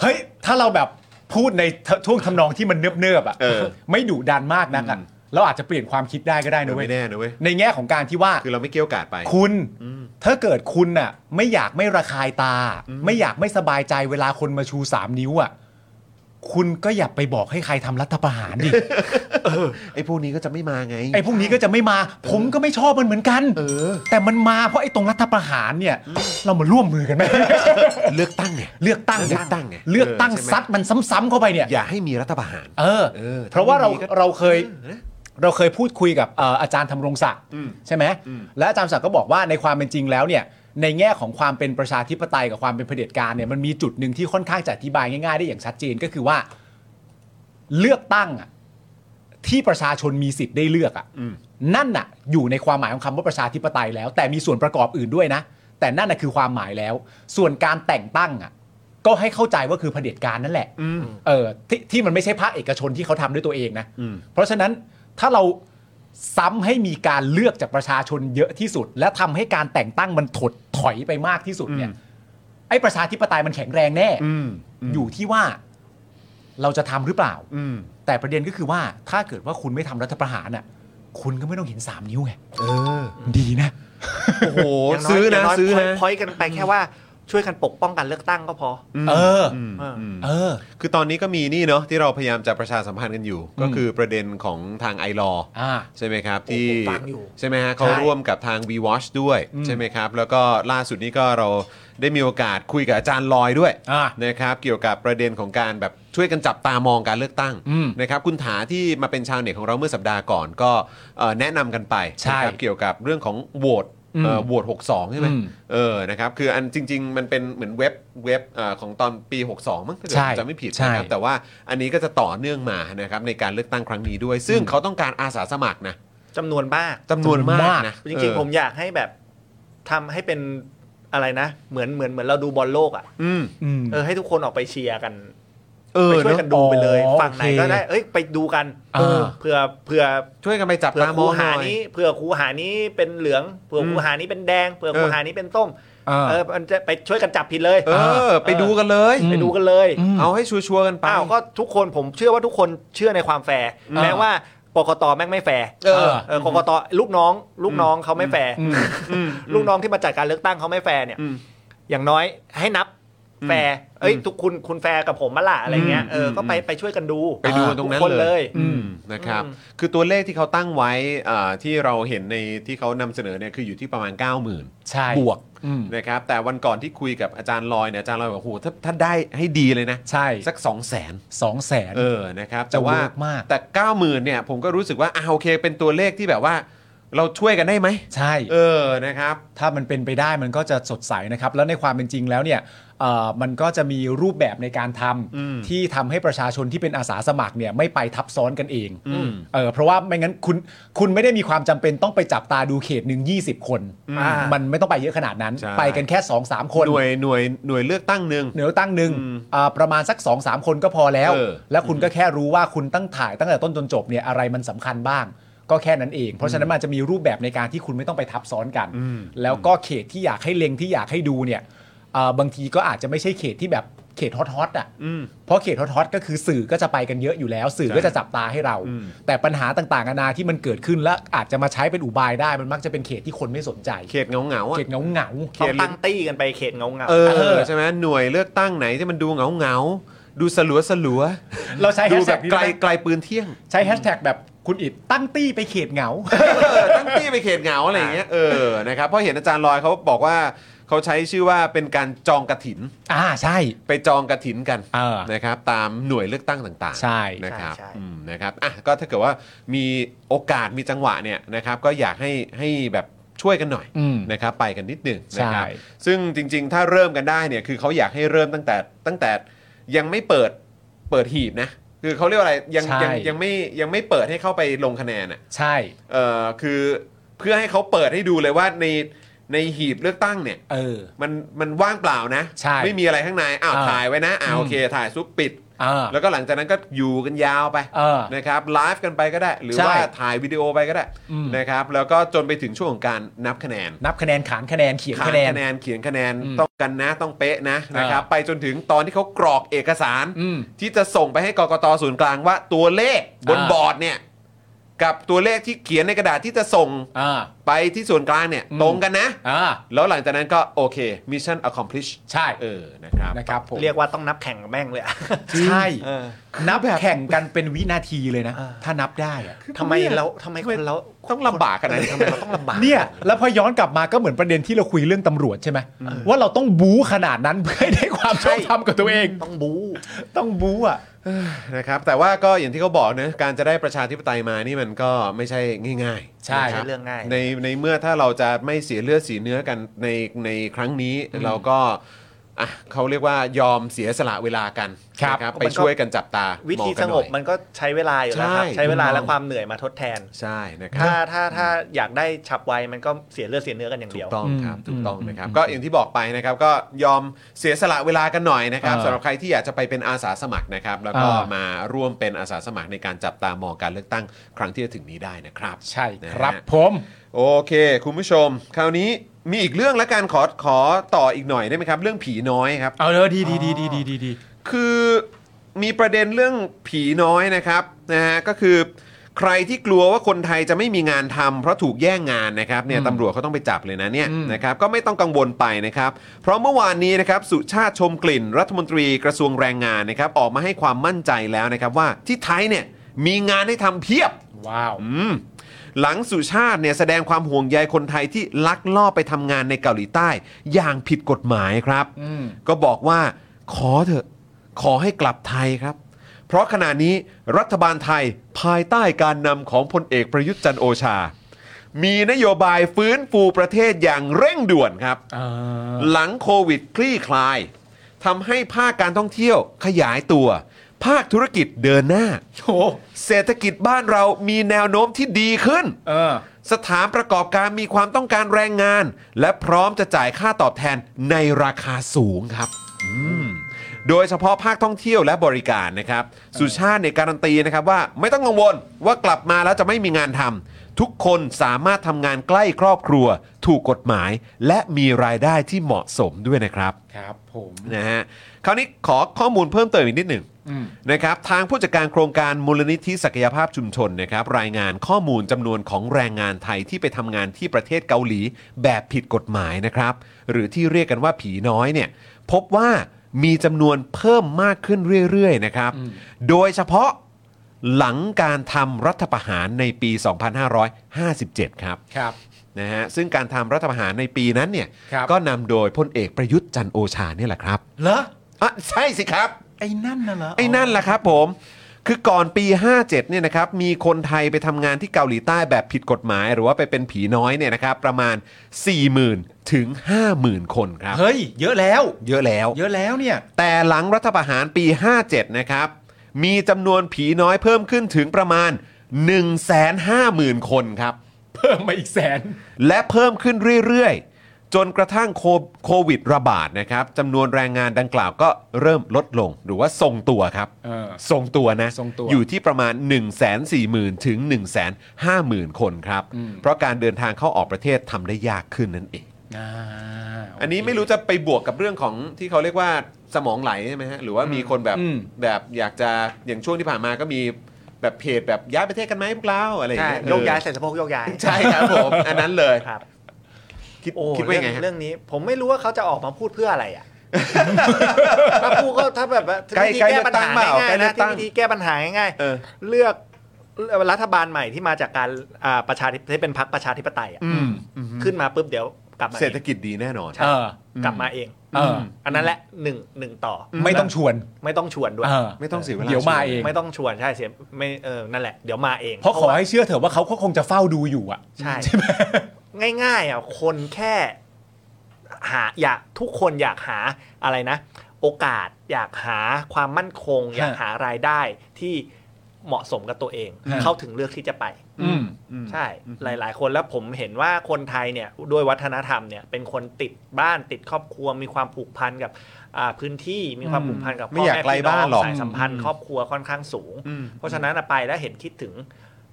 [SPEAKER 2] เฮ้ย ถ้าเราแบบพูดในท่วงทำนองที่มันเนิบๆอ่ะ
[SPEAKER 1] เออ
[SPEAKER 2] ไม่ดุดันมากนักอ่ะเราอาจจะเปลี่ยนความคิดได้ก็ได้นะเว้ย
[SPEAKER 1] ไม่แน่นะเว้ย
[SPEAKER 2] ในแง่ของการที่ว่า
[SPEAKER 1] คือเราไม่เกี่ยวกาดไป
[SPEAKER 2] คุณ ถ้าเกิดคุณน่ะ ไม่อยากไม่ระคายตา ไม่อยากไม่สบายใจเวลาคนมาชูสามนิ้วอ่ะคุณก็อย่าไปบอกให้ใครทำรัฐประหารดิ
[SPEAKER 1] ไอ้พวกนี้ก็จะไม่มาไง
[SPEAKER 2] ไอ้พวกนี้ก็จะไม่มา ผมก็ไม่ชอบมันเหมือนกันแต่มันมาเพราะไอ้ตรงรัฐประหารเนี่ย เรามาร่วมมือกันไหม
[SPEAKER 1] เลือกตั้งไง
[SPEAKER 2] เลือกตั้ง
[SPEAKER 1] เลือกตั้งไง
[SPEAKER 2] เลือกตั้ง
[SPEAKER 1] เออใช่ไหม
[SPEAKER 2] ซัดมันซ้ำๆเข้าไปเนี่ย
[SPEAKER 1] อย่าให้มีรัฐประหาร
[SPEAKER 2] เออ
[SPEAKER 1] เออ
[SPEAKER 2] เพราะว่าเรา
[SPEAKER 1] ถ้าไม่มีก็
[SPEAKER 2] เราเคย
[SPEAKER 1] เออนะ
[SPEAKER 2] เราเคยพูดคุยกับเอ่ออาจารย์ธำรงศักดิ์ใช่ไหมและอาจารย์ศักดิ์ก็บอกว่าในความเป็นจริงแล้วเนี่ย ในแง่ของความเป็นประชาธิปไตยกับความเป็นเผด็จการเนี่ยมันมีจุดหนึ่งที่ค่อนข้างจะอธิบายง่ายๆได้อย่างชัดเจนก็คือว่าเลือกตั้งอะที่ประชาชนมีสิทธิ์ได้เลือกอะนั่นน่ะ อยู่ในความหมายของคำว่าประชาธิปไตยแล้ว แต่มีส่วนประกอบอื่นด้วยนะ แต่นั่นน่ะคือความหมายแล้ว ส่วนการแต่งตั้งอะก็ให้เข้าใจว่าคือเผด็จการนั่นแหละ เออที่ที่มันไม่ใช่ภาคเอกชนที่เขาทำด้วยตัวเองนะ เพราะฉะนั้นถ้าเราซ้ำให้มีการเลือกจากประชาชนเยอะที่สุด และทำให้การแต่งตั้งมันถดถอยไปมากที่สุดเนี่ยไอ้ประชาธิปไตยมันแข็งแรงแน่ อยู่ที่ว่าเราจะทำหรือเปล่า แต่ประเด็นก็คือว่าถ้าเกิดว่าคุณไม่ทำรัฐประหารน่ะ คุณก็ไม่ต้องเห็นสามนิ้วไงดีนะ
[SPEAKER 1] โอ้โห ซื้อนะ ซื้อนะ
[SPEAKER 3] พอยต์กันไปแค่ว่าช่วยกันปกป้องการเลือกตั้งก็พออ
[SPEAKER 2] เอออ
[SPEAKER 3] เอออ
[SPEAKER 2] เออ
[SPEAKER 1] คือตอนนี้ก็มีนี่เนาะที่เราพยายามจะประชาสัมพันธ์กันอยู่ ก็คือประเด็นของทางไอรอ
[SPEAKER 2] อ่า
[SPEAKER 1] ใช่ไหมครับ ที่
[SPEAKER 3] ผมฟังอยู่
[SPEAKER 1] ใช่ไหมฮะเขาร่วมกับทาง V Watch ด้วย ใช่ไหมครับ แล้วก็ล่าสุดนี้ก็เราได้มีโอกาสคุยกับอาจารย์ลอยด้วย
[SPEAKER 2] อ่า
[SPEAKER 1] นะครับเกี่ยวกับประเด็นของการแบบช่วยกันจับตามองการเลือกตั้ง
[SPEAKER 2] อืม
[SPEAKER 1] นะครับคุณถาที่มาเป็นชาวเน็ตของเราเมื่อสัปดาห์ก่อนก็เอ่อแนะนำกันไป
[SPEAKER 2] ใช่
[SPEAKER 1] นะครับเกี่ยวกับเรื่องของโหวต
[SPEAKER 2] อืม
[SPEAKER 1] เอ่อโหวต62 ใช่ไหม
[SPEAKER 2] อืม
[SPEAKER 1] เออนะครับคืออันจริง ๆ มันเป็นเหมือนเว็บเว็บเอ่อของตอนปี 62 มั้งถ้าเกิด
[SPEAKER 2] ใช่
[SPEAKER 1] จำไม่ผิด
[SPEAKER 2] ใช่
[SPEAKER 1] นะครับ แต่ว่าอันนี้ก็จะต่อเนื่องมานะครับในการเลือกตั้งครั้งนี้ด้วย ซึ่งเขาต้องการอาสาสมัครนะ
[SPEAKER 3] จำนวนมาก
[SPEAKER 1] จำนวนมากนะ
[SPEAKER 3] จริง
[SPEAKER 1] เออ
[SPEAKER 3] ๆ ผมอยากให้แบบทำให้เป็นอะไรนะ เหมือนเหมือนเหมือนเราดูบอลโลกอ่ะ
[SPEAKER 1] อืม
[SPEAKER 2] อืม
[SPEAKER 3] เออให้ทุกคนออกไปเชียร์กัน
[SPEAKER 1] เออ
[SPEAKER 3] ไปช่วย
[SPEAKER 1] เน
[SPEAKER 3] กัน
[SPEAKER 1] อะ
[SPEAKER 3] ดูไปเลย
[SPEAKER 2] อ๋อ
[SPEAKER 3] ฝั่งไหน
[SPEAKER 2] โอเค
[SPEAKER 3] ก็ได้ เอ้ยไปดูกัน
[SPEAKER 2] อ่า
[SPEAKER 3] เพื่อเพื่อ
[SPEAKER 1] ช่วยกันไปจับ
[SPEAKER 3] เพื่อ
[SPEAKER 1] ตาม
[SPEAKER 3] ครู
[SPEAKER 1] องห
[SPEAKER 3] หา
[SPEAKER 1] น่อย
[SPEAKER 3] นี้เพื่อครูหานี้เป็นเหลืองเพื่ออ
[SPEAKER 1] ม
[SPEAKER 3] ครูหานี้เป็นแดงเพื่อ
[SPEAKER 1] เออ
[SPEAKER 3] ครูหานี้เป็นส้ม
[SPEAKER 2] อ่า
[SPEAKER 3] เออมันจะไปช่วยกันจับผิดเลย
[SPEAKER 1] เออ ไปดูกันเลย
[SPEAKER 2] อืม
[SPEAKER 3] ไปดูกันเลย
[SPEAKER 2] อืม
[SPEAKER 1] เอาให้ชัวร์ๆกันไป
[SPEAKER 3] อ้าวก็ทุกคนผมเชื่อว่าทุกคนเชื่อในความแฟร์
[SPEAKER 2] อ่า
[SPEAKER 3] แม้ว่ากกตแม่งไม่แฟร์
[SPEAKER 1] เออ
[SPEAKER 3] เออกกตลูกน้องลูกน้องเขาไม่แฟร์
[SPEAKER 2] อืม
[SPEAKER 3] ลูกน้องที่มาจัดการเลือกตั้งเขาไม่แฟร์เนี่ย
[SPEAKER 1] อืม
[SPEAKER 3] อย่างน้อยให้นับแฟร์เอ้ย ทุกคุณคุณแฟร์กับผมมาละอะไรเงี้ยเอออ
[SPEAKER 1] ม
[SPEAKER 3] ก็ไปไปช่วยกันดู
[SPEAKER 1] ไปดูกันตรงนั้น
[SPEAKER 3] ทุกคน
[SPEAKER 1] เล
[SPEAKER 3] เลย ย
[SPEAKER 1] อืมนะครับ
[SPEAKER 3] อืม
[SPEAKER 1] คือตัวเลขที่เขาตั้งไว้อ่าที่เราเห็นในที่เขานำเสนอเนี่ยคืออยู่ที่ประมาณ 9 0,000ื่น
[SPEAKER 2] ใช่
[SPEAKER 1] บวก
[SPEAKER 2] อืม
[SPEAKER 1] นะครับแต่วันก่อนที่คุยกับอาจารย์ลอยเนี่ยอาจารย์ลอยบอกโอ้โหถ้าถ้าได้ให้ดีเลยนะ
[SPEAKER 2] ใช่
[SPEAKER 1] สัก2 0 0 0 0น
[SPEAKER 2] สองแสน
[SPEAKER 1] เออ นะครับ
[SPEAKER 2] จะ
[SPEAKER 1] แต่ว่า
[SPEAKER 2] เวิร์กมาก
[SPEAKER 1] แต่ 9 0,000เนี่ย ผมก็รู้สึกว่าอ่าโอเค เป็นตัวเลขที่แบบว่า เราช่วยกันได้ไหม
[SPEAKER 2] ใช่
[SPEAKER 1] เออ นะครับ
[SPEAKER 2] ถ้ามันเป็นไปได้มันก็จะสดใสนะครับ แล้วในความเป็นจริงแล้วเนี่ยเอ่อมันก็จะมีรูปแบบในการทำ
[SPEAKER 1] อืม
[SPEAKER 2] ที่ทำให้ประชาชนที่เป็นอาสาสมัครเนี่ยไม่ไปทับซ้อนกันเอง
[SPEAKER 1] อืม
[SPEAKER 2] เออเพราะว่าไม่งั้นคุณคุณไม่ได้มีความจำเป็นต้องไปจับตาดูเขตหนึ่ง20 คน
[SPEAKER 3] อ่ามั
[SPEAKER 2] มันไม่ต้องไปเยอะขนาดนั้น
[SPEAKER 1] ใช่
[SPEAKER 2] ไปกันแค่ 2 3 คน
[SPEAKER 1] หน่วย หน่วย หน่วยเลือกตั้งหนึ่ง
[SPEAKER 2] เหนือตั้งหนึ่ง
[SPEAKER 1] อืม
[SPEAKER 2] อ่าประมาณสัก2อสคนก็พอแล้ว
[SPEAKER 1] เออ
[SPEAKER 2] แล้วคุณก็แค่รู้ว่าคุณตั้งถ่ายตั้งแต่ต้นจนจบเนี่ยอะไรมันสำคัญบ้าง ก็แค่นั้นเอง เพราะฉะนั้นมันจะมีรูปแบบในการที่คุณไม่ต้องไปทับซ้อนกัน แล้วก็เขตที่อยากให้เล็งที่อยากให้ดูเนี่ยอ่าบางทีก็อาจจะไม่ใช่เขตที่แบบเขตฮอตฮอตๆอ่ะ
[SPEAKER 1] อืม
[SPEAKER 2] เพราะเขตฮอตๆก็คือสื่อก็จะไปกันเยอะอยู่แล้ว สื่อก็จะจับตาให้เรา
[SPEAKER 1] อืม
[SPEAKER 2] แต่ปัญหาต่างๆนานาที่มันเกิดขึ้นและอาจจะมาใช้เป็นอุบายได้มันมักจะเป็นเขตที่คนไม่สนใจ
[SPEAKER 1] เขตเงาเงาๆ
[SPEAKER 2] เข
[SPEAKER 1] อ่ะ
[SPEAKER 2] ตเงาเงาๆ
[SPEAKER 3] ต้องตั้งตี้กันไปเขตเงาเงา
[SPEAKER 1] เอ
[SPEAKER 2] เอ
[SPEAKER 1] อ
[SPEAKER 2] อ
[SPEAKER 1] ใช่ไหมหน่วยเลือกตั้งไหนที่มันดูเงาเงาๆดูสลัวสลัว
[SPEAKER 2] เราใช้
[SPEAKER 1] ดู
[SPEAKER 2] hashtag
[SPEAKER 1] แบบ
[SPEAKER 2] นี้
[SPEAKER 1] ไกล
[SPEAKER 2] ได้ไหม
[SPEAKER 1] ไกลปืนเที่ยง
[SPEAKER 2] ใช้แฮชแท็กแบบคุณอิดตั้งตี้ไปเขตเหงา
[SPEAKER 1] เออตั้งตี้ไปเขตเหงาอะไรอย่างเงี้ย เออ นะครับ เพราะเห็นอาจารย์ลอยเขาบอกว่า เขาใช้ชื่อว่าเป็นการจองกระถิน
[SPEAKER 2] อ่าใช่
[SPEAKER 1] ไปจองกระถินกัน
[SPEAKER 2] เออ
[SPEAKER 1] นะครับตามหน่วยเลือกตั้งต่างๆ
[SPEAKER 2] ใช่
[SPEAKER 1] นะครับอืมนะครับอ่ะก็ถ้าเกิดว่ามีโอกาสมีจังหวะเนี่ยนะครับก็อยากให้ให้แบบช่วยกันหน่อย
[SPEAKER 2] อืม
[SPEAKER 1] นะครับไปกันนิดหนึ่งนะครับ
[SPEAKER 2] ใช่
[SPEAKER 1] ซึ่งจริง ๆ ถ้าเริ่มกันได้เนี่ยคือเขาอยากให้เริ่มตั้งแต่ตั้งแต่ยังไม่เปิดเปิดหีบนะคือเขาเรียกว่าอะไรยัง
[SPEAKER 2] ใช่
[SPEAKER 1] ยังยังไม่ยังไม่เปิดให้เข้าไปลงคะแนนอ่ะ
[SPEAKER 2] ใช่
[SPEAKER 1] เอ่อคือเพื่อให้เขาเปิดให้ดูเลยว่าในในหีบเลือกตั้งเนี่ย
[SPEAKER 2] เออ
[SPEAKER 1] มันมันว่างเปล่านะ
[SPEAKER 2] ใช่
[SPEAKER 1] ไม่มีอะไรข้างในอ้าว
[SPEAKER 2] อ่า
[SPEAKER 1] ถ่ายไว้นะอ้าว
[SPEAKER 2] อืม
[SPEAKER 1] โอเค ถ่ายซุปปิด
[SPEAKER 2] อ่า
[SPEAKER 1] แล้วก็หลังจากนั้นก็อยู่กันยาวไป
[SPEAKER 2] เออ
[SPEAKER 1] นะครับไลฟ์กันไปก็ได้ หรือ
[SPEAKER 2] ใช่
[SPEAKER 1] ว่าถ่ายวิดีโอไปก็ได้
[SPEAKER 2] อืม
[SPEAKER 1] นะครับแล้วก็จนไปถึงช่วงของการนับคะแนน
[SPEAKER 2] นับคะแนนขานคะแนนเขียน
[SPEAKER 1] ขา
[SPEAKER 2] คะ
[SPEAKER 1] น
[SPEAKER 2] แนน
[SPEAKER 1] คะแนนเขียนคะแนน
[SPEAKER 2] อืม
[SPEAKER 1] ต้องกันนะต้องเป๊ะนะ
[SPEAKER 2] อ่าน
[SPEAKER 1] นะครับไปจนถึงตอนที่เขากรอกเอกสาร
[SPEAKER 2] อืม
[SPEAKER 1] ที่จะส่งไปให้กกตศูนย์กลางว่าตัวเลขบน
[SPEAKER 2] อ่า
[SPEAKER 1] บอร์ดเนี่ยกับตัวเลขที่เขียนในกระดาษที่จะส่ง
[SPEAKER 2] อ่า
[SPEAKER 1] ไปที่ส่วนกลางเนี่ย
[SPEAKER 2] อืม
[SPEAKER 1] ตรงกันนะ
[SPEAKER 2] อ่า
[SPEAKER 1] แล้วหลังจากนั้นก็โอเคมิชชั่น accomplish
[SPEAKER 2] ใช่
[SPEAKER 1] เออ นะครับ
[SPEAKER 2] นะครับผม
[SPEAKER 3] เรียกว่าต้องนับแข่งกับแม่งเลยอะ
[SPEAKER 2] ใช่
[SPEAKER 3] เออ
[SPEAKER 2] นับแข่งกันเป็นวินาทีเลยนะ
[SPEAKER 3] อ่า
[SPEAKER 2] ถ้านับได้อะ
[SPEAKER 3] ทำไมเราทำไมคนเรา
[SPEAKER 1] ต้องลำบากขนาดนี้
[SPEAKER 3] ทำไมเราต้องลำบาก
[SPEAKER 2] เนี่ย แล้วพอย้อนกลับมาก็เหมือนประเด็นที่เราคุยเรื่องตำรวจใช่ไหม ว่าเราต้องบู๊ขนาดนั้นเพื่อให้ได้ความชอบธรรมกับตัวเอง
[SPEAKER 3] ต้องบู๊
[SPEAKER 2] ต้องบู๊อ่ะ
[SPEAKER 1] เอ้ยนะครับแต่ว่าก็อย่างที่เขาบอกนะการจะได้ประชาธิปไตยมานี่มันก็ไม่ใช่ง่ายๆ
[SPEAKER 2] ใช่
[SPEAKER 1] นะคบ
[SPEAKER 3] เรื่องง่าย
[SPEAKER 1] ในในเมื่อถ้าเราจะไม่เสียเลือดเสียเนื้อกันในในครั้งนี้เราก็อ่ะเขาเรียกว่ายอมเสียสละเวลากัน
[SPEAKER 2] ครับ
[SPEAKER 1] นะไปช่วยกันจับตา
[SPEAKER 3] วิธี
[SPEAKER 1] มอกั
[SPEAKER 3] ส
[SPEAKER 1] นห
[SPEAKER 3] ง
[SPEAKER 1] น่อ
[SPEAKER 3] บ
[SPEAKER 1] ย
[SPEAKER 3] มันก็ใช้เวลาอยู่แล้วครับ
[SPEAKER 1] ใช่
[SPEAKER 3] ใช้เวลาและความเหนื่อยมาทดแทน
[SPEAKER 1] ใช่นะครั
[SPEAKER 3] ถ้า
[SPEAKER 1] บ
[SPEAKER 3] ถ้าถ้าอยากได้ฉับไวมันก็เสียเลือดเสียเนื้อกันอย่าง
[SPEAKER 1] ถู
[SPEAKER 3] เดีย
[SPEAKER 1] ก
[SPEAKER 3] ว
[SPEAKER 1] ต้องครับ
[SPEAKER 2] อืม
[SPEAKER 1] ถูกต้อง
[SPEAKER 2] อืม
[SPEAKER 1] นะครับ
[SPEAKER 2] อืม
[SPEAKER 1] ก็อย่างที่บอกไปนะครับก็ยอมเสียสละเวลากันหน่อยนะครับ
[SPEAKER 2] เออ
[SPEAKER 1] สำหรับใครที่อยากจะไปเป็นอาสาสมัครนะครับแล้วก็
[SPEAKER 2] เออ
[SPEAKER 1] มาร่วมเป็นอาสาสมัครในการจับตามองการเลือกตั้งครั้งที่จะถึงนี้ได้นะครับ
[SPEAKER 2] ใช่
[SPEAKER 1] นะฮะ
[SPEAKER 2] ครับผม
[SPEAKER 1] โอเค คุณผู้ชม คราวนี้มีอีกเรื่องและการขอขอต่ออีกหน่อยได้ไหมครับ เรื่องผีน้อยครับ
[SPEAKER 2] เอาเลยดีดีดีดีดีดี
[SPEAKER 1] คือมีประเด็นเรื่องผีน้อยนะครับนะฮะก็คือ ใครที่กลัวว่าคนไทยจะไม่มีงานทำเพราะถูกแย่งงานนะครับเนี่ย
[SPEAKER 2] อืม
[SPEAKER 1] ตำรวจเขาต้องไปจับเลยนะเนี่ย
[SPEAKER 2] อืม
[SPEAKER 1] นะครับก็ไม่ต้องกังวลไปนะครับ เพราะเมื่อวานนี้นะครับสุชาติชมกลิ่น รัฐมนตรีกระทรวงแรงงานนะครับออกมาให้ความมั่นใจแล้วนะครับว่าที่ไทยเนี่ยมีงานให้ทำเพียบ
[SPEAKER 2] ว้าว
[SPEAKER 1] อืมหลังสุชาติเนี่ยแสดงความห่วงใยคนไทยที่ลักลอบไปทำงานในเกาหลีใต้ อย่างผิดกฎหมายครับ
[SPEAKER 2] อืม
[SPEAKER 1] ก็บอกว่าขอเถอะขอให้กลับไทยครับ เพราะขณะนี้รัฐบาลไทยภายใต้การนำของพลเอกประยุทธ์จันทร์โอชา มีนโยบายฟื้นฟูประเทศอย่างเร่งด่วนครับ
[SPEAKER 2] อ่า
[SPEAKER 1] หลังโควิดคลี่คลายทำให้ภาคการท่องเที่ยวขยายตัว ภาคธุรกิจเดินหน้า
[SPEAKER 2] โอ้
[SPEAKER 1] เศรษฐกิจบ้านเรามีแนวโน้มที่ดีขึ้น
[SPEAKER 2] เออ
[SPEAKER 1] สถานประกอบการมีความต้องการแรงงาน และพร้อมจะจ่ายค่าตอบแทนในราคาสูงครับอืมโดยเฉพาะภาคท่องเที่ยวและบริการนะครับ สุชาติเนี่ยการันตีนะครับว่าไม่ต้องกังวลว่ากลับมาแล้วจะไม่มีงานทำทุกคนสามารถทำงานใกล้ครอบครัว ถูกกฎหมาย และมีรายได้ที่เหมาะสมด้วยนะครับ
[SPEAKER 2] ครับผม
[SPEAKER 1] นะฮะคราวนี้ขอข้อมูลเพิ่มเติมอีกนิดหนึ่ง
[SPEAKER 2] อืม
[SPEAKER 1] นะครับทางผู้จัดการโครงการมูลนิธิศักยภาพชุมชนนะครับรายงานข้อมูลจำนวนของแรงงานไทยที่ไปทำงานที่ประเทศเกาหลีแบบผิดกฎหมายนะครับหรือที่เรียกกันว่าผีน้อยเนี่ยพบว่ามีจำนวนเพิ่มมากขึ้นเรื่อยๆนะครับโดยเฉพาะหลังการทำรัฐประหารในปี 2557 ครับ
[SPEAKER 2] ครับ
[SPEAKER 1] นะฮะซึ่งการทำรัฐประหารในปีนั้นเนี่ย
[SPEAKER 2] ครับ
[SPEAKER 1] ก็นำโดยพลเอกประยุทธ์จันทร์โอชาเนี่ยแหละครับ
[SPEAKER 2] เหรอ
[SPEAKER 1] อ่ะใช่สิครับ
[SPEAKER 2] ไอ้นั่นน่ะเหรอ
[SPEAKER 1] ไอ้นั่นแหละครับผม คือก่อนปี 57เนี่ยนะครับมีคนไทยไปทำงานที่เกาหลีใต้แบบผิดกฎหมาย หรือว่าไปเป็นผีน้อยเนี่ยนะครับประมาณ 40,000 ถึง 50,000 คนครับ
[SPEAKER 2] เฮ้ย เยอะแล้ว
[SPEAKER 1] เยอะแล้ว
[SPEAKER 2] เยอะแล้วเนี่ย
[SPEAKER 1] แต่หลังรัฐประหารปี 57 นะครับ มีจำนวนผีน้อยเพิ่มขึ้นถึงประมาณ 150,000 คนครับ
[SPEAKER 2] เพิ่มมาอีกแสน
[SPEAKER 1] และเพิ่มขึ้นเรื่อยๆ จนกระทั่งโคโควิดระบาดนะครับจำนวนแรงงานดังกล่าวก็เริ่มลดลงหรือว่าทรงตัวครับ
[SPEAKER 2] เออ
[SPEAKER 1] ทรงตัวนะ
[SPEAKER 2] ทรงตัว
[SPEAKER 1] อยู่ที่ประมาณ 1 4 0 0 0 0 ถึง 1 5 0 0 0 0 คนครับ
[SPEAKER 2] อืม
[SPEAKER 1] เพราะการเดินทางเข้าออกประเทศทำได้ยากขึ้นนั่นเอง
[SPEAKER 2] อ่าโเค
[SPEAKER 1] อันนี้ไม่รู้จะไปบวกกับเรื่องของที่เขาเรียกว่าสมองไหลใช่ไหมฮะหรือว่ามีคนแบบ
[SPEAKER 2] อืม
[SPEAKER 1] แบบอยากจะอย่างช่วงที่ผ่านมาก็มีแบบเพจแบบย้ายประเทศกันไหมพวกเราอะไรอย่าง
[SPEAKER 3] ใช่
[SPEAKER 1] เงี้ย
[SPEAKER 3] โยกย้ายใส่สะโพกโยกย้าย
[SPEAKER 1] ใช่ครับผม อันนั้นเลย
[SPEAKER 3] ครับ
[SPEAKER 1] คิด
[SPEAKER 3] โอ้
[SPEAKER 1] คิดว่ายังไงฮะ
[SPEAKER 3] เรื่องนี้ผมไม่รู้ว่าเขาจะออกมาพูดเพื่ออะไรอ่ะ ถ้าพูดก็ถ้าแบบว่า
[SPEAKER 1] ใกล้
[SPEAKER 3] วิธี
[SPEAKER 1] ใกล้
[SPEAKER 3] แก้ปัญหา
[SPEAKER 1] เลือกตั้งเปล่า
[SPEAKER 3] ง่ายๆนะ
[SPEAKER 1] ใกล้เลือกตั้ง
[SPEAKER 3] ที่วิธีแก้ปัญหาง่าย
[SPEAKER 1] เออ
[SPEAKER 3] ๆเลือกรัฐบาลใหม่ที่มาจากการอ่าประชาธิปไตยเป็นพรรคประชาธิปไตยอะ
[SPEAKER 2] อืม
[SPEAKER 3] ขึ้นมาปุ๊บเดี๋ยวกลับมา
[SPEAKER 1] เศรษฐกิจดีแน่นอน
[SPEAKER 2] เออ
[SPEAKER 3] กลับมาเอง
[SPEAKER 2] เออ
[SPEAKER 3] อันนั้นแหละหนึ่งหนึ่งต่ออ
[SPEAKER 2] ไม่ต้องชวน
[SPEAKER 3] ไม่ต้องชวนด้วย
[SPEAKER 2] เออ
[SPEAKER 1] ไม่ต้องเสียเวลา
[SPEAKER 2] เดี๋ยวมาเอง
[SPEAKER 3] ไม่ต้องชวนใช่เสียไม่เออนั่นแหละเดี๋ยวมาเอง
[SPEAKER 2] เพราะขอให้เชื่อเถอะว่าเขาก็คงจะเฝ้าดูอยู่อ่ะ
[SPEAKER 3] ใช่ง่ายๆอ่ะคนแค่หาอยากทุกคนอยากหาอะไรนะ โอกาสอยากหาความมั่นคง อยากหารายได้ที่เหมาะสมกับตัวเอง
[SPEAKER 2] ฮะ
[SPEAKER 3] เขาถึงเลือกที่จะไป
[SPEAKER 2] อืม
[SPEAKER 1] อืม
[SPEAKER 3] ใช่ หลายๆ คนแล้วผมเห็นว่าคนไทยเนี่ยด้วยวัฒนธรรมเนี่ยเป็นคนติดบ้านติดครอบครัว มีความผูกพันกับอ่าพื้นที่มีความ
[SPEAKER 2] อืม
[SPEAKER 3] ผูกพันกับ
[SPEAKER 1] ไม่อยากไกล
[SPEAKER 3] พ่แพี่
[SPEAKER 1] บ้านหรอก
[SPEAKER 3] สายสัมพันธ์ครอบครัวค่อนข้างสูง
[SPEAKER 1] อืม
[SPEAKER 3] เพราะฉะนั้นอะไปแล้วเห็นคิดถึง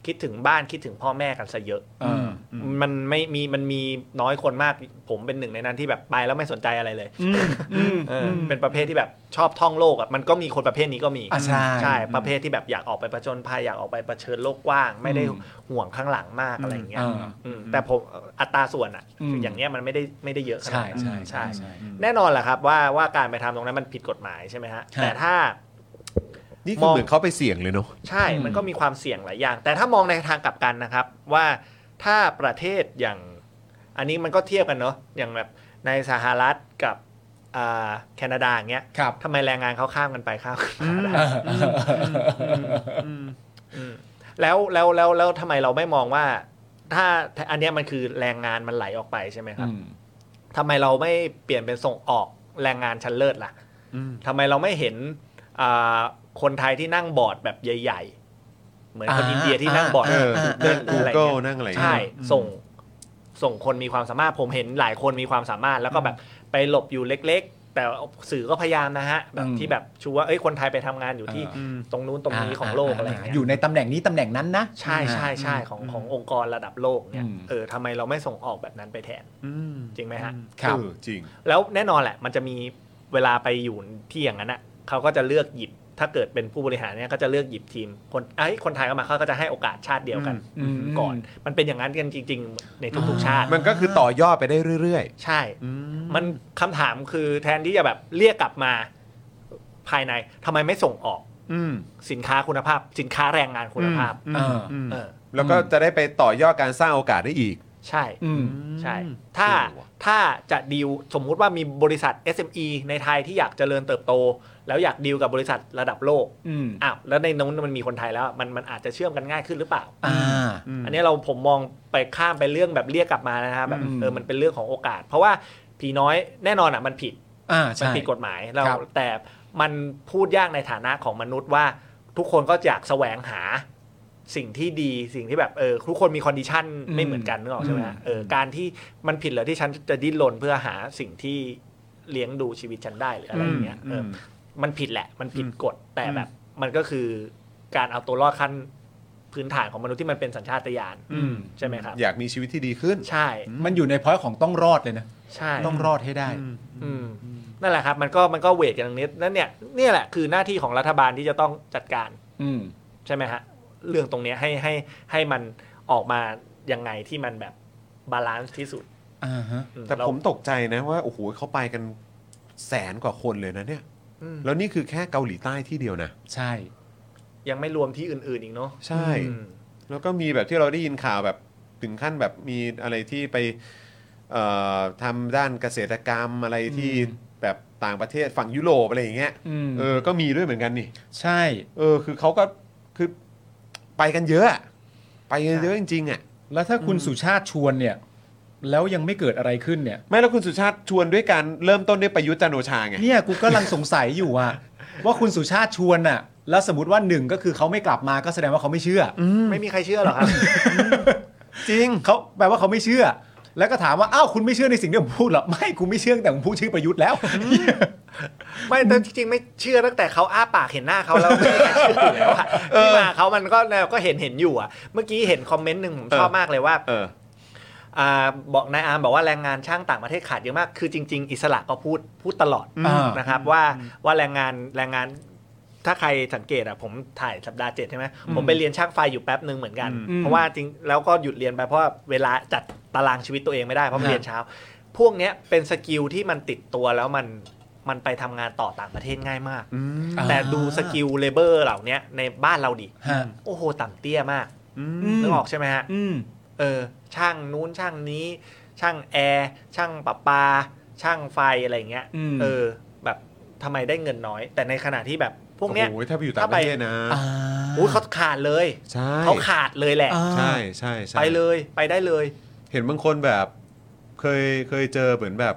[SPEAKER 3] คิดถึงบ้านคิดถึงพ่อแม่กันซะเยอะ
[SPEAKER 2] เออ
[SPEAKER 3] มันไม่มีมันมีน้อยคนมาก ผมเป็นหนึ่งในนั้นที่แบบไปแล้วไม่สนใจอะไรเลยเออเป็นประเภทที่แบบชอบท่องโลกอ่ะมันก็มีคนประเภทนี้ก็มี
[SPEAKER 2] อ่ะใช่
[SPEAKER 3] ประเภทที่แบบอยากออกไปประจนภัยอยากออกไปประชิญโลกกว้าง ไม่ได้ห่วงข้างหลังมากอะไรอย่างเงี้ย
[SPEAKER 2] อืมอ่า
[SPEAKER 3] อืมแต่ผมอัตราส่วนอ่ะ
[SPEAKER 2] อืม
[SPEAKER 3] อย่างเงี้ยมันไม่ได้ไม่ได้เยอะขนาด
[SPEAKER 2] ใช่
[SPEAKER 3] นั้น
[SPEAKER 2] ใช่ใช่
[SPEAKER 3] ใช่
[SPEAKER 2] ใช่
[SPEAKER 3] แน่นอนแหละครับว่าว่าการไปทำตรงนั้นมันผิดกฎหมายใช่ไหมฮะ
[SPEAKER 2] ฮะ
[SPEAKER 3] แต่ถ้า
[SPEAKER 1] นี่คือเหมือนเขาไปเสี่ยงเลยเนาะ
[SPEAKER 3] ใช่
[SPEAKER 2] อืม
[SPEAKER 3] มันก็มีความเสี่ยงหลายอย่าง แต่ถ้ามองในทางกลับกันนะครับ ว่าถ้าประเทศอย่าง อันนี้มันก็เทียบกันเนาะ อย่างแบบในสหรัฐกับอ อ่าแคนาดาอย่างเงี้ย
[SPEAKER 2] ครับ
[SPEAKER 3] ทำไมแรงงานเขาข้ามกันไปข้ามกันมาได้ อืมแล้วแล้วแล้วแล้วทำไมเราไม่มองว่า ถ้าอันเนี้ยมันคือแรงงานมันไหลออกไปใช่ไหมครับทำไมเราไม่เปลี่ยนเป็นส่งออกแรงงานชั้นเลิศล่ะทำไมเราไม่เห็นอ่าคนไทยที่นั่งบอร์ดแบบใหญ่ ๆ เหมือนคน
[SPEAKER 2] อ่า
[SPEAKER 3] อินเดียที่นั่งบอร์ด
[SPEAKER 1] เออ
[SPEAKER 3] เดิ
[SPEAKER 1] นั่ง
[SPEAKER 3] นหรืออะไรเงี้
[SPEAKER 1] Google
[SPEAKER 3] ย
[SPEAKER 1] นั่งอะไรอย่าง
[SPEAKER 3] ใช่
[SPEAKER 1] เงี้ย
[SPEAKER 3] ส่งส่งคนมีความสามารถผมเห็นหลายคนมีความสามารถแล้วก็แบบไปหลบอยู่เล็ก ๆ แต่สื่อก็พยายามนะฮะแบบ
[SPEAKER 2] อืม
[SPEAKER 3] ที่แบบชูว่าเอ้ยคนไทยไปทำงานอยู่ที่ตรงนู้นตรงนี้ของโลกอะไรอย่างเงี้ย
[SPEAKER 2] อยู่ในตำแหน่งนี้ตำแหน่งนั้นนะ
[SPEAKER 3] ใช่ใช่ใช่ของขององค์กรระดับโลกเนี่ย
[SPEAKER 2] อืม
[SPEAKER 3] เออทำไมเราไม่ส่งออกแบบนั้นไปแทน จริงไหมฮะ
[SPEAKER 2] ครับ
[SPEAKER 1] เออจริง
[SPEAKER 3] แล้วแน่นอนแหละ มันจะมีเวลาไปอยู่ที่อย่างนั้นอ่ะเขาก็จะเลือกหยิบถ้าเกิดเป็นผู้บริหารเนี่ยก็จะเลือกหยิบทีม คนไอ้ยคนไทยเข้ามาเขาก็จะให้โอกาสชาติเดียวกัน
[SPEAKER 2] อืม
[SPEAKER 3] ก่อน มันเป็นอย่างนั้นกันจริง ๆ ในทุกๆชาติ
[SPEAKER 1] มันก็คือต่อยอดไปได้เรื่อย
[SPEAKER 3] ใช่ มันคำถามคือแทนที่จะแบบเรียกกลับมาภายในทำไมไม่ส่งออกสินค้าคุณภาพ สินค้าแรงงานคุณภาพ
[SPEAKER 2] เอออ
[SPEAKER 3] เออ
[SPEAKER 1] ๆ แล้วก็จะได้ไปต่อยอดการสร้างโอกาสได้อีก
[SPEAKER 3] ใช่
[SPEAKER 2] อืม
[SPEAKER 3] ใช่ ถ้า ถ้าจะดีลสมมุติว่ามีบริษัท SME ในไทยที่อยากเจริญเติบโต แล้วอยากดีลกับบริษัทระดับโลก
[SPEAKER 2] อืม
[SPEAKER 3] อ้าว แล้วในนู้นมันมีคนไทยแล้ว มัน มันอาจจะเชื่อมกันง่ายขึ้นหรือเปล่า
[SPEAKER 2] อ่า
[SPEAKER 3] อันนี้เราผมมองไปข้ามไปเรื่องแบบเรียกกลับมานะครับแบบ
[SPEAKER 2] อืม
[SPEAKER 3] เออ มันเป็นเรื่องของโอกาส เพราะว่าผีน้อยแน่นอนอ่ะ มันผิด
[SPEAKER 2] อ่า
[SPEAKER 3] มั
[SPEAKER 2] ใช่
[SPEAKER 3] นผิดกฎหมายเรา
[SPEAKER 2] ครับ
[SPEAKER 3] แต่มันพูดยากในฐานะของมนุษย์ว่าทุกคนก็อยากแสวงหาสิ่งที่ดีสิ่งที่แบบเออทุกคนมีคอนดิชัน
[SPEAKER 2] อืม
[SPEAKER 3] ไม่เหมือนกันนึกออกใช่ไหม
[SPEAKER 2] อืม
[SPEAKER 3] เออการที่มันผิดเหรอที่ฉันจะดิ้นรนเพื่อหาสิ่งที่เลี้ยงดูชีวิตฉันได้หรืออะไรอย่างเงี้ยเอออมันผิดแหละ มันผิดกฎแต่แบบ มันก็คือการเอาตัวรอดขั้นพื้นฐานของมนุษย์ที่มันเป็นสัญชาตญาณ
[SPEAKER 2] อืม
[SPEAKER 3] ใช่ไหมครับ
[SPEAKER 1] อยากมีชีวิตที่ดีขึ้น
[SPEAKER 3] ใช่
[SPEAKER 2] มันอยู่ในพอยต์ของต้องรอดเลยนะ
[SPEAKER 3] ใช่
[SPEAKER 2] ต้องรอดให้ได้
[SPEAKER 3] อืมนั่นแหละครับ มันก็มันก็เวทกันตรงนี้นั่นเนี่ยเนี่ยแหละคือหน้าที่ของรัฐบาลที่จะต้องจัดการ
[SPEAKER 2] อืม
[SPEAKER 3] ใช่ไหมฮะเรื่องตรงเนี้ยให้ให้ให้มันออกมายังไงที่มันแบบบาลานซ์ที่สุด
[SPEAKER 2] อ่าฮะ
[SPEAKER 3] อื
[SPEAKER 1] แต่
[SPEAKER 3] เรา
[SPEAKER 1] ผมตกใจนะว่า โอ้โหเขาไปกันแสนกว่าคนเลยนะเนี่ย
[SPEAKER 3] อืม
[SPEAKER 1] แล้วนี่คือแค่เกาหลีใต้ที่เดียวนะ
[SPEAKER 2] ใช่
[SPEAKER 3] ยังไม่รวมที่อื่นๆอีกเนาะ
[SPEAKER 1] ใช่
[SPEAKER 3] อืม
[SPEAKER 1] แล้วก็มีแบบที่เราได้ยินข่าวแบบถึงขั้นแบบมีอะไรที่ไปเอ่อทำด้านเกษตรกรรมอะไรที่แบบต่างประเทศฝั่งยุโรปอะไรอย่างเงี้ย
[SPEAKER 2] อืม
[SPEAKER 1] เออก็มีด้วยเหมือนกันนี่
[SPEAKER 2] ใช่
[SPEAKER 1] เออคือเขาก็คือไปกันเยอะอะไปกันเยอะจริงๆอ่ะ
[SPEAKER 2] แล้วถ้าคุณสุชาติชวนเนี่ย แล้วยังไม่เกิดอะไรขึ้นเนี่ย
[SPEAKER 1] ไม่แล้วคุณสุชาติชวนด้วยการเริ่มต้นด้วยประยุทธ์จันทร์โอชาไง
[SPEAKER 2] เนี่ยกูกำลังสงสัยอยู่อะว่าคุณสุชาติชวนอะแล้วสมมติว่าหนึ่งก็คือเขาไม่กลับมาก็แสดงว่าเขาไม่เชื่ออ
[SPEAKER 3] ไม่มีใครเชื่อหรอกครับ
[SPEAKER 2] จริงเขาแปลว่าเขาไม่เชื่อ แล้วก็ถามว่าอ้าวคุณไม่เชื่อในสิ่งที่ผมพูดเหรอไม่กูไม่เชื่อตั้งแต่ผมพูดชื่อประยุทธ์แล้ว
[SPEAKER 3] ไม่แต่จริงๆไม่เชื่อตั้งแต่เขาอ้าปากเห็นหน้าเขาแล้วไม่มีใครเชื่อ อยู่แล้วอะที่มาเขามันก็แนวก็เห็นเห็นอยู่อะเมื่อกี้เห็นคอมเมนต์หนึ่งผมชอบ
[SPEAKER 1] เออ
[SPEAKER 3] มากเลยว่า
[SPEAKER 1] เออ
[SPEAKER 3] อ่าบอกนายอาร์มบอกว่าแรงงานช่างต่างประเทศขาดเยอะมาก คือจริง ๆ อิสระก็พูดพูดตลอด
[SPEAKER 2] อ่าน
[SPEAKER 3] นะครับว่าว่าแรงงานแรงงานถ้าใครสังเกตอ่ะผมถ่ายสัปดาห์เจ็ดใช่ไหมผมไปเรียนช่างไฟอยู่แป๊บหนึ่งเหมือนกัน เพราะว่าจริงแล้วก็หยุดเรียนไปเพราะว่าเวลาจัดตารางชีวิตตัวเองไม่ได้เพราะมันเรียนเช้า พวกเนี้ยเป็นสกิลที่มันติดตัวแล้วมันมันไปทำงานต่อต่างประเทศง่ายมาก แต่ดูสกิลเลเบอร์เหล่าเนี้ยในบ้านเราดิ
[SPEAKER 2] ฮะ
[SPEAKER 3] โอ้โหต่ำเตี้ยมาก
[SPEAKER 2] ม
[SPEAKER 3] นึกออกใช่ไหมฮะ
[SPEAKER 2] อืม
[SPEAKER 3] เออช่างนู้นช่างนี้ ช่างแอร์ช่างประปา ช่างไฟอะไรอย่างเงี้ย
[SPEAKER 2] อืม
[SPEAKER 3] เออ แบบทำไมได้เงินน้อย แต่ในขณะที่แบบพวกเนี้ย
[SPEAKER 1] โอ้โหถ้าไปอยู่ต่างประเทศนะ
[SPEAKER 2] อ่า
[SPEAKER 3] อู้เขาขาดเลย
[SPEAKER 1] ใช่
[SPEAKER 3] เขาขาดเลยแหละ
[SPEAKER 2] อ่า
[SPEAKER 1] ใช่ใช่ใช่
[SPEAKER 3] ไปเลยไปได้เลย
[SPEAKER 1] เห็นบางคนแบบเคยเคยเจอเหมือนแบบ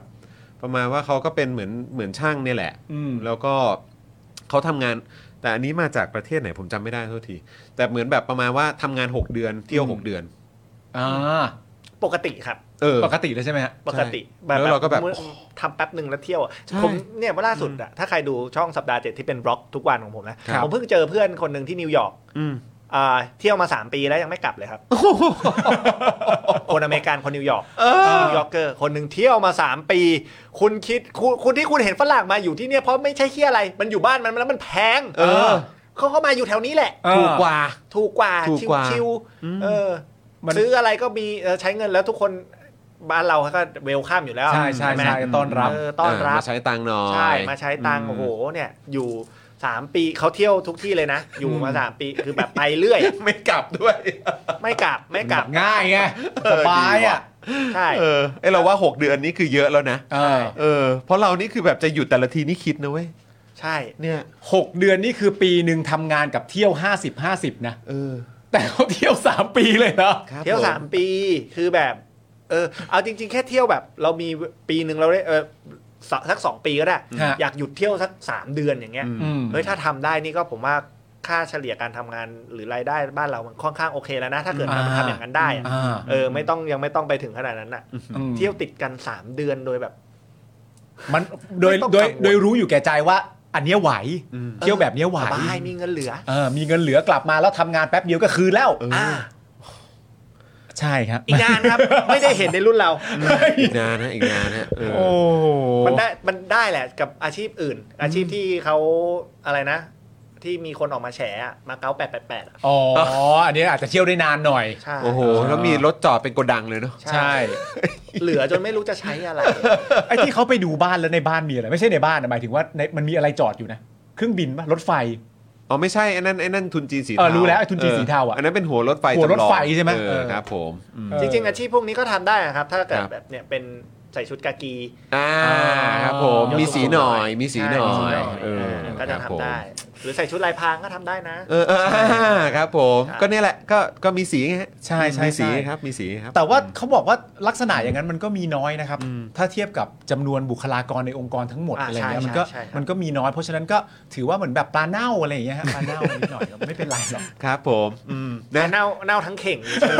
[SPEAKER 1] ประมาณว่าเขาก็เป็นเหมือนเหมือนช่างเนี่ยแหละ
[SPEAKER 2] อืม
[SPEAKER 1] แล้วก็เขาทำงาน แต่อันนี้มาจากประเทศไหนผมจำไม่ได้โทษที แต่เหมือนแบบประมาณว่าทำงาน 6 เดือนเที่ยว
[SPEAKER 2] อืม
[SPEAKER 1] 6 เดือน
[SPEAKER 2] อ่า
[SPEAKER 3] ปกติครับ
[SPEAKER 1] เออ
[SPEAKER 2] ปกติเลยใช่ไหมฮะ
[SPEAKER 3] ปกติ
[SPEAKER 1] แล้วเราก็แบบ
[SPEAKER 3] มื่อทำแป๊บหนึ่งแล้วเที่ยวอะ
[SPEAKER 1] ใช่
[SPEAKER 3] ผมเนี่ยว่าล่าสุดอะถ้าใครดูช่องสัปดาห์เจ็ดที่เป็นบล็อกทุกวันของผมนะครับ ผมเพิ่งเจอเพื่อนคนหนึ่งที่นิวยอร์กอ่าเที่ยวมาสามปีแล้วยังไม่กลับเลยครับ คนอเมริกันคนนิวยอร์กนิวยอร์กเกอร์คนหนึ่งเที่ยวมาสามปี คุณคิดคุณคุณที่คุณเห็นฝรั่งมาอยู่ที่เนี่ยเพราะไม่ใช่เที่ยอะไร มันอยู่บ้านมันแล้วมันแพง
[SPEAKER 2] เออ
[SPEAKER 3] เขาก็มาอยู่แถวนี้แหละ
[SPEAKER 2] เออ
[SPEAKER 1] ถูกกว่า
[SPEAKER 3] ถูกกว่า
[SPEAKER 1] ถูกกว่า
[SPEAKER 3] ชิวๆเออ
[SPEAKER 2] มัน
[SPEAKER 3] ซื้ออะไรก็มีเออใช้เงินแล้วทุกคนบ้านเราก็เวลข้ามอยู่แล้ว
[SPEAKER 2] ใช่ใช่
[SPEAKER 3] ไหม
[SPEAKER 2] ใช่ต้อนรับ
[SPEAKER 3] เออต้อนรั
[SPEAKER 1] เมา
[SPEAKER 3] บ
[SPEAKER 1] ใช้ตังค์หน่อย
[SPEAKER 3] ใช่มาใช้ตังค์โอ้โหเนี่ย อยู่ 3 ปีเขาเที่ยวทุกที่เลยนะ อยู่มา 3 ปีคือแบบไปเรื่อย
[SPEAKER 1] ไม่กลับด้วย
[SPEAKER 3] ไม่กลับไม่กลับ
[SPEAKER 2] ง่ายไงสบายอ่ะ
[SPEAKER 3] ใช่
[SPEAKER 1] เออไอยเราว่า 6 เดือนนี้คือเยอะแล้วนะ
[SPEAKER 2] เออ
[SPEAKER 1] เออ เพราะเรานี่คือแบบจะหยุดแต่ละทีนี่คิดนะเว้ย
[SPEAKER 3] ใช่
[SPEAKER 1] เนี่ย
[SPEAKER 2] หกเดือนนี่คือปีหนึ่งทำงานกับเที่ยว 50 50 นะ
[SPEAKER 1] เออ
[SPEAKER 2] แต่เขาเที่ยว 3 ปีเลยนะ
[SPEAKER 1] ครับ
[SPEAKER 3] เที่ยว
[SPEAKER 1] ผ
[SPEAKER 3] สามปีคือแบบเออเอาจริง ๆ แค่เที่ยวแบบ เรามีปีหนึ่งเราได้เออสักสักสองปีก็ได้
[SPEAKER 2] ฮะ
[SPEAKER 3] อยากหยุดเที่ยวสักสามเดือนอย่างเงี้ย
[SPEAKER 2] อืม
[SPEAKER 3] เฮ้ยถ้าทำได้นี่ก็ผมว่าค่าเฉลี่ยการทำงานหรือรายได้บ้านเรามันค่อนข้างโอเคแล้วนะ ถ้าเกิด
[SPEAKER 2] อ่า
[SPEAKER 3] ทำทำอย่างนั้นได้อะ
[SPEAKER 2] อ่า
[SPEAKER 3] เออไม่ต้องยังไม่ต้องไปถึงขนาดนั้นอ่ะเที่ยวติดกันสามเดือนโดยแบบ
[SPEAKER 2] มันโดย
[SPEAKER 3] ไม่ต้อง
[SPEAKER 2] โดย
[SPEAKER 3] กังวล
[SPEAKER 2] โดยรู้อยู่แก่ใจว่า อันเนี้ยไหว เที่ยวแบบเนี้ยไหว
[SPEAKER 3] สบายมีเงินเหลือ
[SPEAKER 2] เออมีเงินเหลือกลับมาแล้วทำงานแป๊บเดียวก็คืนแล้ว
[SPEAKER 3] อ่า
[SPEAKER 2] ใช่ครับ
[SPEAKER 3] อีกนานครับ ไม่ได้เห็นในรุ่นเรา
[SPEAKER 1] อีกนานนะอีกนานนะเออ
[SPEAKER 2] โอ้โห
[SPEAKER 3] มันได้มันได้แหละกับอาชีพอื่น อาชีพที่เขาอะไรนะ ที่มีคนออกมาแฉอะมาเก๊าแปดแปดแปด
[SPEAKER 2] อ๋ออันนี้อาจจะเที่ยวได้นานหน่อย
[SPEAKER 3] ใช่
[SPEAKER 1] โอ้โห แล้วมีรถจอดเป็นโกดังเลยเนาะ
[SPEAKER 2] ใช่
[SPEAKER 3] เหลือจนไม่รู้จะใช้อะไร
[SPEAKER 2] ไอ้ที่เขาไปดูบ้านแล้วในบ้านมีอะไร ไม่ใช่ในบ้านนะหมายถึงว่าในมันมีอะไรจอดอยู่นะ เครื่องบินปะรถไฟ
[SPEAKER 1] อ๋อไม่ใช่ไอ้นั่นไอ้นั่นทุนจีนสี
[SPEAKER 2] เอ
[SPEAKER 1] เทา
[SPEAKER 2] อรู้แล้วไอ้ทุนจีนสีเทาอะ
[SPEAKER 1] อันนั้นเป็นหัวรถไฟ
[SPEAKER 2] หัวรถ
[SPEAKER 1] จำ
[SPEAKER 2] ไฟ
[SPEAKER 1] ลอง
[SPEAKER 2] ใช่ไหม
[SPEAKER 1] เอ
[SPEAKER 2] เอ
[SPEAKER 1] อ
[SPEAKER 2] อ
[SPEAKER 1] ครับผมอืม
[SPEAKER 3] จริง ๆ อาชีพพวกนี้ก็ทำได้นะครับ ถ้าเกิดแบบเนี่ยเป็นใส่ชุดกากี
[SPEAKER 1] อ่าครับผม
[SPEAKER 3] ยกสูง
[SPEAKER 1] มีสีหน่อย
[SPEAKER 3] หน่อย
[SPEAKER 1] มีสีหน่อย
[SPEAKER 3] ใช่มีสีหน่อย
[SPEAKER 1] เออ
[SPEAKER 3] เออก็จะ
[SPEAKER 1] ครับ
[SPEAKER 3] ทำ
[SPEAKER 1] ผม
[SPEAKER 3] ได้ หรือใส่ชุดลายพรางก็ทำได้นะ
[SPEAKER 1] เอออ่าครับผม
[SPEAKER 3] ใช่
[SPEAKER 1] ก็เนี่ยแหละก็ก็มีสีไงฮะ
[SPEAKER 2] ใช่ใช่
[SPEAKER 1] มีสี
[SPEAKER 2] ใช่
[SPEAKER 1] ครับมีสีครับ
[SPEAKER 2] แต่ว่าเขาบอกว่าลักษณะอย่างนั้นมันก็มีน้อยนะครับ ถ้าเทียบกับจำนวนบุคลากรในองค์กรทั้งหมด
[SPEAKER 3] อ่ะ
[SPEAKER 2] อะไรเงี้ย
[SPEAKER 3] ใช่
[SPEAKER 2] มันก็
[SPEAKER 3] ใช่ใช่ครับ
[SPEAKER 2] มันก็มีน้อยเพราะฉะนั้นก็ถือว่าเหมือนแบบปลาเน่าอะไรอย่างเงี้ยฮะปลาเน่านิดหน่อยก็ไม่เป็นไรหรอก
[SPEAKER 1] ครับผมอืม
[SPEAKER 3] แต่
[SPEAKER 1] นะ
[SPEAKER 3] เน่าเน่าทั้งเข่งเชิญ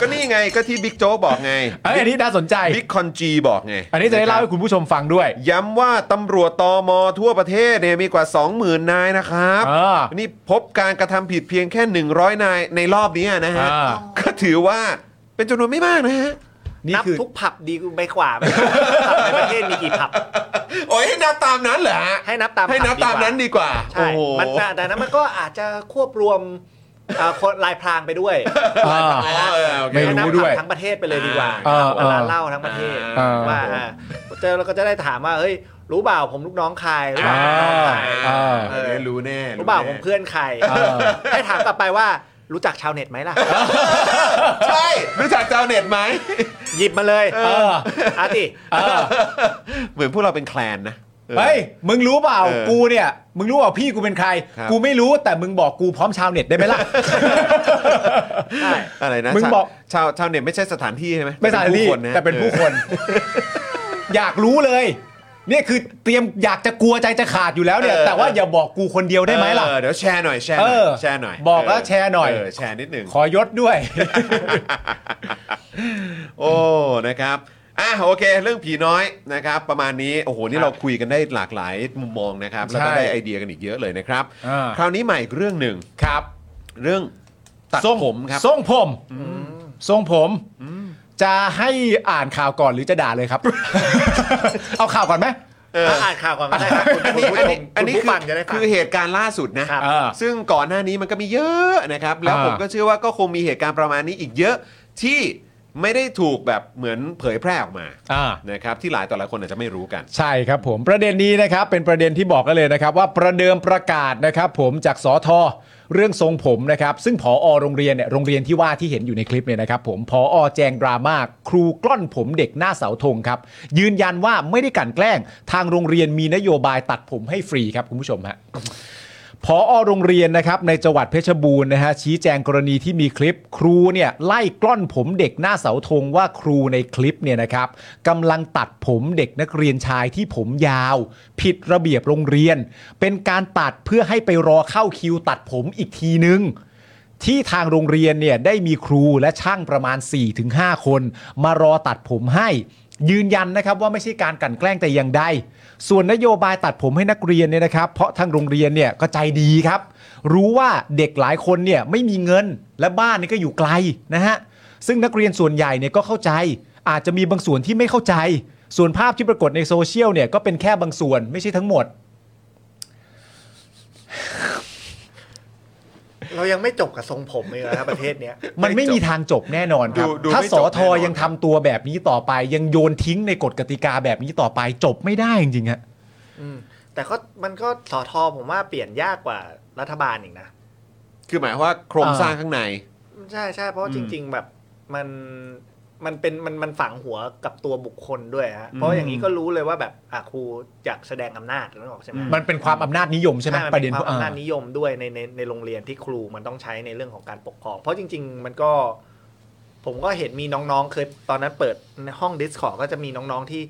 [SPEAKER 1] ก็นี่ไงก็ที่บิ๊กโจ๊กบอกไง
[SPEAKER 2] เอ้ยอันนี้น่าสนใจ
[SPEAKER 1] บิ๊กคอนจีบอกไง
[SPEAKER 2] อันนี้จะได้เล่า
[SPEAKER 1] ค
[SPEAKER 2] ให้
[SPEAKER 1] รับ
[SPEAKER 2] คุณผู้ชมฟังด้วย
[SPEAKER 1] ย้ำว่าตำรวจตมทั่วประเทศเนี่ยมีกว่า 20,000 นายนะครับ
[SPEAKER 2] เออ
[SPEAKER 1] นี่พบการกระทำผิดเพียงแค่ 100 นายในรอบนี้นะฮะ
[SPEAKER 2] อ่า
[SPEAKER 1] ก็ถือว่าเป็นจำนวนไม่มากนะฮะ
[SPEAKER 2] นี่
[SPEAKER 3] นับ
[SPEAKER 2] คือ
[SPEAKER 3] ทุกผับดีไปกว่าไหมผับในประเทศมีกี่ผับ
[SPEAKER 1] โอ้ยให้นับตามนั้นเหรอฮะ
[SPEAKER 3] ให้นับตามผับ
[SPEAKER 1] ให้นับ
[SPEAKER 3] ดีกว่า
[SPEAKER 1] ตามนั้นดีกว่า
[SPEAKER 3] ใช่
[SPEAKER 1] โอ้โห
[SPEAKER 3] มันน่ะแต่นั้นมันก็อาจจะควบรวมเอ่อคนลายพรางไปด้วย
[SPEAKER 2] อ่า
[SPEAKER 1] เออโอเค
[SPEAKER 2] ไม่รู้ด้วย
[SPEAKER 3] ให้นับผับทั้งประเทศไปเลยดีกว่า
[SPEAKER 2] อ่า
[SPEAKER 3] เวลา
[SPEAKER 2] อ่า
[SPEAKER 3] เล่าทั้งประเทศ
[SPEAKER 2] อ่า
[SPEAKER 3] ว่าอ่าเจอเราก็จะได้ถามว่าเฮ้ย รู้เปล่าผมลูกน้องใครรู้เปล่าผมลูกน้องใคร
[SPEAKER 2] อ่า
[SPEAKER 3] เอ
[SPEAKER 1] เออ
[SPEAKER 3] อ
[SPEAKER 1] รู้แน่
[SPEAKER 3] รู้เปล่าผ
[SPEAKER 1] แน่
[SPEAKER 3] มเพื่อนใคร
[SPEAKER 2] เออ
[SPEAKER 3] ให้ถามกลับไปว่ารู้จักชาวเน็ตไหมล่ะ
[SPEAKER 1] ใช่ รู้จักชาวเน็ตไหม
[SPEAKER 3] หยิบมาเลย
[SPEAKER 2] เออ
[SPEAKER 3] เอาติ
[SPEAKER 2] เออ
[SPEAKER 1] เหมือนพวกเราเป็นแคลนนะออ
[SPEAKER 2] เฮ้ย มึงรู้เปล่า
[SPEAKER 1] เออ
[SPEAKER 2] กูเนี่ย มึงรู้เปล่าพี่กูเป็นใคร
[SPEAKER 1] ครับ
[SPEAKER 2] กูไม่รู้แต่มึงบอกกูพร้อมชาวเน็ตได้ไหมล่ะ
[SPEAKER 3] ใช่
[SPEAKER 1] อะไรนะ
[SPEAKER 2] มึงบอก
[SPEAKER 1] ชาวชาวชาวเน็ตไม่ใช่สถานที่ใช่ไหม
[SPEAKER 2] ไม่สถานที่
[SPEAKER 1] เป็ผู้คนะ
[SPEAKER 2] แต่เป็นผู้
[SPEAKER 1] ออ
[SPEAKER 2] คน อยากรู้เลย เนี่ยคือเตรียมอยากจะกลัวใจจะขาดอยู่แล้วเนี่ย
[SPEAKER 1] เออ
[SPEAKER 2] แต่ว่าอย่าบอกกูคนเดียวได้ไหมล่ะ
[SPEAKER 1] เออเดี๋ยวแชร์หน่อยแชร์ห
[SPEAKER 2] เอ
[SPEAKER 1] น่อ
[SPEAKER 2] อย
[SPEAKER 1] แชร์หน่อย
[SPEAKER 2] บอก
[SPEAKER 1] เ
[SPEAKER 2] ว่าแชร์หน่อย
[SPEAKER 1] เแชร์นิดหนึ่ง
[SPEAKER 2] ขอยศด้วย
[SPEAKER 1] โอ้ นะครับ อ่ะ โอเค เรื่องผีน้อยนะครับ ประมาณนี้ โอ้โห นี่เราคุยกันได้หลากหลายมุมมองนะครับ แล้วก็
[SPEAKER 2] ใช่
[SPEAKER 1] ได้ไอเดียกันอีกเยอะเลยนะครับ
[SPEAKER 2] อ่า
[SPEAKER 1] คราวนี้ใหม่อีกเรื่องหนึ่ง
[SPEAKER 2] ครับ
[SPEAKER 1] เรื่องตัดผมครับ
[SPEAKER 2] ทรงผมทรงผม จะให้อ่านข่าวก่อนหรือจะด่าเลยครับ เอาข่าวก่อนไหม
[SPEAKER 3] เอาอ่านข่าวก่อนก็ได้ครับ
[SPEAKER 1] อัน
[SPEAKER 3] คุณ
[SPEAKER 1] นี้
[SPEAKER 3] ผู้
[SPEAKER 1] อัน
[SPEAKER 3] ช
[SPEAKER 1] นี้
[SPEAKER 3] ม
[SPEAKER 1] อันนี้คือ
[SPEAKER 3] คุณผู้ฟังจะได้ฟัง
[SPEAKER 1] คือเหตุการณ์ล่าสุดนะ
[SPEAKER 3] ครับ
[SPEAKER 2] เออ
[SPEAKER 1] ซึ่งก่อนหน้านี้มันก็มีเยอะนะครับ แล้ว
[SPEAKER 2] อ่า
[SPEAKER 1] ผมก็เชื่อว่าก็คงมีเหตุการณ์ประมาณนี้อีกเยอะที่ไม่ได้ถูกแบบเหมือนเผยแพร่ออกมา
[SPEAKER 2] อ่า
[SPEAKER 1] นะครับ ที่หลายต่อหลายคนอาจจะไม่รู้กัน
[SPEAKER 2] ใช่ครับผมประเด็นนี้นะครับเป็นประเด็นที่บอกกันเลยนะครับว่าประเดิมประกาศนะครับผมจากสอทอเรื่องทรงผมนะครับซึ่งผอโรงเรียนเนี่ยโรงเรียนที่ว่าที่เห็นอยู่ในคลิปเนี่ยนะครับผมผอแจงดราม่าครูกล้อนผมเด็กหน้าเสาธงครับยืนยันว่าไม่ได้กลั่นแกล้ง ทางโรงเรียนมีนโยบายตัดผมให้ฟรีครับคุณผู้ชมฮะ พอโรงเรียนนะครับในจังหวัดเพชรบูรณ์นะฮะชี้แจงกรณีที่มีคลิป ครูเนี่ยไล่กล้อนผมเด็กหน้าเสาธงว่าครูในคลิปเนี่ยนะครับกำลังตัดผมเด็กนักเรียนชายที่ผมยาว ผิดระเบียบโรงเรียน เป็นการตัดเพื่อให้ไปรอเข้าคิวตัดผมอีกทีนึง ที่ทางโรงเรียนเนี่ยได้มีครูและช่างประมาณ 4-5 คน มารอตัดผมให้ ยืนยันนะครับว่าไม่ใช่การกลั่นแกล้งแต่อย่างใด ส่วนนโยบายตัดผมให้นักเรียนเนี่ยนะครับ เพราะทางโรงเรียนเนี่ยก็ใจดีครับ รู้ว่าเด็กหลายคนเนี่ยไม่มีเงินและบ้านเนี่ยก็อยู่ไกลนะฮะ ซึ่งนักเรียนส่วนใหญ่เนี่ยก็เข้าใจ อาจจะมีบางส่วนที่ไม่เข้าใจ ส่วนภาพที่ปรากฏในโซเชียลเนี่ยก็เป็นแค่บางส่วนไม่ใช่ทั้งหมด
[SPEAKER 3] เรายังไม่จบกับทรงผมเลยนะครับประเทศเนี้ย
[SPEAKER 2] มันไม่มีทางจบแน่นอนครับ
[SPEAKER 1] ดูดู
[SPEAKER 2] ถ้า
[SPEAKER 1] ไม่
[SPEAKER 2] ส
[SPEAKER 1] จ
[SPEAKER 2] อบ ท
[SPEAKER 1] แน่นอน
[SPEAKER 2] ยังทำตัวแบบนี้ต่อไป ยังโยนทิ้งในกฎกติกาแบบนี้ต่อไปจบไม่ได้จริงๆฮะ
[SPEAKER 3] อืมแต่ก็มันก็สอทอผมว่าเปลี่ยนยากกว่ารัฐบาลอีกนะ
[SPEAKER 1] คือหมายความว่าโครง
[SPEAKER 2] อ่า
[SPEAKER 1] สร้างข้างใน
[SPEAKER 3] ใช่ใช่เพราะจริง ๆ แบบมัน มันเป็นมันมันฝังหัวกับตัวบุคคลด้วยฮะเพราะอย่างนี้ก็รู้เลยว่าแบบอ่ะครูอยากแสดงอำนาจนึกออกใช่ไหม
[SPEAKER 2] มันเป็นความอำนาจนิยมใช่ไหม
[SPEAKER 3] ใช่มัน
[SPEAKER 2] ประ
[SPEAKER 3] เป็
[SPEAKER 2] เด็น
[SPEAKER 3] นความอำนาจ
[SPEAKER 2] อ่า
[SPEAKER 3] นิยมด้วยในในในโรงเรียนที่ครูมันต้องใช้ในเรื่องของการปกครอง เพราะจริง ๆ มันก็ ผมก็เห็นมีน้องๆ เคยตอนนั้นเปิดในห้อง Discord ก็จะมีน้องๆที่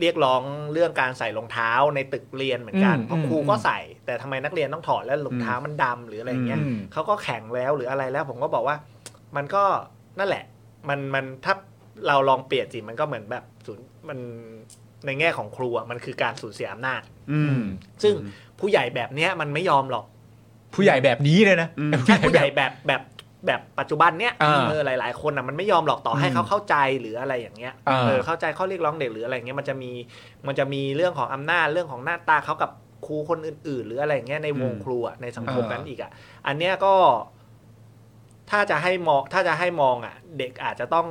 [SPEAKER 3] เรียกร้องเรื่องการใส่รองเท้าในตึกเรียนเหมือนกัน
[SPEAKER 2] อืม
[SPEAKER 3] เพราะครูก็ใส่ แต่ทำไมนักเรียนต้องถอดแล้วรองเท้ามันดำหรืออะไรอย่างเงี้ย
[SPEAKER 2] อืม
[SPEAKER 3] เขาก็แข็งแล้วหรืออะไรแล้ว ผมก็บอกว่า มันก็นั่นแหละ มันมันถ้าเราลองเปลี่ยนสิมันก็เหมือนแบบสูญมันในแง่ของครูอะมันคือการสูญเสียอำนาจ
[SPEAKER 1] อืม
[SPEAKER 3] ซึ่งผู้ใหญ่แบบเนี้ยมันไม่ยอมหรอก
[SPEAKER 2] ผู้ใหญ่แบบนี้เลยนะ
[SPEAKER 1] อืม
[SPEAKER 3] ใช่ผู้ใหญ่
[SPEAKER 2] แบบ
[SPEAKER 3] แบบแบบแบบปัจจุบันเนี้ย
[SPEAKER 2] อ่า
[SPEAKER 3] เออหลาย ๆ คนอ่ะมันไม่ยอมหรอกต่อให้
[SPEAKER 2] อืม
[SPEAKER 3] เขาเข้าใจหรืออะไรอย่างเงี้ย
[SPEAKER 2] อ่า
[SPEAKER 3] เออเข้าใจข้อเรียกร้องเด็กหรืออะไรเงี้ยมันจะมีมันจะมีเรื่องของอำนาจเรื่องของหน้าตาเขากับครูคนอื่น ๆ หรืออะไรอย่างเงี้ยในวง
[SPEAKER 1] อืม
[SPEAKER 3] ครูอ่ะในสังคมนั้นอีกอ่ะอันเนี้ยก็ ถ้าจะให้มองถ้าจะให้มองอ่ะ เด็กอาจจะต้อง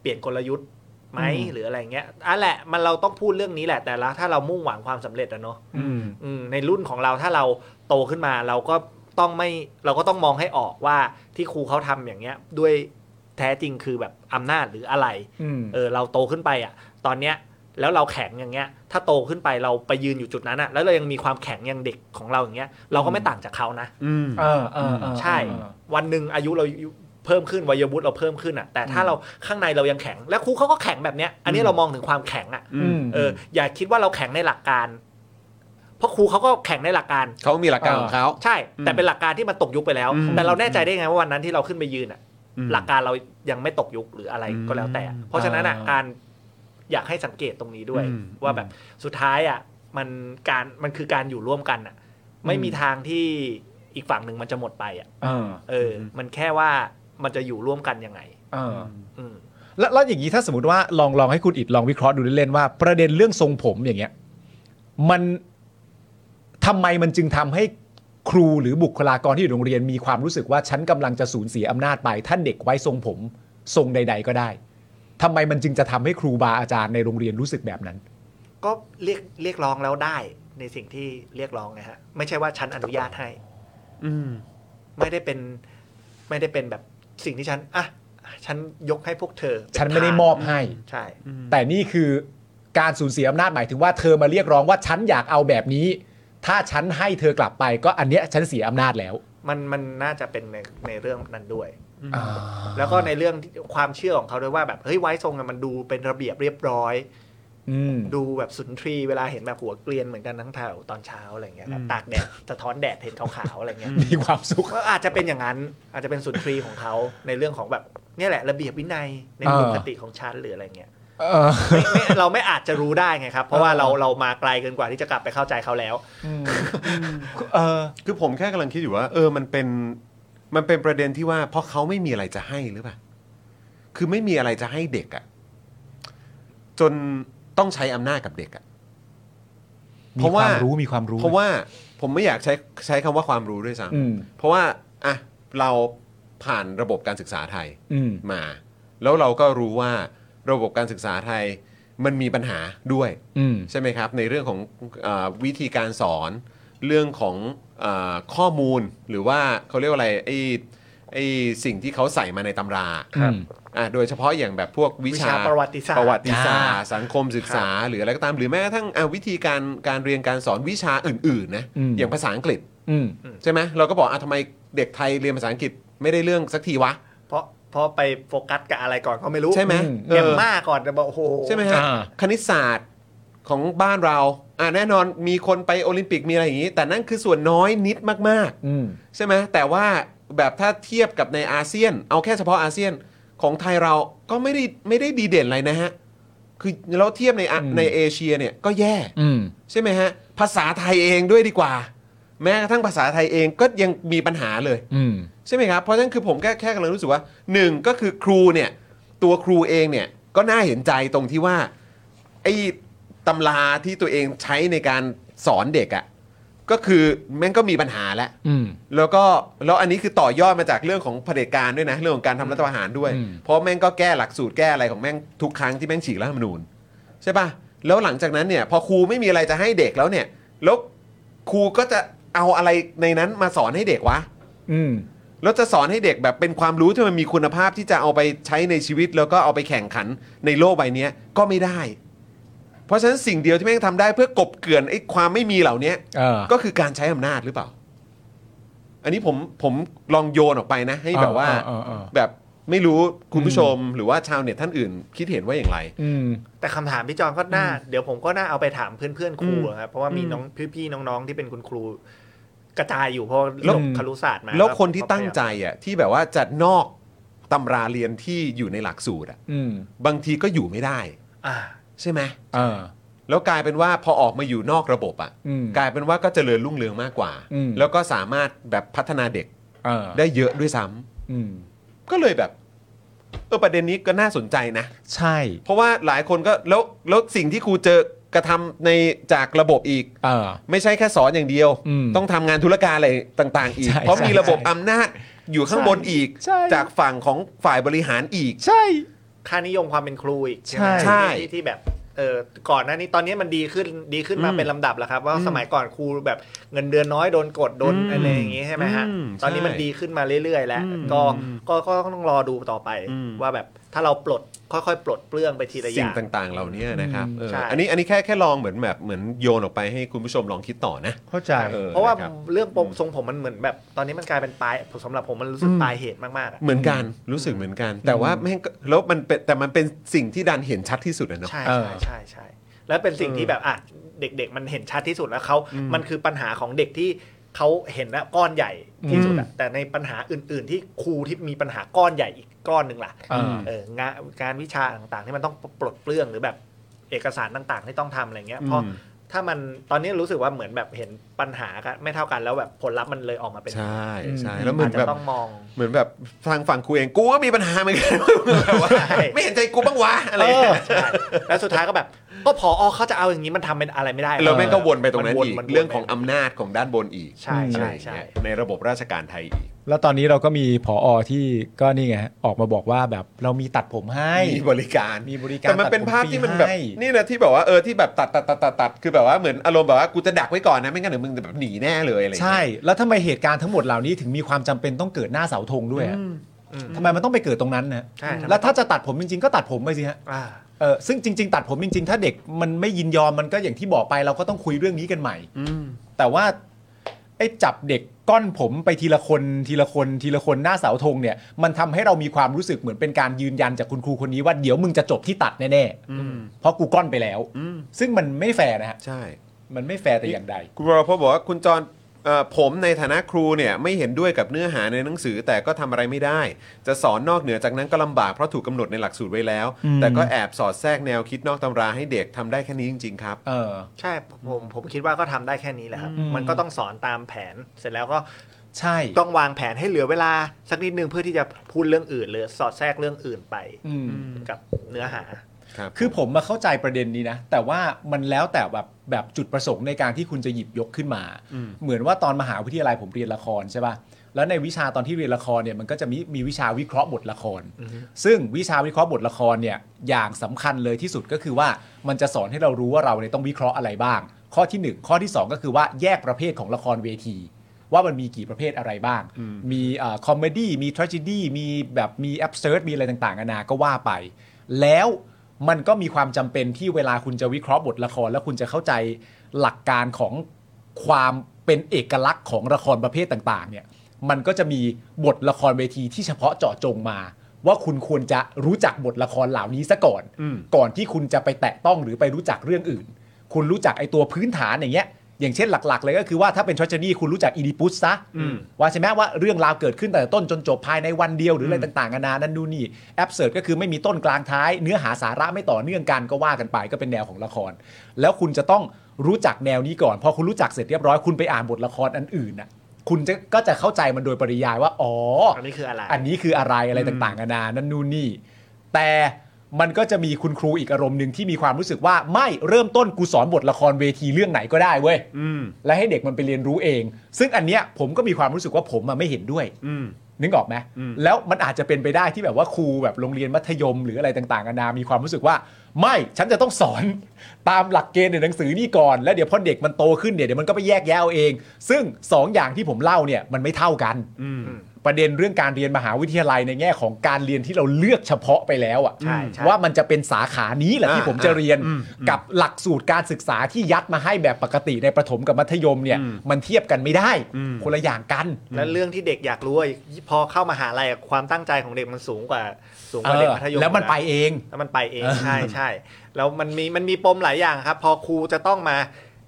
[SPEAKER 3] เปลี่ยนกลยุทธ์ไหม
[SPEAKER 2] อืม
[SPEAKER 3] หรืออะไรเงี้ยอันแหละมันเราต้องพูดเรื่องนี้แหละแต่ละถ้าเรามุ่งหวังความสำเร็จอะเนาะ
[SPEAKER 2] อืม
[SPEAKER 3] อืมในรุ่นของเราถ้าเราโตขึ้นมาเราก็ต้องไม่เราก็ต้องมองให้ออกว่าที่ครูเขาทำอย่างเงี้ย ด้วยแท้จริงคือแบบอำนาจหรืออะไร
[SPEAKER 2] อืม
[SPEAKER 3] เออเราโตขึ้นไปอ่ะ ตอนเนี้ยแล้วเราแข็งอย่างเงี้ย ถ้าโตขึ้นไปเราไปยืนอยู่จุดนั้นอ่ะ แล้วเรายังมีความแข็งอย่างเด็กของเราอย่างเงี้ยเราก็ไม่ต่างจากเขานะ
[SPEAKER 1] อืม
[SPEAKER 2] เออเออเออ
[SPEAKER 3] ใช่
[SPEAKER 2] เออ
[SPEAKER 3] วันหนึ่งอายุเราเพิ่มขึ้นวัยวุฒิเราเพิ่มขึ้นอ่ะ แต่ถ้าเราข้างในเรายังแข็ง และครูเขาก็แข็งแบบเนี้ยอันนี้เรามองถึงความแข็งอ่ะ
[SPEAKER 2] อืม
[SPEAKER 3] เอออย่าคิดว่าเราแข็งในหลักการ เพราะครูเขาก็แข็งในหลักการ
[SPEAKER 1] เขามีหลักการของเขา
[SPEAKER 3] ใช่ แต่
[SPEAKER 1] อืม
[SPEAKER 3] เป็นหลักการที่มันตกยุคไปแล้ว
[SPEAKER 1] อืม
[SPEAKER 3] แต่เราแน่ใจได้ไงว่าวันนั้นที่เราขึ้นไปยืนอ่ะ
[SPEAKER 1] อืม
[SPEAKER 3] หลักการเรายังไม่ตกยุคหรืออะไร
[SPEAKER 1] อืม
[SPEAKER 3] ก็แล้วแต่ เพราะฉะนั้นอ่ะกา
[SPEAKER 2] อ่า
[SPEAKER 3] รอยากให้สังเกตตรงนี้ด้วย
[SPEAKER 1] อืม
[SPEAKER 3] ว่าแบบสุดท้ายอ่ะมันการมันคือการอยู่ร่วมกันอ่ะ ไม่มีทางที่อีกฝั่งหนึ่งมันจะหมดไปอ่ะ
[SPEAKER 2] เออ
[SPEAKER 3] เออ มันแค่ว่ามันจะอยู่ร่วมกันยังไง
[SPEAKER 2] เออ
[SPEAKER 3] อืม
[SPEAKER 2] แล้วแล้วอย่างนี้ถ้าสมมติว่าลองลองให้คุณอิดลองวิเคราะห์ดูเล่นๆว่าประเด็นเรื่องทรงผมอย่างเงี้ยมันทำไมมันจึงทำให้ครูหรือบุคลากรที่อยู่โรงเรียนมีความรู้สึกว่าฉันกำลังจะสูญเสียอำนาจไป ถ้าเด็กไว้ทรงผมทรงใด ๆ ก็ได้ทำไมมันจึงจะทำให้ครูบาอาจารย์ในโรงเรียนรู้สึกแบบนั้น
[SPEAKER 3] ก็เรียกเรียกร้องแล้วได้ในสิ่งที่เรียกร้องนะฮะ ไม่ใช่ว่าฉันอนุญาตให้
[SPEAKER 1] อืม
[SPEAKER 3] ไม่ได้เป็นไม่ได้เป็นแบบสิ่งที่ฉันอ่ะฉันยกให้พวกเธอเป็
[SPEAKER 2] ฉันไม่ได้
[SPEAKER 3] ทาส
[SPEAKER 2] มอบให้
[SPEAKER 3] ใช่
[SPEAKER 2] แต่นี่คือการสูญเสียอำนาจหมายถึงว่าเธอมาเรียกร้องว่าฉันอยากเอาแบบนี้ ถ้าฉันให้เธอกลับไปก็อันเนี้ยฉันเสียอำนาจแล้ว
[SPEAKER 3] มันมันน่าจะเป็นในในเรื่องนั้นด้วย แล้วก็ในเรื่องที่ความเชื่อของเขาด้วยว่าแบบเฮ้ยไว้ทรงอะมันดูเป็นระเบียบเรียบร้อย
[SPEAKER 2] อืม
[SPEAKER 3] ดูแบบสุนทรีเวลาเห็นแบบหัวเกลียนเหมือนกันทั้งแถวตอนเช้าอะไรเงี้ยแบบตากแดดสะท้อนแดดเห็นขาวๆอะไรเงี้ย
[SPEAKER 2] มีความสุข
[SPEAKER 3] ก็อาจจะเป็นอย่างนั้นอาจจะเป็นสุนทรีของเขาในเรื่องของแบบเนี่ยแหละระเบียบวินัยในอุดมคติของฉันหรืออะไรเงี้ย
[SPEAKER 2] เออ
[SPEAKER 3] ไม่ เราไม่อาจจะรู้ได้ไงครับ เพราะว่า
[SPEAKER 2] เออ
[SPEAKER 3] เราเรามาไกลเกินกว่าที่จะกลับไปเข้าใจเขาแล้ว
[SPEAKER 2] เออ
[SPEAKER 1] คือผมแค่กำลังคิดอยู่ว่า เออมันเป็นมันเป็นประเด็นที่ว่า เพราะเขาไม่มีอะไรจะให้หรือเปล่า คือไม่มีอะไรจะให้เด็กอะจนต้องใช้อำนาจกับเด็กอะ
[SPEAKER 2] มี
[SPEAKER 1] เพราะ
[SPEAKER 2] ค
[SPEAKER 1] ว่า
[SPEAKER 2] วามรู้มีความรู้
[SPEAKER 1] เพราะว่าผมไม่อยากใช้ใช้คำว่าความรู้ด้วยซ้
[SPEAKER 2] อืม
[SPEAKER 1] ำเพราะว่าอ่ะเราผ่านระบบการศึกษาไทย
[SPEAKER 2] อืม
[SPEAKER 1] มา แล้วเราก็รู้ว่าระบบการศึกษาไทยมันมีปัญหาด้วย
[SPEAKER 2] อืม
[SPEAKER 1] ใช่ไหมครับ ในเรื่องของเออวิธีการสอนเรื่องของเออข้อมูลหรือว่าเขาเรียกว่าอะไรไอ้ไอ้สิ่งที่เขาใส่มาในตำรา
[SPEAKER 2] ครับ
[SPEAKER 1] อ่ะโดยเฉพาะอย่างแบบพวกวิ
[SPEAKER 3] วิชาประวัติศาสตร์
[SPEAKER 1] ประวัติศาสตร์สังคมศึกษา หรืออะไรก็ตามหรือแม้กระทั่งอ่ะวิธีการการเรียนการสอนวิชาอื่นๆนะ
[SPEAKER 2] อืม
[SPEAKER 1] อย่างภาษาอังกฤษ
[SPEAKER 2] อืม
[SPEAKER 1] ใช่ไหมเราก็บอกอ่ะทำไมเด็กไทยเรียนภาษาอังกฤษไม่ได้เรื่องสักทีวะ
[SPEAKER 3] เพราะเพราะไปโฟกัสกับอะไรก่อนก็ไม่รู้
[SPEAKER 1] ใช่ไหม
[SPEAKER 2] อืม
[SPEAKER 1] เอ
[SPEAKER 3] อย่าง
[SPEAKER 1] อ
[SPEAKER 3] มากก่อนจะบอกโอ้โห
[SPEAKER 1] ใช่ไหมฮะ
[SPEAKER 2] อ่า
[SPEAKER 1] คณิตศาสตร์ของบ้านเราอ่ะแน่นอนมีคนไปโอลิมปิกมีอะไรอย่างนี้ แต่นั่นคือส่วนน้อยนิดมาก
[SPEAKER 2] อืม
[SPEAKER 1] ๆ ใช่ไหมแต่ว่าแบบถ้าเทียบกับในอาเซียน เอาแค่เฉพาะอาเซียนของไทยเราก็ไม่ได้ไม่ได้ดีเด่นอะไรนะฮะ คือเราเทียบในอะ
[SPEAKER 2] อืม
[SPEAKER 1] ในเอเชียเนี่ยก็แย่
[SPEAKER 2] อืม
[SPEAKER 1] ใช่ไหมฮะ ภาษาไทยเองด้วยดีกว่า แม้กระทั่งภาษาไทยเองก็ยังมีปัญหาเลย
[SPEAKER 2] อืม
[SPEAKER 1] ใช่ไหมครับ เพราะฉะนั้นคือผมแค่แค่กำลังรู้สึกว่าหนึ่งก็คือครูเนี่ย ตัวครูเองเนี่ย ก็น่าเห็นใจตรงที่ว่า ไอ้ตำราที่ตัวเองใช้ในการสอนเด็กอะ่ะก็คือแม่งก็มีปัญหาแล้ว
[SPEAKER 2] อืม
[SPEAKER 1] แล้วก็แล้วอันนี้คือต่อยอดมาจากเรื่องของเผด็จการด้วยนะ เรื่องของการทำรัฐประหารด้วย
[SPEAKER 2] อืม
[SPEAKER 1] เพราะแม่งก็แก้หลักสูตรแก้อะไรของแม่งทุกครั้งที่แม่งฉีกรัฐธรรมนูญใช่ปะแล้วหลังจากนั้นเนี่ยพอครูไม่มีอะไรจะให้เด็กแล้วเนี่ยแล้วครูก็จะเอาอะไรในนั้นมาสอนให้เด็กวะ
[SPEAKER 2] อืม
[SPEAKER 1] แล้วจะสอนให้เด็กแบบเป็นความรู้ที่มันมีคุณภาพที่จะเอาไปใช้ในชีวิต แล้วก็เอาไปแข่งขันในโลกใบเนี้ยก็ไม่ได้ เพราะฉะนั้นสิ่งเดียวที่แม่งทำได้เพื่อกลบเกลื่อนไอ้ความไม่มีเหล่านี้
[SPEAKER 2] เออ
[SPEAKER 1] ก็คือการใช้อำนาจหรือเปล่า อันนี้ผมผมลองโยนออกไปนะ ให้แบบว่า
[SPEAKER 2] เออเออเออ
[SPEAKER 1] แบบไม่รู้คุณผู้ชมหรือว่าชาวเน็ตท่านอื่น คิดเห็นว่าอย่างไร
[SPEAKER 2] อืม
[SPEAKER 3] แต่คำถามพี่จอนก็น่า เดี๋ยวผมก็น่าเอาไปถามเพื่อนๆครู
[SPEAKER 1] อืม
[SPEAKER 3] ครับเพราะว่ามี
[SPEAKER 1] อืม
[SPEAKER 3] น้องพี่ๆน้องๆที่เป็นคุณครู กระจายอยู่เพราะ
[SPEAKER 1] แล้ว
[SPEAKER 3] จบครุศาสตร์มา
[SPEAKER 1] แล้วคนที่
[SPEAKER 3] ก็พยายาม
[SPEAKER 1] ตั้งใจอ่ะที่แบบว่าจัดนอกตำราเรียนที่อยู่ในหลักสูตรอ่ะ
[SPEAKER 2] อืม
[SPEAKER 1] บางทีก็อยู่ไม่ได้
[SPEAKER 3] อ่า
[SPEAKER 1] ใช่ไหม
[SPEAKER 2] เออ
[SPEAKER 1] แล้วกลายเป็นว่าพอออกมาอยู่นอกระบบอ่ะ
[SPEAKER 2] อืม
[SPEAKER 1] กลายเป็นว่าก็เจริญรุ่งเรืองมากกว่า
[SPEAKER 2] อืม
[SPEAKER 1] แล้วก็สามารถแบบพัฒนาเด็ก
[SPEAKER 2] เออ
[SPEAKER 1] ได้เยอะด้วยซ้ำ
[SPEAKER 2] อืม
[SPEAKER 1] ก็เลยแบบเออประเด็นนี้ก็น่าสนใจนะ
[SPEAKER 2] ใช่
[SPEAKER 1] เพราะว่าหลายคนก็แล้วแล้วสิ่งที่ครูเจอกระทำในจากระบบอีก
[SPEAKER 2] เออ
[SPEAKER 1] ไม่ใช่แค่สอนอย่างเดียว
[SPEAKER 2] อืม
[SPEAKER 1] ต้องทำงานธุรการอะไรต่าง ๆ อีก
[SPEAKER 2] ใช่
[SPEAKER 1] เพราะมีระบบ
[SPEAKER 2] ใช่
[SPEAKER 1] อำนาจอยู่ข้างบนอีก
[SPEAKER 2] ใช่
[SPEAKER 1] จากฝั่งของฝ่ายบริหารอีก
[SPEAKER 2] ใช่
[SPEAKER 3] ค่านิยมความเป็นครูอีก
[SPEAKER 2] ใช่
[SPEAKER 3] ไหม
[SPEAKER 1] ใช่
[SPEAKER 3] ที่ที่แบบเออก่อนหน้านี้ตอนนี้มันดีขึ้นดีขึ้นมา
[SPEAKER 1] อืม
[SPEAKER 3] เป็นลำดับแล้วครับ ว่าสมัยก่อนครูแบบเงินเดือนน้อยโดนกดโดน
[SPEAKER 1] อืม
[SPEAKER 3] อะไรอย่างงี้ใช่ไหมฮะ
[SPEAKER 1] อืม
[SPEAKER 3] ตอนนี้มัน
[SPEAKER 1] ใช่
[SPEAKER 3] ดีขึ้นมาเรื่อยๆ แล้ว
[SPEAKER 1] อืม
[SPEAKER 3] ก็ก็ก็ก็ต้องรอดูต่อไป
[SPEAKER 1] อืม
[SPEAKER 3] ว่าแบบถ้าเราปลดค่อยๆ ปลดเปลื้องไปทีละอ
[SPEAKER 1] สิ่
[SPEAKER 3] ย่าง ง
[SPEAKER 1] ต่าง ๆ เหล่านี้นะครับเออ
[SPEAKER 3] ใช่
[SPEAKER 1] อันนี้อันนี้แค่แค่ลองเหมือนแบบเหมือนโยนออกไปให้คุณผู้ชมลองคิดต่อนะ
[SPEAKER 2] เข้าใจ
[SPEAKER 1] เออ
[SPEAKER 3] เพราะว่า
[SPEAKER 1] ครับ
[SPEAKER 3] เรื่องปมทรงผมมันเหมือนแบบ ตอนนี้มันกลายเป็นปลายสำหรับผมมันรู้สึกปลายเหตุมากๆอะ
[SPEAKER 1] เหมือนกันรู้สึกเหมือนกัน แต่ว่าแม่งก็แล้วมันเป็นแต่มันเป็นสิ่งที่ดันเห็นชัดที่สุดนะเนาะ
[SPEAKER 3] ใช่
[SPEAKER 2] เออ
[SPEAKER 3] ใช่ใช่ใช่แล้วเป็นสิ่งที่แบบอ่ะเด็กๆ มันเห็นชัดที่สุดแล้วเขามันคือปัญหาของเด็กที่เขาเห็นนะก้อนใหญ่ที่สุดอะแต่ในปัญหาอื่น ๆ ที่ครูที่มีปัญหาก้อนใหญ่อีกก้อนหนึ่งล่ะ
[SPEAKER 2] เออ
[SPEAKER 3] เอองานการวิชาต่างๆ ที่มันต้องปลดเปลื้องหรือแบบเอกสารต่าง ๆ ที่ต้องทำอะไรเงี้ยเพราะ
[SPEAKER 1] อืม
[SPEAKER 3] ถ้ามันตอนนี้รู้สึกว่าเหมือนแบบเห็นปัญหากันไม่เท่ากันแล้วแบบผลลัพธ์มันเลยออกมาเป็น
[SPEAKER 1] ใช่ใช่
[SPEAKER 2] อืม
[SPEAKER 1] แล้วเหมื
[SPEAKER 3] อา
[SPEAKER 1] อน
[SPEAKER 3] จจะ
[SPEAKER 1] แบบ
[SPEAKER 3] ต้องมอง
[SPEAKER 1] เหมือนแบบทางฝั่งครูเองกูก็มีปัญหาเหมือนกันแบบว่า
[SPEAKER 3] ใช่
[SPEAKER 1] ไม่เห็นใจกูบ้างวะอะไรอย่างเงี้ย
[SPEAKER 3] ใช่แล้วสุดท้ายก็แบบก็พออเขาจะเอาอย่างนี้มันทำเป็นอะไรไม่ได้
[SPEAKER 1] แล้วแม่งก็วนไปตรงนั้น
[SPEAKER 3] มัว
[SPEAKER 1] อีก
[SPEAKER 3] มันว
[SPEAKER 1] เรื่องของอำนาจของด้านบนอีก
[SPEAKER 3] ใช่
[SPEAKER 1] อะไรอ
[SPEAKER 3] ใช่
[SPEAKER 1] ย่าง
[SPEAKER 3] ใช่
[SPEAKER 1] เงี้ยในระบบราชการไทยอีก
[SPEAKER 2] แล้วตอนนี้เราก็มีผออที่ก็นี่ไงออกมาบอกว่าแบบเรามีตัดผมให้
[SPEAKER 1] มีบริการ
[SPEAKER 2] มีบริการ
[SPEAKER 1] แต่มันเป็นภาพที่มันแบบ
[SPEAKER 2] ตัดผมฟรีให้
[SPEAKER 1] นี่นะที่แบบว่าเออที่แบบตัดตัดตัดตัดตัดคือแบบว่าเหมือนอารมณ์แบบว่ากูจะดักไว้ก่อนนะไม่งั้นเดี๋ยวมึงแบบหนีแน่เลยอะไรอย่าง
[SPEAKER 2] ใช่
[SPEAKER 1] เงี้ย
[SPEAKER 2] แล้วทำไมเหตุการณ์ทั้งหมดเหล่านี้ถึงมีความจำเป็นต้องเกิดหน้าเสาธงด้วยอะ
[SPEAKER 3] อืม
[SPEAKER 2] ทำไมมันต้องไปเกิดตรงนั้นนะ
[SPEAKER 3] ใช่ทำไม
[SPEAKER 2] แล้วถ้าจะตัดผมจริงๆ ก็ตัดผมไปสิฮะ
[SPEAKER 3] อ่า
[SPEAKER 2] เออซึ่งจริง ๆ ตัดผมจริง ๆ ถ้าเด็กมันไม่ยินยอมมันก็อย่างที่บอกไปเราก็ต้องคุยเรื่องนี้กันใหม่ แต่ว่าไอ้จับเด็กก้อนผมไปทีละคนทีละคนทีละคนหน้าเสาธงเนี่ย มันทำให้เรามีความรู้สึกเหมือนเป็นการยืนยันจากคุณครูคนนี้ว่าเดี๋ยวมึงจะจบที่ตัดแน่ๆเพราะกูก้อนไปแล้ว ซึ่งมันไม่แฟร์นะฮะ
[SPEAKER 1] ใช่
[SPEAKER 2] มันไม่แฟร์แต่อย่างใด
[SPEAKER 1] คุณวรพจน์บอกว่าคุณจรเอ่อผมในฐานะครูเนี่ยไม่เห็นด้วยกับเนื้อหาในหนังสือแต่ก็ทำอะไรไม่ได้ จะสอนนอกเหนือจากนั้นก็ลำบากเพราะถูกกำหนดในหลักสูตรไว้แล้ว
[SPEAKER 2] อืม
[SPEAKER 1] แต่ก็แอบสอดแทรกแนวคิดนอกตำราให้เด็กทำได้แค่นี้จริง ๆ ครับ
[SPEAKER 2] เออ
[SPEAKER 3] ใช่ผมผมคิดว่าก็ทำได้แค่นี้แหละครับ
[SPEAKER 2] อืม
[SPEAKER 3] มันก็ต้องสอนตามแผน เสร็จแล้วก็
[SPEAKER 2] ใช่
[SPEAKER 3] ต้องวางแผนให้เหลือเวลา สักนิดนึงเพื่อที่จะพูดเรื่องอื่น หรือสอดแทรกเรื่องอื่นไป
[SPEAKER 2] อืม
[SPEAKER 3] กับเนื้อหา
[SPEAKER 1] ครับ
[SPEAKER 2] คือผมมาเข้าใจประเด็นนี้นะ แต่ว่ามันแล้วแต่แบบแบบจุดประสงค์ในการที่คุณจะหยิบยกขึ้นมา เหมือนว่าตอนมหาวิทยาลัยผมเรียนละครใช่ป่ะแล้วในวิชาตอนที่เรียนละครเนี่ยมันก็จะมีมีวิชาวิเคราะห์บทละคร ซึ่งวิชาวิเคราะห์บทละครเนี่ยอย่างสำคัญเลยที่สุดก็คือว่ามันจะสอนให้เรารู้ว่าเราเนี่ยต้องวิเคราะห์อะไรบ้าง ข้อทีหนึ่งข้อที่สองก็คือว่าแยกประเภทของละครเวที ว่ามันมีกี่ประเภทอะไรบ้าง มีคอมเมดี้ มีทร agedy มีแบบมีแอบเซิร์ดมีอะไรต่างๆนานาก็ว่าไป แล้วมันก็มีความจำเป็นที่เวลาคุณจะวิเคราะห์บทละคร แล้วคุณจะเข้าใจหลักการของความเป็นเอกลักษณ์ของละครประเภทต่างๆ เนี่ย มันก็จะมีบทละครเวทีที่เฉพาะเจาะจงมา ว่าคุณควรจะรู้จักบทละครเหล่านี้ซะก่อน ก่อนที่คุณจะไปแตะต้องหรือไปรู้จักเรื่องอื่น คุณรู้จักไอตัวพื้นฐานอย่างเงี้ย อย่างเช่นหลักๆ เลยก็คือว่าถ้าเป็นทร agedy คุณรู้จักอีดิปุสซะว่าใช่ไหมว่าเรื่องราวเกิดขึ้นแต่ต้นจนจบภายในวันเดียวหรืออะไรต่างๆนานานั่นนู่นนี่แอบเสิร์ก็คือไม่มีต้นกลางท้าย เนื้อหาสาระไม่ต่อเนื่องกันก็ว่ากันไปก็เป็นแนวของละคร แล้วคุณจะต้องรู้จักแนวนี้ก่อน พอคุณรู้จักเสร็จเรียบร้อยคุณไปอ่านบทละครอันอื่นน่ะคุณจะก็จะเข้าใจมันโดยปริยายว่าอ๋อ
[SPEAKER 3] อันนี้คืออะไร
[SPEAKER 2] อันนี้คืออะไรอะไรต่างๆนานานั่นนู่นนี่ แต่มันก็จะมีคุณครูอีกอารมณ์หนึ่งที่มีความรู้สึกว่าไม่เริ่มต้นกูสอนบทละครเวทีเรื่องไหนก็ได้เว้ยและให้เด็กมันไปเรียนรู้เอง ซึ่งอันเนี้ยผมก็มีความรู้สึกว่าผมอะไม่เห็นด้วยนึกออกไหมแล้วมันอาจจะเป็นไปได้ที่แบบว่าครูแบบโรงเรียนมัธยมหรืออะไรต่างๆนานามีความรู้สึกว่า ไม่ฉันจะต้องสอน ตามหลักเกณฑ์ในหนังสือนี่ก่อนแล้วเดี๋ยวพอเด็กมันโตขึ้นเนี่ยเดี๋ยวมันก็ไปแยกแยะเอาเอง ซึ่งสองอย่างที่ผมเล่าเนี่ยมันไม่เท่ากัน ประเด็นเรื่องการเรียนมหาวิทยาลัยในแง่ของการเรียนที่เราเลือกเฉพาะไปแล้วอะ
[SPEAKER 3] ใช่ใช่
[SPEAKER 2] ว่ามันจะเป็นสาขานี้แหละที่
[SPEAKER 1] อ่า
[SPEAKER 2] ผมจะเรียน
[SPEAKER 1] อืม
[SPEAKER 2] กับหลักสูตรการศึกษาที่ยัดมาให้แบบปกติในประถมกับมัธยมเนี่ย
[SPEAKER 1] อืม
[SPEAKER 2] มันเทียบกันไม่ได้
[SPEAKER 1] อืม
[SPEAKER 2] คนละอย่างกัน
[SPEAKER 3] แล้วเรื่องที่เด็กอยากรู้อะพอเข้ามหาลัยอะความตั้งใจของเด็กมันสูงกว่าสูงก
[SPEAKER 2] เอ
[SPEAKER 3] ว่า
[SPEAKER 2] อ
[SPEAKER 3] เด็กมัธยม
[SPEAKER 2] แล้วมัน
[SPEAKER 3] อยู่
[SPEAKER 2] ไปเอง
[SPEAKER 3] แล้วมันไปเอง
[SPEAKER 2] เออ
[SPEAKER 3] ใช่ใช่แล้วมันมีมันมีปมหลายอย่างครับ พอครูจะต้องมา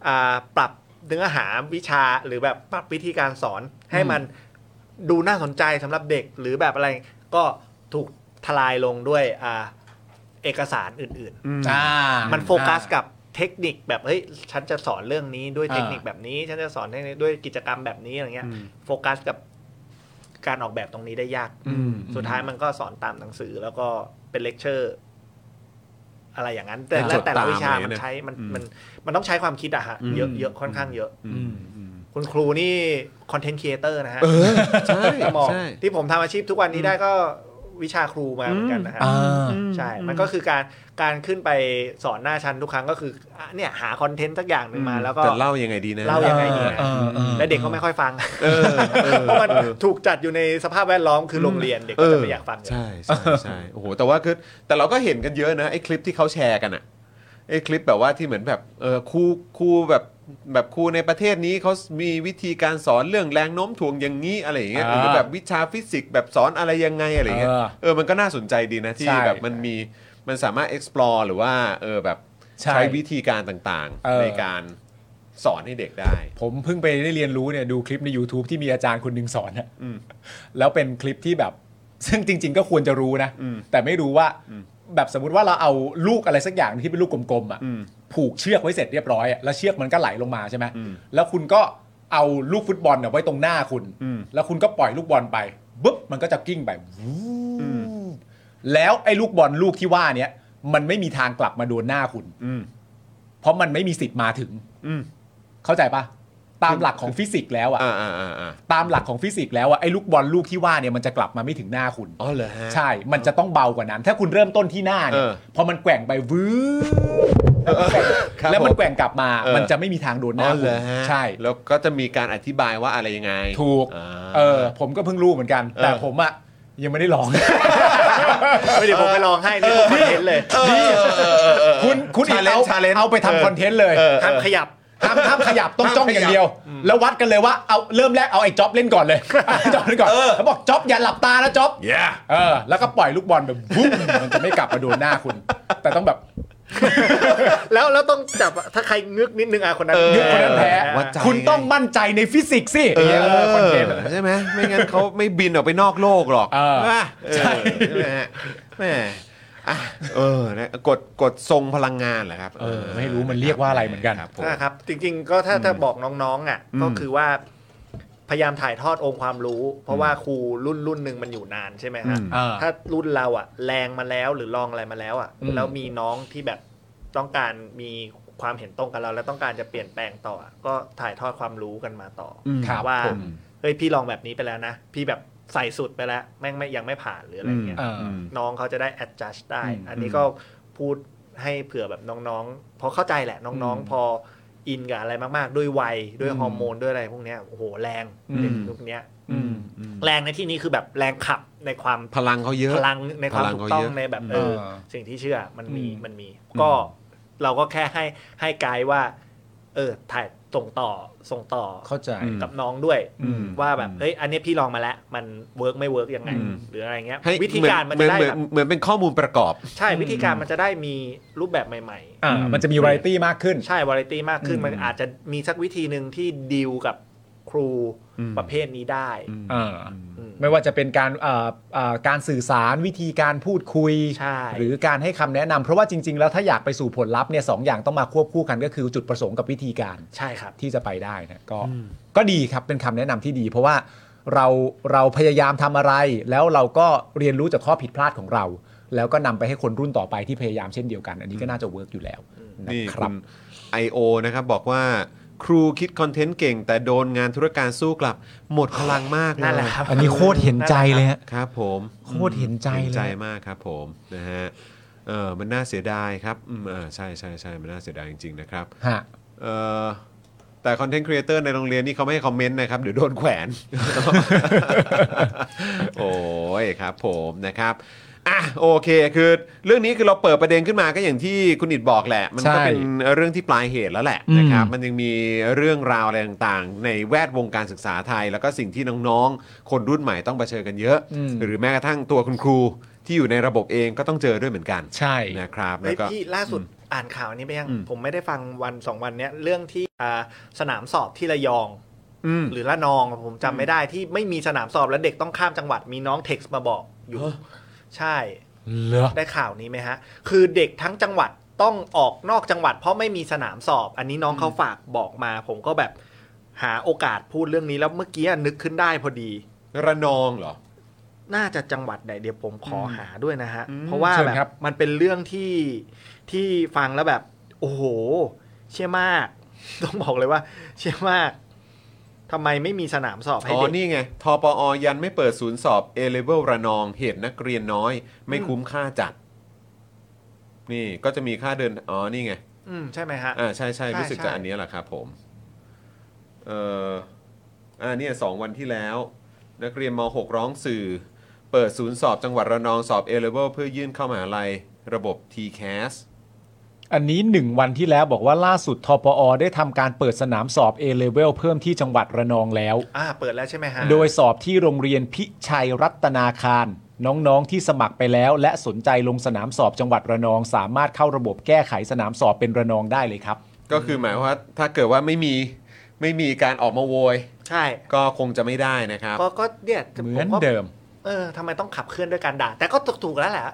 [SPEAKER 3] อ่าปรับเนื้อหาวิชาหรือแบบปรับวิธีการสอน ให้มันดูน่าสนใจสำหรับเด็กหรือแบบอะไรก็ถูกทลายลงด้วยอ่าเอกสารอื่น
[SPEAKER 2] า
[SPEAKER 3] ๆ
[SPEAKER 2] มั
[SPEAKER 3] มันโฟกัสกับเทคนิคแบบเฮ้ยฉันจะสอนเรื่องนี้ด้วยเทคนิคแบบนี้ ฉันจะสอนเทคนิคด้วยกิจกรรมแบบนี้อะไรเงี้ยโฟกัสกับการออกแบบตรงนี้ได้ยาก
[SPEAKER 2] อืม
[SPEAKER 3] สุดท้ายมันก็สอนตามหนังสือแล้วก็เป็นเลคเชอร์ อะไรอย่างนั้น แต่
[SPEAKER 1] เป็น
[SPEAKER 3] ละ
[SPEAKER 1] จด
[SPEAKER 3] แต่ละ
[SPEAKER 1] ตาม
[SPEAKER 3] วิชา
[SPEAKER 1] อะไร
[SPEAKER 3] มัน
[SPEAKER 1] เนี่ย
[SPEAKER 3] ใช้มัน
[SPEAKER 1] อืม
[SPEAKER 3] มันมันต้องใช้ความคิดอะฮะ
[SPEAKER 1] อืม
[SPEAKER 3] เยอะเยอะค่อนข้างเยอะ
[SPEAKER 2] อืม
[SPEAKER 3] คุณครูนี่คอนเทนต์ครีเอเตอร์นะฮะ
[SPEAKER 1] เออใช่
[SPEAKER 3] ต้องมอง
[SPEAKER 1] ใช่
[SPEAKER 3] ที่ผมทำอาชีพทุกวันนี้ได้ก็วิชาครูมาเหมือนกันนะฮะ
[SPEAKER 2] อ่า
[SPEAKER 3] ใช่ มันก็คือการการขึ้นไปสอนหน้าชั้นทุกครั้งก็คืออ่ะเนี่ยหาคอนเทนต์สักอย่างหนึ่งมาแล้วก็
[SPEAKER 1] จะเล่ายังไงดีนะ
[SPEAKER 3] เล่ายังไงดีนะ
[SPEAKER 2] เออเออเออ
[SPEAKER 3] และเด็กก็ไม่ค่อยฟัง
[SPEAKER 1] เออเออ
[SPEAKER 3] เพราะมันถูกจัดอยู่ในสภาพแวดล้อมคือโรงเรียนเด็กก็จะไม่อยากฟัง
[SPEAKER 1] ใช่ใช่ใช่ โอ้โหแต่ว่าคือแต่เราก็เห็นกันเยอะนะไอ้คลิปที่เขาแชร์กันอะไอ้คลิปแบบว่าที่เหมือนแบบเออครูครูแบบแบบครูในประเทศนี้เขามีวิธีการสอนเรื่องแรงโน้มถ่วงอย่างนี้อะไรอย่างเงี้ย
[SPEAKER 2] อ่า
[SPEAKER 1] หรือแบบวิชาฟิสิกส์แบบสอนอะไรยังไงอะไรเงี้ย
[SPEAKER 2] เออ
[SPEAKER 1] เออมันก็น่าสนใจดีนะที่
[SPEAKER 2] ใช่
[SPEAKER 1] แบบมันมีมันสามารถ explore หรือว่าเออแบบ
[SPEAKER 2] ใช่
[SPEAKER 1] ใช้วิธีการต่าง
[SPEAKER 2] เอ
[SPEAKER 1] ๆ
[SPEAKER 2] อ
[SPEAKER 1] ในการสอนให้เด็กได้
[SPEAKER 2] ผมเพิ่งไปได้เรียนรู้เนี่ยดูคลิปใน YouTube ที่มีอาจารย์คนหนึ่งสอนอะ
[SPEAKER 1] อืม
[SPEAKER 2] แล้วเป็นคลิปที่แบบ ซึ่งจริง ๆ ก็ควรจะรู้นะ
[SPEAKER 1] อืม
[SPEAKER 2] แต่ไม่รู้ว่า
[SPEAKER 1] อืม
[SPEAKER 2] แบบสมมติว่าเราเอาลูกอะไรสักอย่างที่เป็นลูกกลมๆอะ
[SPEAKER 1] อืม
[SPEAKER 2] ผูกเชือกไว้เสร็จเรียบร้อยอะแล้วเชือกมันก็ไหลลงมาใช่ไหม
[SPEAKER 1] อืม
[SPEAKER 2] แล้วคุณก็เอาลูกฟุตบอลเนี่ยไว้ตรงหน้าคุณ
[SPEAKER 1] อืม
[SPEAKER 2] แล้วคุณก็ปล่อยลูกบอลไปปุ๊บมันก็จะกิ้งไป แล้วไอ้ลูกบอลลูกที่ว่าเนี่ยมันไม่มีทางกลับมาโดนหน้าคุณ
[SPEAKER 1] อืม
[SPEAKER 2] เพราะมันไม่มีสิทธิ์มาถึง
[SPEAKER 1] อืม
[SPEAKER 2] เข้าใจปะตามหลักของฟิสิกส์แล้วอะ
[SPEAKER 1] อ่าอ่าอ่าอ่า
[SPEAKER 2] ตามหลักของฟิสิกส์แล้วอะไอ้ลูกบอลลูกที่ว่าเนี่ยมันจะกลับมาไม่ถึงหน้าคุณ
[SPEAKER 1] อ๋อเหรอฮะ
[SPEAKER 2] ใช่ มันจะต้องเบากว่านั้น ถ้าคุณเริ่มต้นที่หน้าเนี่ย
[SPEAKER 1] เออ
[SPEAKER 2] พอมันแกว่งไปวื้อ
[SPEAKER 1] ครับ
[SPEAKER 2] แล้วมันแกว่งแล้วมันแกว่งกลับมา
[SPEAKER 1] เออ
[SPEAKER 2] มันจะไม่มีทางโดนห
[SPEAKER 1] อ๋
[SPEAKER 2] น้า
[SPEAKER 1] อ
[SPEAKER 2] คุ
[SPEAKER 1] เหรอ
[SPEAKER 2] ณ
[SPEAKER 1] ฮะ
[SPEAKER 2] ใช่
[SPEAKER 1] แล้วก็จะมีการอธิบายว่าอะไรยังไง
[SPEAKER 2] ถูก
[SPEAKER 1] า
[SPEAKER 2] เออ ผมก็เพิ่งรู้เหมือนกัน แต่
[SPEAKER 1] เออ
[SPEAKER 2] ผมอะยังไม่ได้ลอง
[SPEAKER 3] ไม่ได้ผมไปลองให้นี่ผมคอนเทนต์เลย
[SPEAKER 1] นี่
[SPEAKER 2] คุณคุณอีก
[SPEAKER 1] ชาเลน
[SPEAKER 2] เอา
[SPEAKER 1] จ์ชาเลนจ์
[SPEAKER 2] เอาไปทำคอนเทนต์เลย
[SPEAKER 3] ห้ามขยับ
[SPEAKER 2] ห้ามห้ามขยับต้องจ้อง
[SPEAKER 1] ห้ามข
[SPEAKER 2] อ
[SPEAKER 1] ยับ
[SPEAKER 2] ย่างเดียว แล้ววัดกันเลยว่าเอาเริ่มแรกเอาไอ้จ็อบเล่นก่อนเลย เอาไอ้จ็อบเล่นก่อน
[SPEAKER 1] เออ
[SPEAKER 2] แล้วบอกจ็อบอย่าหลับตานะจ็อบ
[SPEAKER 1] เย้
[SPEAKER 2] เออแล้วก็ปล่อยลูกบอลแบบบุ้มมันจะไม่กลับมาโดนหน้าคุณ แต่ต้องแบบ
[SPEAKER 3] แล้วแล้วต้องจับอะถ้าใครงึกนิดนึงอ่ะคนนั้น
[SPEAKER 1] เออ
[SPEAKER 2] นึกคนนั้นแพ้
[SPEAKER 1] วัดใจ
[SPEAKER 2] คุณต้องมั่นใจในฟิสิกส์สิ
[SPEAKER 1] เอ
[SPEAKER 2] เออคอนเทนต์
[SPEAKER 1] อใช่ไหมไม่งั้นเขาไม่บินออกไปนอกโลกหรอก
[SPEAKER 2] เออ
[SPEAKER 1] ว่า
[SPEAKER 2] ใช่
[SPEAKER 1] เออใช่ไหมฮะแหม่อ่ะเออนะกดกดทรงพลังงานเหรอครับ
[SPEAKER 2] เออไม่รู้มันเรียกว่าอะไรเหมือนกัน
[SPEAKER 1] ครับผม
[SPEAKER 3] นะครับ จริง ๆ ก็ถ้าถ้าบอกน้องๆอ่ะ
[SPEAKER 1] อืม
[SPEAKER 3] ก็คือว่า พยายามถ่ายทอดองค์ความรู้ เพราะว่าครูรุ่นรุ่นหนึ่งมันอยู่นานใช่ไหมฮะ
[SPEAKER 1] อืม
[SPEAKER 2] อ่า
[SPEAKER 3] ถ้ารุ่นเราอ่ะ แรงมาแล้วหรือลองอะไรมาแล้วอ่ะ
[SPEAKER 2] อืม
[SPEAKER 3] แล้วมีน้องที่แบบต้องการมีความเห็นตรงกับเรา แล้วต้องการจะเปลี่ยนแปลงต่ออะก็ถ่ายทอดความรู้กันมาต่ออ
[SPEAKER 1] อืม
[SPEAKER 2] ครับ
[SPEAKER 3] ว่า
[SPEAKER 2] ผม
[SPEAKER 3] เฮ้ยพี่ลองแบบนี้ไปแล้วนะ พี่แบบใส่สุดไปแล้วแม่งไม่ยังไม่ผ่านหรืออะไรเงี้ย
[SPEAKER 2] เออ
[SPEAKER 3] น้องเขาจะได้ adjust ได้
[SPEAKER 2] อืม
[SPEAKER 3] อันนี้ก็พูดให้เผื่อแบบน้องๆ เพราะเข้าใจแหละน้อง
[SPEAKER 2] อืม
[SPEAKER 3] ๆ พออินกับอะไรมากๆ ด้วยวัยด้วย
[SPEAKER 2] อืม
[SPEAKER 3] ฮอร์โมนด้วยอะไรพวกเนี้ยโอ้โหแรง
[SPEAKER 2] อืม
[SPEAKER 3] เด็กยุคเนี้ย
[SPEAKER 2] อืม
[SPEAKER 3] แรงในที่นี้คือแบบแรงขับในความ
[SPEAKER 1] พลังเขาเยอะ
[SPEAKER 3] พลังในความ
[SPEAKER 1] พลัง
[SPEAKER 3] ถูก
[SPEAKER 1] เขา
[SPEAKER 3] ต้อง
[SPEAKER 1] เยอะ
[SPEAKER 3] ในแบบเออ
[SPEAKER 2] เออ
[SPEAKER 3] สิ่งที่เชื่อมันมี
[SPEAKER 2] อืม
[SPEAKER 3] มันมี ก็เราก็แค่ให้ให้ไกด์ว่า เออถ่ายส่งต่อส่งต่อ
[SPEAKER 2] เข้าใจ
[SPEAKER 1] อืม
[SPEAKER 3] กับน้องด้วย
[SPEAKER 2] อืม
[SPEAKER 3] ว่าแบบเฮ้ยอันนี้พี่ลองมาแล้วมันเวิร์กไม่เวิร์กยังไง
[SPEAKER 2] อืม
[SPEAKER 3] หรืออะไรเงี้ย
[SPEAKER 1] ให้
[SPEAKER 3] วิธีการมัน
[SPEAKER 1] เหมือน
[SPEAKER 3] จะได้
[SPEAKER 1] เหมือน
[SPEAKER 3] แบบ
[SPEAKER 1] เหมือนเป็นข้อมูลประกอบ
[SPEAKER 3] ใช่วิธีการมันจะได้มีรูปแบบใหม่
[SPEAKER 2] อ่ามันจะมีวาไรตี้มากขึ้น
[SPEAKER 3] ๆ ใช่วาไรตี้มากขึ้น
[SPEAKER 2] อืม
[SPEAKER 3] มันอาจจะมีสักวิธีหนึ่งที่ดีลกับครูประเภทนี้ได้
[SPEAKER 2] เออ
[SPEAKER 3] อืม
[SPEAKER 2] ไม่ว่าจะเป็นการเอ่อเอ่อการสื่อสารวิธีการพูดคุย
[SPEAKER 3] ใช่
[SPEAKER 2] หรือการให้คำแนะนำเพราะว่าจริง ๆ แล้วถ้าอยากไปสู่ผลลัพธ์เนี่ยสองอย่างต้องมาควบคู่กันก็คือจุดประสงค์กับวิธีการ
[SPEAKER 3] ใช่ครับ
[SPEAKER 2] ที่จะไปได้นะก็ก็ดีครับเป็นคำแนะนำที่ดี เพราะว่าเราเราพยายามทำอะไร แล้วเราก็เรียนรู้จากข้อผิดพลาดของเรา แล้วก็นำไปให้คนรุ่นต่อไปที่พยายามเช่นเดียวกัน อันนี้ก็น่าจะเวิร์กอยู่แล้วนะ
[SPEAKER 1] นี่
[SPEAKER 2] ค
[SPEAKER 1] คุ
[SPEAKER 2] รับ
[SPEAKER 1] ณ IO นะครับบอกว่าครูคิดคอนเทนต์เก่ง แต่โดนงานธุรการสู้กลับ หมดพลังมากเย
[SPEAKER 3] นั่นแหละครับ
[SPEAKER 2] อันนี้โคตรเห็นใจเลยฮะ
[SPEAKER 1] ครับผม
[SPEAKER 2] โคตรเห็นใจ
[SPEAKER 1] เห็น
[SPEAKER 2] เล
[SPEAKER 1] ใจ
[SPEAKER 2] ย
[SPEAKER 1] มากครับผมนะฮะเออมันน่าเสียดายครับอืมเออใช่ใช่ใช่มันน่าเสียดายจริง ๆ นะครับ
[SPEAKER 2] ฮะ
[SPEAKER 1] เออ แต่คอนเทนต์ครีเอเตอร์ในโรงเรียนนี่เขาไม่ให้คอมเมนต์นะครับ เดี๋ยวโดนแขวน โอ้ยครับผมนะครับอ่ะโอเค คือเรื่องนี้คือเราเปิดประเด็นขึ้นมาก็อย่างที่คุณอิดบอกแหละ มันก็
[SPEAKER 2] ใช่
[SPEAKER 1] เป็นเรื่องที่ปลายเหตุแล้วแหละ
[SPEAKER 2] อืม
[SPEAKER 1] นะครับ มันยังมีเรื่องราวอะไรต่างๆ ในแวดวงการศึกษาไทย แล้วก็สิ่งที่น้องๆ คนรุ่นใหม่ต้องเผชิญกันเยอะ
[SPEAKER 2] อืม
[SPEAKER 1] หรือแม้กระทั่งตัวคุณครู ที่อยู่ในระบบเองก็ต้องเจอด้วยเหมือนกัน
[SPEAKER 2] ใช่
[SPEAKER 1] นะครับแล้
[SPEAKER 3] เฮ้ยว
[SPEAKER 1] ก็
[SPEAKER 3] พี่ล่าสุดอ่านข่าวนี้ไปยัง
[SPEAKER 1] อืม
[SPEAKER 3] ผมไม่ได้ฟังวันสองวันเนี้ยเรื่องที่อ่าสนามสอบที่ระยอง
[SPEAKER 1] อืม
[SPEAKER 3] หรือละนองผมจำไม่ได้ที่ไม่มีสนามสอบแล้วเด็กต้องข้ามจังหวัดมีน้องเท็กซ์มาบอกอยู่ ใช่
[SPEAKER 2] เหรอ
[SPEAKER 3] ได้ข่าวนี้ไหมฮะ คือเด็กทั้งจังหวัดต้องออกนอกจังหวัด เพราะไม่มีสนามสอบ อันนี้น้องเขาฝากบอกมา ผมก็แบบหาโอกาสพูดเรื่องนี้แล้วเมื่อกี้นึกขึ้นได้พอดี
[SPEAKER 1] ระนองเหรอ
[SPEAKER 3] น่าจะจังหวัดไหนเดี๋ยวผมขอหาด้วยนะฮะ
[SPEAKER 1] อืม
[SPEAKER 3] เพราะว่า
[SPEAKER 2] เชิญ
[SPEAKER 3] แบ
[SPEAKER 2] ครับ
[SPEAKER 3] บมันเป็นเรื่องที่ที่ฟังแล้วแบบ โอ้โห เชี่ยมาก ต้องบอกเลยว่า เชี่ยมากทำไมไม่มีสนามสอบให้
[SPEAKER 1] อ๋อ
[SPEAKER 3] เด็ก
[SPEAKER 1] นี่ไง ทปอ ยันไม่เปิดศูนย์สอบ A level ระนอง เหตุนักเรียนน้อย ไม่
[SPEAKER 3] อืม
[SPEAKER 1] คุ้มค่าจัด นี่ก็จะมีค่าเดิน อ๋อ นี่ไง
[SPEAKER 3] อืมใช่ไหมฮะ
[SPEAKER 1] อ่า ใช่ใช่
[SPEAKER 3] ใช่
[SPEAKER 1] รู้สึก
[SPEAKER 3] ใช่
[SPEAKER 1] จะอันเนี้ยแหละครับผม เอ่อ อ่าเนี่ยสองวันที่แล้ว นักเรียนม .6 ร้องสื่อ เปิดศูนย์สอบจังหวัดระนองสอบ A level เพื่อยื่นเข้ามหาลัยระบบ TCAS
[SPEAKER 2] อันนี้หนึ่งวันที่แล้วบอกว่าล่าสุดทปอ ได้ทำการเปิดสนามสอบ A-Level เพิ่มที่จังหวัดระนองแล้ว
[SPEAKER 3] อ่าเปิดแล้วใช่ไหมฮะ
[SPEAKER 2] โดยสอบที่โรงเรียนพิชัยรัตนาคาร น้องๆที่สมัครไปแล้ว และสนใจลงสนามสอบจังหวัดระนอง สามารถเข้าระบบแก้ไขสนามสอบเป็นระนองได้เลยครับ
[SPEAKER 1] ก็คือหมายว่าถ้าเกิดว่าไม่มีไม่มีการออกมาโวย
[SPEAKER 3] ใช่
[SPEAKER 1] ก็คงจะไม่ได้นะครับ
[SPEAKER 3] ก็ก็เนี่ย
[SPEAKER 2] เห
[SPEAKER 3] ผ
[SPEAKER 2] มือน
[SPEAKER 3] ก็
[SPEAKER 2] เดิม
[SPEAKER 3] เออทำไมต้องขับเคลื่อนด้วยการด่า แต่ก็ถูกๆแล้วแหละ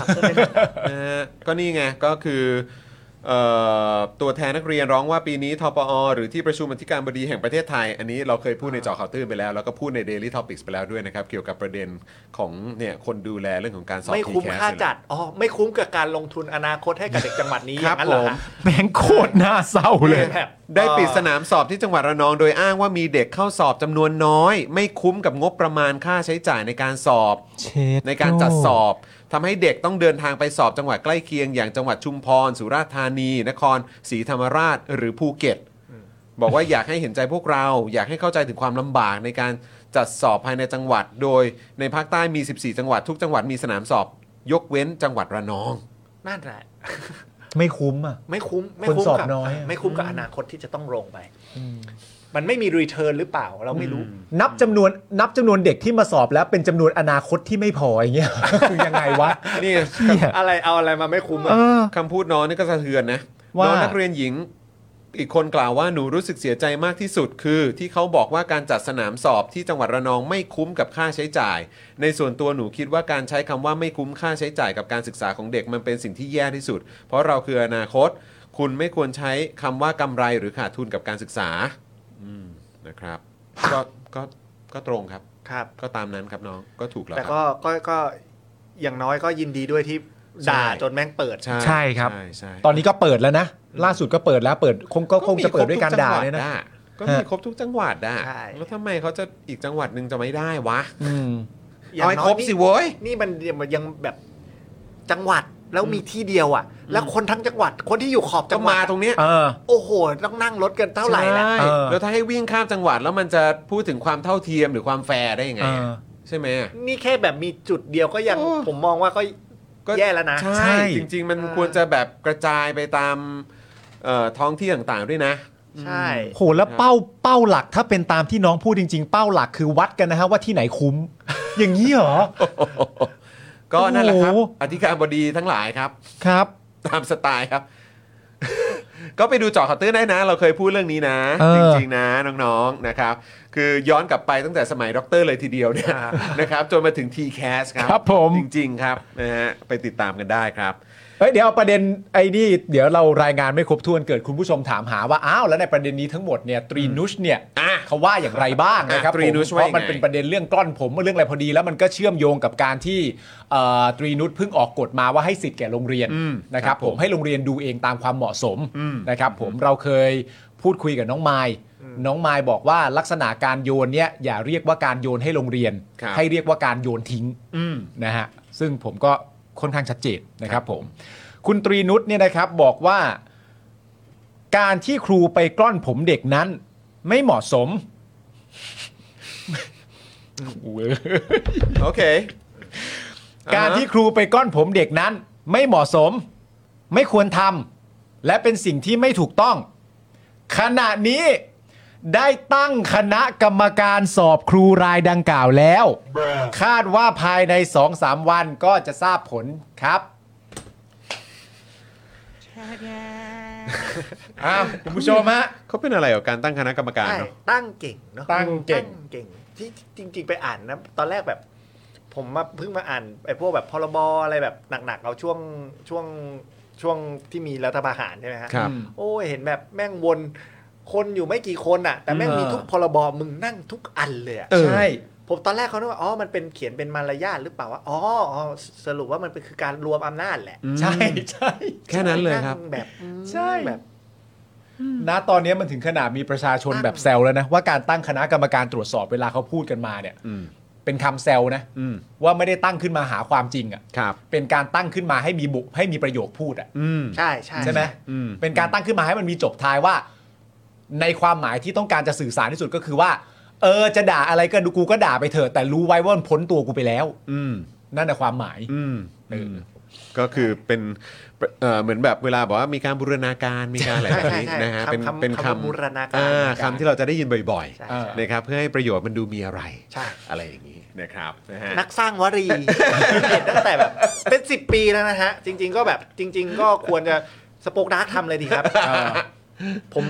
[SPEAKER 3] ขับเคลื่อนด้วยการด่า
[SPEAKER 1] นะฮะก็นี่ไงก็คือเอ่อตัวแทนนักเรียนร้องว่าปีนี้ทปอ หรือที่ประชุมอธิการบดีแห่งประเทศไทย อันนี้เราเคยพูดในเจอข่าวตื้นไปแล้ว แล้วก็พูดใน Daily Topics ไปแล้วด้วยนะครับ เกี่ยวกับประเด็นของเนี่ยคนดูแลเรื่องของการสอบ
[SPEAKER 3] ไม่คุ้ม
[SPEAKER 1] TCAS
[SPEAKER 3] ค่าจัด อ๋อ ไม่คุ้มกับการลงทุนอนาคตให้กับเด็กจังหวัดนี้อ
[SPEAKER 1] ครั
[SPEAKER 3] ย่า
[SPEAKER 1] บ
[SPEAKER 3] งนั้นเหรอ
[SPEAKER 1] ผม
[SPEAKER 3] ฮะ
[SPEAKER 2] แม่งโคตรน่าเศร้าเลย
[SPEAKER 3] แบบ
[SPEAKER 1] ได้
[SPEAKER 3] เอ่อ
[SPEAKER 1] ปิดสนามสอบที่จังหวัดระนองโดยอ้างว่ามีเด็กเข้าสอบจำนวนน้อย ไม่คุ้มกับงบประมาณค่าใช้จ่ายในการสอบ ในการจัดสอบทำให้เด็กต้องเดินทางไปสอบจังหวัดใกล้เคียง อย่างจังหวัดชุมพร สุราษฎร์ธานี นครศรีธรรมราชหรือภูเก็ต บอกว่าอยากให้เห็นใจพวกเรา อยากให้เข้าใจถึงความลำบากในการจัดสอบภายในจังหวัด โดยในภาคใต้มี 14 จังหวัดทุกจังหวัดมีสนามสอบ ยกเว้นจังหวัดระนอง
[SPEAKER 3] นั่นแหละ
[SPEAKER 2] ไม่คุ้มอ่ะ
[SPEAKER 3] ไม่คุ้ม ไม่
[SPEAKER 2] คน
[SPEAKER 3] คุ้ม
[SPEAKER 2] สอบ
[SPEAKER 3] กั
[SPEAKER 2] น้อยอะ
[SPEAKER 3] ไม่คุ้มกับอนาคตที่จะต้องลงไป มันไม่มีรีเทิร์นหรือเปล่า เราไม่รู้
[SPEAKER 2] นับจำนวนนับจำนวนเด็กที่มาสอบแล้วเป็นจำนวนอนาคตที่ไม่พออย่างเงี้ย คือยังไงวะ
[SPEAKER 1] นี่
[SPEAKER 2] เหี้ย
[SPEAKER 3] อะไรเอาอะไรมาไม่คุ้มอะ
[SPEAKER 2] เออ
[SPEAKER 1] คำพูดน้องนี่ก็สะเทือนนะ
[SPEAKER 2] ว่า
[SPEAKER 1] น้องนักเรียนหญิงอีกคนกล่าวว่าหนูรู้สึกเสียใจมากที่สุดคือ ที่เขาบอกว่าการจัดสนามสอบที่จังหวัดระนองไม่คุ้มกับค่าใช้จ่าย ในส่วนตัวหนูคิดว่าการใช้คำว่าไม่คุ้มค่าใช้จ่ายกับการศึกษาของเด็กมันเป็นสิ่งที่แย่ที่สุด เพราะเราคืออนาคต คุณไม่ควรใช้คำว่ากำไรหรือขาดทุนกับการศึกษาอืมนะครับก็ก็ก็ตรงครับ
[SPEAKER 3] ครับ
[SPEAKER 1] ก็ตามนั้นครับน้องก็ถูกแล้วค
[SPEAKER 3] แต่
[SPEAKER 1] รับ
[SPEAKER 3] ก็ก็ก็อย่างน้อยก็ยินดีด้วยที่
[SPEAKER 1] ใช่
[SPEAKER 3] ด่าจนแม่งเปิด
[SPEAKER 2] ใช่ครับ
[SPEAKER 1] ใช่ใช่
[SPEAKER 2] ตอนนี้ก็เปิดแล้วนะ ล่าสุดก็เปิดแล้วเปิดคงก็คงจะเปิดด้วยการด่าเนี่ยนะ
[SPEAKER 1] ก็มีครบทุกจังหวัดอะ
[SPEAKER 3] ใช่
[SPEAKER 1] แล้วทำไมเขาจะอีกจังหวัดหนึ่งจะไม่ได้วะ
[SPEAKER 2] อืม
[SPEAKER 3] อย่าง
[SPEAKER 1] เอาให้
[SPEAKER 3] น้อย
[SPEAKER 1] ครบ
[SPEAKER 3] นี่
[SPEAKER 1] สิเว้ย
[SPEAKER 3] นี่มันมันยังแบบจังหวัดแล้วมีที่เดียวอ่ะ แล้วคนทั้งจังหวัด คนที่อยู่ขอบ
[SPEAKER 1] ก็
[SPEAKER 3] จังหวั
[SPEAKER 1] มา
[SPEAKER 3] ด
[SPEAKER 1] ตรงเนี้ย
[SPEAKER 2] เออ
[SPEAKER 3] โอ้โหต้องนั่งรถกันเท่าไหร่แล้ว
[SPEAKER 1] ใช่
[SPEAKER 2] เออ
[SPEAKER 1] แล้วถ้าให้วิ่งข้ามจังหวัดแล้วมันจะพูดถึงความเท่าเทียมหรือความแฟร์ได้ยังไง
[SPEAKER 2] เอ
[SPEAKER 1] อะ
[SPEAKER 2] อ
[SPEAKER 1] ใช่ไหมอะ
[SPEAKER 3] นี่แค่แบบมีจุดเดียวก็ยัง
[SPEAKER 1] โอ้
[SPEAKER 3] ผมมองว่าก็
[SPEAKER 1] ก็
[SPEAKER 3] แย่แล้วนะ
[SPEAKER 2] ใช่
[SPEAKER 1] ใช่จริง ๆ มัน
[SPEAKER 3] เออ
[SPEAKER 1] ควรจะแบบกระจายไปตามเอ่อท้องที่ต่างๆด้วยนะ
[SPEAKER 3] ใช่
[SPEAKER 2] โหแล้วเป้าเป้าหลักถ้าเป็นตามที่น้องพูดจริง ๆ เป้าหลักคือวัดกันนะฮะว่าที่ไหนคุ้ม อย่างนี้เหรอ
[SPEAKER 1] ก็นั่นแหละครับ
[SPEAKER 2] โอ้โห
[SPEAKER 1] อธิการบดีทั้งหลายครับ
[SPEAKER 2] ครับ
[SPEAKER 1] ตามสไตล์ครับ ก็ไปดูเจอข่าวตื้นได้นะ เราเคยพูดเรื่องนี้นะ
[SPEAKER 2] เออ
[SPEAKER 1] จริงๆนะน้องๆนะครับ คือย้อนกลับไปตั้งแต่สมัยด็อกเตอร์เลยทีเดียวเนี่ย นะครับจนมาถึง TCAS ครับ
[SPEAKER 2] ครับผม
[SPEAKER 1] จริง ๆ ครับนะฮะไปติดตามกันได้ครับ
[SPEAKER 2] เฮ้ยเดี๋ยวเอาประเด็นไอ้นี่เดี๋ยวเรารายงานไม่ครบถ้วนเกิดคุณผู้ชมถามหาว่าอ้าวแล้วในประเด็นนี้ทั้งหมดเนี่ยตรีนุชเนี่ย
[SPEAKER 1] อ่ะ
[SPEAKER 2] เขาว่าอย่างไรบ้างนะครับ
[SPEAKER 1] อ่ะตรีนุช
[SPEAKER 2] ผม
[SPEAKER 1] ว่ายังไง
[SPEAKER 2] เพราะมันเป็นประเด็นเรื่องกล้อนผมเรื่องอะไรพอดี แล้วมันก็เชื่อมโยงกับการที่เอ่อตรีนุชเพิ่งออกกฎมาว่าให้สิทธิ์แก่โรงเรียน
[SPEAKER 1] อืม
[SPEAKER 2] นะค
[SPEAKER 1] ครั
[SPEAKER 2] รับบ ผ
[SPEAKER 1] ผม ม
[SPEAKER 2] ให้โรงเรียนดูเองตามความเหมาะสม
[SPEAKER 1] อืม
[SPEAKER 2] นะครับผมเราเคยพูดคุยกับน้องไมล์น้องไมล์บอกว่าลักษณะการโยนเนี่ยอย่าเรียกว่าการโยนให้โรงเรียน
[SPEAKER 1] ครับ
[SPEAKER 2] ให้เรียกว่าการโยนทิ้ง
[SPEAKER 1] อืม
[SPEAKER 2] นะฮะซึ่งผมก็ค่อนข้างชัดเจนนะครับผม คุณตรีนุชเนี่ยนะครับบอกว่า การที่ครูไปกล้อนผมเด็กนั้น ไม่เหมาะสม
[SPEAKER 1] โอเค
[SPEAKER 2] การที่ครูไปกล้อนผมเด็กนั้น ไม่เหมาะสม ไม่ควรทำและเป็นสิ่งที่ไม่ถูกต้อง ขณะนี้ได้ตั้งคณะกรรมการสอบครูรายดังกล่าวแล้ว คาดว่าภายใน 2-3 วันก็จะทราบผลครับอ้าวคุณผู้ชมฮะ
[SPEAKER 1] เขาเป็นอะไรกับการตั้งคณะกรรมการ
[SPEAKER 3] ใช่
[SPEAKER 1] เนาะ
[SPEAKER 3] ตั้งเก่งเนาะ
[SPEAKER 2] ตั้งเก่ง
[SPEAKER 3] เก่งที่จริง ๆ ไปอ่านนะตอนแรกแบบ ผมมาเพิ่งมาอ่านไอ้พวกแบบพรบอะไรแบบหนักๆเอาช่วงช่วงช่วงที่มีรัฐประหารใช่ไหมฮะ
[SPEAKER 1] ครับ
[SPEAKER 3] โอ้ยเห็นแบบแม่งวนคนอยู่ไม่กี่คนอะแต่แม่งมีทุกพรบมึงนั่งทุกอันเลยอะ
[SPEAKER 1] เออ
[SPEAKER 2] ใช่
[SPEAKER 3] ผมตอนแรกเขาคิดว่าอ๋อมันเป็นเขียนเป็นมารยาทหรือเปล่าว่าอ๋ออ๋อสรุปว่ามันเป็นคือการรวมอำนาจแหละ
[SPEAKER 2] ใช่ใช่
[SPEAKER 1] แค่นั้นเลยครับ
[SPEAKER 3] งแบบ
[SPEAKER 2] ใช่
[SPEAKER 3] แบบ
[SPEAKER 2] นะตอนนี้มันถึงขนาดมีประชาชนแบบแซวแล้วนะ ว่าการตั้งคณะกรรมการตรวจสอบเวลาเขาพูดกันมาเนี่ย
[SPEAKER 1] อืม
[SPEAKER 2] เป็นคำแซวนะ
[SPEAKER 1] อืม
[SPEAKER 2] ว่าไม่ได้ตั้งขึ้นมาหาความจริงอ่ะ
[SPEAKER 1] ครับ
[SPEAKER 2] เป็นการตั้งขึ้นมาให้มีบุให้มีประโยคพูดอ่ะ
[SPEAKER 1] อืม
[SPEAKER 3] ใช่ใช่
[SPEAKER 2] ใช่ไหม
[SPEAKER 1] อืม
[SPEAKER 2] เป็นการตั้งขึ้นมาให้มันมีจบท้ายว่า ในความหมายที่ต้องการจะสื่อสารที่สุดก็คือว่า เออจะด่าอะไรก็ดูกูก็ด่าไปเถอะแต่รู้ไว้ว่ามันพ้นตัวกูไปแล้ว
[SPEAKER 1] อืม
[SPEAKER 2] นั่นนะความหมาย
[SPEAKER 1] อืม
[SPEAKER 2] เออ
[SPEAKER 1] ก็คือเป็นเอ่อเหมือนแบบเวลาบอกว่ามีการบูรณาการมีการอะไร
[SPEAKER 3] ใช่
[SPEAKER 1] แบบ
[SPEAKER 3] ใช่
[SPEAKER 1] นี้
[SPEAKER 3] ใช่
[SPEAKER 1] นะฮะเป็น
[SPEAKER 3] คำ
[SPEAKER 1] เป็นคำ
[SPEAKER 3] คำคำบูรณาการ
[SPEAKER 1] อ่าคำที่เราจะได้ยินบ่อย
[SPEAKER 3] ใช่
[SPEAKER 2] เออ
[SPEAKER 1] ๆนะครับเพื่อให้ประโยชน์มันดูมีอะไร
[SPEAKER 3] ใช่
[SPEAKER 1] อะไรอย่างนี้นะครับนะฮะ
[SPEAKER 3] นักสร้างวรีเห็นตั้งแต่แบบเป็นสิบปีแล้วนะฮะ จริง ๆ ก็แบบจริง ๆ ก็ควรจะสปอคดาร์กทำเลยดีครับ
[SPEAKER 2] เออ
[SPEAKER 3] ผม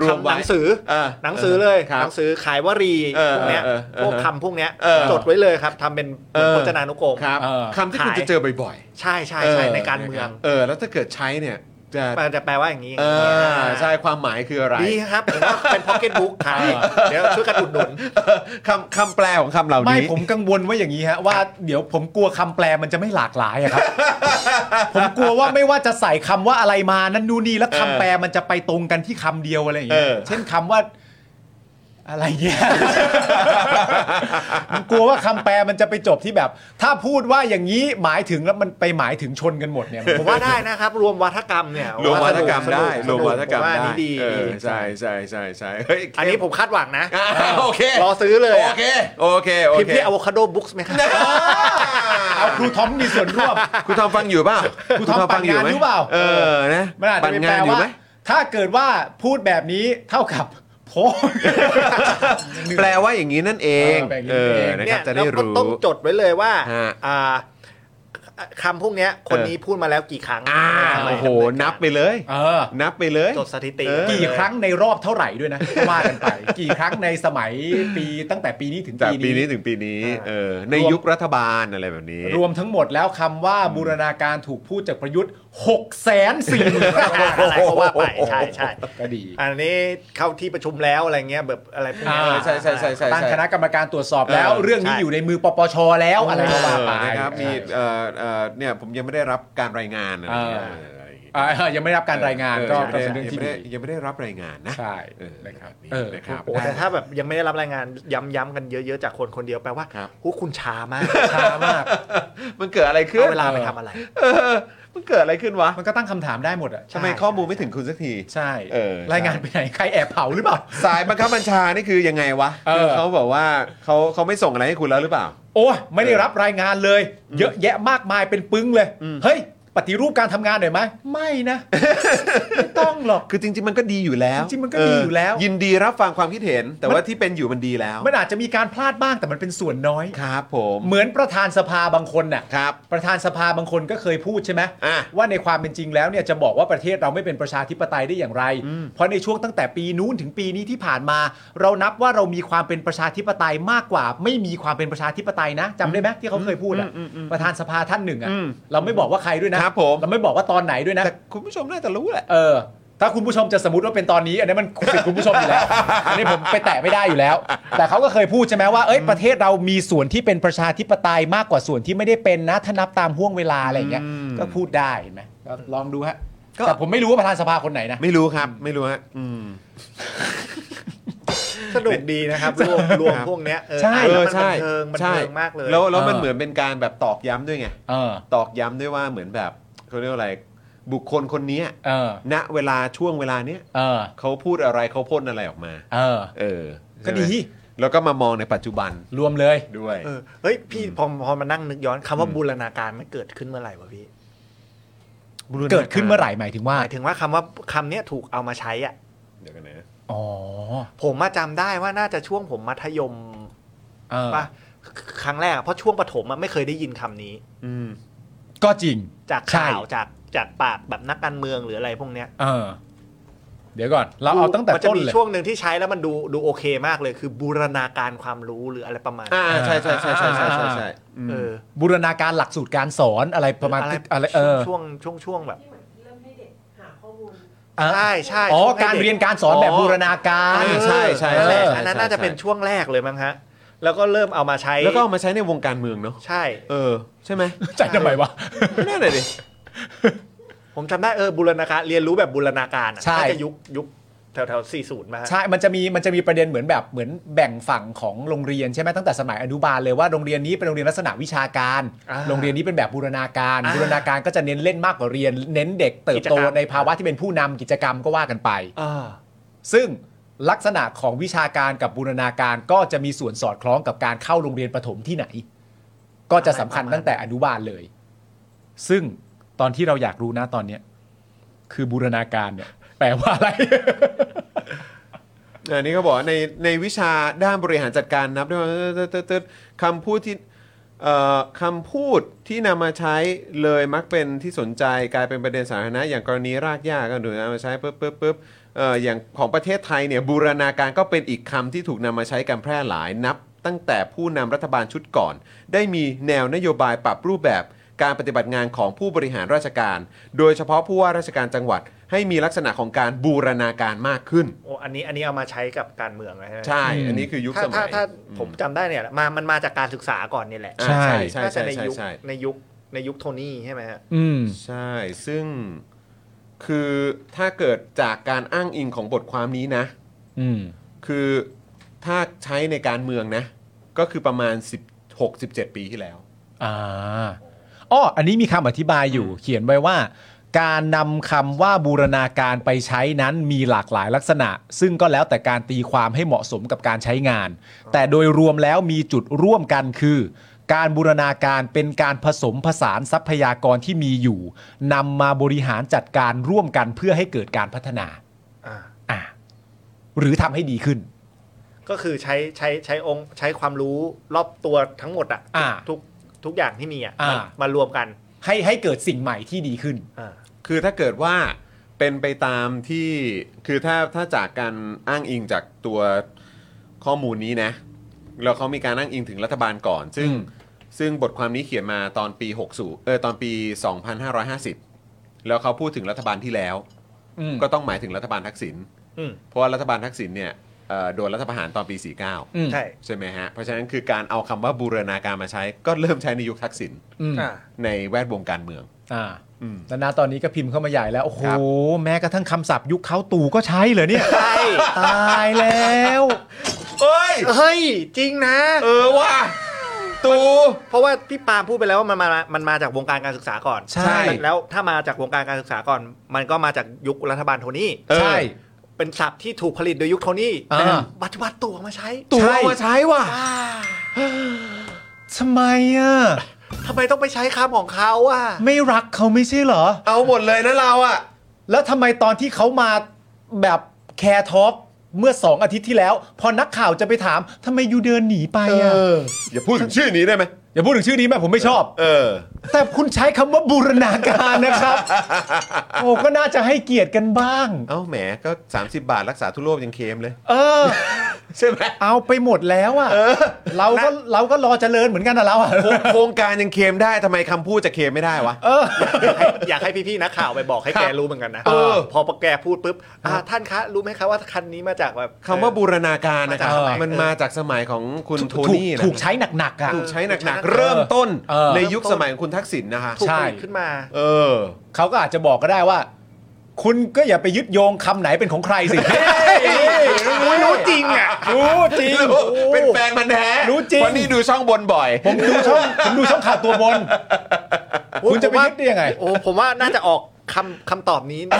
[SPEAKER 1] รวม
[SPEAKER 3] ทำ
[SPEAKER 1] ไว้
[SPEAKER 3] หนังสือ
[SPEAKER 1] า
[SPEAKER 3] หนังสือเลย
[SPEAKER 1] ครับ
[SPEAKER 3] หนังสือขายวรี
[SPEAKER 1] เออ
[SPEAKER 3] พวกเนี้ย
[SPEAKER 1] เออเออ
[SPEAKER 3] พวกคำพวกเนี้ย
[SPEAKER 1] เออ
[SPEAKER 3] จดไว้เลยครับทำเป็น
[SPEAKER 1] เออ
[SPEAKER 3] พจนานุกรม
[SPEAKER 1] ครับ
[SPEAKER 2] เออ
[SPEAKER 1] คำที่คุณ
[SPEAKER 3] ขาย
[SPEAKER 1] จะเจอบ่อย
[SPEAKER 3] ใช่ใช่
[SPEAKER 1] ๆเอ
[SPEAKER 3] ใช่
[SPEAKER 1] อ
[SPEAKER 3] ในการเมือง
[SPEAKER 1] เออแล้วถ้าเกิดใช้เนี่ยจะ
[SPEAKER 3] มันจะแปลว่าอย่างนี้
[SPEAKER 1] เออใช่ความหมายคืออะไร
[SPEAKER 3] ดีครับผมว่าเป็นพ็อกเก็ตบุ๊กขายเดี๋ยวช่วยกันอุดหนุน
[SPEAKER 1] คำคำแปลของคำเหล่า
[SPEAKER 2] ไม่
[SPEAKER 1] นี้
[SPEAKER 2] ผมกังวลว่าอย่างนี้ฮะว่าเดี๋ยวผมกลัวคำแปลมันจะไม่หลากหลายอะครับ ผมกลัวว่าไม่ว่าจะใส่คำว่าอะไรมานั่นนู่นนี่แล้วคำแปลมันจะไปตรงกันที่คำเดียวอะไรอย่างเงี้ย
[SPEAKER 1] เออ
[SPEAKER 2] เช่นคำว่า อะไรเงี้ย ผมกลัวว่าคำแปลมันจะไปจบที่แบบ ถ้าพูดว่าอย่างนี้หมายถึงแล้วมันไปหมายถึงชนกันหมดเนี่ย
[SPEAKER 3] ผมว่าได้นะครับ รวมวัฒกรรมเนี่ย
[SPEAKER 1] รวมวัฒกรรมได้
[SPEAKER 3] สนุ
[SPEAKER 1] รวมวัฒกรรม
[SPEAKER 3] ผว่าอัน
[SPEAKER 1] ได้
[SPEAKER 3] นี้ดี
[SPEAKER 1] เอ
[SPEAKER 3] ดี
[SPEAKER 1] อใช่ใช่ใช่ใช่เฮ้ย
[SPEAKER 3] อันนี้ผมคาดหวังนะ
[SPEAKER 1] อ่าโอเค
[SPEAKER 3] รอซื้อเลย
[SPEAKER 1] โอเคโอเคโอ
[SPEAKER 3] พิมพ์
[SPEAKER 1] เค
[SPEAKER 3] ที่อะโวคาโดบุ๊กส์ไหม ครับ
[SPEAKER 2] เอาครูทอมมีส่วนร่วม
[SPEAKER 1] ครูทอมฟังอยู่เปล่า
[SPEAKER 2] ครูทอมปั่นงานอยู่เปล่า
[SPEAKER 1] เออนะ
[SPEAKER 2] มันอาจจะ
[SPEAKER 1] ปั่
[SPEAKER 2] เป็น
[SPEAKER 1] งา
[SPEAKER 2] แปล
[SPEAKER 1] นอยู่
[SPEAKER 2] ว่า
[SPEAKER 1] ไหม
[SPEAKER 2] ถ้าเกิดว่าพูดแบบนี้เท่ากับโพส
[SPEAKER 1] แปลว่าอย่างนี้นั่นเอง
[SPEAKER 2] เออแปลอ
[SPEAKER 1] เอ
[SPEAKER 2] ย่างนี้นั่
[SPEAKER 1] อนะค
[SPEAKER 2] นเอง
[SPEAKER 3] เนี่
[SPEAKER 1] รับ
[SPEAKER 3] ย
[SPEAKER 1] จะได้
[SPEAKER 3] เราก็
[SPEAKER 1] รู้
[SPEAKER 3] ต้องจดไว้เลยว่า
[SPEAKER 1] ฮะ
[SPEAKER 3] อ่าคำพวกเนี้ย คน
[SPEAKER 1] เออ
[SPEAKER 3] นี้พูดมาแล้วกี่ครั้ง
[SPEAKER 1] อ่าโอ้โหนับไปเลย
[SPEAKER 2] เออ
[SPEAKER 1] นับไปเลย
[SPEAKER 3] จดสถิติ
[SPEAKER 1] เออ
[SPEAKER 2] กี่ครั้งในรอบเท่าไหร่ด้วยนะ ก็ว่ากันไป กี่ครั้งในสมัยปีตั้งแต่ปีนี้ถึง
[SPEAKER 1] จากปี
[SPEAKER 2] ปี
[SPEAKER 1] นี้
[SPEAKER 2] นี้
[SPEAKER 1] ถึงปีนี้เออใน
[SPEAKER 2] รวม
[SPEAKER 1] ยุครัฐบาลอะไรแบบนี้
[SPEAKER 2] รวมทั้งหมดแล้วคำว่าบูรณาการถูกพูดจากประยุทธ์6 4 0 0 0 0
[SPEAKER 3] อ่าอะไรก็ว่าไปใช่ใช่
[SPEAKER 2] ก็ดี
[SPEAKER 3] อันนี้เข้าที่ประชุมแล้วอะไรเงี้ยแบบอะไรพวกเนี้ย
[SPEAKER 2] อ่า
[SPEAKER 1] ใช่ใช่ใช่ใช่
[SPEAKER 2] ตั้งคณะกรรมการตรวจสอบแล้ว
[SPEAKER 1] เออ
[SPEAKER 2] เรื่องนี้
[SPEAKER 1] ใช่
[SPEAKER 2] อยู่ในมือปปชแล้วอะไรก็ว่าไป
[SPEAKER 1] เออนะครับมีเอ่อเอ่อเนี่ยผมยังไม่ได้รับการรายงานอะไรอย่างเงี้ยเอออะไรอย่างเงี้ย
[SPEAKER 2] เออยังไม่ได้รับการรายงานก็
[SPEAKER 1] ยังไม่ได้
[SPEAKER 2] เป็นเรื่อง
[SPEAKER 1] ยั
[SPEAKER 2] ที่
[SPEAKER 1] งไม่
[SPEAKER 2] ดี
[SPEAKER 1] ได้ยังไม่ได้รับรายงานนะ
[SPEAKER 2] ใช่
[SPEAKER 1] เออ
[SPEAKER 2] นะครับ
[SPEAKER 1] แนี้
[SPEAKER 2] เออ
[SPEAKER 1] นะครับ
[SPEAKER 3] โอ้แต่ถ้าแบบยังไม่ได้รับรายงานย้ำๆกันเยอะๆจากคนคนเดียวแปลว่า
[SPEAKER 1] ครับ
[SPEAKER 3] โอ้คุณช้ามาก
[SPEAKER 2] ช้ามาก
[SPEAKER 1] มันเกิดอะไรขึ้น
[SPEAKER 3] เอาเวลาไปทำอะไร
[SPEAKER 1] เออมันเกิดอะไรขึ้นวะ
[SPEAKER 2] มันก็ตั้งคำถามได้หมดอ่ะ
[SPEAKER 3] ใช่
[SPEAKER 1] ทำไมข้อมูลไม่ถึงคุณสักที
[SPEAKER 2] ใช่
[SPEAKER 1] เออ
[SPEAKER 2] รายงานไปไหนใครแอบเผาหรือเปล่า
[SPEAKER 1] สายบังคับบัญชานี่คือยังไงวะ
[SPEAKER 2] เอ
[SPEAKER 1] คื
[SPEAKER 2] อ
[SPEAKER 1] อเขาบอกว่าเขาเขาไม่ส่งอะไรให้คุณแล้วหรือเปล่า
[SPEAKER 2] โอ้ยไม่ได้รับรายงานเลย เยอะแยะมากมายเป็นปึ้งเลย เฮ้ย ปฏิรูปการทำงานหน่อยไหมไม่นะ ไม่ต้องหรอก
[SPEAKER 1] คือจริง ๆ มันก็ดีอยู่แล้ว
[SPEAKER 2] จริงๆมันก็
[SPEAKER 1] เ
[SPEAKER 2] ดีอยู่แล้ว
[SPEAKER 1] ยินดีรับฟังความคิดเห็น แต่ว่าที่เป็นอยู่มันดีแล้ว
[SPEAKER 2] มันอาจจะมีการพลาดบ้างแต่มันเป็นส่วนน้อย
[SPEAKER 1] ครับผม
[SPEAKER 2] เหมือนประธานสภาบางคนน่ะ
[SPEAKER 1] ครับ
[SPEAKER 2] ประธานสภาบางคนก็เคยพูดใช่ไหม
[SPEAKER 1] อ่ะ
[SPEAKER 2] ว่าในความเป็นจริงแล้วเนี่ยจะบอกว่าประเทศเราไม่เป็นประชาธิปไตยได้อย่างไร เพราะในช่วงตั้งแต่ปีนู้นถึงปีนี้ที่ผ่านมา เรานับว่าเรามีความเป็นประชาธิปไตยมากกว่า ไม่มีความเป็นประชาธิปไตยนะจำได้ไหมที่เขาเคยพูดอ่ะประธานสภาท่านหนึ่งอ่ะ
[SPEAKER 1] อืม
[SPEAKER 2] เราไม่บอกว่าใครด้วยนะครับ
[SPEAKER 1] ผม
[SPEAKER 2] เราไม่บอกว่าตอนไหนด้วยนะ
[SPEAKER 1] แต่คุณผู้ชมน่าจะรู้แหละ
[SPEAKER 2] เออ ถ้าคุณผู้ชมจะสมมติว่าเป็นตอนนี้ อันนี้มันสิทธิ์คุณผู้ชมอยู่แล้ว อันนี้ผมไปแตะไม่ได้อยู่แล้ว แต่เขาก็เคยพูดใช่ไหมว่า เอ้ย ประเทศเรามีส่วนที่เป็นประชาธิปไตยมากกว่าส่วนที่ไม่ได้เป็นนะ ถ้านับตามห่วงเวลาอะไรอย่างเงี้ย
[SPEAKER 1] อืม
[SPEAKER 2] ก็พูดได้เห็นไหมก็ลองดูฮะ
[SPEAKER 1] ก็
[SPEAKER 2] แต่ผมไม่รู้ว่าประธานสภาคนไหนนะ
[SPEAKER 1] ไม่รู้ครับไม่รู้ฮะอืม
[SPEAKER 3] สนุกดีนะครับรวมรวม
[SPEAKER 1] ครับ
[SPEAKER 3] พวกเนี้ยเออ
[SPEAKER 2] ใช่
[SPEAKER 3] อ่าน
[SPEAKER 1] เอ
[SPEAKER 3] แล้ว
[SPEAKER 1] อ
[SPEAKER 3] มันบั
[SPEAKER 1] ใช่
[SPEAKER 3] นเทิงบัน
[SPEAKER 1] ใช่
[SPEAKER 3] เทิงมากเลย
[SPEAKER 1] แล้วแล้วมัน
[SPEAKER 2] เออ
[SPEAKER 1] เหมือนเป็นการแบบตอกย้ำด้วยไง
[SPEAKER 2] เออ
[SPEAKER 1] ตอกย้ำด้วยว่าเหมือนแบบเขาเรียกว่าอะไร บุคคลคนเนี้ย
[SPEAKER 2] เออ
[SPEAKER 1] ณเวลาช่วงเวลาเนี้ย
[SPEAKER 2] เออ
[SPEAKER 1] เขาพูดอะไรเขาพ่นอะไรออกมา
[SPEAKER 2] เออ
[SPEAKER 1] เออใช่ไหม
[SPEAKER 2] ก็ดี
[SPEAKER 1] แล้วก็มามองในปัจจุบัน
[SPEAKER 2] รวมเลย
[SPEAKER 1] ด้วย
[SPEAKER 3] เออเฮ้ยพี่พอพอมานั่งนึกย้อนคำว่าบูรณาการมันเกิดขึ้นเมื่อไหร่วะพี่
[SPEAKER 2] เกิดขึ้นเมื่อไหร่หมายถึงว่า
[SPEAKER 3] หมายถึงว่าคำว่าคำเนี้ยถูกเอามาใช้อ่ะ
[SPEAKER 1] เดี๋ยวกันนะ
[SPEAKER 2] อ๋อ
[SPEAKER 3] ผมมาจำได้ว่าน่าจะช่วงผมมัธยม
[SPEAKER 2] เออ
[SPEAKER 3] ป่ะครั้งแรกอะเพราะช่วงประถมอะไม่เคยได้ยินคำนี้
[SPEAKER 1] อืม
[SPEAKER 2] ก็จริง
[SPEAKER 3] จาก
[SPEAKER 2] ใช่
[SPEAKER 3] ข่าวจากจากปากแบบนักการเมืองหรืออะไรพวกเนี้ย
[SPEAKER 2] เออ เดี๋ยวก่อน เราเอาตั้งแต่
[SPEAKER 3] มัจะ
[SPEAKER 2] ต้น
[SPEAKER 3] มี
[SPEAKER 2] เลย
[SPEAKER 3] ช่วงหนึ่งที่ใช้แล้วมันดูดูโอเคมากเลย คือบูรณาการความรู้หรืออะไรประมาณ
[SPEAKER 1] อ่าใช่ใช่ใช่ใช่ใช่ใช่ใช่
[SPEAKER 3] เออ
[SPEAKER 2] บูรณาการหลักสูตรการสอนอะไรประมาณที่อะไรเออ
[SPEAKER 3] ช่วงช่วงช่วงแบบ
[SPEAKER 4] ที่เหมือนเริ่มให้เด็กหาข้อมูล
[SPEAKER 3] ใช่ใช่
[SPEAKER 2] อ๋อ
[SPEAKER 3] ช่วงให้
[SPEAKER 2] การ
[SPEAKER 3] ด็
[SPEAKER 2] เรียนการสอนแบบบูรณาการ
[SPEAKER 1] อ่าใช่ใช่
[SPEAKER 2] เออ
[SPEAKER 1] ใช่ใช่
[SPEAKER 3] อัน
[SPEAKER 1] น
[SPEAKER 3] นั้นน่าจะเป็นช่วงแรกเลยมั้งฮะ แล้วก็เริ่มเอามาใช้
[SPEAKER 1] แล้วก็เอามาใช้ในวงการเมืองเนาะ
[SPEAKER 3] ใช่
[SPEAKER 1] เออ ใช่ไหม
[SPEAKER 2] ใจทำไมวะ
[SPEAKER 1] นั่นแหละดิ
[SPEAKER 3] ผมจำได้เออบูรณาการเรียนรู้แบบบูรณาการอะ
[SPEAKER 2] ใช่
[SPEAKER 3] น่าจะยุคยุคแถวแถวสี่ศูนย์มาฮะ
[SPEAKER 2] ใช่ มันจะมี มันจะมีประเด็นเหมือนแบบ เหมือนแบ่งฝั่งของโรงเรียนใช่ไหมตั้งแต่สมัยอนุบาลเลยว่าโรงเรียนนี้เป็นโรงเรียนลักษณะวิชาการ
[SPEAKER 3] อ่า
[SPEAKER 2] โรงเรียนนี้เป็นแบบบูรณาการ
[SPEAKER 3] อ่า
[SPEAKER 2] บูรณาการก็จะเน้นเล่นมากกว่าเรียน เน้นเด็กเติบโต
[SPEAKER 3] กิจกรรม
[SPEAKER 2] ในภาวะที่เป็นผู้นำกิจกรรมก็ว่ากันไป
[SPEAKER 3] อ่า
[SPEAKER 2] ซึ่งลักษณะของวิชาการกับบูรณาการก็จะมีส่วนสอดคล้องกับการเข้าโรงเรียนประถมที่ไหน ก็จะสำคัญตั้งแต่อนุบาลเลย ซึ่งตอนที่เราอยากรู้นะตอนเนี้ยคือบูรณาการเนี่ย แปลว่าอะไร
[SPEAKER 1] อันนี้ก็บอกว่าในในวิชาด้านบริหารจัดการนับด้วยว่าตึ๊ดตึ๊ดตึ๊ดคำพูดที่เอ่อคำพูดที่นำมาใช้เลยมักเป็นที่สนใจกลายเป็นประเด็นสาธารณะอย่างกรณีรากหญ้าก็ถูกนำมาใช้ปุ๊บปุ๊บปุ๊บเอ่ออย่างของประเทศไทยเนี่ยบูรณาการก็เป็นอีกคำที่ถูกนำมาใช้กันแพร่หลายนับ ตั้งแต่ผู้นำรัฐบาลชุดก่อน ได้มีแนวนโยบายปรับรูปแบบ การปฏิบัติงานของผู้บริหารราชการ โดยเฉพาะผู้ว่าราชการจังหวัด ให้มีลักษณะของการบูรณาการมากขึ้น
[SPEAKER 3] โอ้อันนี้อันนี้เอามาใช้กับการเมืองนะฮะ
[SPEAKER 1] ใช่
[SPEAKER 2] อืม
[SPEAKER 1] อันนี้คือยุค
[SPEAKER 3] ถ้า
[SPEAKER 1] สมั
[SPEAKER 3] ถ้าย ถ้าผมจำได้เนี่ยมามันมาจากการศึกษาก่อนเนี่ยแหละ
[SPEAKER 1] อ่าใช่ใช่
[SPEAKER 3] น่าจะ
[SPEAKER 1] ใช่
[SPEAKER 3] ใน
[SPEAKER 1] ใช่
[SPEAKER 3] ยุค
[SPEAKER 1] ใช่
[SPEAKER 3] ในยุคในยุคโทนี่ใช่ไหมฮะ
[SPEAKER 2] อืม
[SPEAKER 1] ใช่ ซึ่งคือถ้าเกิดจากการอ้างอิงของบทความนี้นะ
[SPEAKER 2] อืม
[SPEAKER 1] คือถ้าใช้ในการเมืองนะ ก็คือประมาณ 16-17 ปีที่แล้ว
[SPEAKER 2] อ่าอ้ออันนี้มีคำอธิบายอยู่ เขียนไว้ว่า การนำคำว่าบูรณาการไปใช้นั้นมีหลากหลายลักษณะ ซึ่งก็แล้วแต่การตีความให้เหมาะสมกับการใช้งาน แต่โดยรวมแล้วมีจุดร่วมกันคือ การบูรณาการเป็นการผสมผสานทรัพยากรที่มีอยู่นำมาบริหารจัดการร่วมกันเพื่อให้เกิดการพัฒนา
[SPEAKER 3] อ่า
[SPEAKER 2] อ่าหรือทำให้ดีขึ้น
[SPEAKER 3] ก็คือใช้ใช้ใช้องค์ใช้ความรู้รอบตัวทั้งหมดอะ
[SPEAKER 2] อ่า
[SPEAKER 3] ทุกทุกอย่างที่มีอะ
[SPEAKER 2] อ่าม
[SPEAKER 3] มารวมกัน
[SPEAKER 2] ให้ให้เกิดสิ่งใหม่ที่ดีขึ้น
[SPEAKER 3] อ่า
[SPEAKER 1] คือถ้าเกิดว่าเป็นไปตามที่คือถ้าถ้าจากการอ้างอิงจากตัวข้อมูลนี้นะแล้วเขามีการอ้างอิงถึงรัฐบาลก่อน ซึ่ง
[SPEAKER 2] อืม
[SPEAKER 1] ซึ่งบทความนี้เขียนมาตอนปี60เออตอนปี 2550 แล้วเขาพูดถึงรัฐบาลที่แล้ว
[SPEAKER 2] อืม
[SPEAKER 1] ก็ต้องหมายถึงรัฐบาลทักษิณ
[SPEAKER 3] อืม
[SPEAKER 1] เพราะว่ารัฐบาลทักษิณเนี่ยเอ่อโดนรัฐประหารตอนปี 49
[SPEAKER 2] อืม
[SPEAKER 3] ใช่
[SPEAKER 1] ใช่ไหมฮะ เพราะฉะนั้นคือการเอาคำว่าบูรณาการมาใช้ ก็เริ่มใช้ในยุคทักษิณ
[SPEAKER 2] อืม
[SPEAKER 3] อ่า
[SPEAKER 1] ในแวดวงการเมือง
[SPEAKER 2] อ่า
[SPEAKER 1] อืม
[SPEAKER 2] แล้วนะตอนนี้ก็พิมพ์เข้ามาใหญ่แล้ว โอ้โห
[SPEAKER 1] ครับ
[SPEAKER 2] แม้กระทั่งคำศัพท์ยุคเขาตู่ก็ใช้เหรอเนี่ย
[SPEAKER 3] ใช่
[SPEAKER 2] ตายแล้ว
[SPEAKER 1] เอ้ย
[SPEAKER 3] เฮ้ยจริงนะ
[SPEAKER 1] เออว่ะตู
[SPEAKER 3] เพราะว่าพี่ปาล์มพูดไปแล้วว่ามันมา มันมาจากวงการการศึกษาก่อน
[SPEAKER 2] ใช่
[SPEAKER 3] แล้วถ้ามาจากวงการการศึกษาก่อน มันก็มาจากยุครัฐบาลโทนี่
[SPEAKER 1] เออ
[SPEAKER 2] ใช่
[SPEAKER 3] เป็นศัพท์ที่ถูกผลิตโดยยุคโทนี่
[SPEAKER 2] อ่า
[SPEAKER 3] แต่ปัจจุบันตู่เอามาใช้
[SPEAKER 1] ตู่
[SPEAKER 2] ใช่
[SPEAKER 1] เอามาใช้ว่ะ
[SPEAKER 3] ว้า
[SPEAKER 2] ทำไมอ่ะ
[SPEAKER 3] ทำไมต้องไปใช้คำของเขาอ่ะ
[SPEAKER 2] ไม่รักเขาไม่ใช่เหรอ
[SPEAKER 1] เอาหมดเลยนะเราอ่ะ
[SPEAKER 2] แล้วทำไมตอนที่เขามาแบบแคร์ท็อกเมื่อสองอาทิตย์ที่แล้ว พอนักข่าวจะไปถามทำไมยูเดินหนีไปอ่ะ
[SPEAKER 1] อย่าพูดถึงชื่อนี้ได้ไหม
[SPEAKER 2] อย่าพูดถึงชื่อนี้แม่ผมไม่ชอบ
[SPEAKER 1] เออ
[SPEAKER 2] แต่คุณใช้คำว่าบูรณาการนะครับ โอ้ก็น่าจะให้เกียรติกันบ้าง
[SPEAKER 1] เอ้าแหมก็ 30 บาทรักษาทุกโรคยังเค็มเลย
[SPEAKER 2] เออ
[SPEAKER 1] ใช่ไหม
[SPEAKER 2] เอาไปหมดแล้วอ่ะเราก็เราก็รอเจริญเหมือนกันนะเราอ่ะ
[SPEAKER 1] โครงโครงการยังเค็มได้ทำไมคำพูดจะเค็มไม่ได้วะ
[SPEAKER 2] เออ
[SPEAKER 3] อยากให้อยากให้พี่ๆนักข่าวไปบอกให้
[SPEAKER 1] ครับ
[SPEAKER 3] แกรู้เหมือนกันนะ
[SPEAKER 1] เออ
[SPEAKER 3] พอแกพูดปุ๊บอ่าท่านคะ รู้ไหมคะว่าคันนี้มาจากแบบ
[SPEAKER 1] คำว่าบูรณาการนะครับ
[SPEAKER 2] มาจากสมัย
[SPEAKER 1] มันมาจากสมัยของคุณโท
[SPEAKER 2] ถูก
[SPEAKER 1] นี่นะ
[SPEAKER 2] ถูกใช้หนักๆอ่ะ
[SPEAKER 1] ถูกใช้หนัก
[SPEAKER 3] เอ
[SPEAKER 1] ๆ
[SPEAKER 3] อ
[SPEAKER 1] เริ่มต้น
[SPEAKER 2] เออ
[SPEAKER 1] ในยุคสมัยของคุณทักษิณนะคะ
[SPEAKER 3] ถูก
[SPEAKER 2] ใช่
[SPEAKER 3] ผลิตขึ้นมา
[SPEAKER 1] เออ
[SPEAKER 2] เขาก็อาจจะบอกก็ได้ว่า คุณก็อย่าไปยึดโยงคำไหนเป็นของใครสิ
[SPEAKER 3] รู้รู้จริงอ่ะ
[SPEAKER 2] รู้จริง
[SPEAKER 1] เป็นแฟนมันธุ์แท้
[SPEAKER 2] รู้จริง
[SPEAKER 1] วันนี้ดูช่องบนบ่อย
[SPEAKER 2] ผมดูช่องผมดูช่องข่าวตัวบน คุณจะไปยึดได้ยังไง
[SPEAKER 3] โอ้ผมว่าน่าจะออก คำคำตอบนี้ไ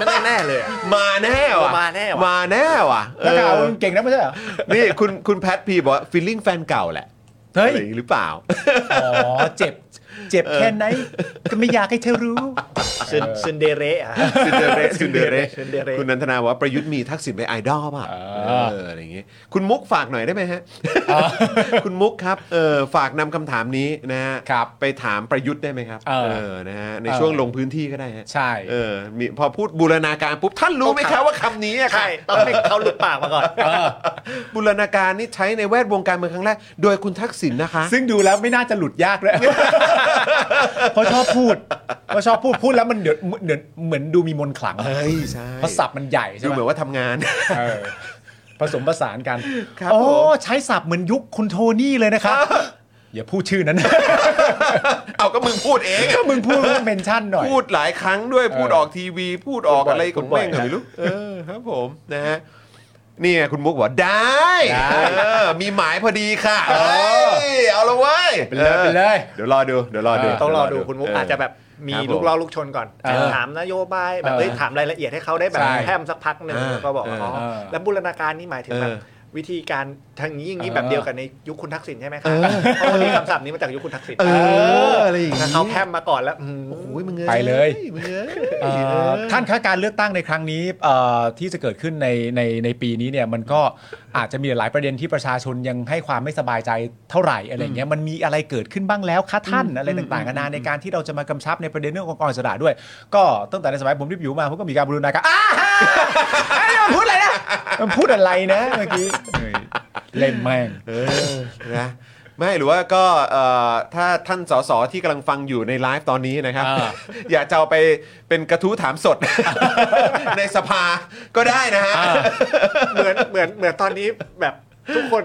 [SPEAKER 3] ม่แน่แน่ๆเลยอะ
[SPEAKER 1] มาแน่ว่ะ
[SPEAKER 3] มาแน่ว่ะ
[SPEAKER 1] มาแน่ว่ะเอ
[SPEAKER 2] นักข่าว
[SPEAKER 1] อ
[SPEAKER 2] เก่งนะไม่ใช่เหรอ
[SPEAKER 1] นี่คุณคุณแพทพีบอกว่าฟีลลิ่งแฟนเก่าแหละ
[SPEAKER 2] เฮ้ย
[SPEAKER 1] อะไรอย่างนี้หรือเปล่า
[SPEAKER 2] อ๋อ เจ็บ เจ็บแค่ไหน ก็ไม่อยากให้เธอรู้
[SPEAKER 3] ซึนซึนเดเระอะ
[SPEAKER 1] ซิน เดอเรลล่าซินเดอเรล
[SPEAKER 3] ซินเดอเรล
[SPEAKER 1] ล่า
[SPEAKER 3] ล่า
[SPEAKER 1] คุณนันทนาบอกว่าประยุทธ์มีทักษิณเป็นไอดอลป่ะ
[SPEAKER 2] อ่า
[SPEAKER 1] เอออะไรอย่างงี้ คุณมุกฝากหน่อยได้ไหมฮะ คุณมุกครับเออฝากนำคำถามนี้นะฮะ
[SPEAKER 2] ครับ
[SPEAKER 1] ไปถามประยุทธ์ได้ไหมครับ
[SPEAKER 2] เออ
[SPEAKER 1] นะฮะใน
[SPEAKER 2] เออ
[SPEAKER 1] ช่วงลงพื้นที่ก็ได้ฮะ
[SPEAKER 2] ใช่
[SPEAKER 1] เออมีพอพูดบูรณาการปุ๊บท่านรู้ไหมครับว่าคำนี้อะค่ะ
[SPEAKER 3] ใช่ต้องให้เขาหลุดปากมาก่อน
[SPEAKER 1] บูรณาการนี่ใช้ในแวดวงการเมืองครั้งแรกโดยคุณทักษิณนะคะ
[SPEAKER 2] ซึ่งดูแล้วไม่น่าจะหลุดยากเลย เพราะชอบพูดเพราะชอบพูดพูดแล้วมันเดือดเหมือนเหมือนดูมีมนต์ขลัง
[SPEAKER 1] เอ้ยใช่
[SPEAKER 2] เพราะศัพท์มันใหญ่ใช่
[SPEAKER 1] ดู
[SPEAKER 2] ไหม
[SPEAKER 1] เหมือนว่าทำงาน
[SPEAKER 2] เออผสมผสานกัน
[SPEAKER 1] ครับ
[SPEAKER 2] โอ้
[SPEAKER 1] ผม
[SPEAKER 2] ใช้ศัพท์เหมือนยุคคุณโทนี่เลยนะครับ อย่าพูดชื่อนั้น
[SPEAKER 1] เอาก็มึงพูดเอง
[SPEAKER 2] ก็มึงพูดเมนชั่นหน่อย
[SPEAKER 1] พูดหลายครั้งด้วยพูด
[SPEAKER 2] เออ
[SPEAKER 1] ออกทีวี พูดออก
[SPEAKER 3] พูดบ่อย
[SPEAKER 1] อะไรของ
[SPEAKER 3] พูดบ่
[SPEAKER 1] แม่
[SPEAKER 3] อย
[SPEAKER 1] งก็ไม่รู้เออครับผมนะฮะนี่ไงคุณมุกบอกว่าได้
[SPEAKER 2] ได้
[SPEAKER 1] เออมีหมายพอดีค่ะ
[SPEAKER 2] เออ
[SPEAKER 1] เอ้ยเอาละเว้ย
[SPEAKER 2] ไปเลยไปเลย
[SPEAKER 1] เดี๋ยวรอดูเดี๋ยวรอดู
[SPEAKER 2] เออ
[SPEAKER 3] ต้องรอดู
[SPEAKER 1] เยว
[SPEAKER 3] คุณมุกอาจจะแบบมี
[SPEAKER 1] ครับผม
[SPEAKER 3] ลูกเล่าลูกชนก่อน
[SPEAKER 2] เออ
[SPEAKER 3] ถามนโยบายแบบ
[SPEAKER 2] เออ
[SPEAKER 3] เอ้ยถามรายละเอียดให้เขาได้แบบ
[SPEAKER 2] ใช่
[SPEAKER 3] แพมสักพักหนึ่ง
[SPEAKER 1] เออ
[SPEAKER 3] แล้วก็บอกว่า
[SPEAKER 1] เอออ๋
[SPEAKER 3] อ๋อ
[SPEAKER 2] เออ
[SPEAKER 3] แล้วบูรณาการนี่หมายถึงแบบ
[SPEAKER 1] เออ
[SPEAKER 3] วิธีการทางนี้อย่างนี้
[SPEAKER 2] เออ
[SPEAKER 3] แบบเดียวกันในยุคคุณทักษิณใช่ไหมครับ
[SPEAKER 1] เออ
[SPEAKER 3] เพราะวันนี้คำศัพท์นี้มาจากยุคคุณทักษิณ
[SPEAKER 1] เอออะไรอย่าง
[SPEAKER 3] ถ้าเขาแพมมาก่อนแล้วอืม
[SPEAKER 1] โอ้ยมึงอ้
[SPEAKER 2] ไปเลย
[SPEAKER 1] มึงเอ้ย
[SPEAKER 2] เอ่อ
[SPEAKER 1] เออ
[SPEAKER 2] ท่านคะการเลือกตั้งในครั้งนี้เอ่อที่จะเกิดขึ้นในในในปีนี้เนี่ยมันก็อาจจะมีหลายประเด็นที่ประชาชนยังให้ความไม่สบายใจเท่าไหร่อะไรเงี้ยมันมีอะไรเกิดขึ้นบ้างแล้วคะท่านอะไรต่างๆกันานาในการที่เราจะมากำชับในประเด็นเรื่ององค์กรอิสระด้วย ก็ตั้งแต่ในสมัยผมรีบอยู่มาผมก็มีการบรูรณาการอ้าฮ่าไอ้เนี่ยมันพูดอะไรนะมันพูดอะไรนะเมื่อกี้เฮ้ยเล่นแม่ง
[SPEAKER 1] เออนะไม่หรือว่าก็เอ่อถ้าท่านสสที่กำลังฟังอยู่ในไลฟ์ตอนนี้นะครับ
[SPEAKER 2] อ่า
[SPEAKER 1] อยากจะเอาไปเป็นกระทู้ถามสด ในสภาก็ได้นะฮะ
[SPEAKER 2] อ่า
[SPEAKER 3] เหมือนเหมือนเหมือนตอนนี้แบบทุกคน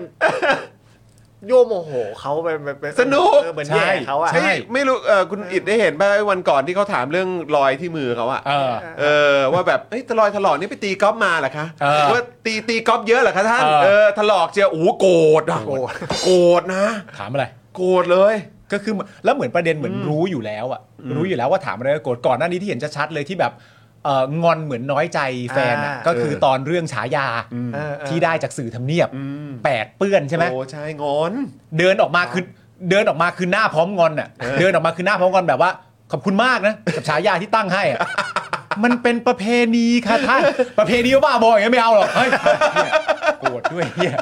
[SPEAKER 3] โยโมโหเขาไปแบบ
[SPEAKER 1] สนุก
[SPEAKER 3] เออเหมือน
[SPEAKER 2] ใช่
[SPEAKER 3] แย่เขาอะ
[SPEAKER 2] ใช่
[SPEAKER 1] ใช่ไม่รู้เอ่อคุณอิดได้เห็นป่ะวันก่อนที่เขาถามเรื่องรอยที่มือเขาอะ
[SPEAKER 2] เออ
[SPEAKER 1] เออว่าแบบเอ้ยรอยถลอกนี่ไปตีกอล์ฟมาเหรอคะ
[SPEAKER 2] เออ
[SPEAKER 1] ว่าตีตีกอล์ฟเยอะเหรอคะท่าน
[SPEAKER 2] เออ
[SPEAKER 1] เออถลอกเจียวโอ้โหโกรธอะ
[SPEAKER 3] โกรธ
[SPEAKER 1] โกรธนะ
[SPEAKER 2] ถามอะไร
[SPEAKER 1] โกรธเลย
[SPEAKER 2] ก็คือเหมือนแล้วเหมือนประเด็นเหมือนรู้อยู่แล้วอะรู้อยู่แล้วว่าถามอะไรก็โกรธก่อนหน้านี้ที่เห็นชัดๆเลยที่แบบเอ่องอนเหมือนน้อยใจแฟนอะ
[SPEAKER 3] อ่า
[SPEAKER 2] ก็คือตอนเรื่องฉายา
[SPEAKER 3] เออเออ
[SPEAKER 2] ที่ได้จากสื่อทำเนียบแปดเปื้อนใช่ไหม
[SPEAKER 1] โอ้ใช่งอน
[SPEAKER 2] เดินออกมาคือเดินออกมาคือหน้าพร้อมงอนอะเดินออกมาคือหน้าพร้อมงอนแบบว่าขอบคุณมากนะกับฉายาที่ตั้งให้ อะมันเป็นประเพณีค่ะท่านประเพณีบ้าบออย่างเงี้ยไม่เอาหรอกเฮ้ย เนี่ยโกรธด้วยเนี่ย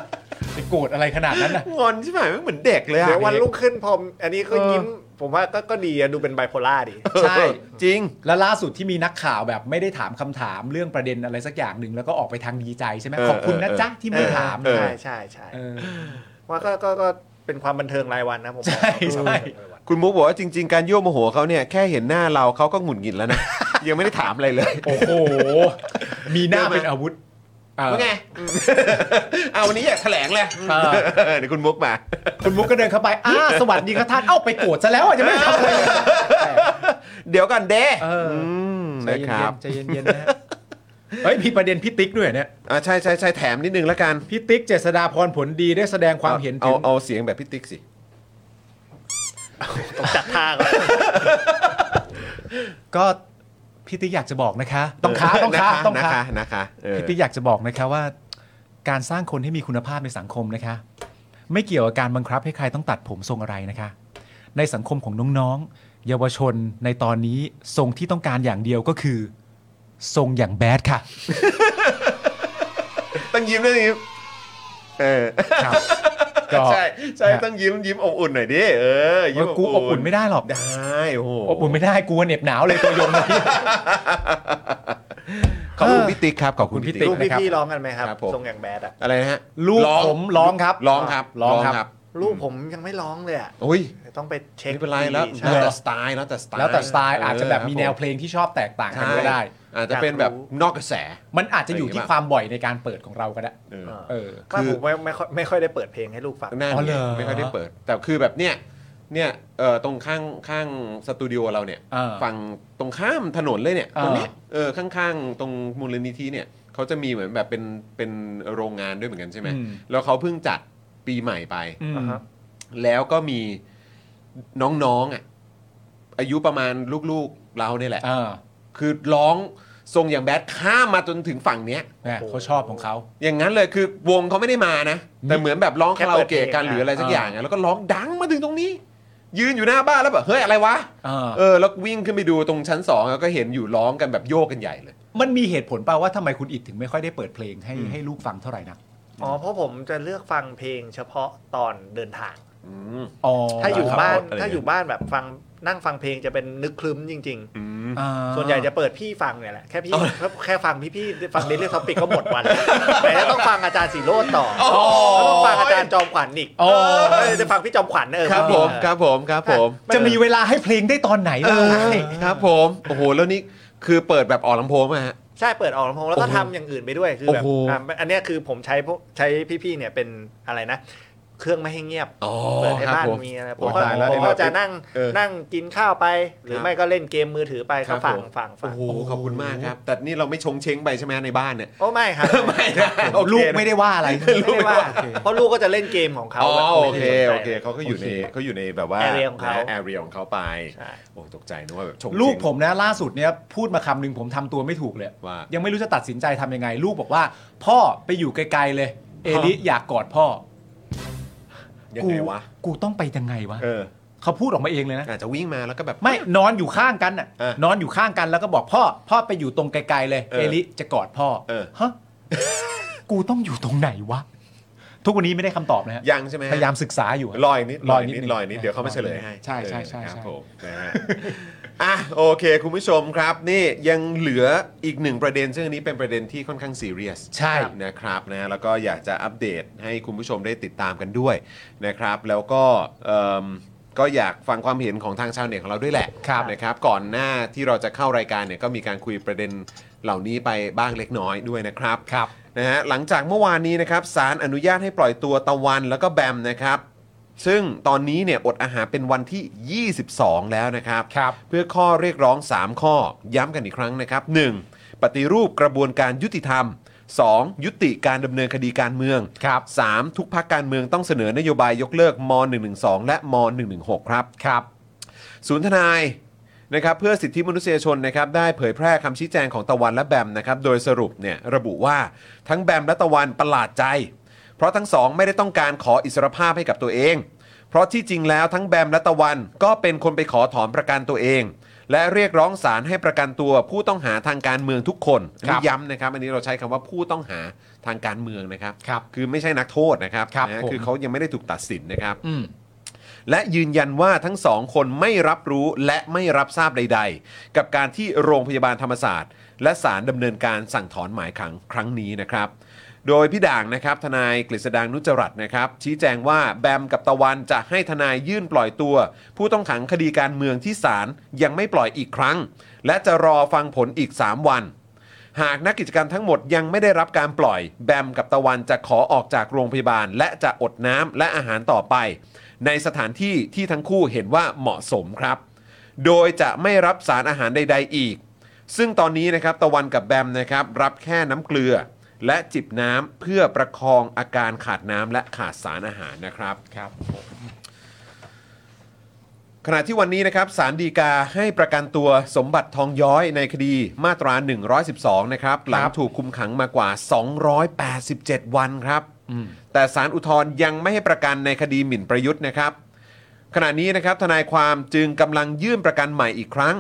[SPEAKER 2] ไปโกรธอะไรขนาดนั้นนะ
[SPEAKER 1] งอนใช่ไหมไม่เหมือนเด็กเลยอะ
[SPEAKER 3] เดี๋ยววันรุ่งขึ้นพอมอันนี้ก็
[SPEAKER 1] เออ
[SPEAKER 3] ยิ้ม ผมว่าก็ก็ดีอะดูเป็นไบโพล่าดี
[SPEAKER 2] ใช่
[SPEAKER 1] จริง
[SPEAKER 2] แล้วล่าสุดที่มีนักข่าวแบบไม่ได้ถามคำถามเรื่องประเด็นอะไรสักอย่างหนึ่งแล้วก็ออกไปทางดีใจใช่ไหม
[SPEAKER 1] เออ
[SPEAKER 2] ขอบคุณนะ
[SPEAKER 1] เออ
[SPEAKER 2] จ๊ะที่ไม่ถาม
[SPEAKER 1] เออ
[SPEAKER 3] ใช่ใช่ใช่
[SPEAKER 2] เออ
[SPEAKER 3] ว่าก็ก็ก็เป็นความบันเทิงรายวันนะผม
[SPEAKER 2] ใช่ใช่
[SPEAKER 1] คุณมุกบอกว่าจริง ๆ การยั่วโมโหเขาเนี่ยแค่เห็นหน้าเราเขาก็หงุดหงิดแล้วนะ ยังไม่ได้ถามอะไรเลย
[SPEAKER 2] โอ้โห มีหน้าเป็นอาวุธเออ
[SPEAKER 1] ว่าไงเอาวันนี้อยากแถลงเลย
[SPEAKER 2] เออ
[SPEAKER 1] เดี๋ยวคุณมุกมา
[SPEAKER 2] คุณมุกก็เดินเข้าไปอ้าสวัสดีครับท่านเอ้าไปโกรธซะแล้วอ่ะจะไม่ทำอะไรเลย
[SPEAKER 1] เดี๋ยวกันเด้
[SPEAKER 2] เออ
[SPEAKER 1] ม
[SPEAKER 2] ใจ
[SPEAKER 1] นะ
[SPEAKER 2] เย็
[SPEAKER 1] ครับ
[SPEAKER 2] นๆใจเย็นๆนะฮะเฮ้ยมีประเด็นพี่ติ๊กด้วยเนี่ย
[SPEAKER 1] อ่าใช่ใช่ใช่แถมนิดนึงแล้วกัน
[SPEAKER 2] พี่ติ๊กเจษฎาพรผลดีได้แสดงความเห็น
[SPEAKER 1] เอา
[SPEAKER 2] ถึ
[SPEAKER 1] เอา
[SPEAKER 2] ง
[SPEAKER 1] เอาเสียงแบบพี่ติ๊กสิ
[SPEAKER 3] ต้องจัดท่าก่อน
[SPEAKER 2] ก็พี่ติ๊กอยากจะบอกนะคะ ต้องค้าต้องค้าต้อง
[SPEAKER 1] นะ
[SPEAKER 2] ค้า
[SPEAKER 1] คะนะคะเออ
[SPEAKER 2] พี่ติ๊กอยากจะบอกนะคะว่า การสร้างคนให้มีคุณภาพในสังคมนะคะ ไม่เกี่ยวกับการบังคับให้ใครต้องตัดผมทรงอะไรนะคะ ในสังคมของน้องๆ เยาวชนในตอนนี้ทรงที่ต้องการอย่างเดียวก็คือ ทรงอย่างแบดค่ะ
[SPEAKER 1] ต้องยิ้มด้วยยิ้มเออ
[SPEAKER 2] ครับ ก็
[SPEAKER 1] ใช่ใช่ต้องยิ้มยิ้มอบอุ่นหน่อยดิเออ
[SPEAKER 2] เอ
[SPEAKER 1] ยิ้ม
[SPEAKER 2] อกูอบอุ่นไม่ได้หรอก
[SPEAKER 1] ได้โอ้โห
[SPEAKER 2] อบอุ่นไม่ได้กูเหน็บหนาวเลยตัวยงเลย
[SPEAKER 1] ขอบคุณพี่ติ๊กครับขอบคุณพี่ติ๊ก
[SPEAKER 3] ลูก
[SPEAKER 2] นะครับ
[SPEAKER 3] พี่ๆร้องกันไหมครับ
[SPEAKER 1] ครับผม
[SPEAKER 3] ทรงอย่างแบดอะ
[SPEAKER 1] อะไรนะฮะ
[SPEAKER 2] ลูกผมร้องครับ
[SPEAKER 1] ร้องครับ
[SPEAKER 2] ร้องครับ
[SPEAKER 3] ลูกผมยังไม่ร้องเลยอะ
[SPEAKER 1] โอ้ย
[SPEAKER 3] ต้องไปเช็ค
[SPEAKER 1] ไม่เป็นไรแล้ว
[SPEAKER 3] ดี
[SPEAKER 1] แล้
[SPEAKER 3] ๆใช่
[SPEAKER 1] วแต่สไตล์แล้วแต่สไตล์
[SPEAKER 2] แล้วแต่สไตล์อาจจะแบบมีแนว
[SPEAKER 1] เ
[SPEAKER 2] เพลงที่ชอบแตกต่าง
[SPEAKER 1] ออค
[SPEAKER 2] กั
[SPEAKER 1] รับ
[SPEAKER 2] น
[SPEAKER 1] ผม
[SPEAKER 2] ก็ได้
[SPEAKER 1] ใช่อาจจะเป็นแบบนอกกระแส
[SPEAKER 2] มันอาจจะอยู่ที่ความบ่อยในการเปิดของเราก็ได้
[SPEAKER 1] เออ
[SPEAKER 3] เออ
[SPEAKER 2] เออ
[SPEAKER 3] ว่า
[SPEAKER 1] คือ
[SPEAKER 3] ผมไม่ไม่ค่อยไม่ค่อยได้เปิดเพลงให้ลูกฟัง
[SPEAKER 1] หน้า
[SPEAKER 2] อ๋อเหร
[SPEAKER 1] เนี่ย
[SPEAKER 2] อ
[SPEAKER 1] ไม่ค่อยได้เปิด แต่คือแบบเนี่ยเนี่ยเออตรงข้างข้างสตูดิโอเราเนี่ย
[SPEAKER 2] เออ
[SPEAKER 1] ฝั่งตรงข้ามถนนเลยเนี่ย
[SPEAKER 2] เออ
[SPEAKER 1] ตรงเนี้ยเออข้างๆ ตรงมูลนิธิเนี่ยเขาจะมีเหมือนแบบเป็นเป็นโรงงานด้วยเหมือนกันใช่ไหมแล้วเขาเพิ่งจัดปีใหม่ไป
[SPEAKER 2] อืม
[SPEAKER 3] อ่าฮะ
[SPEAKER 1] แล้วก็มีน้องๆอ่ะอายุประมาณลูกๆเราเนี่ยแหละ
[SPEAKER 2] อ่า
[SPEAKER 1] คือร้องทรงอย่างแบดข้ามมาจนถึงฝั่งเนี้ย
[SPEAKER 2] เนี่ยเขาชอบของเขา
[SPEAKER 1] อย่างนั้นเลยคือวงเขาไม่ได้มานะ แต่เหมือนแบบร้องคาราโอเกะกัน
[SPEAKER 3] แค่เปิดเพลง
[SPEAKER 1] หรืออะไรสัก
[SPEAKER 2] อ่ะ
[SPEAKER 1] อย่างอ่ะแล้วก็ร้องดังมาถึงตรงนี้ ยืนอยู่หน้าบ้านแล้วแบบเฮ้ยอะไรวะ
[SPEAKER 2] อ่า
[SPEAKER 1] เออแล้ววิ่งขึ้นไปดูตรงชั้นสองแล้วก็เห็นอยู่ร้องกันแบบโยกกันใหญ่เลย
[SPEAKER 2] มันมีเหตุผลเปล่าว่าทำไมคุณอิดถึงไม่ค่อยได้เปิดเพลงให้ให้ลูกฟังเท่าไหร่นัก
[SPEAKER 3] อ๋อเพราะผมจะเลือกฟังเพลงเฉพาะตอนเดินทาง
[SPEAKER 1] อืม
[SPEAKER 2] อ๋อ
[SPEAKER 3] ถ้าอ
[SPEAKER 2] ครับ
[SPEAKER 3] ยู่้าน
[SPEAKER 1] ดอะไร
[SPEAKER 3] ถ้าอยู่บ้านแบบฟังนั่งฟังเพลงจะเป็นนึกคลึ้มจริง ๆ
[SPEAKER 1] อืม
[SPEAKER 2] อ่า
[SPEAKER 3] ส่วนใหญ่จะเปิดพี่ฟังเนี่ยแหละแค่พี่แค่ฟังพี่พี่ๆฟังเดลิทอปิกก็หมดวันแล้วแต่ถ้าต้องฟังอาจารย์สีโรดต่อ
[SPEAKER 1] โอ้โห
[SPEAKER 3] แล้วต้องฟังอาจารย์จอมขวัญอีก
[SPEAKER 2] โอ้
[SPEAKER 3] เออจะฟังพี่จอมขวัญเออ
[SPEAKER 1] ครับ
[SPEAKER 3] ฟัง
[SPEAKER 1] ผ
[SPEAKER 3] พี่
[SPEAKER 1] มครับผมครับผม
[SPEAKER 2] จะมีเวลาให้เพลงได้ตอนไหน
[SPEAKER 1] เอ
[SPEAKER 2] ล่ะ
[SPEAKER 1] อครับผมโอ้โหแล้วนี่คือเปิดแบบออกลำโพงไหมฮะ
[SPEAKER 3] ใช่เปิดออกลำโพงแล้วก็ทำอย่างอื่นไปด้วยคือแบ
[SPEAKER 1] โอ้
[SPEAKER 3] บ
[SPEAKER 1] โห
[SPEAKER 3] อ่ะอันเนี้ยคือผมใช้พวกใช้พี่ๆเนี่ยเป็นอะไรนะ เครื่องไม่ให้เงียบ
[SPEAKER 1] อ๋อ
[SPEAKER 3] เปิดให้
[SPEAKER 1] ครับ
[SPEAKER 3] บ้าน
[SPEAKER 1] ผม
[SPEAKER 3] มีอะไรผ
[SPEAKER 1] โอ้
[SPEAKER 3] มก็
[SPEAKER 1] ตายแล้ว
[SPEAKER 3] ผม
[SPEAKER 1] ไอ้
[SPEAKER 3] ก็
[SPEAKER 1] เรา
[SPEAKER 3] จะนั่ง
[SPEAKER 1] เออ
[SPEAKER 3] นั่งกินข้าวไป หรื
[SPEAKER 1] ค
[SPEAKER 3] อ
[SPEAKER 1] รับ
[SPEAKER 3] ไม่ก็เล่นเกมมือถือไป
[SPEAKER 1] ครั
[SPEAKER 3] ก็
[SPEAKER 1] บ
[SPEAKER 3] ฟัง
[SPEAKER 1] ผม
[SPEAKER 3] ฟังฟัง
[SPEAKER 1] โอ้โหขอบคุณมากครับ แต่นี่เราไม่ชงเช้งไปใช่ไหมในบ้านเนี่ย
[SPEAKER 3] โอ้ไม่ครับ
[SPEAKER 1] ไม่นะโอเคนะ
[SPEAKER 2] ลูกไม่ได้ว่าอะไร
[SPEAKER 3] ไม่ได้ว่าเพราะลูกก็จะเล่นเกมของเขา
[SPEAKER 1] อ๋อ
[SPEAKER 3] แบบ
[SPEAKER 1] โอ
[SPEAKER 3] ไม่
[SPEAKER 1] เค
[SPEAKER 3] ได้สนใจ
[SPEAKER 1] โอเคเขาก็อยู่ในเขาอยู่ในแบบว่า
[SPEAKER 3] area ของเขา
[SPEAKER 1] แอเรียของเขาไป
[SPEAKER 3] ใช่
[SPEAKER 1] โอ้ตกใจนึกว่าแบบชง
[SPEAKER 2] ลูก
[SPEAKER 1] เช้ง
[SPEAKER 2] ผมนะล่าสุดเนี่ยพูดมาคำหนึ่งผมทำตัวไม่ถูกเลย
[SPEAKER 1] ว่ายั
[SPEAKER 2] ยังไม่รู้จะตัดสินใจทำยังไง ลูกบอกว่า พ่อไปอยู่ไกลๆเลย เอลิอยากกอดพ่อ
[SPEAKER 1] ยังไงวะ
[SPEAKER 2] กูต้องไปยังไงวะ
[SPEAKER 1] เออ
[SPEAKER 2] เขาพูดออกมาเองเลยนะ
[SPEAKER 1] อาจจะวิ่งมาแล้วก็แบบ
[SPEAKER 2] ไม่นอนอยู่ข้างกันอ่ะ
[SPEAKER 1] เออน
[SPEAKER 2] อนอยู่ข้างกันแล้วก็บอกพ่อ พ่อไปอยู่ตรงไกลๆเลย
[SPEAKER 1] เออ
[SPEAKER 2] เอลิจะกอดพ่อ
[SPEAKER 1] เออ
[SPEAKER 2] ฮะ กูต้องอยู่ตรงไหนวะ ทุกวันนี้ไม่ได้คำตอบนะฮะ
[SPEAKER 1] ยังใช่ไหมฮะ
[SPEAKER 2] พยายามศึกษาอยู่ฮะ
[SPEAKER 1] ลอยนิดลอยนิดล
[SPEAKER 2] ล
[SPEAKER 1] อ
[SPEAKER 2] อย ยนิ
[SPEAKER 1] นิด
[SPEAKER 2] ด
[SPEAKER 1] เดี๋ยวเขามาเฉลยให้
[SPEAKER 2] ใช่ใช่ใช่
[SPEAKER 1] เออครับ
[SPEAKER 2] ใช่
[SPEAKER 1] ผมนะฮะอ่ะโอเค คุณผู้ชมครับ นี่ยังเหลืออีกหนึ่งประเด็นซึ่งอันนี้เป็นประเด็นที่ค่อนข้างซีเรียส
[SPEAKER 2] ใช่
[SPEAKER 1] นะครับนะแล้วก็อยากจะอัปเดตให้คุณผู้ชมได้ติดตามกันด้วยนะครับ แล้วก็เอิ่มก็อยากฟังความเห็นของทางชาวเน็ตของเราด้วยแหละ
[SPEAKER 2] ครับ
[SPEAKER 1] นะครับ ก่อนหน้าที่เราจะเข้ารายการเนี่ยก็มีการคุยประเด็นเหล่านี้ไปบ้างเล็กน้อยด้วยนะครับ
[SPEAKER 2] ครับ
[SPEAKER 1] นะฮะหลังจากเมื่อวานนี้นะครับศาลอนุญาตให้ปล่อยตัวตะวันแล้วก็แบมนะครับ ซึ่งตอนนี้เนี่ยอดอาหารเป็นวันที่ 22 แล้วนะครับ
[SPEAKER 2] ครับ
[SPEAKER 1] เพื่อข้อเรียกร้อง 3 ข้อ ย้ำกันอีกครั้งนะครับ 1. ปฏิรูปกระบวนการยุติธรรม 2. ยุติการดำเนินคดีการเมือง
[SPEAKER 2] ครับ
[SPEAKER 1] 3. ทุกพักการเมืองต้องเสนอนโยบายยกเลิกม .112 และม .116 ครับ
[SPEAKER 2] ครับ
[SPEAKER 1] ศูนย์ทนายนะครับเพื่อสิทธิมนุษยชนนะครับได้เผยแพร่คำชี้แจงของตะวันและแบมนะครับโดยสรุปเนี่ยระบุว่าทั้งแบมและตะวันประหลาดใจ เพราะทั้งสองไม่ได้ต้องการขออิสรภาพให้กับตัวเอง เพราะที่จริงแล้วทั้งแบมและตะวันก็เป็นคนไปขอถอนประกันตัวเอง และเรียกร้องศาลให้ประกันตัวผู้ต้องหาทางการเมืองทุกคนอัน
[SPEAKER 2] ครั
[SPEAKER 1] นี้
[SPEAKER 2] บ
[SPEAKER 1] ย้ำนะครับอันนี้เราใช้คำว่าผู้ต้องหาทางการเมืองนะครับ
[SPEAKER 2] ครับ
[SPEAKER 1] อไม่ใช่นักโทษนะครับ
[SPEAKER 2] ครับ
[SPEAKER 1] นะฮะ
[SPEAKER 2] ผม
[SPEAKER 1] คือเขายังไม่ได้ถูกตัดสินนะครับ
[SPEAKER 2] อืม
[SPEAKER 1] และยืนยันว่าทั้งสองคนไม่รับรู้และไม่รับทราบใด ๆ กับการที่โรงพยาบาลธรรมศาสตร์ และศาลดำเนินการสั่งถอนหมายขังครั้งนี้นะครับ โดยพี่ด่างนะครับทนายกฤษดางนุจรัตน์นะครับ ชี้แจงว่าแบมกับตะวันจะให้ทนายยื่นปล่อยตัว ผู้ต้องขังคดีการเมืองที่ศาลยังไม่ปล่อยอีกครั้ง และจะรอฟังผลอีก 3 วัน หากนักกิจกรรมทั้งหมดยังไม่ได้รับการปล่อย แบมกับตะวันจะขอออกจากโรงพยาบาล และจะอดน้ำและอาหารต่อไป ในสถานที่ที่ทั้งคู่เห็นว่าเหมาะสมครับ โดยจะไม่รับสารอาหารใด ๆ อีก ซึ่งตอนนี้นะครับตะวันกับแบมนะครับรับแค่น้ำเกลือ และจิบน้ำเพื่อประคองอาการขาดน้ำและขาดสารอาหารนะครับ
[SPEAKER 2] ครับ
[SPEAKER 1] ขณะที่วันนี้นะครับสารดีกาให้ประกันตัวสมบัติทองย้อยในคดีมาตรา 112 นะครับ หลังถูกคุมขังมากว่า 287 วันครับ แต่สารอุทธรณ์ยังไม่ให้ประกันในคดีหมิ่นประยุทธ์นะครับ ขณะนี้นะครับทนายความจึงกำลังยื่นประกันใหม่อีกครั้ง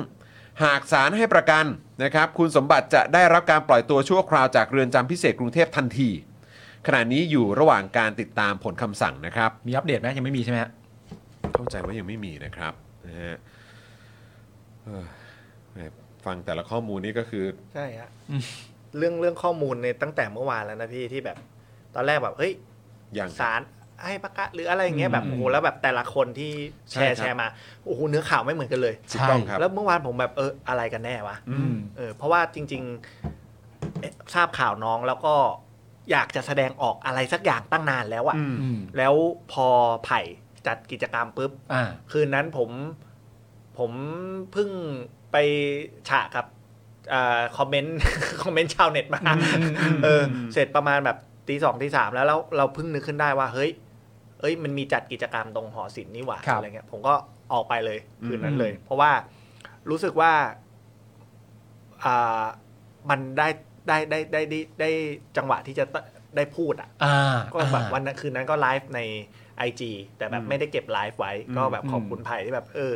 [SPEAKER 1] หากศาลให้ประกันนะครับ คุณสมบัติจะได้รับการปล่อยตัวชั่วคราวจากเรือนจำพิเศษกรุงเทพทันที ขณะนี้อยู่ระหว่างการติดตามผลคำสั่งนะครับ
[SPEAKER 2] มีอัปเดตไหมยังไม่มีใช่ไหมฮะ
[SPEAKER 1] เข้าใจว่ายังไม่มีนะครับนะฮะเออแหมฟังแต่ละข้อมูลนี่ก็คือ
[SPEAKER 3] ใช่ฮะเรื่องเรื่องข้อมูลในตั้งแต่เมื่อวานแล้วนะพี่ที่แบบ ตอนแรกแบบเฮ้ย
[SPEAKER 1] อย่าง
[SPEAKER 3] สารให้ประกาศหรืออะไรอย่างเงี้ยแบบ
[SPEAKER 1] อืม
[SPEAKER 3] โอ้โหแล้วแบบแต่ละคนที่แชร์
[SPEAKER 1] ใช่ครับ
[SPEAKER 3] แชร์มาโอ้โหเนื้อข่าวไม่เหมือนกันเลย
[SPEAKER 1] ถูกต้องครับ
[SPEAKER 3] แล้วเมื่อวานผมแบบเอออะไรกันแน่วะ
[SPEAKER 2] อืม
[SPEAKER 3] เออเพราะว่าจริงๆเอ๊ะทราบข่าวน้องแล้วก็อยากจะแสดงออกอะไรสักอย่างตั้งนานแล้วอะ
[SPEAKER 1] อืม
[SPEAKER 2] อืม
[SPEAKER 3] แล้วพอไผ่จัดกิจกรรมปุ๊บ
[SPEAKER 2] อ่า
[SPEAKER 3] คืนนั้นผมผมเพิ่งไปฉะกับคอมเม นต์ คอมเมนต์ชาวเน็ตมาเออเสร็จประมาณแบบตีสองตีสามแล้วเราเราเพิ่งนึกขึ้นได้ว่า เฮ้ย เอ้ย มันมีจัดกิจกรรมตรงหอศิลป์นี่หว่า
[SPEAKER 2] ครับ
[SPEAKER 3] อะไรเงี้ย ผมก็ออกไปเลยคืนนั้นเลย
[SPEAKER 2] อืม
[SPEAKER 3] เพราะว่ารู้สึกว่า อ่ามันได้ได้ได้ได้ได้ได้จังหวะที่จะได้พูดอ่ะ
[SPEAKER 2] อ่า
[SPEAKER 3] ก็แบบ
[SPEAKER 2] อ่า
[SPEAKER 3] วันนั้นคืนนั้นก็ไลฟ์ใน IG แต่แบบไม่ได้เก็บไลฟ์ไว้ ก็แบบขอบคุณไผ่ที่แบบ เออ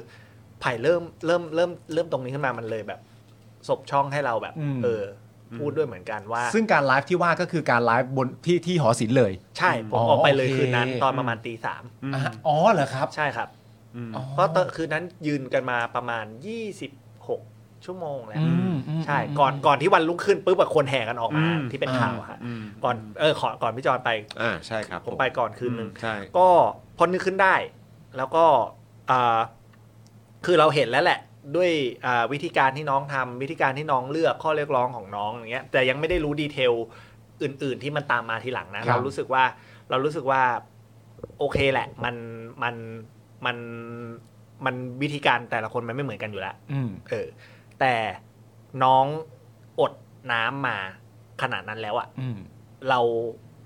[SPEAKER 3] ไผ่เริ่มเริ่มเริ่มเริ่มตรงนี้ขึ้นมามันเลยแบบสบช่องให้เราแบบ
[SPEAKER 2] อืม
[SPEAKER 3] เออ พูดด้วยเหมือนกันว่า
[SPEAKER 2] ซึ่งการไลฟ์ที่ว่าก็คือการไลฟ์บนที่ที่หอศิลป์เลย
[SPEAKER 3] ใช่ผม
[SPEAKER 2] อ๋อ
[SPEAKER 3] ออกไปเลย
[SPEAKER 2] โอเค
[SPEAKER 3] คืนนั้นตอนประมาณตีสาม
[SPEAKER 1] อืม
[SPEAKER 2] อ่ะอ๋อเหรอครับ
[SPEAKER 3] ใช่ครับ
[SPEAKER 2] อ๋อ
[SPEAKER 3] เพราะตอนคืนนั้นยืนกันมาประมาณ 26 ชั่วโมงแล้ว
[SPEAKER 2] อืมอืม
[SPEAKER 3] ใช่
[SPEAKER 2] อืม
[SPEAKER 3] ก่อนก่อนที่วันรุ่งขึ้นปุ๊บแบบคนแห่กันออกมาที่เป็นข่าวอะฮะ
[SPEAKER 1] อืม
[SPEAKER 3] ก่อนเออขอก่อนพี่จอนไป
[SPEAKER 1] อ่าใช่ครับ
[SPEAKER 3] ผมไปก่อนคืนหนึ่ง
[SPEAKER 1] ใช่
[SPEAKER 3] ก็พอนึกขึ้นได้ แล้วก็อ่าคือเราเห็นแล้วแหละ ด้วยอ่าวิธีการที่น้องทำวิธีการที่น้องเลือกข้อเรียกร้องของน้องอย่างเงี้ยแต่ยังไม่ได้รู้ดีเทลอื่น ๆ ที่มันตามมาทีหลังนะ
[SPEAKER 2] ครับ
[SPEAKER 3] เรารู้สึกว่าเรารู้สึกว่าโอเคแหละ มันมันมันมันวิธีการแต่ละคนมันไม่เหมือนกันอยู่แล้ว
[SPEAKER 2] อืม
[SPEAKER 3] เออ แต่น้องอดน้ำมาขนาดนั้นแล้วอะ
[SPEAKER 2] อืม
[SPEAKER 3] เรา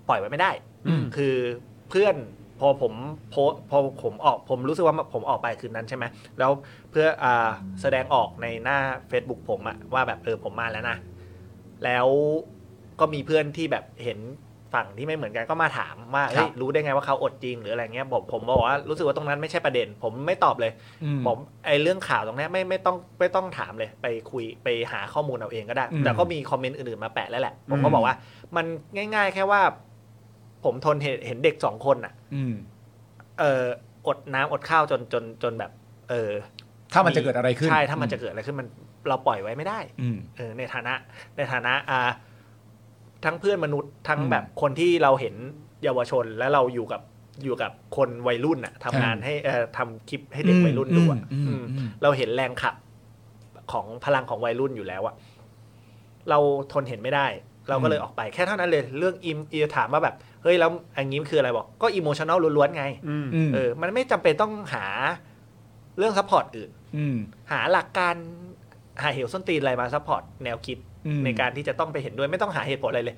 [SPEAKER 3] ปล่อยไว้ไม่ได้
[SPEAKER 2] อืม
[SPEAKER 3] คือเพื่อนพอผมโพสพอผมออกผมรู้สึกว่าผมออกไปคืนนั้นใช่ไหม แล้วเพื่ออ่าแสดงออกในหน้า Facebook ผมอะว่าแบบเออผมมาแล้วนะ แล้วก็มีเพื่อนที่แบบเห็นฝั่งที่ไม่เหมือนกันก็มาถามว่าเฮ้ยรู้ได้ไงว่าเขาอดจริงหรืออะไรเงี้ยผมผมบอกว่ารู้สึกว่าตรงนั้นไม่ใช่ประเด็น ผมไม่ตอบเลย
[SPEAKER 2] อืม
[SPEAKER 3] ผมไอเรื่องข่าวตรงเนี้ยไม่ไม่ต้องไม่ต้องถามเลยไปคุยไปหาข้อมูลเอาเองก็ได้
[SPEAKER 2] อืม
[SPEAKER 3] แต่ก็มีคอมเมนต์อื่นๆมาแปะแล้วแหละ ผมก็
[SPEAKER 2] อืม
[SPEAKER 3] บอกว่า มันง่าย ๆ แค่ว่า ผมทนเห็นเห็นเด็กสองคนอ่ะ
[SPEAKER 2] อืม
[SPEAKER 3] เอออดน้ำอดข้าวจนจนจนแบบ เออ
[SPEAKER 2] ถ้ามันจะเกิดอะไรขึ้น
[SPEAKER 3] ใช่ถ้ามันจะเกิดอะไรขึ้นมันเราปล่อยไว้ไม่ได้
[SPEAKER 2] อืม
[SPEAKER 3] เออในฐานะในฐานะอ่าทั้งเพื่อนมนุษย์ทั้ง
[SPEAKER 2] อืม
[SPEAKER 3] แบบคนที่เราเห็นเยาวชนและเราอยู่กับอยู่กับคนวัยรุ่นน่ะทำงานให้เอ่อทำคลิปให้เด็ก
[SPEAKER 2] อืม
[SPEAKER 3] วัยรุ่นดูอะ
[SPEAKER 2] อืม
[SPEAKER 3] อืม
[SPEAKER 2] อืม
[SPEAKER 3] เราเห็นแรงขับของพลังของวัยรุ่นอยู่แล้วอะเราทนเห็นไม่ได้ เราก็เลยออกไปแค่เท่านั้นเลยเรื่องอิมเอียถามว่าแบบเฮ้ยแล้วอันนี้มันคืออะไรบอกก็อิโมชันแนลล้วนๆไง
[SPEAKER 2] อืม
[SPEAKER 3] เออมันไม่จำเป็นต้องหาเรื่องซัพพอร์ตอื่น
[SPEAKER 2] อืม
[SPEAKER 3] หาหลักการหาเหวส้นตีนอะไรมาซัพพอร์ตแนวคิด
[SPEAKER 2] อืม
[SPEAKER 3] ในการที่จะต้องไปเห็นด้วยไม่ต้องหาเหตุผลอะไรเลย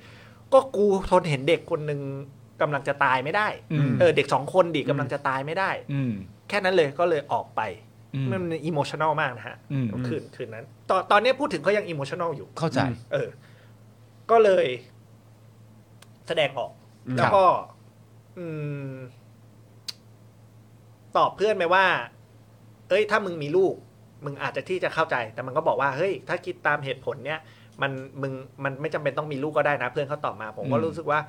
[SPEAKER 3] ก็กูทนเห็นเด็กคนหนึ่งกำลังจะตายไม่ได้
[SPEAKER 2] อืม
[SPEAKER 3] เออเด็กสองคนดิกำลังจะตายไม่ได้
[SPEAKER 2] อืม
[SPEAKER 3] แค่นั้นเลยก็เลยออกไป
[SPEAKER 2] อืม
[SPEAKER 3] มันอิโมชันอลมากนะฮะ
[SPEAKER 2] อืม
[SPEAKER 3] คืนคืนนั้นตอนตอนนี้พูดถึงก็ยังอิโมชันอลอยู่
[SPEAKER 2] เข้าใจ
[SPEAKER 3] เออ ก็เลย แสดงออก แล้วก็ อืม ตอบเพื่อนไหมว่า เอ้ย ถ้ามึงมีลูก มึงอาจจะที่จะเข้าใจ แต่มันก็บอกว่า เฮ้ย ถ้าคิดตามเหตุผล เนี่ย มัน มึง มันไม่จำเป็นต้องมีลูกก็ได้นะ เพื่อนเขาตอบมา ผมก็
[SPEAKER 2] อืม
[SPEAKER 3] รู้สึกว่า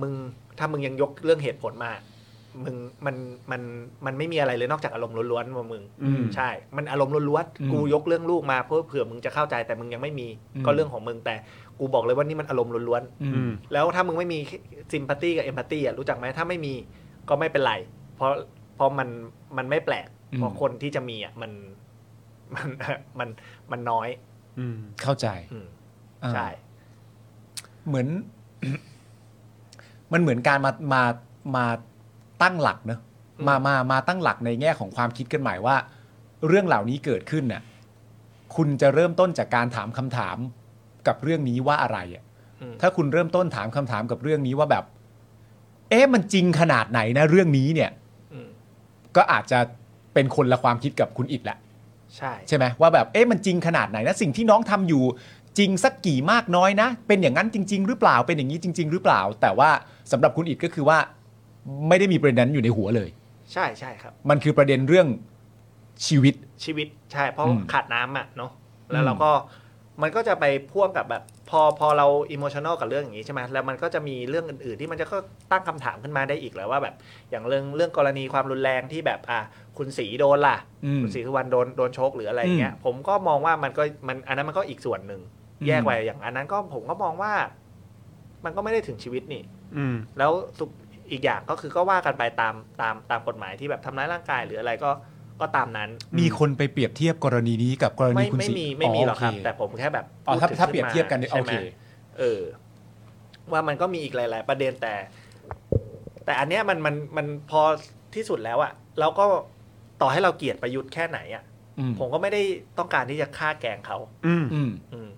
[SPEAKER 3] มึง ถ้ามึงยังยกเรื่องเหตุผลมา มึง มัน มัน มันไม่มีอะไรเลยนอกจากอารมณ์ล้วนๆว่ามึง
[SPEAKER 2] อืม
[SPEAKER 3] ใช่ มันอารมณ์ล้วน
[SPEAKER 2] อืม
[SPEAKER 3] ๆ กูยกเรื่องลูกมาเพื่อเผื่อมึงจะเข้าใจแต่มึงยังไม่มี
[SPEAKER 2] อืม
[SPEAKER 3] ก็เรื่องของมึงแต่กูบอกเลยว่านี่มันอารมณ์ล้วน
[SPEAKER 2] อืม
[SPEAKER 3] ๆ แล้วถ้ามึงไม่มีซิมพัตตีกับเอมพัตตีอ่ะรู้จักไหมถ้าไม่มีก็ไม่เป็นไร เพราะเพราะมันมันไม่แปลก
[SPEAKER 2] อืม
[SPEAKER 3] เพราะคนที่จะมีอ่ะมันมัน มันมันน้อย
[SPEAKER 2] เข้าใจ
[SPEAKER 3] อืม
[SPEAKER 2] อ่า
[SPEAKER 3] ใช่
[SPEAKER 2] เหมือน มันเหมือนการมามามาตั้งหลักเนอะ
[SPEAKER 3] อืม
[SPEAKER 2] มามามาตั้งหลักในแง่ของความคิดกันใหม่ว่า เรื่องเหล่านี้เกิดขึ้นน่ะ คุณจะเริ่มต้นจากการถามคำถามกับเรื่องนี้ว่าอะไรอ่ะ
[SPEAKER 3] อืม
[SPEAKER 2] ถ้าคุณเริ่มต้นถามคำถามกับเรื่องนี้ว่าแบบ เอ๊ะมันจริงขนาดไหนนะ เรื่องนี้เนี่ย
[SPEAKER 3] อืม
[SPEAKER 2] ก็อาจจะเป็นคนละความคิดกับคุณอิดละ
[SPEAKER 3] ใช่
[SPEAKER 2] ใช่ไหมว่าแบบเอ๊ะมันจริงขนาดไหนนะสิ่งที่น้องทำอยู่จริงสักกี่มากน้อยนะ เป็นอย่างนั้นจริง ๆ หรือเปล่าเป็นอย่างนี้จริง ๆ หรือเปล่า แต่ว่าสำหรับคุณอิดก็คือว่า ไม่ได้มีประเด็นนั้นอยู่ในหัวเลย
[SPEAKER 3] ใช่ใช่ครับ
[SPEAKER 2] มันคือประเด็นเรื่องชีวิต
[SPEAKER 3] ชีวิตใช่เพราะ
[SPEAKER 2] อืม
[SPEAKER 3] ขาดน้ำอ่ะเนาะแล้
[SPEAKER 2] อื
[SPEAKER 3] ว
[SPEAKER 2] ม
[SPEAKER 3] เราก็มันก็จะไปพ่วงกับแบบ พอพอเราอิโมชัน a ลกับเรื่องอย่างนี้ใช่ไหมแล้วมันก็จะมีเรื่องอื่นๆ ที่มันจะก็ตั้งคำถามขึ้นมาได้อีกแหล้วว่าแบบอย่างเรื่องเรื่องกรณีความรุนแรงที่แบบอ่ะคุณสีโดนล่ะ
[SPEAKER 2] อืม
[SPEAKER 3] คุณสีสุวรรณโดนโดนชกหรืออะไรเงี้ย ผมก็มองว่ามันก็มันอันนั้นมันก็อีกส่วนหนึ่ง
[SPEAKER 2] อืม
[SPEAKER 3] แยกไปอย่างอันนั้นก็ผมก็มองว่า มันก็ไม่ได้ถึงชีวิตนี่ แล้วสุอีกอย่างก็คือก็ว่ากันไปตามตามตามกฎหมายที่แบบทำร้ายร่างกายหรืออะไรก็ก็ตามนั้น
[SPEAKER 2] มีคนไปเปรียบเทียบกรณีนี้กับกรณี
[SPEAKER 3] ไม่
[SPEAKER 2] คุณ
[SPEAKER 3] ไม่
[SPEAKER 2] สี
[SPEAKER 3] มีไม่มีหรอกครับ
[SPEAKER 2] โเ
[SPEAKER 3] แต่ผมแค่แบบ
[SPEAKER 2] อ๋อถ้า
[SPEAKER 3] พูดถึง
[SPEAKER 2] ถ้าเปรียบเทียบกันเนี่ย
[SPEAKER 3] ขึ้
[SPEAKER 2] โอ
[SPEAKER 3] มา
[SPEAKER 2] เค
[SPEAKER 3] ใช่ไหมเออ ว่ามันก็มีอีกหลาย ๆ ประเด็นแต่ แต่อันเนี้ยมันมันมันพอที่สุดแล้วอะเราก็ต่อให้เราเกลียดประยุทธ์แค่ไหนอะ
[SPEAKER 2] อืม
[SPEAKER 3] ผมก็ไม่ได้ต้องการที่จะฆ่าแกล้งเขา
[SPEAKER 2] อืม
[SPEAKER 3] อืม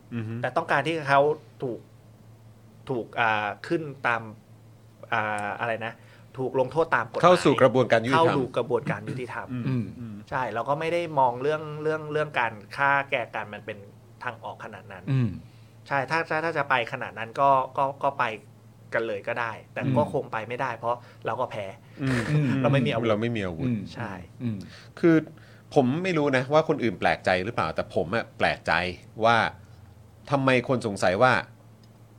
[SPEAKER 1] แต่
[SPEAKER 3] แต่ต้องการที่เขาถูกถูกอ่าขึ้นตามอ่าอะไรนะถูกลงโทษตามกฎหมาย
[SPEAKER 1] เข้าสู่กระบวนการยุติ
[SPEAKER 3] เข้า
[SPEAKER 1] ธรรม
[SPEAKER 3] สู่กระบวนการยุติธรรม
[SPEAKER 2] อืม
[SPEAKER 3] ใช่เราก็ไม่ได้มองเรื่องเรื่องเรื่องการฆ่าแก่กันมันเป็น ทางออกขนาดนั้น
[SPEAKER 2] อืม
[SPEAKER 3] ใช่ถ้าถ้าถ้าจะไปขนาดนั้นก็ก็ก็ไปกันเลยก็ได้ แต่ก็
[SPEAKER 2] อืม
[SPEAKER 3] คงไปไม่ได้ เพราะเราก็แพ้
[SPEAKER 1] อืม
[SPEAKER 2] อืม
[SPEAKER 3] เราไม่มีอาวุธ
[SPEAKER 1] เราไม่มีอาวุธ
[SPEAKER 2] อืม
[SPEAKER 3] ใช่
[SPEAKER 2] อืม
[SPEAKER 1] คือผมไม่รู้นะว่าคนอื่นแปลกใจหรือเปล่า แต่ผมอะแปลกใจว่าทำไมคนสงสัยว่า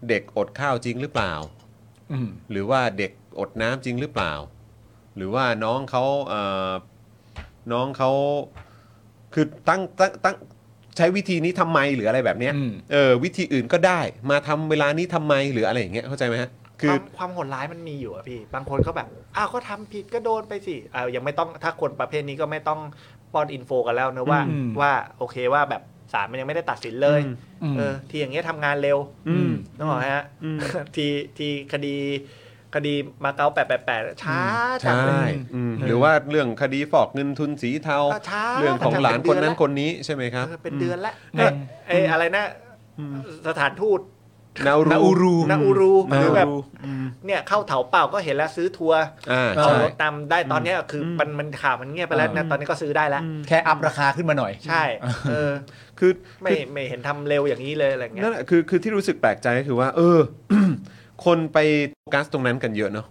[SPEAKER 1] เด็กอดข้าวจริงหรือเปล่า
[SPEAKER 2] อืม
[SPEAKER 1] หรือว่าเด็กอดน้ำจริงหรือเปล่า หรือว่าน้องเขาเอ่อน้องเขาคือตั้งตั้งตั้งใช้วิธีนี้ทำไมหรืออะไรแบบเนี้ย
[SPEAKER 2] อืม
[SPEAKER 1] เออวิธีอื่นก็ได้ มาทำเวลานี้ทำไมหรืออะไรอย่างเงี้ยเข้าใจไหมฮะคือ
[SPEAKER 3] วามความโหดร้ายมันมีอยู่อะพี่ บางคนก็แบบ อ้าวก็ทำผิดก็โดนไปสิอ่ายังไม่ต้องถ้าคนประเภทนี้ก็ไม่ต้องป้อนอินโฟกันแล้วนะว่า
[SPEAKER 2] อืม
[SPEAKER 3] ว่าโอเคว่าแบบศาลมันยังไม่ได้ตัดสินเลย เออทีอย่างเงี้ยทำงานเร็ว
[SPEAKER 2] อืม
[SPEAKER 3] นึกออกไหมฮะทีทีคดีคดีมาเก๊าแปดแปดแปดช้าจั
[SPEAKER 1] ใช่
[SPEAKER 3] งเลย
[SPEAKER 1] อืมหรือว่าเรื่องคดีฟอกเงินทุนสีเทา
[SPEAKER 3] อ่ะใช่
[SPEAKER 1] เรื่องของหลานคนนั้น
[SPEAKER 3] แต่เป็นเดือนละ
[SPEAKER 1] คนนี้ใช่ไหมครับ
[SPEAKER 3] เออเป็นเดือนละ
[SPEAKER 2] อืม
[SPEAKER 3] เอ้ยเอยอะไรนะ สถานทูต
[SPEAKER 1] นารู
[SPEAKER 2] นาอูรู
[SPEAKER 3] นาอูรู
[SPEAKER 1] นา
[SPEAKER 3] หรือ
[SPEAKER 1] รู
[SPEAKER 3] แบบเนี่ยเข้าเถาเปล่าก็เห็นแล้วซื้อทัวร์
[SPEAKER 1] อ่า
[SPEAKER 3] เอา
[SPEAKER 1] ใช่
[SPEAKER 3] รถนำได้ตอนเนี้ยคือมันมันข่าวมันเงียบไปแล้วนะตอนนี้ก็ซื้อได้แล้ว
[SPEAKER 2] แค่อัพราคาขึ้นมาหน่อย
[SPEAKER 3] ใช่ เออ
[SPEAKER 1] คือ
[SPEAKER 3] ไม่ไม่เห็นทำเร็วอย่างนี้เลยอะไรเงี้ย
[SPEAKER 1] นั่นแหละคือคือที่รู้สึกแปลกใจก็คือว่า เออ คนไปโฟกัสตรงนั้นกันเยอะเนาะ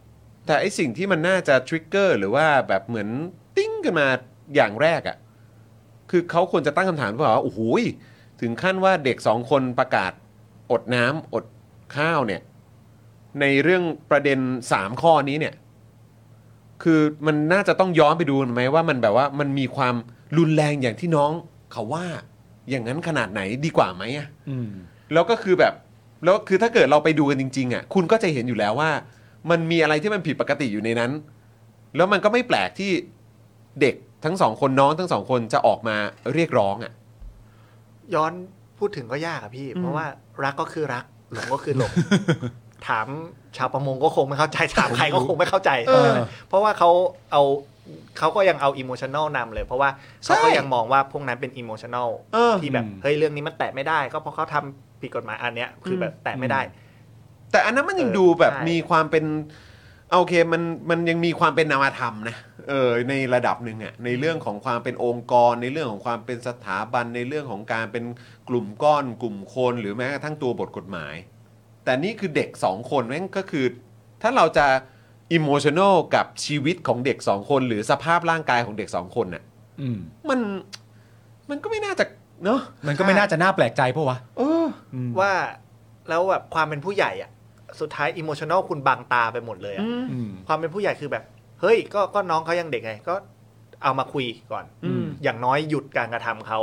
[SPEAKER 1] แต่ไอสิ่งที่มันน่าจะทริกเกอร์หรือว่าแบบเหมือนติ้งกันมาอย่างแรกอะ่ะ คือเขาควรจะตั้งคำถามว่าโอ้โหยถึงขั้นว่าเด็กสองคนประกาศอดน้ำอดข้าวเนี่ย ในเรื่องประเด็นสามข้อนี้เนี่ย คือมันน่าจะต้องย้อนไปดูไหมว่ามันแบบว่ามันมีความรุนแรงอย่างที่น้องเขาว่า อย่างนั้นขนาดไหนดีกว่าไหมอะ
[SPEAKER 2] อืม
[SPEAKER 1] แล้วก็คือแบบแล้วคือถ้าเกิดเราไปดูกันจริงๆอ่ะคุณก็จะเห็นอยู่แล้วว่า มันมีอะไรที่มันผิดปกติอยู่ในนั้น แล้วมันก็ไม่แปลกที่เด็กทั้งสองคนน้องทั้งสองคนจะออกมาเรียกร้องอ่ะ
[SPEAKER 3] ย้อนพูดถึงก็ยากอะพี่ เพราะว่ารักก็คือรัก หลงก็คือหลง ถามชาวประมงก็คงไม่เข้าใจ ถามใครก็คงไม่เข้าใจ
[SPEAKER 2] เออ
[SPEAKER 3] เพราะว่าเขาเอาเขาก็ยังเอาอิโมชันแนลนำเลย เพราะว่าเขาก็ยังมองว่าพวกนั้นเป็นอิโมชันแนล
[SPEAKER 1] เออ
[SPEAKER 3] ที่แบบ
[SPEAKER 2] อืม
[SPEAKER 3] เฮ้ยเรื่องนี้มันแตะไม่ได้ ก็เพราะเขาทำผิดกฎหมายอันเนี้ย คือแบบแตะไม่ได้
[SPEAKER 1] แต่อันนั้นมันยัง
[SPEAKER 3] เออ
[SPEAKER 1] ดูแบบ
[SPEAKER 3] ใช่
[SPEAKER 1] มีความเป็นโอเคมันมันยังมีความเป็นนามธรรมนะเออในระดับหนึ่งอ่ะในเรื่องของความเป็นองค์กร ในเรื่องของความเป็นสถาบันในเรื่องของการเป็นกลุ่มก้อน กลุ่มคน หรือแม้กระทั่งตัวบทกฎหมาย แต่นี่คือเด็กสองคนแม่งก็คือ ถ้าเราจะอิโมชันอลกับชีวิตของเด็กสองคน หรือสภาพร่างกายของเด็กสองคนน่ะ
[SPEAKER 2] อืม
[SPEAKER 1] มันมันก็ไม่น่าจะเนาะ
[SPEAKER 2] มันก็ไม่น่าจะน่าแปลกใจเพราะวะ
[SPEAKER 1] เออ
[SPEAKER 3] ว่าแล้วแบบความเป็นผู้ใหญ่อะสุดท้ายอิโมชันแนลคุณบังตาไปหมดเลยอะ
[SPEAKER 2] อืม
[SPEAKER 3] ความเป็นผู้ใหญ่คือแบบ เฮ้ยก็ก็น้องเขายังเด็กไง ก็เอามาคุยก่อน
[SPEAKER 2] อืม
[SPEAKER 3] อย่างน้อยหยุดการกระทำเขา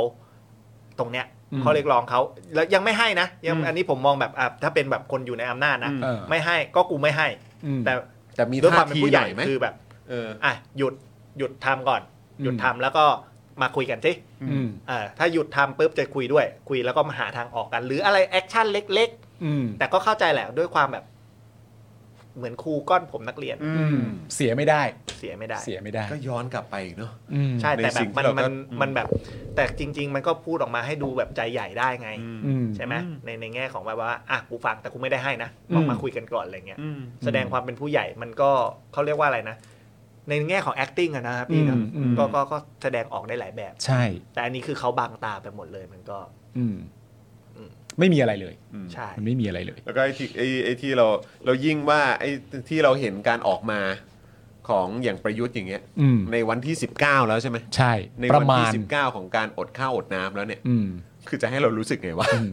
[SPEAKER 3] ตรงเนี้ย
[SPEAKER 2] อืม
[SPEAKER 3] ข้อเรียกร้องเขาแล้วยังไม่ให้นะยัง
[SPEAKER 1] อืม
[SPEAKER 3] อันนี้ผมมองแบบอ่ะถ้าเป็นแบบคนอยู่ในอำนาจนะ
[SPEAKER 1] อืม
[SPEAKER 2] เออ
[SPEAKER 3] ไม่ให้ก็กูไม่ให้
[SPEAKER 2] อืม
[SPEAKER 3] แต่
[SPEAKER 1] แต่มี
[SPEAKER 3] ด้วย
[SPEAKER 1] ท่าว
[SPEAKER 3] คามเป็น
[SPEAKER 1] ที
[SPEAKER 3] ผู้
[SPEAKER 1] ห
[SPEAKER 3] ให
[SPEAKER 1] น่
[SPEAKER 3] ญ่
[SPEAKER 1] อยไหม
[SPEAKER 3] คือแบบ
[SPEAKER 1] เออ
[SPEAKER 3] อ่ะหยุดหยุดทำก่อน หยุด
[SPEAKER 2] อืม
[SPEAKER 3] ทำแล้วก็มาคุยกันสิ
[SPEAKER 2] อืม
[SPEAKER 3] เออถ้าหยุดทำปุ๊บจะคุยด้วย คุยแล้วก็มาหาทางออกกัน หรืออะไรแอคชั่นเล็ก
[SPEAKER 2] อืม
[SPEAKER 3] ๆ แต่ก็เข้าใจแหละด้วยความแบบ เหมือนครูก้อนผมนักเรียน
[SPEAKER 2] อืมเสียไม่ได้
[SPEAKER 3] เสียไม่ได้
[SPEAKER 2] เสียไม่ได้
[SPEAKER 1] ก็ย้อนกลับไปอีกเนาะ
[SPEAKER 2] อืม
[SPEAKER 3] ใช่ แต่
[SPEAKER 1] ใน
[SPEAKER 3] แบ
[SPEAKER 1] สิ่
[SPEAKER 3] บ
[SPEAKER 1] งที่เราก็
[SPEAKER 3] มันมัน
[SPEAKER 1] อืม
[SPEAKER 3] มันแบบแต่จริง ๆ มันก็พูดออกมาให้ดูแบบใจใหญ่ได้ไง
[SPEAKER 2] อืม
[SPEAKER 3] ใช่ไหมในในแง่ของแบบว่าอ่ะกูฟังแต่กูไม่ได้ให้นะ
[SPEAKER 2] อืม
[SPEAKER 3] ลองมาคุยกันก่อนอะไรเงี้ยแสดงความเป็นผู้ใหญ่มันก็เขาเรียกว่าอะไรนะ ในแง่ของ acting อะนะครับพี่นะ
[SPEAKER 2] อืมอืม
[SPEAKER 3] ก็ก็ก็แสดงออกได้หลายแบบ
[SPEAKER 2] ใช่
[SPEAKER 3] แต่อันนี้คือเขาบังตาไปหมดเลยมันก็
[SPEAKER 2] อืม
[SPEAKER 3] อืม
[SPEAKER 2] ไม่มีอะไรเลย
[SPEAKER 3] ใช่
[SPEAKER 2] มันไม่มีอะไรเลย
[SPEAKER 1] แล้วก็ไอ้ที่ไอ้ไอ้ที่เราเรายิ่งว่าไอ้ที่เราเห็นการออกมาของอย่างประยุทธ์อย่างเงี้ย
[SPEAKER 2] อืม
[SPEAKER 1] ในวันที่ 19 แล้วใช่ไหม
[SPEAKER 2] ใช่
[SPEAKER 1] ใน
[SPEAKER 2] ประ
[SPEAKER 1] วัน
[SPEAKER 2] มา
[SPEAKER 1] ที่
[SPEAKER 2] ณ
[SPEAKER 1] 19 ของการอดข้าวอดน้ำแล้วเนี่ย
[SPEAKER 2] อืม
[SPEAKER 1] คือจะให้เรารู้สึกไงวะ
[SPEAKER 2] อืม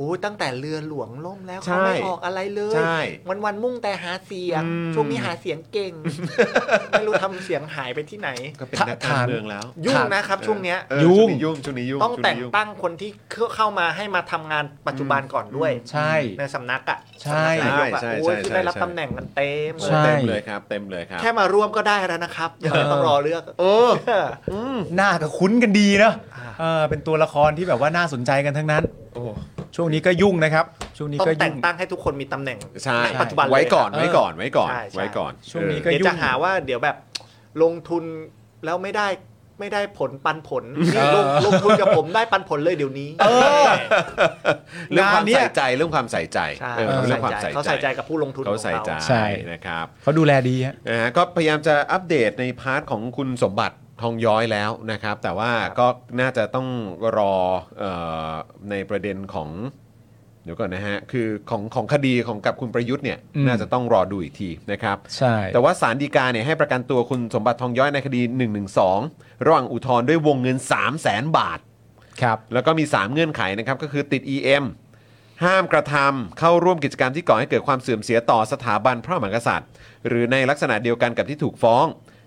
[SPEAKER 3] โอ้ยตั้งแต่เรือหลวงล่มแล้ว
[SPEAKER 1] ใช่
[SPEAKER 3] เขาไม่ออกอะไรเลย
[SPEAKER 1] ใช่
[SPEAKER 3] วันวันๆมุ่งแต่หาเสียง
[SPEAKER 1] อืม
[SPEAKER 3] ช่วงนี้หาเสียงเก่ง ไม่รู้ทำเสียงหายไปที่ไหน
[SPEAKER 1] ก็เป็น
[SPEAKER 2] ถ้า
[SPEAKER 1] นักการ
[SPEAKER 2] ถาม
[SPEAKER 1] เมืองแล้ว
[SPEAKER 3] ยุ่งนะครับ ช่วงเนี้ย
[SPEAKER 1] เออ
[SPEAKER 2] ยุ่ง
[SPEAKER 1] ช่วนี้ยุ่งช่วงนี้ยุ่ง
[SPEAKER 3] ต้อง
[SPEAKER 1] ช่ว
[SPEAKER 3] แต่
[SPEAKER 1] ง
[SPEAKER 3] ง
[SPEAKER 1] นี้ยุ่
[SPEAKER 3] ตั้งคนที่เข้ามาให้มาทำงานปัจจุบันก่อนด้วย
[SPEAKER 2] ใช่
[SPEAKER 3] ในสำนักอ่ะ
[SPEAKER 2] ใช่
[SPEAKER 3] สำนักนายกอะโอ้ยที่ได้รับตำแหน่งกันเต็มเล
[SPEAKER 2] ใช่
[SPEAKER 3] ย
[SPEAKER 1] เต็มเลยครับ เต็มเลยครับ
[SPEAKER 3] แค่มาร่วมก็ได้แล้วนะครับยังไม่ต้องรอเลือก
[SPEAKER 1] เออ
[SPEAKER 3] เออ
[SPEAKER 2] หน้าก็คุ้นกันดีเนอะ
[SPEAKER 3] อ่า
[SPEAKER 2] เออเป็นตัวละครที่แบบว่าน่าสนใจกันทั้งนั้น
[SPEAKER 1] โอ้
[SPEAKER 2] ช่วงนี้ก็ยุ่งนะครับ ช่วงนี้
[SPEAKER 3] ต้อง
[SPEAKER 2] ก็
[SPEAKER 3] แต่
[SPEAKER 2] ยุ่ง
[SPEAKER 3] งตั้งให้ทุกคนมีตำแหน่ง
[SPEAKER 1] ใช่
[SPEAKER 3] ณปัจจุบันเลย
[SPEAKER 1] ไว้ก่อน
[SPEAKER 2] เออ
[SPEAKER 1] ไว้ก่อนไว้ก่อน
[SPEAKER 3] ใช่ใช่
[SPEAKER 1] ไว้ก่อน
[SPEAKER 2] ช่วงนี้
[SPEAKER 1] เออ
[SPEAKER 2] ก็
[SPEAKER 3] เดี๋ยวจะ
[SPEAKER 2] ยุ่ง
[SPEAKER 3] หาว่าเดี๋ยวแบบลงทุนแล้วไม่ได้ไม่ได้ผลปันผลนี่ลงลงทุนกับผมได้ปันผลเลยเดี๋ยวนี้
[SPEAKER 1] เรื่องความ
[SPEAKER 2] งานเนี้ย
[SPEAKER 1] ใส่ใจเรื่องความใส่ใจ
[SPEAKER 3] ใช่
[SPEAKER 1] เออเรื่องความใส่
[SPEAKER 3] เขาใส่ใจกับผู้ลงทุน
[SPEAKER 1] เขาใส่ใจ
[SPEAKER 3] ของเข
[SPEAKER 2] ใช่
[SPEAKER 1] นะครับ
[SPEAKER 2] เขาดูแลดีฮะ
[SPEAKER 1] นะฮะก็พยายามจะอัปเดตในพาร์ทของคุณสมบัติทองย้อยแล้วนะครับ แต่ว่าก็น่าจะต้องรอเออ ในประเด็นของ เดี๋ยวก่อนนะฮะ คือของของคดีของกับคุณประยุทธ์เนี่ย
[SPEAKER 2] อืม
[SPEAKER 1] น่าจะต้องรอดูอีกทีนะครับ
[SPEAKER 2] ใช่
[SPEAKER 1] แต่ว่าสารดีกาเนี่ยให้ประกันตัวคุณสมบัติทองย้อยในคดี 112 ระหว่างอุทธรณ์ด้วยวงเงิน 3 0 0แสนบาท
[SPEAKER 2] ครับ
[SPEAKER 1] แล้วก็มี 3 เงื่อนไขนะครับ ก็คือติด EM ห้ามกระทำเข้าร่วมกิจกรรมที่ก่อให้เกิดความเสื่อมเสียต่อสถาบันพระมหากษัตริย์ หรือในลักษณะเดียวกันกับที่ถูกฟ้อง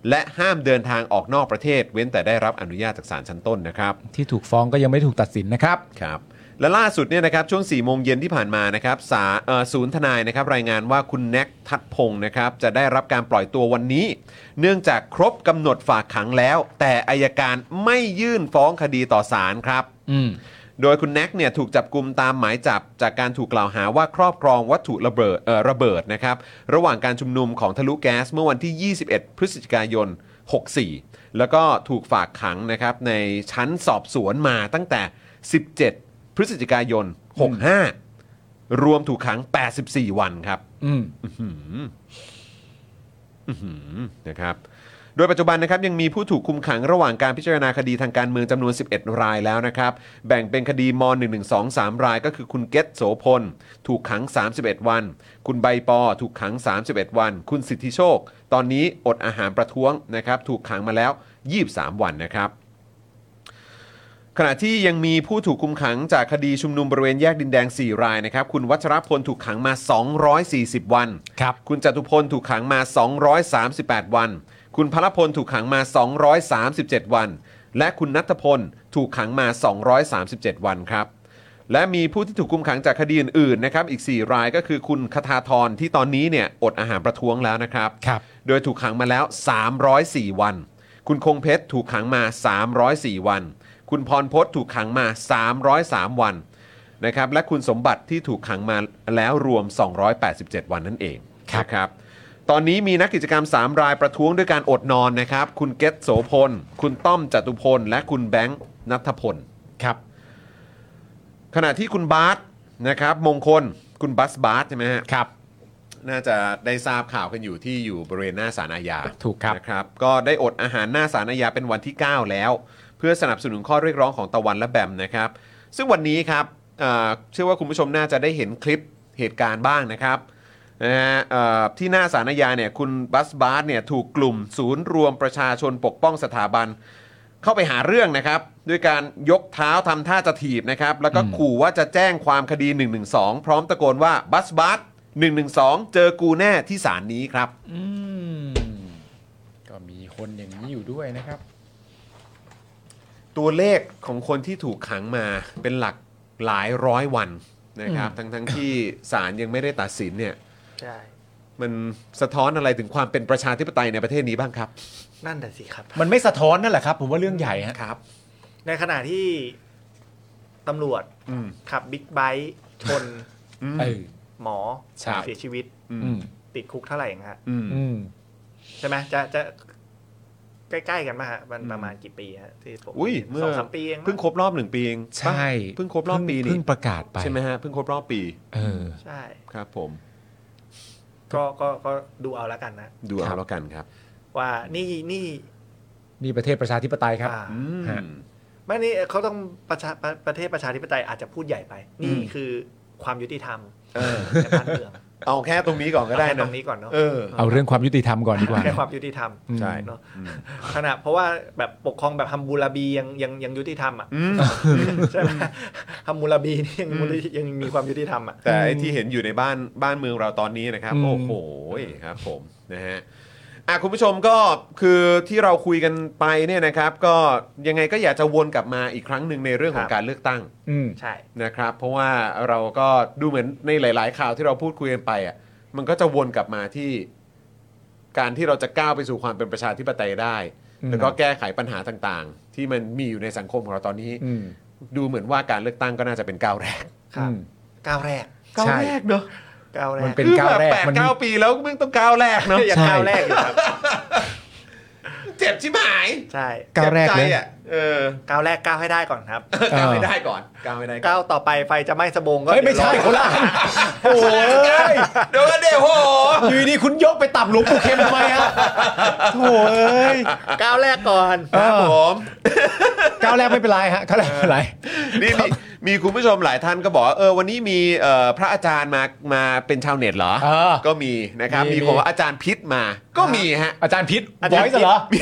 [SPEAKER 1] และห้ามเดินทางออกนอกประเทศ เว้นแต่ได้รับอนุญาตจากศาลชั้นต้นนะครับ
[SPEAKER 2] ที่ถูกฟ้องก็ยังไม่ถูกตัดสินนะครับ
[SPEAKER 1] ครับและล่าสุดเนี่ยนะครับช่วง4ี่โมงเย็นที่ผ่านมานะครับสาเอ่อศูนย์ทนายนะครับรายงานว่าคุณแน็กทัดพงศ์นะครับจะได้รับการปล่อยตัววันนี้ เนื่องจากครบกำหนดฝากขังแล้ว แต่อายการไม่ยื่นฟ้องคดีต่อศาลครับ
[SPEAKER 2] อืม
[SPEAKER 1] โดยคุณแน็กเนี่ยถูกจับกลุมตามหมายจับ จากการถูกกล่าวหาว่าครอบครองวัตถุระเบิดเอ่อระเบิดนะครับระหว่างการชุมนุมของทะลุแก๊สเมื่อวันที่ 21 พฤศจิกายน 64 แล้วก็ถูกฝากขังนะครับในชั้นสอบสวนมาตั้งแต่ 17 พฤศจิกายน 65 รวมถูกขัง 84 วันครับ
[SPEAKER 2] อืม
[SPEAKER 1] นะครับ โดยปัจจุบันนะครับยังมีผู้ถูกคุมขังระหว่างการพิจารณาคดีทางการเมืองจำนวน 11 รายแล้วนะครับ แบ่งเป็นคดีม .112 3รายก็คือคุณเกตโสพล ถูกขัง 31 วัน คุณใบปอถูกขัง 31 วัน คุณสิทธิโชค ตอนนี้อดอาหารประท้วงนะครับถูกขังมาแล้ว 23 วันนะครับ ขณะที่ยังมีผู้ถูกคุมขังจากคดีชุมนุมบริเวณแยกดินแดง 4 รายนะครับ คุณวัชรพลถูกขังมา 240 วัน
[SPEAKER 2] ครับ
[SPEAKER 1] คุณจตุพลถูกขังมา 238 วัน คุณพลพลถูกขังมา 237 วัน และคุณนัทพลถูกขังมา 237 วันครับ และมีผู้ที่ถูกคุมขังจากคดีอื่นๆนะครับ อีก 4 รายก็คือคุณคทาธรที่ตอนนี้เนี่ยอดอาหารประท้วงแล้วนะครับ
[SPEAKER 2] ครับ
[SPEAKER 1] โดยถูกขังมาแล้ว 304 วัน คุณคงเพชรถูกขังมา 304 วัน คุณพรพศถูกขังมา 303 วันนะครับ และคุณสมบัติที่ถูกขังมาแล้วรวม 287 วันนั่นเอง
[SPEAKER 2] ครับ
[SPEAKER 1] นะครับ ตอนนี้มีนักกิจกรรม 3 รายประท้วงด้วยการอดนอนนะครับ คุณเกตโสพล คุณต้อมจตุพล และคุณแบงค์นัทพล
[SPEAKER 2] ครับ
[SPEAKER 1] ขณะที่คุณบาสนะครับ มงคล คุณบัสบาสใช่ไหมฮะ
[SPEAKER 2] ครับ
[SPEAKER 1] น่าจะได้ทราบข่าวกันอยู่ที่อยู่บริเวณหน้าศาลอาญา
[SPEAKER 2] ถูกครับ
[SPEAKER 1] นะครับ ก็ได้อดอาหารหน้าศาลอาญาเป็นวันที่ 9 แล้ว เพื่อสนับสนุนข้อเรียกร้องของตะวันและแบมนะครับ ซึ่งวันนี้ครับเอ่อเชื่อว่าคุณผู้ชมน่าจะได้เห็นคลิปเหตุการณ์บ้างนะครับนะฮะเอ่อที่หน้าศาลอาญาเนี่ยคุณบัสบาร์เนี่ยถูกกลุ่มศูนย์รวมประชาชนปกป้องสถาบัน เข้าไปหาเรื่องนะครับ ด้วยการยกเท้าทำท่าจะถีบนะครับ แล้วก็ขู่ว่าจะแจ้งความคดี 112 พร้อมตะโกนว่าบัสบัส112 เจอกูแน่ที่ศาลนี้ครับ
[SPEAKER 2] อืม ก็มีคนอย่างนี้อยู่ด้วยนะครับ
[SPEAKER 1] ตัวเลขของคนที่ถูกขังมาเป็นหลักหลายร้อยวันนะครับ ทั้งทั้งๆที่ศาลยังไม่ได้ตัดสินเนี่ย
[SPEAKER 3] ใช่
[SPEAKER 1] มันสะท้อนอะไรถึงความเป็นประชาธิปไตยในประเทศนี้บ้างครับ
[SPEAKER 3] นั่นแต่ะสิครับ
[SPEAKER 2] มันไม่สะท้อนนั่นแหละครับ ผมว่าเรื่องใหญ่ฮะ
[SPEAKER 1] ครับ
[SPEAKER 3] ในขณะที่ตำรวจ
[SPEAKER 1] อืม
[SPEAKER 3] ขับบิ๊กไบค์ชน
[SPEAKER 2] เออ
[SPEAKER 3] หมอ
[SPEAKER 2] ใช่
[SPEAKER 3] เสียชีวิต
[SPEAKER 2] อืม
[SPEAKER 3] ติดคุกเท่าไหร่เองฮะ
[SPEAKER 1] อืม
[SPEAKER 2] อืม
[SPEAKER 3] ใช่ไหมจะจะใกล้ๆกันมาฮะมันประมาณกี่ปีฮะที่ผม
[SPEAKER 1] อุ้ยเมื่อ
[SPEAKER 3] สองสามปีเองมั้
[SPEAKER 1] เพิ่งครบรอบหนึ่งปีเอง
[SPEAKER 2] ใช่
[SPEAKER 1] เพิ่งครบรอบปี
[SPEAKER 2] เพิ่
[SPEAKER 1] นี้
[SPEAKER 2] งประกาศไป
[SPEAKER 1] ใช่ไหมฮะเพิ่งครบรอบปี
[SPEAKER 2] เออ
[SPEAKER 3] ใช่
[SPEAKER 1] ครับ ผม
[SPEAKER 3] ก็ก็ก็ดูเอาละกันนะ
[SPEAKER 1] ดู
[SPEAKER 2] ครั
[SPEAKER 1] เอา
[SPEAKER 2] บ
[SPEAKER 1] แล้วกันครับ
[SPEAKER 3] ว่านี่นี่
[SPEAKER 2] นี่ประเทศประชาธิปไตยครับ
[SPEAKER 3] อ่า
[SPEAKER 1] อืม
[SPEAKER 2] ฮะ
[SPEAKER 3] ไม่นี่เขาต้องประชาประประเทศประชาธิปไตยอาจจะพูดใหญ่ไป นี่คือความยุติธรรม
[SPEAKER 1] เออ
[SPEAKER 3] ในบ้านเมือง
[SPEAKER 1] เอาแค่ตรงนี้ก่อนก็ได้
[SPEAKER 3] เอาแค่ต
[SPEAKER 1] นะ
[SPEAKER 3] รงนี้ก่อนเนาะ
[SPEAKER 1] เออ
[SPEAKER 2] เอาเรื่องความยุติธรรมก่อนดีกว่า
[SPEAKER 3] แค่ความยุติธรรม
[SPEAKER 1] ใช่
[SPEAKER 3] เนาะขณะเพราะว่าแบบปกครองแบบฮัมบูราบียังยังยังยุติธรรมอ่ะ
[SPEAKER 1] อืม
[SPEAKER 3] ใช่ไหมฮัมบูราบีนี่ยังยังมีความยุติธรรมอ่ะ
[SPEAKER 1] แต่ไอ้ที่เห็นอยู่ในบ้านบ้านเมืองเราตอนนี้นะครับ
[SPEAKER 2] อืม
[SPEAKER 1] โอ้โหครับผมนะฮะอ่ะคุณผู้ชมก็คือที่เราคุยกันไปเนี่ยนะครับ ก็ยังไงก็อยากจะวนกลับมาอีกครั้งหนึ่งในเรื่องของการเลือกตั้ง
[SPEAKER 2] อืม
[SPEAKER 3] ใช่
[SPEAKER 1] นะครับ เพราะว่าเราก็ดูเหมือนในหลาย ๆ ข่าวที่เราพูดคุยกันไปอ่ะมันก็จะวนกลับมาที่ การที่เราจะก้าวไปสู่ความเป็นประชาธิปไตยได้
[SPEAKER 2] อืม
[SPEAKER 1] แล้วก็แก้ไขปัญหาต่างๆ ที่มันมีอยู่ในสังคมของเราตอนนี้
[SPEAKER 2] อืม
[SPEAKER 1] ดูเหมือนว่าการเลือกตั้งก็น่าจะเป็นก้าวแร ก
[SPEAKER 3] ครับ
[SPEAKER 2] อืม
[SPEAKER 3] ก้าวแรก
[SPEAKER 2] ก้าวแรกเนอะ
[SPEAKER 3] ก้าวแร
[SPEAKER 2] มัน
[SPEAKER 3] ก
[SPEAKER 2] เป็นก้าวแรก
[SPEAKER 1] คือบบแปด
[SPEAKER 2] มันมี
[SPEAKER 1] เก้าปีแล้วมึงต้องก้าวแรกเนาะ
[SPEAKER 3] อย่า
[SPEAKER 2] ใช่
[SPEAKER 3] ก้าวแรกอยู่ครับ
[SPEAKER 1] เจ็บชิบหาย
[SPEAKER 3] ใช่
[SPEAKER 2] ก้าวแรกเล
[SPEAKER 1] จ็
[SPEAKER 2] ย
[SPEAKER 1] บใจอ่ะเออ
[SPEAKER 3] ก้าวแรกก้าวให้ได้ก่อนครับ
[SPEAKER 1] ก้าวไม่ได้ก่อนก้าวไม่ได้ก่อน
[SPEAKER 3] ก้าวต่อไปไฟจะไหม้สบงก็
[SPEAKER 2] เฮ้ยไม่ใช่คนละโอ้ย
[SPEAKER 1] เดี๋ยวก่อนเดี๋ยวโห
[SPEAKER 2] อยู่ดีๆคุณยกไปตับหลวงปู่เข็มทำไมฮะโถ่เอ้ย
[SPEAKER 3] ก้าวแรกก่อน
[SPEAKER 1] ครับผม
[SPEAKER 2] ก้าวแรกไม่เป็นไรฮะก้าวแรกไม่เป็นไร
[SPEAKER 1] นี่นี่ มีคุณผู้ชมหลายท่านก็บอกว่าเออวันนี้มีเอ่อพระอาจารย์มามาเป็นชาวเน็ตเหรอ
[SPEAKER 2] เออ
[SPEAKER 1] ก็มีนะครับ
[SPEAKER 2] มี
[SPEAKER 1] มีคน
[SPEAKER 2] มี
[SPEAKER 1] ว่าอาจารย์พิษมาก็มีฮะ
[SPEAKER 2] อาจารย์พิษ
[SPEAKER 3] อา
[SPEAKER 2] บ
[SPEAKER 3] จารย์
[SPEAKER 2] อย
[SPEAKER 3] พิ
[SPEAKER 2] ซ์
[SPEAKER 3] ษ
[SPEAKER 2] เหรอ
[SPEAKER 1] มี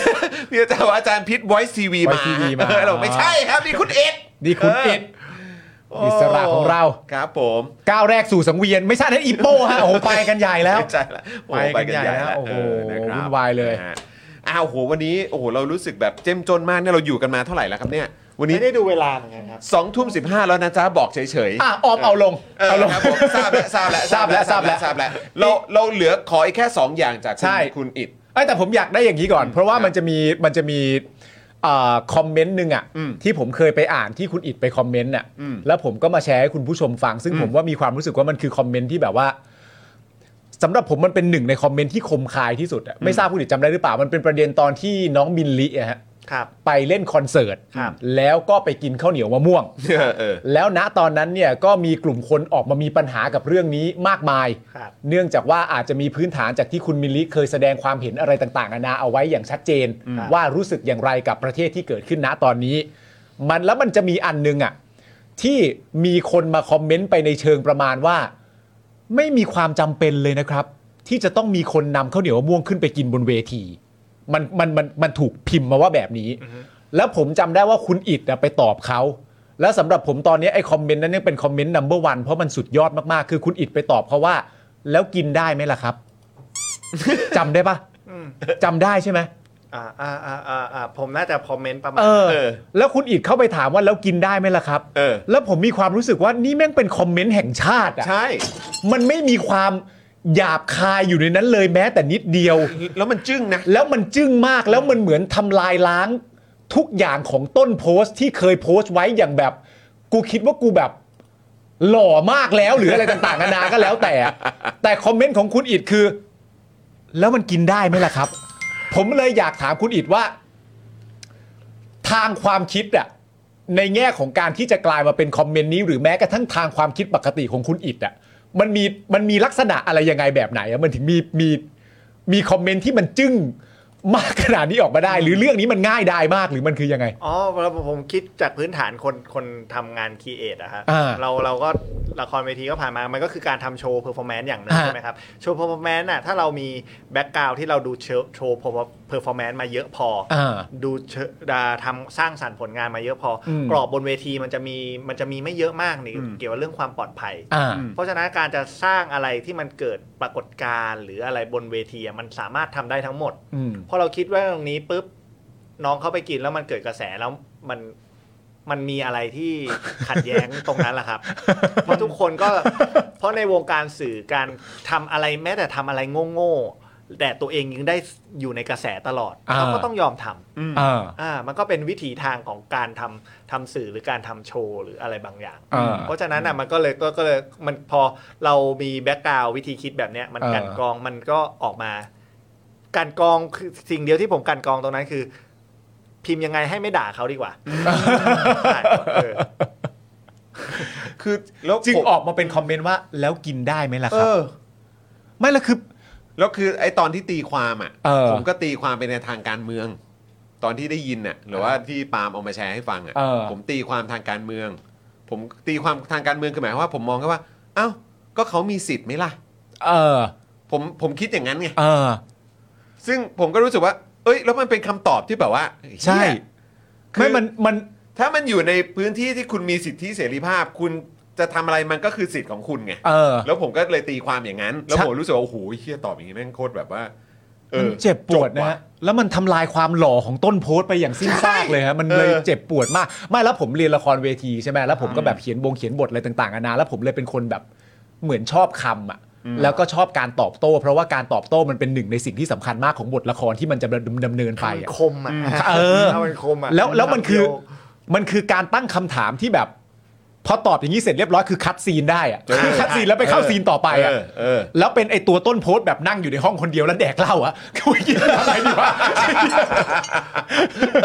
[SPEAKER 1] มีอาจารย์ว่าอาจารย์พิษ Voice TV มา
[SPEAKER 2] Voice TV มา
[SPEAKER 1] เออเราไม่ใช่ครับนี่คุณเอ็ด
[SPEAKER 2] นี่คุณอิด อิสระของเรา
[SPEAKER 1] ครับผม
[SPEAKER 2] ก้าวแรกสู่สังเวียน ไม่ใช่นั่นอีโป้ฮะโอ้โหไปกันใหญ่แล้ว
[SPEAKER 1] ไม่ใช่ละโอ้โห
[SPEAKER 2] ไปกันใหญ่แล้ว
[SPEAKER 1] เ
[SPEAKER 2] โอ้โห
[SPEAKER 1] นะครับ
[SPEAKER 2] วุ่นวายเลย
[SPEAKER 1] นะฮะอ้าวโหวันนี้โอ้โหเรารู้สึกแบบเจ้มจนมากเนี่ยเราอยู่กันมาเท่าไหร่แล้วครับเนี่ย วันนี้
[SPEAKER 3] ไม่ได้ดูเวลาเหมือนกันครับ
[SPEAKER 1] สองทุ่มสิบห้าแล้วนะจ๊ะบอกเฉยๆ
[SPEAKER 2] อ่ะออมเอาลง
[SPEAKER 1] เออ
[SPEAKER 2] เอาลง
[SPEAKER 1] ครับผมทราบแล้วทราบแล้ว
[SPEAKER 2] ทราบแล้วทราบแล้ว
[SPEAKER 1] ทราบแล้วเราเราเหลือขออีกแค่ 2 อย่างจากคุณ
[SPEAKER 2] ใช่
[SPEAKER 1] คุณอิด
[SPEAKER 2] เอ้ยแต่ผมอยากได้อย่างนี้ก่อน เพราะว่า
[SPEAKER 1] ครับ
[SPEAKER 2] มันจะมีมันจะมีเอ่อคอมเมนต์หนึ่งอ่ะ
[SPEAKER 1] อืม
[SPEAKER 2] ที่ผมเคยไปอ่านที่คุณอิดไปคอมเมนต์อ่ะ
[SPEAKER 1] อืม
[SPEAKER 2] แล้วผมก็มาแชร์ให้คุณผู้ชมฟัง ซึ่ง
[SPEAKER 1] อืม
[SPEAKER 2] ผมว่ามีความรู้สึกว่ามันคือคอมเมนต์ที่แบบว่าสำหรับผมมันเป็นหนึ่งในคอมเมนต์ที่คมคายที่สุดอะไม่ทราบคุณอิดจำได้หรือเปล่ามันเป็นประเด็นตอนที่น้องมินลิอะฮะ
[SPEAKER 3] ครับ
[SPEAKER 2] ไปเล่นคอนเสิร์ต
[SPEAKER 3] ครับ
[SPEAKER 2] แล้วก็ไปกินข้าวเหนียวมะม่วง
[SPEAKER 1] เออเออ
[SPEAKER 2] แล้วณตอนนั้นเนี่ยก็มีกลุ่มคนออกมามีปัญหากับเรื่องนี้มากมาย
[SPEAKER 3] ครับ
[SPEAKER 2] เนื่องจากว่าอาจจะมีพื้นฐานจากที่คุณมิลลิเคยแสดงความเห็นอะไรต่างๆนานาเอาไว้อย่างชัดเจน ว่ารู้สึกอย่างไรกับประเทศที่เกิดขึ้นณตอนนี้ มันแล้วมันจะมีอันนึงอ่ะที่มีคนมาคอมเมนต์ไปในเชิงประมาณว่า ไม่มีความจำเป็นเลยนะครับ ที่จะต้องมีคนนำข้าวเหนียวมะม่วงขึ้นไปกินบนเวที มันมันมันมันถูกพิมพ์มาว่าแบบนี้ แล้วผมจำได้ว่าคุณอิดน่ะไปตอบเขา แล้วสำหรับผมตอนนี้ไอ้คอมเมนต์นั้นยังเป็นคอมเมนต์นัมเบอร์วันเพราะมันสุดยอดมากๆ คือคุณอิดไปตอบเขาว่า แล้วกินได้ไหมล่ะครับ จำได้ปะ
[SPEAKER 3] อืม
[SPEAKER 2] จำได้ใช่ไหม
[SPEAKER 3] อ่าอ่าอ่าอ่าอ่าผมน่าจะคอมเมนต์ประมาณ
[SPEAKER 2] เออ
[SPEAKER 1] เออ
[SPEAKER 2] แล้วคุณอิดเข้าไปถามว่าแล้วกินได้ไหมล่ะครับ
[SPEAKER 1] เออ
[SPEAKER 2] แล้วผมมีความรู้สึกว่านี่แม่งเป็นคอมเมนต์แห่งชาติอะ
[SPEAKER 1] ใช่
[SPEAKER 2] มันไม่มีความหยาบคายอยู่ในนั้นเลยแม้แต่นิดเดี ยว
[SPEAKER 1] แล้วมันจึ้งนะ
[SPEAKER 2] แล้วมันจึ้งมากแล้วมันเหมือนทำลายล้าง ทุกอย่างของต้นโพสต์ที่เคยโพสต์ไว้อย่างแบบ กูคิดว่ากูแบบ หล่อมากแล้วหรืออะไรต่างๆนานาก็แล้วแต่ แต่คอมเมนต์ของคุณอิดคือ แล้วมันกินได้ไหมล่ะครับ ผมเลยอยากถามคุณอิดว่า ทางความคิดอะในแง่ของการที่จะกลายมาเป็นคอมเมนต์นี้หรือแม้กระทั่งทางความคิดปกติของคุณอิดอะมันมีมันมีลักษณะอะไรยังไงแบบไหนอะมันถึงมีมีมีคอมเมนต์ที่มันจึ้งมากขนาดนี้ออกมาได้ หรือเรื่องนี้มันง่ายดายมากหรือมันคือยังไง
[SPEAKER 3] อ๋อแล้วผมคิดจากพื้นฐานคนคนทำงานครีเอทอะฮะ
[SPEAKER 2] อ่า
[SPEAKER 3] เราเราก็ละครเวทีก็ผ่านมา มันก็คือการทำโชว์เพอร์ฟอร์แมนซ์อย่างหนึง
[SPEAKER 2] อ่า
[SPEAKER 3] ใช่ไหมครับ โชว์เพอร์ฟอร์แมนซ์น่ะถ้าเรามีแบ็กกราวที่เราดูเชโชว์เพอร์ฟอร์แมนซ์มาเยอะพออ
[SPEAKER 2] อ่า
[SPEAKER 3] ดูเชดาทำสร้างสรรค์ผลงานมาเยอะพออ
[SPEAKER 2] ม
[SPEAKER 3] กรอบบนเวทีมันจะมีมันจะมีไม่เยอะมากนี่เกี่ยวกับเรื่องความปลอดภัย
[SPEAKER 2] อ่า
[SPEAKER 3] เพราะฉะนั้นการจะสร้างอะไรที่มันเกิดปรากฏการณ์หรืออะไรบนเวทีอะมันสามารถทำได้ทั้งหมด
[SPEAKER 2] อืม
[SPEAKER 3] พอเราคิดว่าตรงนี้ปุ๊บน้องเขาไปกินแล้วมันเกิดกระแสแล้วมันมันมีอะไร ที่ขัดแย้ง ตรงนั้นแหละครับเพราะทุกคนก็ เพราะในวงการสื่อการทำอะไรแม้แต่ทำอะไรโง่ๆแต่ตัวเองยังได้อยู่ในกระแสตลอด
[SPEAKER 2] อ่า
[SPEAKER 3] เขาก็ต้องยอมทำ
[SPEAKER 2] อ่า
[SPEAKER 3] อ่ามันก็เป็นวิถีทางของการทำทำสื่อหรือการทำโชว์หรืออะไรบางอย่าง
[SPEAKER 2] อ่า
[SPEAKER 3] เพราะฉะนั้นอ่ะมันก็เลยก็ก็เลยมันพอเรามีแบ็กกราววิธีคิดแบบเนี้ยมัน
[SPEAKER 2] อ่า
[SPEAKER 3] กันกรองมันก็ออกมา การกรองคือสิ่งเดียวที่ผมกันกรองตรงนั้นคือ พิมพ์ยังไงให้ไม่ด่าเขาดีกว่าใช่เออ
[SPEAKER 1] คือแล้วผม
[SPEAKER 2] จึงออกมาเป็นคอมเมนต์ว่า แล้วกินได้ไหมล่ะ
[SPEAKER 1] เอ
[SPEAKER 2] ครับ
[SPEAKER 1] อ
[SPEAKER 2] ไม่ละคือ
[SPEAKER 1] แล้วคือไอ้ตอนที่ตีความอ่ะ
[SPEAKER 2] เออ
[SPEAKER 1] ผมก็ตีความไปในทางการเมือง ตอนที่ได้ยินน่ะหรือว่าที่ปาล์มเอามาแชร์ให้ฟังอ่ะ
[SPEAKER 2] เออ
[SPEAKER 1] ผมตีความทางการเมือง ผมตีความทางการเมืองคือหมายความว่า ผมมองแค่ว่าเอ้าก็เขามีสิทธิ์ไหมล่ะ
[SPEAKER 2] เออ
[SPEAKER 1] ผมผมคิดอย่างนั้นไง
[SPEAKER 2] เออ
[SPEAKER 1] ซึ่งผมก็รู้สึกว่า เอ้ย แล้วมันเป็นคำตอบที่แบบว่า
[SPEAKER 2] ใช่
[SPEAKER 1] เหี้ย คือ
[SPEAKER 2] ไม่มันมัน
[SPEAKER 1] ถ้ามันอยู่ในพื้นที่ที่คุณมีสิทธิเสรีภาพ คุณจะทำอะไรมันก็คือสิทธิ์ของคุณไง
[SPEAKER 2] เออ
[SPEAKER 1] แล้วผมก็เลยตีความอย่างนั้น แล้ว
[SPEAKER 2] ใช่
[SPEAKER 1] ผมรู้สึกว่า โอ้โหเฮียตอบอย่างนี้แม่งโคตรแบบว่า เอ
[SPEAKER 2] มัน
[SPEAKER 1] อ
[SPEAKER 2] เจ็บปวด
[SPEAKER 1] จ
[SPEAKER 2] นะ
[SPEAKER 1] ว่
[SPEAKER 2] ฮะแล้วมันทำลายความหล่อของต้นโพสต์ไปอย่างสิ้นซากเลยฮะมันเลย
[SPEAKER 1] เออ
[SPEAKER 2] เจ็บปวดมาก ไม่แล้วผมเรียนละครเวทีใช่ไหมแล้วผมก็แบบเขียนบงเขียนบทอะไรต่างๆนานาแล้วผมเลยเป็นคนแบบเหมือนชอบคำอ่ะ แล้วก็ชอบการตอบโต้ เพราะว่าการตอบโต้มันเป็นหนึ่งในสิ่งที่สำคัญมากของบทละครที่มันจะดำเนินไป
[SPEAKER 3] มัน
[SPEAKER 2] อะ
[SPEAKER 3] คมอ่ะ
[SPEAKER 2] เออ
[SPEAKER 3] ถ้ามันคมอ่ะ
[SPEAKER 2] แล้วแล้วมันคือ
[SPEAKER 3] เดีย
[SPEAKER 2] มันคือการตั้งคำถามที่แบบ พอตอบอย่างนี้เสร็จเรียบร้อยคือคัดซีนได้อะ
[SPEAKER 1] เออ
[SPEAKER 2] คือคัดซีนแล้วไปเข้าซีนต่อไปอะ
[SPEAKER 1] เออเออ
[SPEAKER 2] แล้วเป็นไอตัวต้นโพสต์แบบนั่งอยู่ในห้องคนเดียวแล้วแดกเหล้าอะคุยกินอะไรดีวะ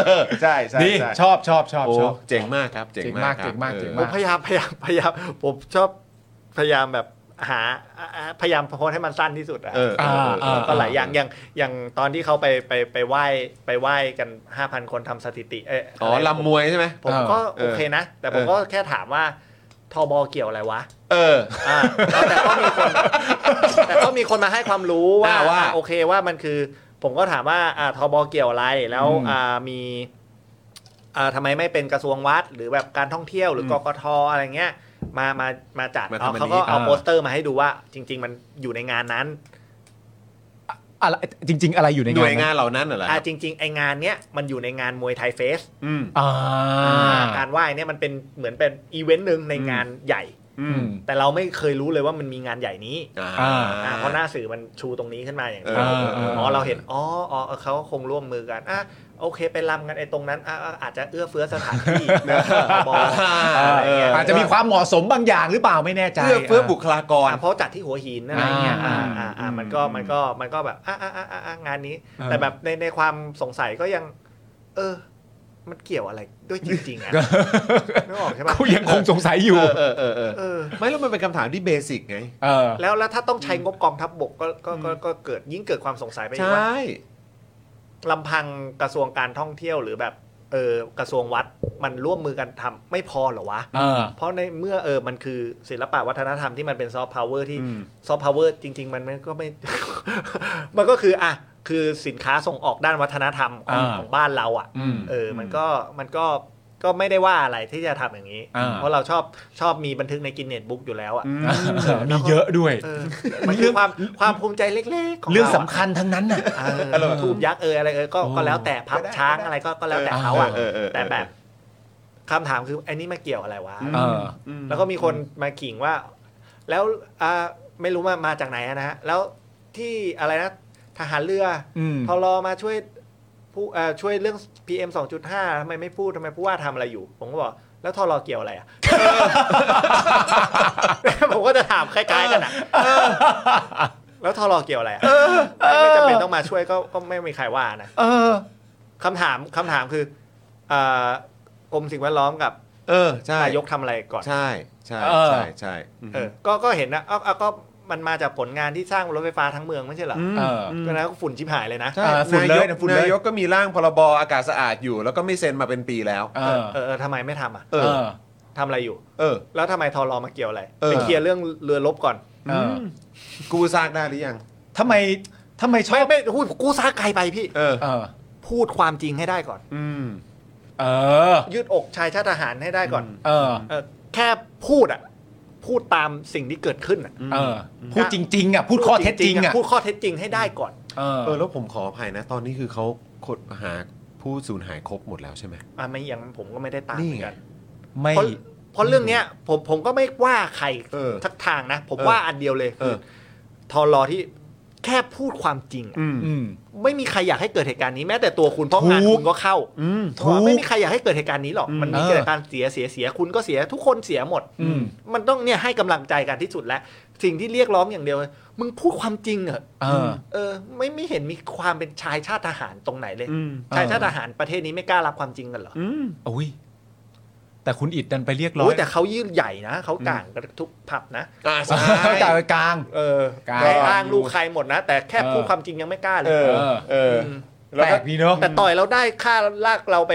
[SPEAKER 1] เออ ใช่ใช่
[SPEAKER 2] นี่
[SPEAKER 1] ใช่
[SPEAKER 2] ชอบชอบชอบ
[SPEAKER 1] โอ้
[SPEAKER 2] ชอบ
[SPEAKER 1] เจ๋งมากครับ เจ๋งมาก
[SPEAKER 2] เจ๋งมาก
[SPEAKER 1] ครับ
[SPEAKER 2] เจ๋ง
[SPEAKER 1] ออ
[SPEAKER 2] ม
[SPEAKER 3] ผ
[SPEAKER 2] ก
[SPEAKER 3] มพยายามพยายามพยายามผมชอบพยายามแบบหาอ่าอ่าพยายามโพสต์ให้มันสั้นที่สุดอะ
[SPEAKER 1] เออ
[SPEAKER 2] อ่า
[SPEAKER 3] เออแล้วก็
[SPEAKER 2] อ่า
[SPEAKER 3] หลายอย่างอย่างอย่างตอนที่เขาไปไปไปไหว้ไปไหว้กัน 5,000 คนทำสถิติเออ
[SPEAKER 1] อ๋อ
[SPEAKER 3] อะไร
[SPEAKER 1] ลำมวยใช่ไหม
[SPEAKER 3] ผม
[SPEAKER 2] เออ
[SPEAKER 3] ก็
[SPEAKER 1] เออ
[SPEAKER 3] โอเคนะ แต่ผมก็แค่ถามว่า ทบเกี่ยวอะไรวะ
[SPEAKER 1] เออ
[SPEAKER 3] อ่าแล้วแต่ก็มี คน แต่ก็มีคนมาให้ความรู้ว่า
[SPEAKER 1] อ่าว่า
[SPEAKER 3] อ่ะโอเคว่ามันคือ ผมก็ถามว่าอ่าทบเกี่ยวอะไรแล้ว
[SPEAKER 2] อืม
[SPEAKER 3] อ่ามีอ่าทำไมไม่เป็นกระทรวงวัด หรือแบบการท่องเที่ยวหรืออกกทอะไรเงี้ย มามามาจัด
[SPEAKER 1] มาทำ
[SPEAKER 3] เอา
[SPEAKER 1] อันนี้
[SPEAKER 3] เขาก็เอา
[SPEAKER 2] อ่า
[SPEAKER 3] โปสเตอร์มาให้ดูว่า จริง ๆ มันอยู่ในงานนั้น
[SPEAKER 2] อะไรจริง ๆ อะไรอยู่ใน
[SPEAKER 1] ห
[SPEAKER 2] งาน
[SPEAKER 1] น่วยงา
[SPEAKER 2] นะ
[SPEAKER 1] นเหล่านั้นน่ะเหรอค
[SPEAKER 3] อ่า
[SPEAKER 1] รับ
[SPEAKER 3] จริง ๆ ไองานเนี้ยมันอยู่ในงานมวยไทยเฟส
[SPEAKER 1] อืม
[SPEAKER 2] อ่า
[SPEAKER 3] การไหว้เนี่ยมันเป็นเหมือนเป็นอีเวนต์หนึ่งในงานใหญ่
[SPEAKER 1] อื
[SPEAKER 2] อื
[SPEAKER 1] ม
[SPEAKER 2] ม
[SPEAKER 3] แต่เราไม่เคยรู้เลยว่ามันมีงานใหญ่นี้
[SPEAKER 1] อ่า
[SPEAKER 2] อ่า
[SPEAKER 3] อ่าเพราะหน้าสื่อมันชูตรงนี้ขึ้นมาอย่างเดียว
[SPEAKER 1] เออ
[SPEAKER 3] อ๋อเราเห็นอ๋ออ๋อเออเขาคงร่วมมือกันอ่ะโอเคไปรำกันไอ้ตรงนั้นอ่ะอ่ะอาจจะเอื้อเฟื้อสถานที่บออะไรเงี้ย
[SPEAKER 2] อาจจะมีความเหมาะสมบางอย่างหรือเปล่าไม่แน่ใจ
[SPEAKER 1] เพื่อเพื่อบุคลากร
[SPEAKER 3] อ่ะเพราะจัดที่หัวหินอะไรเงี้ยอ่าอ่าอ่ามันก็
[SPEAKER 2] อืม
[SPEAKER 3] มันก็มันก็แบบอ่ะอ่ะอ่ะอ่ะอ่ะงานนี้
[SPEAKER 2] เออ
[SPEAKER 3] แต่แบบในในความสงสัยก็ยัง เออ มันเกี่ยวอะไรด้วยจริงๆอ่ะนึกออกใช่ปะ
[SPEAKER 2] กูยังคงสงสัยอยู่
[SPEAKER 1] เออเออเออเออ
[SPEAKER 3] เออ
[SPEAKER 1] ไม่แล้วมันเป็นคำถามที่เบสิกไง
[SPEAKER 2] เออ
[SPEAKER 3] แล้วแล้วถ้าต้องใช้งบกองทัพบบกก็ก็ก็ก็เกิดยิ่งเกิดความสงสัยไปอีก
[SPEAKER 1] ใช่
[SPEAKER 3] ว่าลำพังกระทรวงการท่องเที่ยวหรือแบบเออกระทรวงวัดมันร่วมมือกันทำไม่พอเหรอวะ
[SPEAKER 2] เออ
[SPEAKER 3] เพราะในเมื่อเออมันคือศิลปะวัฒนธรรมที่มันเป็นซอฟต์พาวเวอร์ที่
[SPEAKER 1] อืม
[SPEAKER 3] ซอฟต์พาวเวอร์จริง ๆ มันมันก็ไม่ มันก็คืออ่ะคือสินค้าส่งออกด้านวัฒนธรรมของ
[SPEAKER 2] อ่า
[SPEAKER 3] ของบ้านเราอ่ะ
[SPEAKER 2] อืม
[SPEAKER 3] เออ มันก็ มันก็ ก็ไม่ได้ว่าอะไรที่จะทำอย่างนี้
[SPEAKER 2] อ่า
[SPEAKER 3] เพราะเราชอบ ชอบมีบันทึกในกินเน s บุ๊กอยู่แล้วอ่ะ
[SPEAKER 2] มีเยอะด้วย
[SPEAKER 3] เออ มันคือความ ความภูมิใจเล็กๆ ของ
[SPEAKER 2] เรื่องสำ
[SPEAKER 3] เราะ
[SPEAKER 2] คัญทั้งนั้นน่ะ
[SPEAKER 3] เออเออทูบยักษ์เอออะไรเออก็
[SPEAKER 2] โอ้
[SPEAKER 3] ก็แล้วแต่พับ
[SPEAKER 1] ก็ได้
[SPEAKER 3] ช้าง
[SPEAKER 1] ก็ได้
[SPEAKER 3] อะไรก็ ก็แล้วแต่เขาอ่ะ
[SPEAKER 1] เออเออเออ
[SPEAKER 3] แต่แบบคำถามคือไอ้นี่มาเกี่ยวอะไรวะ
[SPEAKER 2] เออ
[SPEAKER 3] แล้วก็มีคนมาขิงว่า แล้วอ่าไม่รู้มามาจากไหนอะนะฮะ แล้วที่อะไรนะ ทหารเรือ
[SPEAKER 2] อืม
[SPEAKER 3] พอรอมาช่วยผู้เอ่อช่วยเรื่อง PM 2.5ทำไมไม่พูดทำไมผู้ว่าทำอะไรอยู่ ผมก็บอก แล้วทอรอเกี่ยวอะไรอ่ะ ผมก็จะถามคล้ายๆกัน อ่ะแล้วทอรอเกี่ยวอะไรอ่ะไม่ไม่จำเป็นต้องมาช่วยก็ก็ไม่มีใครว่านะ
[SPEAKER 2] เออ
[SPEAKER 3] คำถามคำถามคือเอ่อกรมสิ่งแวดล้อมกับ
[SPEAKER 1] เออ ใช่
[SPEAKER 3] นายกทำอะไรก่อน
[SPEAKER 1] ใช่ ใช่
[SPEAKER 2] เออ
[SPEAKER 1] ใช่ ใช่อืม
[SPEAKER 3] เออ ก็ก็เห็นนะเอาเอาก็มันมาจากผลงานที่สร้างรถไฟฟ้าทั้งเมืองไม่ใช่เหรอ
[SPEAKER 2] เออ
[SPEAKER 3] ก็นะก็ฝุ่นชิบหายเลยนะ
[SPEAKER 1] ใช่
[SPEAKER 2] อ่าฝุ่น
[SPEAKER 1] นายก
[SPEAKER 2] เลยฝุ่นเลย
[SPEAKER 1] นายกก็มีร่างพรบอากาศสะอาดอยู่ แล้วก็ไม่เซ็นมาเป็นปีแล้ว
[SPEAKER 2] เออ
[SPEAKER 3] เออเออทำไมไม่ทำอ่ะ
[SPEAKER 1] เอ
[SPEAKER 2] เอ
[SPEAKER 1] อ
[SPEAKER 2] อ
[SPEAKER 3] ทำอะไรอยู่
[SPEAKER 1] เออ
[SPEAKER 3] แล้วทำไมทอรอมาเกี่ยวอะไร
[SPEAKER 1] เออ
[SPEAKER 3] ไปเคลียร์เรื่องเรือลบก่อน
[SPEAKER 2] เออ
[SPEAKER 1] กูสร้างได้หรือยัง
[SPEAKER 2] ทำไมทำไมชอ
[SPEAKER 3] ไม่
[SPEAKER 2] บ
[SPEAKER 3] ไม่พูดกู้ซากไกลไปพี่
[SPEAKER 1] เออ
[SPEAKER 2] เออ
[SPEAKER 3] พูดความจริงให้ได้ก่อน
[SPEAKER 1] อืม
[SPEAKER 2] เออ
[SPEAKER 3] ยืดอกชายชาติทหารให้ได้ก่อน
[SPEAKER 2] เออ
[SPEAKER 3] เออแค่พูดอ่ะ พูดตามสิ่งที่เกิดขึ้นอ่ะ
[SPEAKER 2] เออ พูดจริง ๆ อ่ะ พูดข้อเท็จจริงอ่ะ
[SPEAKER 3] พูดข้อเท็จจริงให้ได้ก่อน
[SPEAKER 2] เออ
[SPEAKER 1] เออ แล้วผมขออภัยนะ ตอนนี้คือเขาคดหาผู้สูญหายครบหมดแล้วใช่ไหม
[SPEAKER 3] อ่ะไม่อยังผมก็ไม่ได้ตาม
[SPEAKER 1] นี่
[SPEAKER 3] เหมือ
[SPEAKER 1] ไง
[SPEAKER 3] นกัน
[SPEAKER 2] ไม่
[SPEAKER 3] เพราะเพราะเรื่องเนี้ย ผมผมก็ไม่ว่าใคร
[SPEAKER 1] เออ
[SPEAKER 3] ทักทางนะ ผม
[SPEAKER 1] เออ
[SPEAKER 3] ว่าอันเดียวเลย
[SPEAKER 1] เอ
[SPEAKER 3] คือ
[SPEAKER 1] อ
[SPEAKER 3] ทอรอที่แค่พูดความจริงอะ
[SPEAKER 1] อืม
[SPEAKER 2] อืม
[SPEAKER 3] ไม่มีใครอยากให้เกิดเหตุการณ์นี้แม้แต่ตัวคุณเพราะงาน
[SPEAKER 2] ถูก
[SPEAKER 3] คุณก็เข้า
[SPEAKER 1] อืม
[SPEAKER 2] ถูก
[SPEAKER 3] ไม่มีใครอยากให้เกิดเหตุการณ์นี้หรอก มันมี
[SPEAKER 2] เออ
[SPEAKER 3] เกิดการเสียเสียเสียคุณก็เสียทุกคนเสียหมด
[SPEAKER 2] อืม
[SPEAKER 3] มันต้องเนี่ยให้กำลังใจกันที่สุดแล้ว สิ่งที่เรียกร้องอย่างเดียว มึงพูดความจริงเหรอะ
[SPEAKER 2] เออ
[SPEAKER 3] เออ ไม่ไม่เห็นมีความเป็นชายชาติทหารตรงไหนเลย
[SPEAKER 1] อืม
[SPEAKER 3] ชายชาติทหารประเทศนี้ไม่กล้ารับความจริงกันเหรอ
[SPEAKER 1] อืม
[SPEAKER 2] อุ้ย แต่คุณอิดดันไปเรียกร้อ
[SPEAKER 3] โอ้
[SPEAKER 2] ง
[SPEAKER 3] ยแต่เขายื่นใหญ่นะเขากลางกันทุกผับนะ
[SPEAKER 1] อ่าใช่
[SPEAKER 2] เขาจ่ายไปกลาง
[SPEAKER 3] เออ
[SPEAKER 2] ก็
[SPEAKER 3] ใครอ้างลูกใครหมดนะ แต่แค่
[SPEAKER 2] เออ
[SPEAKER 3] พูดความจริงยังไม่กล้าเล
[SPEAKER 1] เอยอ เออ
[SPEAKER 3] ม
[SPEAKER 2] แปลกดีเนอะ
[SPEAKER 3] แต่ต่อยเราได้ค่าลากเราไป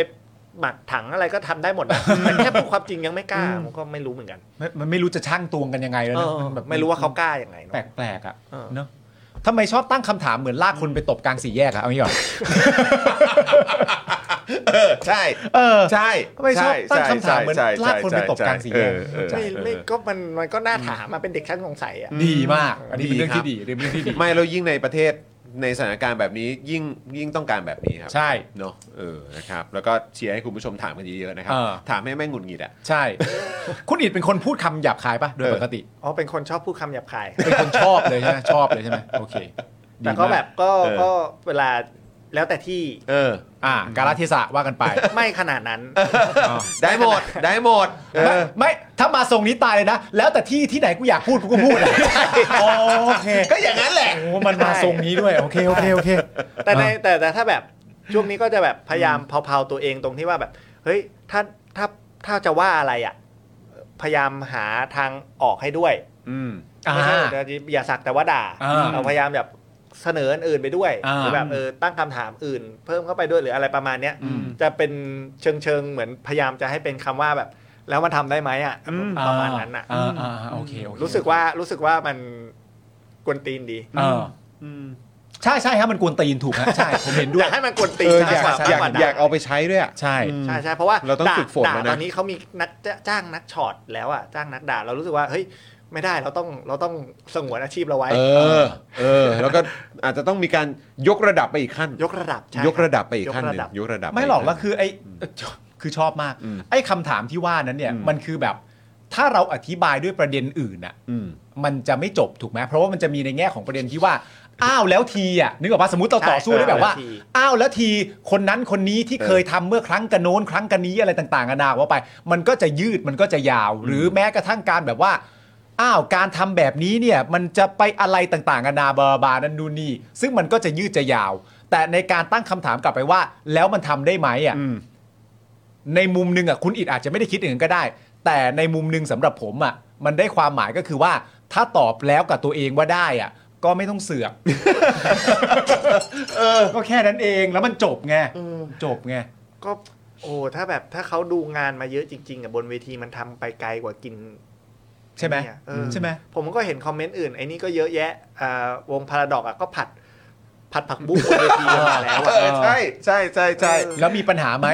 [SPEAKER 3] หมักถังอะไรก็ทำได้หมด นะแต่แค่พูดความจริงยังไม่กล้ามันก็ไม่รู้เหมือนกัน
[SPEAKER 2] ไม่มันไม่รู้จะช่างตวงกันยังไงแล้ว
[SPEAKER 3] เอ
[SPEAKER 2] นะ
[SPEAKER 3] อน
[SPEAKER 2] แบบ
[SPEAKER 3] ไม่รู้ว่าเขากล้าอย่างไงเน
[SPEAKER 2] แปล
[SPEAKER 3] อะ
[SPEAKER 2] กแปลกๆอ่ะ
[SPEAKER 3] เออ
[SPEAKER 2] เนอะทำไมชอบตั้งคำถามเหมือนลากคนไปตบกลางสี่แยกอะเอางี้ก่อน
[SPEAKER 1] เออ ใช่
[SPEAKER 2] เออ
[SPEAKER 1] ใช่
[SPEAKER 2] ทำไมชอบตั้งคำถา
[SPEAKER 1] ใช่
[SPEAKER 2] มเหมือน
[SPEAKER 1] ใช่
[SPEAKER 2] ลากคนไปตบกลางสี่แยก
[SPEAKER 1] เออเออ
[SPEAKER 3] ไม่
[SPEAKER 1] เออ
[SPEAKER 3] ไม่ก็มันมันก็น่าถามมาเป็นเด็กช่างสงสัยอ่ะ
[SPEAKER 2] ดีมากอันนี้เป็นเรื่อง
[SPEAKER 1] ดีครับ
[SPEAKER 2] ที่ดีเป็นเรื่องที่ดี
[SPEAKER 1] ไม่แล้วยิ่งในประเทศในสถานการณ์แบบนี้ยิ่งยิ่งต้องการแบบนี้ครั
[SPEAKER 2] ใช่
[SPEAKER 1] เนาะเออนะครับแล้วก็เชียร์ให้คุณผู้ชมถามกันเยอะๆนะครับ
[SPEAKER 2] เออ
[SPEAKER 1] ถามให้แม่งหงุดหงิดอ่ะ
[SPEAKER 2] ใช่ คุณอิดเป็นคนพูดคำหยาบคายป่ะ โดย
[SPEAKER 1] เออ
[SPEAKER 2] ปกติ
[SPEAKER 3] อ๋อ เป็นคนชอบพูดคำหยาบคาย
[SPEAKER 2] เป็นคนชอบเลยใช่ไหม ชอบเลยใช่ไหมโอเคดี
[SPEAKER 3] แต่ก็
[SPEAKER 2] มา
[SPEAKER 3] แบบก็
[SPEAKER 1] เออ
[SPEAKER 3] ก็เวลาแล้วแต่ที่
[SPEAKER 1] เออ
[SPEAKER 2] อ่าการเทศะว่ากันไป
[SPEAKER 3] ไม่ขนาดนั้น
[SPEAKER 2] อ๋อ
[SPEAKER 1] ได้หมดได้หมดเอ
[SPEAKER 2] ไม่
[SPEAKER 1] อ
[SPEAKER 2] ไม่ถ้ามาทรงนี้ตายเลยนะ แล้วแต่ที่ที่ไหนกูอยากพูดกูก็พูดอะอ๋อโอเค
[SPEAKER 1] ก็อย่างนั้นแหละ
[SPEAKER 2] โอ้มันมาทรงนี้ด้วยโอเคโอเคโอเค
[SPEAKER 3] แต่ในแต่แต่ถ้าแบบช่วงนี้ก็จะแบบพยายามเผาๆตัวเองตรงที่ว่าแบบ เฮ้ยถ้าถ้าถ้าจะว่าอะไรอ่ะ พยายามหาทางออกให้ด้วย
[SPEAKER 1] อืม
[SPEAKER 3] ไม่ใช่แบบอย่าสักแต่ว่าด่า
[SPEAKER 2] อ่า
[SPEAKER 3] เราพยายามแบบเสนออันอื่นไปด้วย
[SPEAKER 2] อ่า
[SPEAKER 3] หรือแบบเออตั้งคำถามอื่น เพิ่มเข้าไปด้วยหรืออะไรประมาณเนี้ย จะเป็นเชิงเชิงๆเหมือนพยายามจะให้เป็นคำว่าแบบ แล้วมันทำได้ไหมอ่ะประมาณนั้นอ่ะ
[SPEAKER 2] อ่าอ่าอ่าโอเคโอเค
[SPEAKER 3] รู้สึกว่ารู้สึกว่ามันกวนตีนดี
[SPEAKER 2] เอออใช่ใช่ครับมันกวนตีนถูกฮะใช่ผมเห็นด้
[SPEAKER 3] อ
[SPEAKER 2] วย
[SPEAKER 3] ยากให้มันกวนตี
[SPEAKER 1] เอน ออ
[SPEAKER 3] มาก
[SPEAKER 1] ยาก
[SPEAKER 3] กว่า
[SPEAKER 1] อยาก
[SPEAKER 3] มกว่ด่
[SPEAKER 1] อยากเอาไปใช้ด้วยอะ
[SPEAKER 2] ใช่
[SPEAKER 3] ใช่ใช่เพราะว่า
[SPEAKER 1] เราต้อง
[SPEAKER 3] ด่
[SPEAKER 1] ฝึกฝน
[SPEAKER 3] ด่า
[SPEAKER 1] แล้วนะ
[SPEAKER 3] ตอนนี้เขามีนักจ้าจ้างนักช็อตแล้วอ่ะจ้างนักด่าเรารู้สึกว่าเฮ้ยไม่ได้เราต้องเราต้องสงวนอาชีพเราไว้
[SPEAKER 1] เออ เออ แล้วก็อาจจะต้องมีการยกระดับไปอีกขั้น
[SPEAKER 3] ยกระดับใช่
[SPEAKER 1] ยกระดับไปอีกขั้นห
[SPEAKER 3] ย
[SPEAKER 1] นึ่
[SPEAKER 3] ระดับ
[SPEAKER 1] งยกระดับป
[SPEAKER 2] ไม่หรอก
[SPEAKER 1] น
[SPEAKER 2] แล้วคือไอ้คือชอบมาก
[SPEAKER 1] อืม
[SPEAKER 2] ไอ้คำถามที่ว่านั้นเนี่ย
[SPEAKER 1] อืม
[SPEAKER 2] มันคือแบบ ถ้าเราอธิบายด้วยประเด็นอื่นน่ะ
[SPEAKER 1] อืม
[SPEAKER 2] มันจะไม่จบถูกไหมเพราะว่ามันจะมีในแง่ของประเด็นที่ว่า อ้าวแล้วทีอ่ะนึกออกปะสมมติเราต่อสู้
[SPEAKER 3] ใช่
[SPEAKER 2] ได้แบบว่า
[SPEAKER 3] อ้าวแล้วที
[SPEAKER 2] อ้าวแล้วทีคนนั้นคนนี้ที่
[SPEAKER 1] เออ
[SPEAKER 2] เคยทำเมื่อครั้งกันโน้นครั้งกันนี้อะไรต่างๆนานาว่าไป มันก็จะยืดมันก็จะยาว หรือแม้กระทั่งการแบบว่า อ้าวการทำแบบนี้เนี่ยมันจะไปอะไรต่างๆนานาบาบานันนูนนี่ซึ่งมันก็จะยืดจะยาว แต่ในการตั้งคำถามกลับไปว่า แล้วมันทำได้ไหมอ่ะ
[SPEAKER 1] อืม
[SPEAKER 2] ในมุมหนึ่งอ่ะคุณอิดอาจจะไม่ได้คิดอย่างนั้นก็ได้ แต่ในมุมหนึ่งสำหรับผมอ่ะมันได้ความหมายก็คือว่า ถ้าตอบแล้วกับตัวเองว่าได้อ่ะ ก็ไม่ต้องเสือกเออ ก็แค่นั้นเองแล้วมันจบไงจบไง
[SPEAKER 3] ก็โอ้ถ้าแบบถ้าเขาดูงานมาเยอะจริงๆอะบนเวทีมันทำไปไกลกว่ากิน
[SPEAKER 2] ใช่ไหม
[SPEAKER 3] เนี่ยเออ
[SPEAKER 2] ใช่ไหม
[SPEAKER 3] ผมก็เห็นคอมเมนต์อื่นไอ้นี่ก็เยอะแยะอ่าวงพาราดอกอะก็ผัด ผัดผักบุ้งบนเวทีกันมาแล้วอะ
[SPEAKER 1] เออใช่ใช่ใช่ใช่
[SPEAKER 2] แล้วมีปัญหาไหม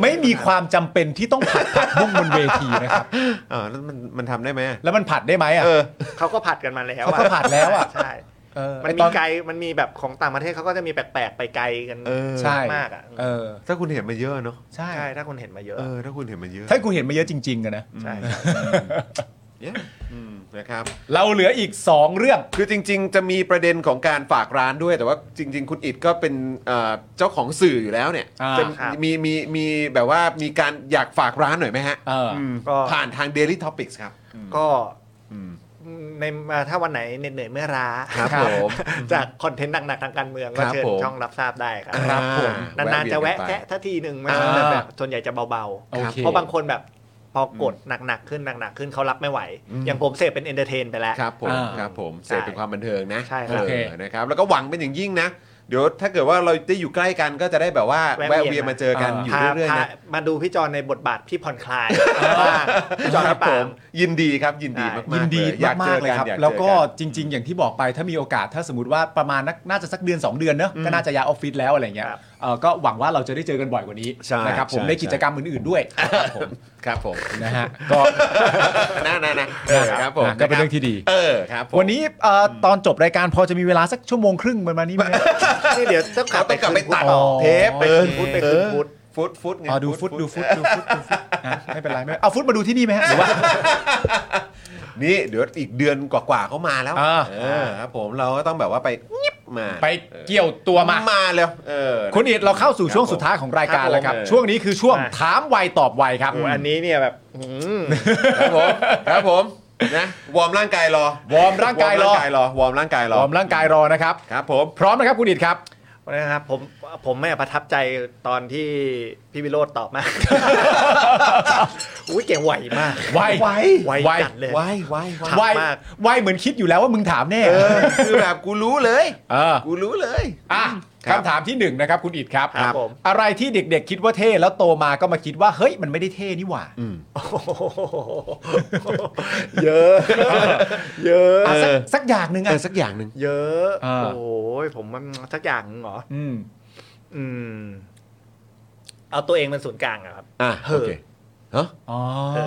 [SPEAKER 2] ไม่มีความจำเป็นที่ต้องผัดผักบุ้งบนเวทีนะครับ
[SPEAKER 1] เออแล้วมันมันทำได้ไหมอะ
[SPEAKER 2] แล้วมันผัดได้ไหมอ่ะ
[SPEAKER 1] เออ
[SPEAKER 3] เขาก็ผัดกันมาแล้วอะ
[SPEAKER 2] เขาก็ผัดแล้วอะ
[SPEAKER 3] ใช่
[SPEAKER 2] เออ
[SPEAKER 3] มัน
[SPEAKER 2] ไอ้ต
[SPEAKER 3] มี
[SPEAKER 2] อน
[SPEAKER 3] ไกลมันมีแบบของต่างประเทศเขาก็จะมีแปลกๆไปไกลกัน
[SPEAKER 1] เออ
[SPEAKER 2] ใช่
[SPEAKER 3] มากอะ
[SPEAKER 2] เออ
[SPEAKER 1] ถ้าคุณเห็นมาเยอะเนาะ
[SPEAKER 2] ใช่
[SPEAKER 3] ใช่ถ้าคนเห็นมาเยอะ
[SPEAKER 1] เออถ้าคุณเห็นมาเยอะ
[SPEAKER 2] ถ้ากูเห็นมาเยอะจริงๆอะนะ
[SPEAKER 3] ใช่
[SPEAKER 1] เนี่ยอืมนะครับ
[SPEAKER 2] เราเหลืออีกสองเรื่อง
[SPEAKER 1] คือจริง ๆ จะมีประเด็นของการฝากร้านด้วย แต่ว่าจริง ๆ คุณอิดก็เป็นเอ่อเจ้าของสื่ออยู่แล้วเนี่ย
[SPEAKER 2] อ่า
[SPEAKER 1] จะ
[SPEAKER 3] ครับ
[SPEAKER 1] มีมีมีแบบว่ามีการอยากฝากร้านหน่อยไหมฮะ
[SPEAKER 2] เอออ
[SPEAKER 1] ม
[SPEAKER 3] ก็
[SPEAKER 1] ผ่านทาง Daily Topics ครับ
[SPEAKER 3] ก็
[SPEAKER 1] อืม
[SPEAKER 3] ในมาถ้าวันไหนเหนื่อยเมื่อยล้า
[SPEAKER 1] ครับผม
[SPEAKER 3] จากคอนเทนต์หนักๆทางการเมือง
[SPEAKER 1] ค
[SPEAKER 3] ก็
[SPEAKER 1] รับ
[SPEAKER 3] เชิญ
[SPEAKER 1] ผม
[SPEAKER 3] ช่องรับทราบได้ครับ
[SPEAKER 1] อ่
[SPEAKER 3] นานๆจะแวะ
[SPEAKER 1] เยนกันไป
[SPEAKER 3] แทะทักทีหนึ่ง
[SPEAKER 2] อ่า
[SPEAKER 3] แต่แบบส่วนใหญ่จะเบา
[SPEAKER 2] โอเค
[SPEAKER 3] ๆ เพราะบางคนแบบพอกดหนักๆขึ้นหนักๆขึ้นเขารับไม่ไหว
[SPEAKER 1] อืม
[SPEAKER 3] อย่างผมเสพเป็นเอนเตอร์เทนไปแล้ว
[SPEAKER 1] ครับผม
[SPEAKER 2] อ่า
[SPEAKER 1] ครับผมเส
[SPEAKER 3] ใช่
[SPEAKER 1] พเป็นความบันเทิงนะ
[SPEAKER 3] ใช่ครั
[SPEAKER 1] เออ
[SPEAKER 3] บ
[SPEAKER 2] โอเค
[SPEAKER 1] นะครับ แล้วก็หวังเป็นอย่างยิ่งนะ เดี๋ยวถ้าเกิดว่าเราได้อยู่ใกล้กันก็จะได้แบบว่าแวะ
[SPEAKER 3] แวะเวียน
[SPEAKER 1] เวียนมาเจอกัน
[SPEAKER 2] อ่า
[SPEAKER 1] อยู่
[SPEAKER 3] พา
[SPEAKER 1] เรื่อย
[SPEAKER 3] พา
[SPEAKER 1] ๆนะ
[SPEAKER 3] มาดูพี่จอนในบทบาทพี่ผ่อนคลายบ้างพี่จอน
[SPEAKER 1] ครั
[SPEAKER 3] พี่
[SPEAKER 1] บผ
[SPEAKER 3] ปาม ม
[SPEAKER 1] ยินดีครับยินดีมากๆ
[SPEAKER 2] ยินดี
[SPEAKER 1] เลยอยาก
[SPEAKER 2] มา
[SPEAKER 1] เจ
[SPEAKER 2] ก
[SPEAKER 1] อ
[SPEAKER 2] ๆเลยครับ
[SPEAKER 1] อยาเจอ
[SPEAKER 2] แล้วก็จริง ๆ อย่างที่บอกไปถ้ามีโอกาสถ้าสมมติว่าประมาณนักน่าจะสักเดือน 2 เดือนเนอะก็น่าจะย้ายออฟฟิศแล้วอะไรเงี้ย
[SPEAKER 3] ครับ
[SPEAKER 2] เอ่อก็หวังว่าเราจะได้เจอกันบ่อยกว่านี้
[SPEAKER 1] ใช่
[SPEAKER 2] นะครับผม
[SPEAKER 1] ช่
[SPEAKER 2] ในกิจกรรมอื่นๆด้วยครับผม
[SPEAKER 1] ครับผม
[SPEAKER 2] นะฮะก็
[SPEAKER 1] นะนะนะเออครับผม
[SPEAKER 2] นะก็เป็นเรื่องที่ดี
[SPEAKER 1] เออครับผม
[SPEAKER 2] วันนี้เอ่ออตอนจบรายการพอจะมีเวลาสักชั่วโมงครึ่งประมาณนี้ไหม
[SPEAKER 3] นี่เดี๋ยวต้องกลั
[SPEAKER 1] เรา
[SPEAKER 3] บ
[SPEAKER 1] ต้องกลับไป
[SPEAKER 3] คืน
[SPEAKER 1] ตัด
[SPEAKER 3] พุธต่อ
[SPEAKER 1] เทปไป
[SPEAKER 3] เออ
[SPEAKER 1] คืนพุทธไป
[SPEAKER 3] เอ
[SPEAKER 1] คืน
[SPEAKER 3] อ
[SPEAKER 1] พุทธฟุตฟุตไง
[SPEAKER 2] อ๋อดูฟุตดูฟุตดูฟุตดูฟุตฮะไม่เป็นไรไม่เป็นไรเอาฟุตมาดูที่นี่ไหมฮะหรือว่า
[SPEAKER 1] นี่เดี๋ยวอีกเดือนกว่าๆเขามาแล้ว
[SPEAKER 2] อ่า
[SPEAKER 1] เออครับผมเราก็ต้องแบบว่าไปงิบมา
[SPEAKER 2] ไปเกี่ยวตัวมา
[SPEAKER 1] มาแล้วเออ
[SPEAKER 2] คุณอิดเราเข้าสู่ช่วงสุดท้ายของรายการแล้วครับ
[SPEAKER 1] ครับผม
[SPEAKER 2] ช่วงนี้คือช่วง
[SPEAKER 3] อ่ะ
[SPEAKER 2] ถามไวตอบไวครับ
[SPEAKER 3] โอ้อันนี้เนี่ยแบบหืม
[SPEAKER 1] ครับผมครับผมนะวอร์มร่างกายรอ
[SPEAKER 2] วอร์มร่างกายรอ
[SPEAKER 1] วอร์มร่างกายร
[SPEAKER 2] ร
[SPEAKER 1] อว
[SPEAKER 2] อ
[SPEAKER 1] อร์
[SPEAKER 2] ม
[SPEAKER 1] มร่างกายรอ
[SPEAKER 2] ร่างกายรอนะครับ
[SPEAKER 1] ครับผม
[SPEAKER 2] พร้อมนะครับคุณอิดครับ
[SPEAKER 3] นะครับผมผมไม่ประทับใจตอนที่พี่วิโรธตอบ มากอุ้ยเก่งไหวมาก
[SPEAKER 2] ไว
[SPEAKER 3] ไวไว
[SPEAKER 2] ไว
[SPEAKER 3] จัดเลย
[SPEAKER 1] ว้ายว้ายว้าย
[SPEAKER 2] ไว
[SPEAKER 3] มาก
[SPEAKER 2] ไวเหมือนคิดอยู่แล้วว่ามึงถามแน่
[SPEAKER 1] เออคือแบบกูรู้เลย
[SPEAKER 2] เออ
[SPEAKER 1] กูรู้เลย
[SPEAKER 2] อ่ะ
[SPEAKER 1] ครับ
[SPEAKER 2] คำถามที่หนึ่งนะครับคุณอิดครับ
[SPEAKER 3] ครับผม
[SPEAKER 2] อะไรที่เด็กๆ คิดว่าเท่แล้วโตมาก็มาคิดว่าเฮ้ยมันไม่ได้เท่นี่หว่า
[SPEAKER 3] โอ้โหเยอะ เยอะ
[SPEAKER 2] อ่ะสัก
[SPEAKER 1] เออ
[SPEAKER 2] สักอย่างหนึ่ง
[SPEAKER 1] เอ
[SPEAKER 2] อ่ะ
[SPEAKER 1] อสักอย่างหนึ่ง
[SPEAKER 3] เยอะ
[SPEAKER 2] อ่า
[SPEAKER 3] โอ้ยผมมันสักอย่างหนึ่งเหรอ
[SPEAKER 2] อืม
[SPEAKER 3] อืม เอาตัวเองเป็นศูนย์กลางอะครับ
[SPEAKER 1] อ่ะ
[SPEAKER 3] เออ
[SPEAKER 1] โอเคฮะ
[SPEAKER 2] อ๋อ
[SPEAKER 3] เอ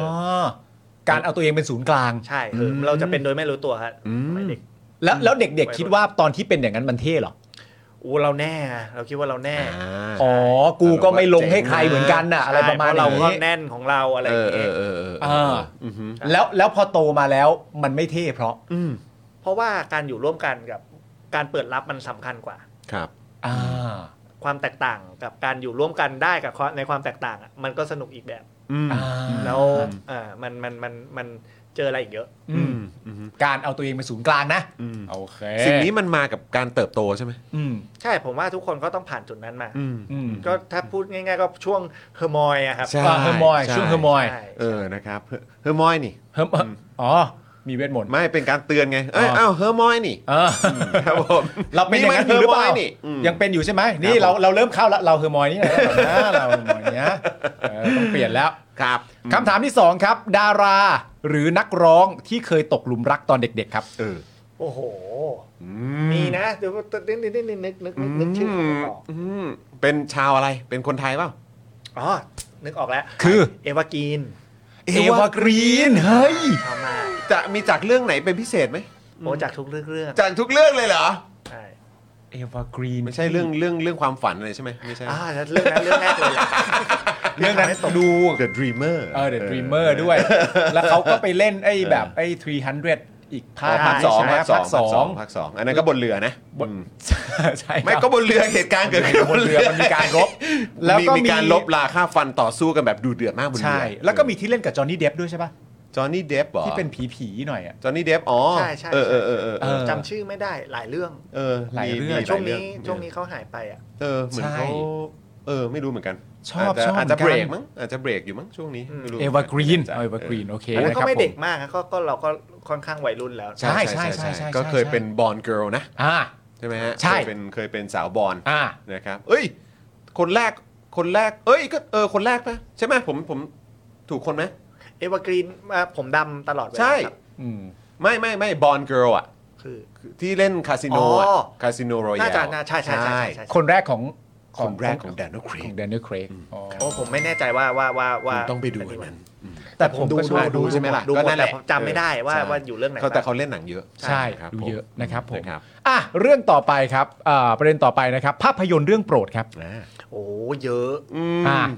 [SPEAKER 2] การเอาตัวเองเป็นศูนย์กลาง
[SPEAKER 3] ใช่เอออ
[SPEAKER 1] ม
[SPEAKER 3] เราจะเป็นโดยไม่รู้ตัวครับ
[SPEAKER 1] อืม
[SPEAKER 3] สมัยเด็ก
[SPEAKER 2] แล้วแล้วเด็กๆ คิดว่าตอนที่เป็นอย่างนั้นมันเท่เหรอ
[SPEAKER 3] อู้เราแน่อะเราคิดว่าเราแน่
[SPEAKER 1] อ่า
[SPEAKER 2] อ๋อกูก็ไม่ลงให้ใคร
[SPEAKER 1] เจ๋งนะ
[SPEAKER 2] เหมือนกันน่ะ อะไรประมาณ
[SPEAKER 3] ใช่เพเราก็
[SPEAKER 2] นี้
[SPEAKER 3] แน่นของเราอะไร
[SPEAKER 1] เอ
[SPEAKER 3] อ
[SPEAKER 1] อย่าง เอ
[SPEAKER 3] เงี้
[SPEAKER 1] อย เออเออเออ
[SPEAKER 2] อ่า
[SPEAKER 1] อือหือ
[SPEAKER 2] แล้วแล้วพอโตมาแล้วมันไม่เท่เพราะ
[SPEAKER 1] อืม
[SPEAKER 3] เพราะว่าการอยู่ร่วมกันกับการเปิดรับมันสำคัญกว่า
[SPEAKER 1] ครับ
[SPEAKER 2] อ่า
[SPEAKER 3] ความแตกต่างกับการอยู่ร่วมกันได้กับความในความแตกต่างอะมันก็สนุกอีกแบบ
[SPEAKER 1] อืม
[SPEAKER 2] อ่า
[SPEAKER 3] แล้วอ่ามันมันมันมันเจออะไรอีกเยอะ
[SPEAKER 2] อื
[SPEAKER 1] อื
[SPEAKER 2] ม
[SPEAKER 1] มอืม
[SPEAKER 2] การเอาตัวเองเป็นศูนย์กลางนะ
[SPEAKER 1] อืม
[SPEAKER 2] โอเค
[SPEAKER 1] สิ่งนี้มันมากับการเติบโตใช่ไหม
[SPEAKER 2] อืม
[SPEAKER 3] ใช่ผมว่าทุกคนก็ต้องผ่านจุดนั้นมา
[SPEAKER 1] อืม
[SPEAKER 2] อืม
[SPEAKER 3] ก็ถ้าพูดง่ายๆ ก็ช่วงเฮอร์มอยอะครับ
[SPEAKER 1] ใช่
[SPEAKER 2] อ่าเฮอร์มอย
[SPEAKER 1] ใ
[SPEAKER 2] ช่วงเฮอร์มอย
[SPEAKER 3] ใช่
[SPEAKER 1] เออนะครับเฮอเฮอร์มอยนี่
[SPEAKER 2] เฮอร์มอยอ๋อ มีเวทมนต์
[SPEAKER 1] ไม่เป็นการเตือนไงเอ้ย
[SPEAKER 2] อ๋อ
[SPEAKER 1] อ้าวเฮอร์มอยนี่
[SPEAKER 2] เออ
[SPEAKER 1] ครับผม
[SPEAKER 2] เราเป็นอย่างนั้นอยู่หรือเปล่า
[SPEAKER 1] มีไหมฮมยนี่อืม
[SPEAKER 2] ยังเป็นอยู่ใช่ไหมนี่เราเราเริ่มเข้าละเราเฮอร์มอยนี่นะเราเฮอร์มอยนี่นะเออต้องเปลี่ยนแล้ว
[SPEAKER 1] ครับ
[SPEAKER 2] คำถามที่สองครับ ดาราหรือนักร้องที่เคยตกหลุมรักตอนเด็กๆครับ
[SPEAKER 1] เออ
[SPEAKER 3] โอ้โห
[SPEAKER 1] อื
[SPEAKER 3] มีนะเดี๋ยวนึกนึกนึกนึกนึกนึกนึกนึกชื่อไม่ออก
[SPEAKER 1] อืมเป็นชาวอะไรเป็นคนไทยเปล่า
[SPEAKER 3] อ๋อ นึกออกแล้ว
[SPEAKER 2] คือ
[SPEAKER 3] เอวากีน
[SPEAKER 1] เอ
[SPEAKER 2] เอ
[SPEAKER 1] วา
[SPEAKER 2] วากรีนเฮ้ย
[SPEAKER 3] ชอบมาก
[SPEAKER 1] จะมีจากเรื่องไหนเป็นพิเศษไหม
[SPEAKER 3] โอ้จากทุกเรื่องเรื่อง
[SPEAKER 1] จากทุกเรื่องเลยเหรอ
[SPEAKER 3] ใช่
[SPEAKER 2] เอวากรีน
[SPEAKER 1] ไม่ใช่เรื่องเรื่องเรื่องความฝันอะไรใช่ไหมไม่ใช่
[SPEAKER 3] อ่าแล้วเรื่องนั้นเรื่องแรกเลยอะ
[SPEAKER 2] เรื่องนั้นดู
[SPEAKER 1] The Dreamer
[SPEAKER 2] เออ The Dreamer ด้วย แล้วเขาก็ไปเล่นไอ้แบบไอ้300 อีกภาค
[SPEAKER 1] ภาคสอง
[SPEAKER 2] ใช่ไหม
[SPEAKER 1] ภาคสอง
[SPEAKER 2] ภาคสอง
[SPEAKER 1] ภาคสองอันนั้นก็บนเรือนะ
[SPEAKER 2] บน
[SPEAKER 1] อืม
[SPEAKER 2] ใช่
[SPEAKER 1] ไม่
[SPEAKER 2] ครับ
[SPEAKER 1] ก็บนเรือเหตุการณ์เกิดขึ้น
[SPEAKER 2] บนเรือมันมีการรบแล้
[SPEAKER 1] แล้ว
[SPEAKER 2] วก็
[SPEAKER 1] ก็
[SPEAKER 2] มี
[SPEAKER 1] มีการลบราค่าฟันต่อสู้กันแบบดูเดือดมากบนเรือ
[SPEAKER 2] ใช่ แล้วก็มีที่เล่นกับจอห์นนี่เดฟด้วยใช่ป่ะ
[SPEAKER 1] จอห์นนี่เดฟหรอ
[SPEAKER 2] ที่เป็นผีผีๆหน่อยอ่ะ
[SPEAKER 1] จอห์นนี่เดฟอ๋อ
[SPEAKER 3] ใช่ใช่
[SPEAKER 1] เออเออ
[SPEAKER 3] ใช่
[SPEAKER 1] เออเออเออ
[SPEAKER 3] จำชื่อไม่ได้หลายเรื่อง
[SPEAKER 1] เออ
[SPEAKER 2] หลาย
[SPEAKER 1] มี
[SPEAKER 2] เรื่อง
[SPEAKER 1] มี
[SPEAKER 3] แต่ช่วง
[SPEAKER 1] ห
[SPEAKER 3] นี้
[SPEAKER 1] ลายเอ
[SPEAKER 3] ช่วงนี้เขาหายไปอ่ะ
[SPEAKER 1] เออเหมือน
[SPEAKER 2] ใช่
[SPEAKER 1] เขาเออไม่รู้เหมือนกัน
[SPEAKER 2] ชอบ
[SPEAKER 1] าจจะ
[SPEAKER 2] ชอบ
[SPEAKER 1] อาจจะ
[SPEAKER 2] เห
[SPEAKER 1] เบ
[SPEAKER 2] มื
[SPEAKER 1] ร
[SPEAKER 2] อนกัน
[SPEAKER 1] กมั้งอาจจะเบรกอยู่มั้งช่วงนี้ไม่รู้
[SPEAKER 2] เอวากรีน
[SPEAKER 1] ไม่แใจ
[SPEAKER 2] เอวากรีนโอเค
[SPEAKER 3] อันนั้น
[SPEAKER 2] นะค
[SPEAKER 3] ก็
[SPEAKER 2] รับ
[SPEAKER 3] ไม่
[SPEAKER 2] ผ
[SPEAKER 3] เด็
[SPEAKER 2] ม
[SPEAKER 3] กมากนะก็ก็เราก็ค่อนข้างวัยรุ่นแล้ว
[SPEAKER 2] ใช่
[SPEAKER 1] ก็เคยเป็นบอลเกิ l นะ
[SPEAKER 2] อ่า
[SPEAKER 1] ใช่ไหมฮะ
[SPEAKER 2] ใช่
[SPEAKER 1] เคยเป็นเคยเป็นสาวบอล
[SPEAKER 2] อ่า
[SPEAKER 1] นะครับเอ้ย คนแรกคนแรก เอ้ยก็เออคนแรกปะใช่ไหมผมผมถูกคนไหม
[SPEAKER 3] เอวากรีนมาผมดำตลอดเวลา
[SPEAKER 1] ใช่
[SPEAKER 3] ครับ
[SPEAKER 2] อืม
[SPEAKER 1] ไม่ไม่ไม่บอลเกิร์ลอ่ะ
[SPEAKER 3] คือ
[SPEAKER 1] ที่เล่นคาสิโนอ่ะ
[SPEAKER 3] อ๋อ
[SPEAKER 1] คาสิโนรอยั
[SPEAKER 3] น่า
[SPEAKER 1] ล
[SPEAKER 3] จะน่าใช่ใช่ใช่ใช่ใช่
[SPEAKER 2] คนแรกของ
[SPEAKER 1] คนแรกของแดนนอลครี
[SPEAKER 2] ข
[SPEAKER 1] ก
[SPEAKER 2] องแดนนี่เครกอ๋อ
[SPEAKER 3] โอ้ผมไม่แน่ใจว่าว่าว่าว่า
[SPEAKER 1] คุณต้องไปดูอันนั้น
[SPEAKER 2] แต่ผมก็ชอบ
[SPEAKER 1] ดูใช่ไหมล่ะ
[SPEAKER 3] ดูห
[SPEAKER 1] ก็
[SPEAKER 3] มด
[SPEAKER 1] นั่นแห
[SPEAKER 3] แต่
[SPEAKER 1] ละ
[SPEAKER 3] ผมจำไม่ได้ว่า
[SPEAKER 1] ใช่
[SPEAKER 3] ว่าอยู่เรื่องไหน
[SPEAKER 1] เขาแต่
[SPEAKER 3] บ้าง
[SPEAKER 1] เขาเล่นหนังเยอะ
[SPEAKER 2] ใช่
[SPEAKER 1] ครับ
[SPEAKER 2] ดูเยอะนะครับผม
[SPEAKER 1] นะครับ
[SPEAKER 2] อ่ะเรื่องต่อไปครับอ่าประเด็นต่อไปนะครับ ภาพยนตร์เรื่องโปรดครับ
[SPEAKER 1] อ่า
[SPEAKER 3] โอ้เยอะ
[SPEAKER 1] อื
[SPEAKER 2] อ่า
[SPEAKER 1] ม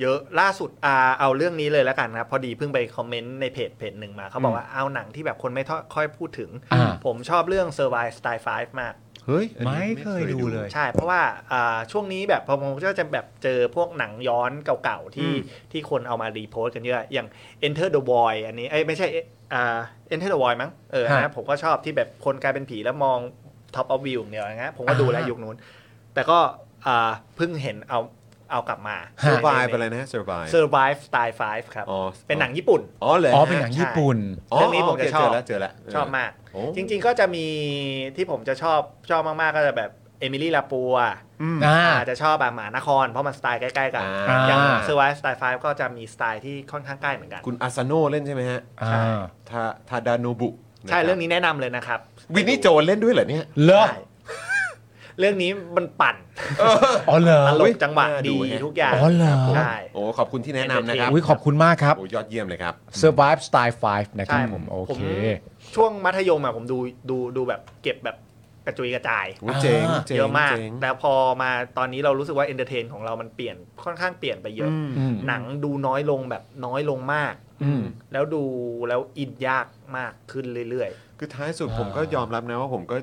[SPEAKER 3] เยอะล่าสุดอ่าเอาเรื่องนี้เลยแล้วกันครับ พอดีเพิ่งไปคอมเมนต์ในเพจเพจหนึ่งมา เขาบอกว่าเอาหนังที่แบบคนไม่ค่อยพูดถึง
[SPEAKER 2] อ่า
[SPEAKER 3] ผมชอบเรื่อง Survive Style 5 มาก
[SPEAKER 1] เฮ้ยอันนี้
[SPEAKER 2] ไม่เคยดูเลย
[SPEAKER 3] ใช่ เพราะว่าอ่าช่วงนี้แบบพอผมก็จะแบบเจอพวกหนังย้อนเก่าๆ ที่ที่คนเอามารีโพสต์กันเยอะ อย่าง Enter the Void อันนี้เอ้ยไม่ใช่เอ๊ะอ่า Enter the Void มั้งเออนะ
[SPEAKER 2] ฮะ
[SPEAKER 3] ผมก็ชอบที่แบบคนกลายเป็นผีแล้วมอง Top of View อย่างเดียวนะฮะผมก็ดูแล้ว
[SPEAKER 2] อ่า
[SPEAKER 3] ยุ
[SPEAKER 2] ยุ
[SPEAKER 3] คนู้น แต่ก็อ่าเพิ่งเห็นเอาเอากลับมา
[SPEAKER 1] เซอร์ไวไปเลยนะฮะเซอร์ไว
[SPEAKER 3] Survive Style 5 ครับ
[SPEAKER 1] อ๋อ
[SPEAKER 3] เป็นหนังญี่ปุ่น
[SPEAKER 1] อ๋อเลย
[SPEAKER 2] อ๋อเป็นหนังญี่ปุ่น
[SPEAKER 3] เรื่องนี้ผมจะชอบ
[SPEAKER 1] แล้วเจอแล้ว
[SPEAKER 3] ชอบมาก
[SPEAKER 1] โอ้
[SPEAKER 3] จริงๆก็จะมีที่ผมจะชอบชอบมากๆ ก็จะแบบเอมิลี่ลาปัว
[SPEAKER 1] อืม
[SPEAKER 2] อ่า
[SPEAKER 3] อาจจะชอบอะหมานคร เพราะมันสไตล์ใกล้ๆกัน
[SPEAKER 1] อ่า
[SPEAKER 3] อย่างเซอร์ไวสไตล์ไฟก็จะมีสไตล์ที่ค่อนข้างใกล้เหมือนกัน
[SPEAKER 1] คุณอาซาโนเล่นใช่ไหมฮะ
[SPEAKER 2] อ่า
[SPEAKER 1] ทาทาดาโนบุ
[SPEAKER 3] ใช่
[SPEAKER 1] ะคบ
[SPEAKER 3] เรื่องนี้แนะนำเลยนะครับ
[SPEAKER 1] วินนี่โจนเล่นด้วยเหรอเนี่ย
[SPEAKER 2] เหรอ
[SPEAKER 3] ใช่เรื่องนี้มันปั่น
[SPEAKER 2] อ๋อเหรอ
[SPEAKER 3] ตล
[SPEAKER 1] อุ๊
[SPEAKER 3] ก
[SPEAKER 1] ย
[SPEAKER 3] จังหวะ
[SPEAKER 1] น่าดู
[SPEAKER 3] ดี
[SPEAKER 1] แฮะ
[SPEAKER 3] ทุกอย่าง
[SPEAKER 2] อ๋อเหรอ
[SPEAKER 3] ใช่
[SPEAKER 1] โอ้ขอบคุณที่แนะนำนะครับ
[SPEAKER 2] อุ้ยขอบคุณมากครับ
[SPEAKER 1] โอ้ยอดเยี่ยมเลยครับ
[SPEAKER 2] Survive Style 5 นะครับ
[SPEAKER 3] ใช่
[SPEAKER 2] ผมโอ
[SPEAKER 3] ผม
[SPEAKER 2] เค
[SPEAKER 3] ช่วงมัธยมอะผมดูดูดูแบบเก็บแบบกระจุยกระจาย
[SPEAKER 1] โอ้เจ๋ง
[SPEAKER 2] อ่า
[SPEAKER 1] จ๋ง
[SPEAKER 3] เยอะมาก
[SPEAKER 1] จ๋ง
[SPEAKER 3] แล้วพอมาตอนนี้เรารู้สึกว่าเอนเตอร์เทนของเรามันเปลี่ยนค่อนข้างเปลี่ยนไปเยอะ
[SPEAKER 1] อืม
[SPEAKER 2] อืม
[SPEAKER 3] หนังดูน้อยลงแบบน้อยลงมาก
[SPEAKER 2] อืม
[SPEAKER 3] แล้วดูแล้วอินยากมากขึ้นเรื่อย
[SPEAKER 1] คือท้ายสุดผมก็ยอมรับนะว่าผมก็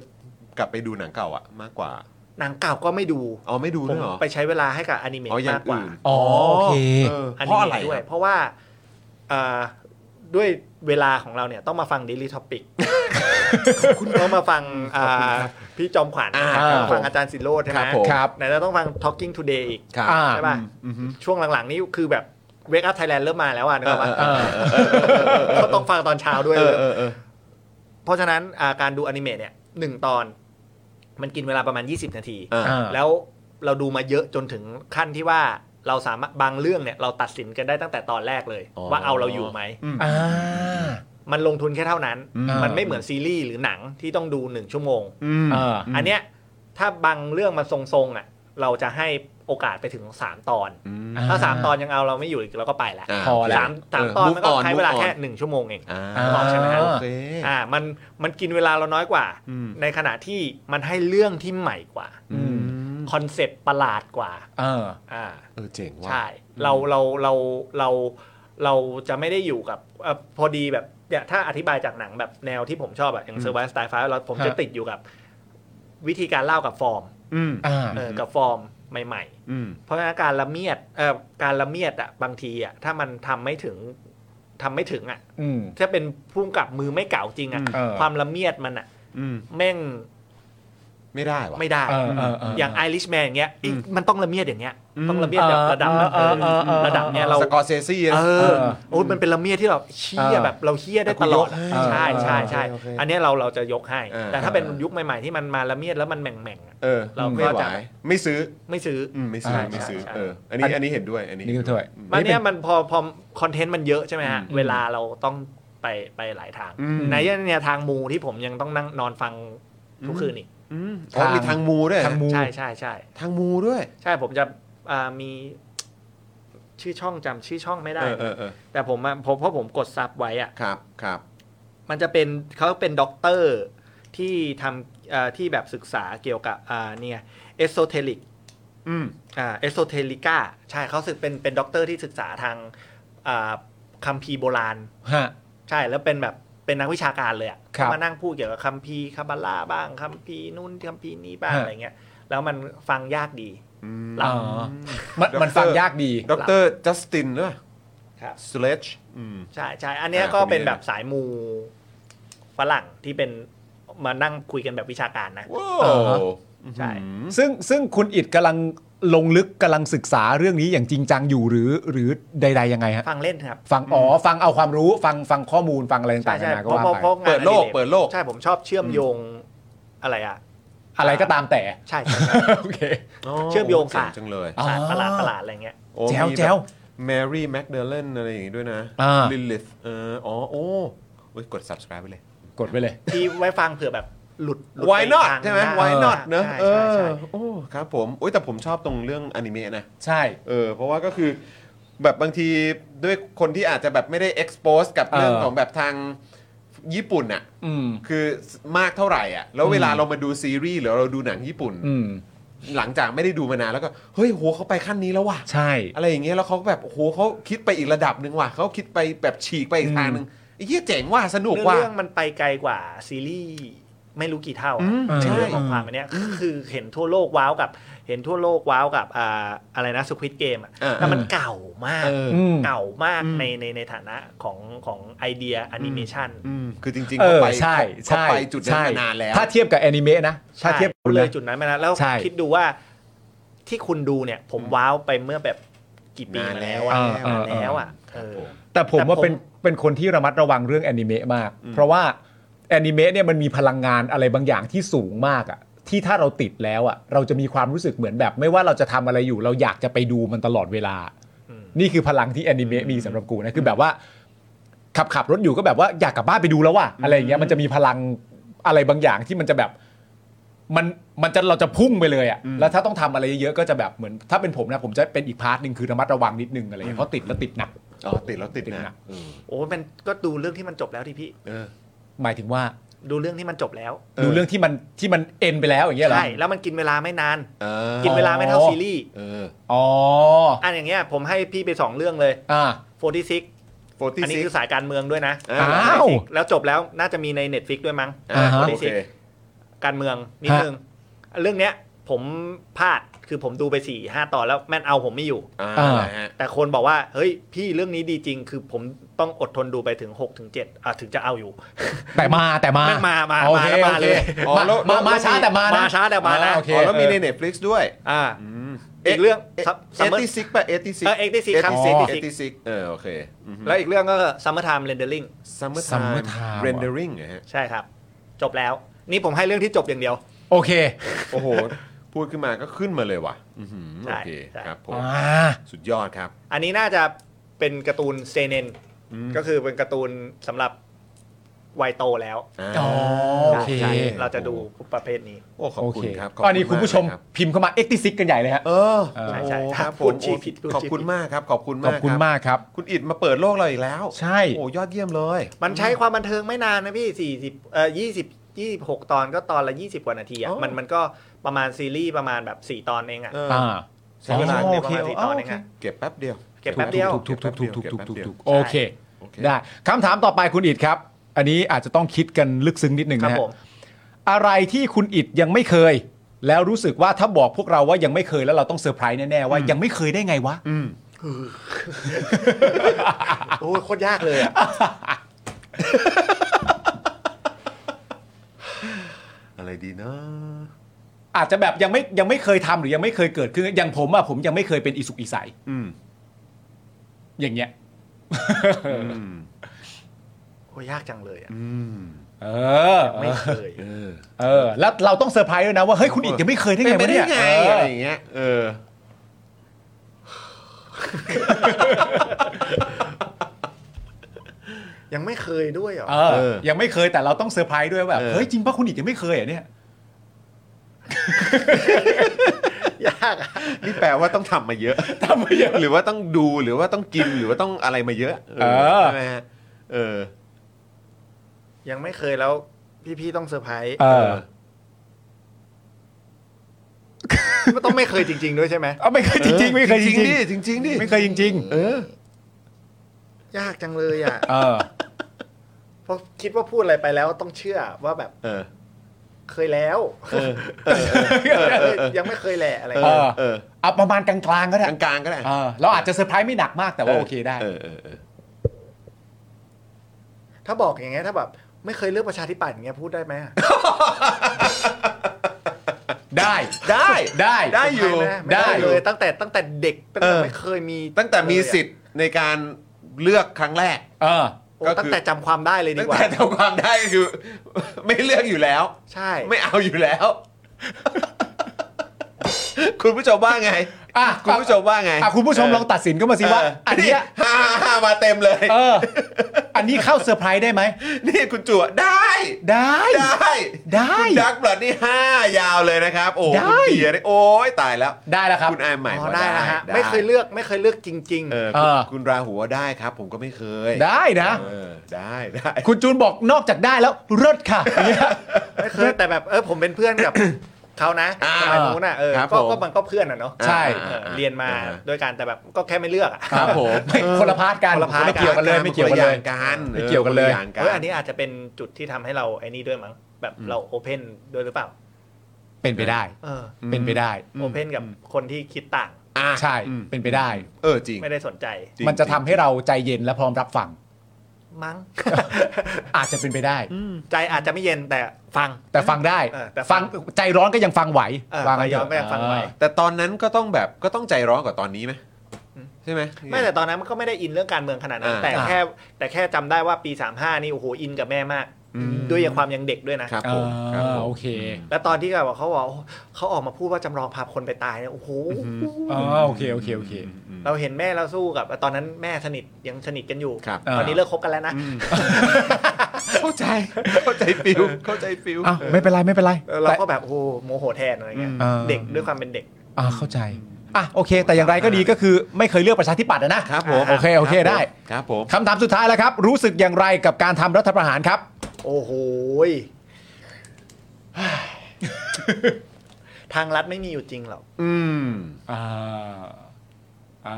[SPEAKER 1] กลับไปดูหนังเก่าอะมากกว่า
[SPEAKER 3] ๆหนังเก่าก็ไม่ดู
[SPEAKER 1] อ๋อไม่ดู
[SPEAKER 3] ผ
[SPEAKER 1] ด้ว
[SPEAKER 3] ม
[SPEAKER 1] ยเหรอ
[SPEAKER 3] ไปใช้เวลาให้กับอนิเมะ
[SPEAKER 1] อ๋ออย่าม
[SPEAKER 3] างกกว่า
[SPEAKER 1] อื่น
[SPEAKER 2] อ๋อโอเค
[SPEAKER 1] เออ
[SPEAKER 3] อ
[SPEAKER 1] เพ
[SPEAKER 3] นิ
[SPEAKER 1] ราะอะ
[SPEAKER 3] เมะ
[SPEAKER 1] ไร
[SPEAKER 3] ด้วย
[SPEAKER 1] อะ
[SPEAKER 3] เพราะว่าเอ่อด้วยเวลาของเราเนี่ยต้องมาฟัง Daily Topic ต้องมาฟังอ่าพี่จอมขวัญ
[SPEAKER 1] อ่า
[SPEAKER 3] ต้องมาฟังอาจารย์สิโรดใช่
[SPEAKER 1] ค
[SPEAKER 3] ไห
[SPEAKER 1] รั
[SPEAKER 3] ม
[SPEAKER 1] บผม
[SPEAKER 2] ครับ
[SPEAKER 3] ไหนเราต้องฟัง Talking Today อีก
[SPEAKER 1] ครับ
[SPEAKER 2] อ่า
[SPEAKER 3] ใช่ป่ะ
[SPEAKER 1] อือฮึ
[SPEAKER 3] ช่วงหลังๆ นี่คือแบบเวกอัพไทยแลนด์เริ่มมาแล้วอ่ะนึก
[SPEAKER 1] เอ
[SPEAKER 3] อ
[SPEAKER 1] อ
[SPEAKER 3] อก
[SPEAKER 1] เอ
[SPEAKER 3] ปะ
[SPEAKER 1] อเออ
[SPEAKER 3] ก็ต้องฟังตอนเช้าด้วย
[SPEAKER 1] เอ
[SPEAKER 3] เล
[SPEAKER 1] อย เออเออ
[SPEAKER 3] เพราะฉะนั้นอ่าการดูอนิเมะเนี่ยหนึ่งตอน มันกินเวลาประมาณ 20 นาที
[SPEAKER 1] อ่า
[SPEAKER 2] อ่า
[SPEAKER 3] แล้วเราดูมาเยอะจนถึงขั้นที่ว่าเราสามารถบางเรื่องเนี่ยเราตัดสินกันได้ตั้งแต่ตอนแรกเลย ว่าเอาเราอยู่ไหม
[SPEAKER 1] อืม
[SPEAKER 2] อ่า
[SPEAKER 3] มันลงทุนแค่เท่านั้น
[SPEAKER 1] อืม
[SPEAKER 3] มันไม่เหมือนซีรีส์หรือหนังที่ต้องดูหนึ่งชั่วโมง
[SPEAKER 1] อืม
[SPEAKER 2] เอออื
[SPEAKER 3] อันเนี้ยถ้าบางเรื่องมันทรงๆอ่ะเราจะให้โอกาสไปถึงสามตอน
[SPEAKER 1] อืม
[SPEAKER 3] ถ้าสามตอนยังเอาเราไม่อยู่อีกเราก็ไปละ
[SPEAKER 1] า
[SPEAKER 2] พอแล้ว
[SPEAKER 3] สามสาม
[SPEAKER 1] เ
[SPEAKER 3] ตอนมันก็
[SPEAKER 1] move on
[SPEAKER 3] ใช้เวลา
[SPEAKER 1] move on
[SPEAKER 3] แค่หนึ่งชั่วโมงเอง
[SPEAKER 1] อ่า
[SPEAKER 2] อ่า
[SPEAKER 3] บอกใช่ไหมฮะ
[SPEAKER 1] โอเค
[SPEAKER 3] อ่ามันมันกินเวลาเราน้อยกว่า
[SPEAKER 1] อืม
[SPEAKER 3] ในขณะที่มันให้เรื่องที่ใหม่กว่า
[SPEAKER 1] อืม
[SPEAKER 3] คอนเซปต์ประหลาดกว่า
[SPEAKER 2] เออ
[SPEAKER 3] อ่า
[SPEAKER 1] เออเจ๋งว่ะ
[SPEAKER 3] ใช่เราเราเราเราเราจะไม่ได้อยู่กับเอ่อพอดีแบบเนี่ยถ้าอธิบายจากหนังแบบแนวที่ผมชอบอะอย่างเซอร์ไวส์สไตล์ไฟเราผม
[SPEAKER 2] ฮะ
[SPEAKER 3] จะติดอยู่กับ วิธีการเล่ากับฟอร์ม
[SPEAKER 1] อืม
[SPEAKER 2] อ่า
[SPEAKER 3] เออกับฟอร์มใหม่ ๆ
[SPEAKER 1] อืม
[SPEAKER 3] เพราะฉะนั้นการละเมียดเอ่อการละเมียดอะบางทีอะถ้ามันทำไม่ถึงทำไม่ถึงอะ
[SPEAKER 2] อืม
[SPEAKER 3] ถ้าเป็นพุ่งกับมือไม่เก่าจริงอะ
[SPEAKER 1] อืม
[SPEAKER 2] เออ
[SPEAKER 3] ความละเมียดมันอะ
[SPEAKER 1] อืม
[SPEAKER 3] แม่ง
[SPEAKER 1] ไม่ได้วะ
[SPEAKER 3] ไม่ได้
[SPEAKER 2] เออเออเออ
[SPEAKER 3] อ
[SPEAKER 2] อ
[SPEAKER 3] ย่างไอริชแมนอย่างเงี้ยอีกมันต้องละเมียดอย่างเงี้ย
[SPEAKER 1] อืม
[SPEAKER 3] ต้องละเมียดแบบระดับนั้น
[SPEAKER 2] เออเออเออเออ
[SPEAKER 3] ระดับเนี้ยเรา
[SPEAKER 1] สกอร์เซซี่นะ
[SPEAKER 3] เอ
[SPEAKER 2] เอ
[SPEAKER 3] อ
[SPEAKER 2] อ
[SPEAKER 3] โอ้ยมันเป็นละเมียดที่แบบเชี่ย
[SPEAKER 2] เออ
[SPEAKER 3] แบบเราเชี่ยได้ตลอด
[SPEAKER 1] แต่กูยกให้
[SPEAKER 3] ใช่ใช่ใช่
[SPEAKER 1] โอเคโอเค
[SPEAKER 3] อันเนี้ยเราเราจะยกให้
[SPEAKER 1] เออ
[SPEAKER 3] แต่ถ้าเป็น
[SPEAKER 2] เออ
[SPEAKER 3] ยุคใหม่ๆที่มันมาละเมียดแล้วมันแหม่งแหม่งๆอะ
[SPEAKER 1] เออ
[SPEAKER 3] เราก็
[SPEAKER 1] ไม่ไหว
[SPEAKER 3] จะ
[SPEAKER 1] ไม่ซื้อ
[SPEAKER 3] ไม่ซื้ออ
[SPEAKER 1] อืมไม่ซื้อ
[SPEAKER 2] ใช่
[SPEAKER 1] ไม่ซื้อ
[SPEAKER 3] ใช่
[SPEAKER 1] เอออันนี้อันนี้เห็นด้วยอันนี้
[SPEAKER 2] นี่ก็ด้วย
[SPEAKER 3] มันเนี้ยมันพอพอคอนเทนต์มันเยอะใช่ไหมฮะ
[SPEAKER 2] อืม
[SPEAKER 3] เวลาเราต้องไปไปหลายทาง
[SPEAKER 1] อืม
[SPEAKER 3] ในเนี่ยทางมูที่ผมยังต้องนั่งนอนฟังทุกคืนอีก
[SPEAKER 1] อืมอ๋อมีทางมูด้วย
[SPEAKER 2] ทางมู
[SPEAKER 3] ใช่ใช่ใช่
[SPEAKER 1] ทางมูด้วย
[SPEAKER 3] ใช่ผมจะอ่ามีชื่อช่องจำชื่อช่องไม่ได้
[SPEAKER 1] เออเออเออ
[SPEAKER 3] แต่ผมอะผมเพราะผมกดซับไว้อะ
[SPEAKER 1] ครับครับ
[SPEAKER 3] มันจะเป็นเขาเป็นด็อกเตอร์ที่ทำเอ่อที่แบบศึกษาเกี่ยวกับอ่าเนี่ยเอสโซเทลิก
[SPEAKER 1] อืม
[SPEAKER 3] อ่าเอสโซเทลิก้าใช่เขาศึกเป็นเป็นด็อกเตอร์ที่ศึกษาทางอ่าคัมภีร์โบราณ
[SPEAKER 2] ฮะ
[SPEAKER 3] ใช่แล้วเป็นแบบเป็นนักวิชาการเลยอะ
[SPEAKER 2] ครับ
[SPEAKER 3] มานั่งพูดเกี่ยวกับคัมภีร์คาบาลาบ้างคัมภีร์นู่นคัมภีร์นี้บ้างอะไรเงี้ยแล้วมันฟังยากดี หลับ
[SPEAKER 2] อ๋อมันมันฟังยากดี
[SPEAKER 1] ดอกเตอรจัสตินหรือเปล่า
[SPEAKER 3] ครับ
[SPEAKER 1] สเลจอืม
[SPEAKER 3] ใช่ใช่อันเนี้ย
[SPEAKER 1] อ่า
[SPEAKER 3] ก็
[SPEAKER 1] คนนี้
[SPEAKER 3] เป็นแบบสายมูฝรั่งที่เป็นมานั่งคุยกันแบบวิชาการนะ
[SPEAKER 1] ว้
[SPEAKER 2] เอ
[SPEAKER 1] าว
[SPEAKER 2] อ
[SPEAKER 3] ใช่
[SPEAKER 2] ซึ่งซึ่งคุณอิดกำลังลงลึกกำลังศึกษาเรื่องนี้อย่างจริงจังอยู่หรือหรือใด ๆ ยังไงฮะ
[SPEAKER 3] ฟังเล่นครับ
[SPEAKER 2] ฟังอ๋อฟังเอาความรู้ฟังฟังข้อมูลฟังอะไร
[SPEAKER 3] ใช่
[SPEAKER 2] ต่างๆ
[SPEAKER 3] ใช่
[SPEAKER 2] นานาก็
[SPEAKER 3] เพราะ
[SPEAKER 2] ว่า
[SPEAKER 3] เพราะเพ
[SPEAKER 2] ไป
[SPEAKER 1] เปิ
[SPEAKER 3] ราะงาน
[SPEAKER 1] ดโลก
[SPEAKER 3] อร
[SPEAKER 1] เปิดโลก
[SPEAKER 3] ใช่ผมชอบเชื่อมโยงอะไรอ่ะ
[SPEAKER 2] อะไรก็ตามแต่
[SPEAKER 3] ใช่ใช่ใช่
[SPEAKER 2] โอเค
[SPEAKER 3] เชื่อมโยงศาสตร์
[SPEAKER 1] จังเลย
[SPEAKER 2] อ๋อ
[SPEAKER 3] ศาสตร์ตลาดตลาดอะไรเงี้ย
[SPEAKER 1] โอ้
[SPEAKER 2] แจ๋ว
[SPEAKER 1] มี
[SPEAKER 2] แจ๋ว
[SPEAKER 1] แมรี่แมคเดลเลนอะไรอย่างงี้ด้วยนะ
[SPEAKER 2] อ่า
[SPEAKER 1] ลิลิธเอออ๋อโอ้โอ้ยกด subscribe ไปเลย
[SPEAKER 2] กดไปเลย
[SPEAKER 3] ที่ไว้ฟังเผื่อแบบหลุดหลุด
[SPEAKER 1] Why
[SPEAKER 3] ป
[SPEAKER 1] not
[SPEAKER 3] ทาง
[SPEAKER 1] ใช่ไหม
[SPEAKER 3] ด้
[SPEAKER 1] Why not เนอะ
[SPEAKER 3] ใช่
[SPEAKER 1] เอ
[SPEAKER 3] ใช่
[SPEAKER 1] อ
[SPEAKER 3] ใช่
[SPEAKER 1] โอ้ครับผมโอ้ยแต่ผมชอบตรงเรื่องอนิเมะนะ
[SPEAKER 2] ใช่
[SPEAKER 1] เออเพราะว่าก็คือแบบบางทีด้วยคนที่อาจจะแบบไม่ได้ expose กับเรื่อง
[SPEAKER 2] เออ
[SPEAKER 1] ของแบบทางญี่ปุ่นอะ
[SPEAKER 2] อืม
[SPEAKER 1] คือมากเท่าไหร่อะแล้วเวลา
[SPEAKER 2] อืม
[SPEAKER 1] เรามาดูซีรีส์หรือเราดูหนังญี่ปุ่น
[SPEAKER 2] อืม
[SPEAKER 1] หลังจากไม่ได้ดูมานานแล้วก็เฮ้ยโหเขาไปขั้นนี้แล้วว่ะ
[SPEAKER 2] ใช่
[SPEAKER 1] อะไรอย่างเงี้ยแล้วเขาก็แบบโหเขาคิดไปอีกระดับหนึ่งว่ะเขาคิดไปแบบฉีกไปอีกทางหนึ่งไอ้เหี้ยเจ๋งว่ะสนุก
[SPEAKER 3] เรื่อง
[SPEAKER 1] ว่ะ
[SPEAKER 3] เรื่องมันไปไกลกว่าซีรีส์ไม่รู้กี่เท่าอะ
[SPEAKER 1] อืม
[SPEAKER 3] ในเรื่อง
[SPEAKER 1] ใช่
[SPEAKER 3] ของความอันเนี้ยคือเห็นทั่วโลกว้าวกับ เห็นทั่วโลกว้าวกับอ่าอะไรนะสควิตเกมอ่ะ
[SPEAKER 1] เออ
[SPEAKER 3] แต่มันเก่ามาก
[SPEAKER 1] เออ
[SPEAKER 2] อืม
[SPEAKER 3] เก่ามากในในในฐานะของของไอเดียแอนิเมชัน
[SPEAKER 1] อืมคือจริงๆ
[SPEAKER 2] เอ
[SPEAKER 1] เขา
[SPEAKER 2] อ
[SPEAKER 1] ไป
[SPEAKER 2] ใช่
[SPEAKER 1] เขา
[SPEAKER 2] ใช่
[SPEAKER 1] ไปจุดนั้น
[SPEAKER 2] ใช่
[SPEAKER 1] มานานแล้ว
[SPEAKER 2] ถ้าเทียบกับแอนิเมะนะถ้า
[SPEAKER 3] ใช่
[SPEAKER 2] เทียบกับ
[SPEAKER 3] เลย
[SPEAKER 2] นะ
[SPEAKER 3] จุดนั้นมาแล้วแล้ว
[SPEAKER 2] ใช่
[SPEAKER 3] คิดดูว่าที่คุณดูเนี่ย ผมว้าวไปเมื่อแบบกี่ปี
[SPEAKER 1] นาน
[SPEAKER 3] มา
[SPEAKER 1] แล้
[SPEAKER 3] แล้ว วอะ
[SPEAKER 2] เออเออ
[SPEAKER 3] นานแล้วอ่ะเออ
[SPEAKER 2] แต่ผม
[SPEAKER 3] แต่
[SPEAKER 2] ว่า
[SPEAKER 3] ผม
[SPEAKER 2] เป็นเป็นคนที่ระมัดระวังเรื่องแอนิเมะมาก เพราะว่าแอนิเมะเนี่ยมันมีพลังงานอะไรบางอย่างที่สูงมากอะที่ถ้าเราติดแล้วอะเราจะมีความรู้สึกเหมือนแบบ ไม่ว่าเราจะทำอะไรอยู่ เราอยากจะไปดูมันตลอดเวลา นี่คือพลังที่แอนิเมะมีสำหรับกูนะคือแบบว่า ขับขับรถอยู่ก็แบบว่าอยากกลับบ้านไปดูแล้วว่ะอะไรอย่างเงี้ยมันจะมีพลังอะไรบางอย่างที่มันจะแบบ มันมันจะเราจะพุ่งไปเลยอะแล้วถ้าต้องทำอะไรเยอะๆก็จะแบบเหมือน ถ้าเป็นผมนะผมจะเป็นอีกพาร์ทหนึ่งคือระมัดระวังนิดนึงอะไรอย่างเงี้ยเพราะติดแล้วติดหนัก
[SPEAKER 1] อ๋อติดแล้วติด
[SPEAKER 2] ติดหนั
[SPEAKER 1] นะ
[SPEAKER 2] ก
[SPEAKER 1] เออ
[SPEAKER 3] โอ้มันก็ดูเรื่องที่มันจบแล้วที่พี่
[SPEAKER 1] เออ
[SPEAKER 2] หมายถึงว่า
[SPEAKER 3] ดูเรื่องที่มันจบแล้ว
[SPEAKER 1] เออ
[SPEAKER 2] ดูเรื่องที่มันที่มันเอ็นไปแล้วอย่างเงี้ยเหรอ
[SPEAKER 3] ใช่แล้วมันกินเวลาไม่นาน
[SPEAKER 1] เออ
[SPEAKER 3] กินเวลาไม่เท่า
[SPEAKER 2] อ๋อ
[SPEAKER 3] ซีรีส์
[SPEAKER 1] เออ
[SPEAKER 2] อ๋อ
[SPEAKER 3] อันอย่างเงี้ย ผมให้พี่ไปสองเรื่องเลย
[SPEAKER 2] อ่า
[SPEAKER 3] 46
[SPEAKER 1] โฟตี้
[SPEAKER 3] อันนี้
[SPEAKER 1] ซิ
[SPEAKER 3] คือสายการเมืองด้วยนะ
[SPEAKER 1] อ้าว
[SPEAKER 3] 46แล้วจบแล้วน่าจะมีใน Netflix ด้วยมั้ง
[SPEAKER 2] อ่าฮะ
[SPEAKER 1] โอเค
[SPEAKER 3] 46การเมืองนิดนึงเรื่องเนี้ย ผมพลาดคือผมดูไปสี่ห้าตอนแล้วแม่นเอาผมไม่อยู่
[SPEAKER 1] อ่า
[SPEAKER 2] อ่า
[SPEAKER 1] ฮะ
[SPEAKER 3] แต่คนบอกว่า เฮ้ย พี่เรื่องนี้ดีจริง คือผมต้องอดทนดูไปถึง6ถึง7อ่ะถึงจะเอาอยู่
[SPEAKER 2] แต่มาแต่มา
[SPEAKER 3] ไม่มามา
[SPEAKER 2] โอเค
[SPEAKER 3] มาแล้วมา
[SPEAKER 2] โอเค
[SPEAKER 3] เลย
[SPEAKER 2] อ๋อ
[SPEAKER 1] มา
[SPEAKER 2] แล้วมามาช้าแต่มานะ
[SPEAKER 3] มาช้าแต่มานะ
[SPEAKER 2] อ่โอเค
[SPEAKER 1] อ๋อแล้วมีใน
[SPEAKER 2] เออ
[SPEAKER 1] Netflix ด้วย
[SPEAKER 3] อ่า
[SPEAKER 1] ะ
[SPEAKER 3] อีกเรื่อง
[SPEAKER 1] ะ
[SPEAKER 3] Summer
[SPEAKER 1] 86ป่ะ86
[SPEAKER 3] เออ86ครับ
[SPEAKER 1] 86เออโอเคอืม
[SPEAKER 3] แล้วอีกเรื่องก็ Summertime Rendering
[SPEAKER 1] Summer Time
[SPEAKER 2] Summer Time
[SPEAKER 1] Rendering นะฮะ
[SPEAKER 3] ใช่ครับ จบแล้ว นี่ผมให้เรื่องที่จบอย่างเดียว
[SPEAKER 2] โอเค
[SPEAKER 1] โอ้โห พูดขึ้นมาก็ขึ้นมาเลยว่ะอื้อหือ
[SPEAKER 3] ใช่
[SPEAKER 1] โอเค
[SPEAKER 3] ใช่
[SPEAKER 1] ครับผม
[SPEAKER 2] อ่า
[SPEAKER 1] สุดยอดครับ
[SPEAKER 3] อันนี้น่าจะเป็นการ์ตูนเซเนนก็คือเป็นการ์ตูนสำหรับวัยโตแล้ว
[SPEAKER 1] อ่า
[SPEAKER 2] อ๋อ โอเค
[SPEAKER 3] ใช่ใช่เราจะดูประเภทนี้
[SPEAKER 1] โอ้ขอบคุณครับขบ
[SPEAKER 2] อันนี้คุณผู้ชม
[SPEAKER 1] ากเลยรับ
[SPEAKER 2] พิมพ์เข้ามาเอ็กติซิกกันใหญ่เลยฮะ
[SPEAKER 1] เออ
[SPEAKER 2] เอ
[SPEAKER 1] โอ้
[SPEAKER 2] อ
[SPEAKER 3] ใช่ใช่
[SPEAKER 1] ค
[SPEAKER 3] ครั
[SPEAKER 1] รับบผ
[SPEAKER 3] พู
[SPEAKER 1] ม
[SPEAKER 3] ดชี้ผิดพูด
[SPEAKER 1] ข
[SPEAKER 3] ชี้ผิด
[SPEAKER 1] อบคุณมากครับ ขอบคุณ
[SPEAKER 2] ข
[SPEAKER 1] มา
[SPEAKER 2] อบ
[SPEAKER 1] ก
[SPEAKER 2] คุณ
[SPEAKER 1] รับ
[SPEAKER 2] มากครับ
[SPEAKER 1] คุณอิดมาเปิดโลกเราอีกแล้ว
[SPEAKER 2] ใช่
[SPEAKER 1] โอ้ยอดเยี่ยมเลย
[SPEAKER 3] มันใช้ความบันเทิงไม่นานนะพี่ 40 เอ่อ 20 26 ตอนก็ตอนละ 20 กว่านาที
[SPEAKER 1] อ๋
[SPEAKER 3] อ่ะ
[SPEAKER 1] อ
[SPEAKER 3] มันมันก็ประมาณซีรีส์ประมาณแบบ 4 ตอนเองอ่ะ
[SPEAKER 1] เออ
[SPEAKER 2] อ่า
[SPEAKER 1] ใช้เวลา
[SPEAKER 3] อ๋อ
[SPEAKER 1] เดียวป
[SPEAKER 3] โอ
[SPEAKER 1] ระ
[SPEAKER 3] เค
[SPEAKER 1] มาณสี่
[SPEAKER 3] อ๋
[SPEAKER 1] ต
[SPEAKER 3] อ
[SPEAKER 1] อน
[SPEAKER 3] โอ
[SPEAKER 1] เอง
[SPEAKER 3] เค
[SPEAKER 1] อะเก็บแป๊บเดียว
[SPEAKER 3] เก็บแป๊บเดียว
[SPEAKER 2] ถูกถูกถูกถูกถูกถูกถูก
[SPEAKER 1] โอ
[SPEAKER 2] โอ
[SPEAKER 1] เค
[SPEAKER 2] เค
[SPEAKER 1] โอเค
[SPEAKER 2] ได้คำถามต่อไปคุณอิดครับ อันนี้อาจจะต้องคิดกันลึกซึ้งนิดนึง
[SPEAKER 3] ครั
[SPEAKER 2] นะ
[SPEAKER 3] บ
[SPEAKER 2] ฮะ
[SPEAKER 3] ผม
[SPEAKER 2] อะไรที่คุณอิดยังไม่เคย แล้วรู้สึกว่าถ้าบอกพวกเราว่ายังไม่เคยแล้วเราต้องเซอร์ไพรส์แน่ๆว่ายังไม่เคยได้ไงวะ
[SPEAKER 3] โอ้ยโคตรยากเลยอ่ะ
[SPEAKER 1] อะไรดีนะ
[SPEAKER 2] อาจจะแบบยังไม่ยังไม่เคยทำหรือยังไม่เคยเกิดขึ้นอย่างผมอะผมยังไม่เคยเป็นอิสุกอิใสย
[SPEAKER 1] อืม
[SPEAKER 2] อย่างเงี้ย
[SPEAKER 1] อืม
[SPEAKER 3] โอ้ยากจังเลยอะ
[SPEAKER 1] อืม
[SPEAKER 2] เออ
[SPEAKER 3] ไม่เคย
[SPEAKER 1] เออ
[SPEAKER 2] เออ แล้วเราต้องเซอร์ไพรส์ด้วยนะว่าเฮ้ยคุณอิกยังไม่เคยได้ไง
[SPEAKER 1] เป็น
[SPEAKER 2] วะ
[SPEAKER 1] ไป
[SPEAKER 2] เนี่
[SPEAKER 1] ได้ไง
[SPEAKER 2] ยเอ
[SPEAKER 1] อะไร
[SPEAKER 2] อ
[SPEAKER 1] อย่างเงี้ยเออ
[SPEAKER 3] ยังไม่เคยด้วยเหรอ
[SPEAKER 2] เออ
[SPEAKER 1] เออ
[SPEAKER 2] ยังไม่เคยแต่เราต้องเซอร์ไพรส์ด้วยว่าแบบ
[SPEAKER 1] เออ
[SPEAKER 2] เฮ้ยจริงป่ะคุณอิกยังไม่เคยเหรอเนี่ย
[SPEAKER 3] ยากอะ
[SPEAKER 1] นี่แปลว่าต้องทำมาเยอะ
[SPEAKER 2] ทำมาเยอะ
[SPEAKER 1] หรือว่าต้องดูหรือว่าต้องกินหรือว่าต้องอะไรมาเยอะ
[SPEAKER 2] เออ
[SPEAKER 1] ใช่ไหมฮะเออ
[SPEAKER 3] ยังไม่เคยแล้ว พี่ๆต้องเซอร์ไพรส์
[SPEAKER 2] เออ
[SPEAKER 3] มันต้องไม่เคยจริง ๆ ด้วยใช่ไหม
[SPEAKER 2] เอาไม่เคยจริงๆ ไม่เคยจริง
[SPEAKER 1] ดิจริง ๆดิ
[SPEAKER 2] ๆไม่เคยจริง
[SPEAKER 1] เออ
[SPEAKER 3] ยากจังเลยอ่ะ
[SPEAKER 2] ๆ เออ
[SPEAKER 3] เพราะคิดว่าพูดอะไรไปแล้วต้องเชื่อว่าแบบ
[SPEAKER 1] เออ
[SPEAKER 3] เคยแล้วเออยังไม่เคยแหละอะไร
[SPEAKER 1] เออ เออ
[SPEAKER 2] เอาประมาณกลางๆก็ได้
[SPEAKER 1] กลางๆก็ได้
[SPEAKER 2] เออเราอาจจะเซอร์ไพรส์ไม่หนักมากแต่ว่าโอเคได้
[SPEAKER 1] เออเออเออ
[SPEAKER 3] ถ้าบอกอย่างเงี้ยถ้าแบบไม่เคยเลือกประชาธิปัตย์อย่างเงี้ยพูดได้ไหมอะ
[SPEAKER 2] ได้
[SPEAKER 1] ได้
[SPEAKER 2] ได้
[SPEAKER 1] ได้อยู่
[SPEAKER 3] ม่ม่
[SPEAKER 2] ได้
[SPEAKER 3] เลยตั้งแต่ตั้งแต่เด็กตั้ง
[SPEAKER 1] เอ
[SPEAKER 3] แต่
[SPEAKER 1] อ
[SPEAKER 3] ไม่เคยมี
[SPEAKER 1] ตั้งแต่มี
[SPEAKER 3] เลยอะ
[SPEAKER 1] สิทธิ์ในการเลือกครั้งแรก
[SPEAKER 2] เออ
[SPEAKER 3] โอ้
[SPEAKER 1] ก็คือ
[SPEAKER 3] ตั้งแต่จำความได้เลยดี
[SPEAKER 1] ตั้ง
[SPEAKER 3] กว่า
[SPEAKER 1] แต่ทำความได้ก็คือ ไม่เลือกอยู่แล้ว
[SPEAKER 3] ใช่
[SPEAKER 1] ไม่เอาอยู่แล้ว คุณผู้ชมว่าไง
[SPEAKER 2] อ่ะ
[SPEAKER 1] คุณผู้ชมว่าไง
[SPEAKER 2] อ่ะคุณผู้ชมลองตัดสินก็มาสิว่า
[SPEAKER 1] เ
[SPEAKER 2] อันเนี้ย
[SPEAKER 1] ฮ่าฮ่ามาเต็มเลย
[SPEAKER 2] เออ อันนี้เข้าเซอร์ไพรส์ได้ไหม
[SPEAKER 1] นี่คุณจั่วได้
[SPEAKER 2] ได้
[SPEAKER 1] ได้
[SPEAKER 2] ได้
[SPEAKER 1] คุณดักบลัดนี่ 5 ยาวเลยนะครับ โอ้โห
[SPEAKER 2] ได้
[SPEAKER 1] คุณเบียร์นี่โอ้ยตายแล้ว
[SPEAKER 2] ได้แล้วครับ
[SPEAKER 1] คุณอายใหม่
[SPEAKER 3] อ๋อ
[SPEAKER 1] ว่า
[SPEAKER 3] ได้นะฮะ
[SPEAKER 1] ด้
[SPEAKER 3] ไม่เคยเลือกไม่เคยเลือกจริง
[SPEAKER 1] เออ
[SPEAKER 2] เอ
[SPEAKER 1] คุณ
[SPEAKER 2] อ
[SPEAKER 1] คุณราหัวได้ครับ ผมก็ไม่เคย
[SPEAKER 2] ได้นะ
[SPEAKER 1] เออได้ได้
[SPEAKER 2] คุณจูนบอกนอกจากได้แล้วรถค่ะอย่างเงี้ย
[SPEAKER 3] ๆ ไม่เคยแต่แบบเออผมเป็นเพื่อน กับ เขานะ
[SPEAKER 1] อ่า
[SPEAKER 3] สมัยนู้นน่ะเออ
[SPEAKER 1] ครับ
[SPEAKER 3] ก็
[SPEAKER 1] ผม
[SPEAKER 3] ก็มันก็เพื่อนอ่ะเนาะ
[SPEAKER 2] ใช่
[SPEAKER 3] เออ
[SPEAKER 1] อ่าอ่า
[SPEAKER 3] เรียนมา
[SPEAKER 1] อ่า
[SPEAKER 3] ด้วยกันแต่แบบก็แค่ไม่เลือกอะ
[SPEAKER 1] ครับผม
[SPEAKER 2] ไม่คนละพาร์ทกัน
[SPEAKER 3] คนละพาร์ท
[SPEAKER 2] ไม่เกี่ยวกันเลยไม่เกี่ยวกัน
[SPEAKER 1] ค
[SPEAKER 2] เลย
[SPEAKER 1] ละอาง
[SPEAKER 2] ไม่เกี่ยวกันเลย
[SPEAKER 1] ออคะอาง
[SPEAKER 3] เอออันนี้อาจจะเป็นจุดที่ทำให้เราไอ้นี่ด้วยมั้งแบบเราโอเพนด้วยหรือเปล่า
[SPEAKER 2] เป็นไปได้
[SPEAKER 3] เออ
[SPEAKER 2] เป็นไปได้
[SPEAKER 3] โอเพนกับคนที่คิดต่าง
[SPEAKER 1] อ่ะ
[SPEAKER 2] ใช่
[SPEAKER 1] อืม
[SPEAKER 2] เป็นไปได้
[SPEAKER 1] เออจริง
[SPEAKER 3] ไม่ได้สนใจ
[SPEAKER 1] ริง
[SPEAKER 2] มันจะทำให้เราใจเย็นและพร้อมรับฟัง
[SPEAKER 3] มั้ง
[SPEAKER 2] อาจจะเป็นไปได้
[SPEAKER 3] ใจอาจจะไม่เย็นแต่ฟัง
[SPEAKER 2] แต่ฟังได้
[SPEAKER 3] เออแต่ฟั
[SPEAKER 2] ฟัง
[SPEAKER 3] ง
[SPEAKER 2] ใจร้อนก็ยังฟังไหว
[SPEAKER 3] เออ
[SPEAKER 2] วาง
[SPEAKER 3] ใจ
[SPEAKER 2] เถะ
[SPEAKER 3] ร้อนก็ยังฟังไหว
[SPEAKER 2] เออ
[SPEAKER 1] แต่ตอนนั้นก็ต้องแบบก็ต้องใจร้อนกว่าตอนนี้ไหมใช่ไหม
[SPEAKER 3] ไม่แต่ตอนนั้นมันก็ไม่ได้อินเรื่องการเมืองขนาดนั้น
[SPEAKER 1] อ่า
[SPEAKER 3] แต่แค่แต่แค่จำได้ว่าปี 35 นี่โอ้โหอินกับแม่มาก
[SPEAKER 1] อืม
[SPEAKER 3] ด้วยความยังเด็กด้วยนะ
[SPEAKER 1] ครับ
[SPEAKER 2] เอ
[SPEAKER 1] ผมครับ
[SPEAKER 2] อ
[SPEAKER 1] ผม
[SPEAKER 2] โอเค
[SPEAKER 3] แล้วตอนที่แบบเขาบอกโอ้เขาออกมาพูดว่าจำลองพาคนไปตายเนี่ยโอ้โห
[SPEAKER 2] เออโอเคโอเคโอเค
[SPEAKER 3] เราเห็นแม่เราสู้กับตอนนั้นแม่สนิทยังสนิทกันอยู่
[SPEAKER 1] ครับ
[SPEAKER 2] อ่า
[SPEAKER 3] ตอนนี้เลิกคบกันแล้วนะ
[SPEAKER 1] เข้าใจเข้าใจฟิลเข้าใจฟิล
[SPEAKER 2] อ้าวไม่เป็นไรไม่เป็นไร
[SPEAKER 3] แล้วเรา
[SPEAKER 2] แต่
[SPEAKER 3] ก็แบบโอ้โหโมโหแทนอะไรเงี้ย
[SPEAKER 2] อืม
[SPEAKER 3] เด็กด้วยความเป็นเด็ก
[SPEAKER 2] อ่าเข้าใจอ่ะโอเค แต่อย่างไรก็ดีก็คือไม่เคยเลือกประชาธิปัตย์อะนะครับ
[SPEAKER 1] ผม
[SPEAKER 2] โอเคโอเค
[SPEAKER 1] ครับผม
[SPEAKER 2] ได้
[SPEAKER 1] ครับผม
[SPEAKER 2] คำถามสุดท้ายแล้วครับ รู้สึกอย่างไรกับการทำรัฐประหารครับ
[SPEAKER 3] โอ้โห ย ทางรัฐไม่มีอยู่จริงหรอก
[SPEAKER 1] อืม
[SPEAKER 2] อ่า อ่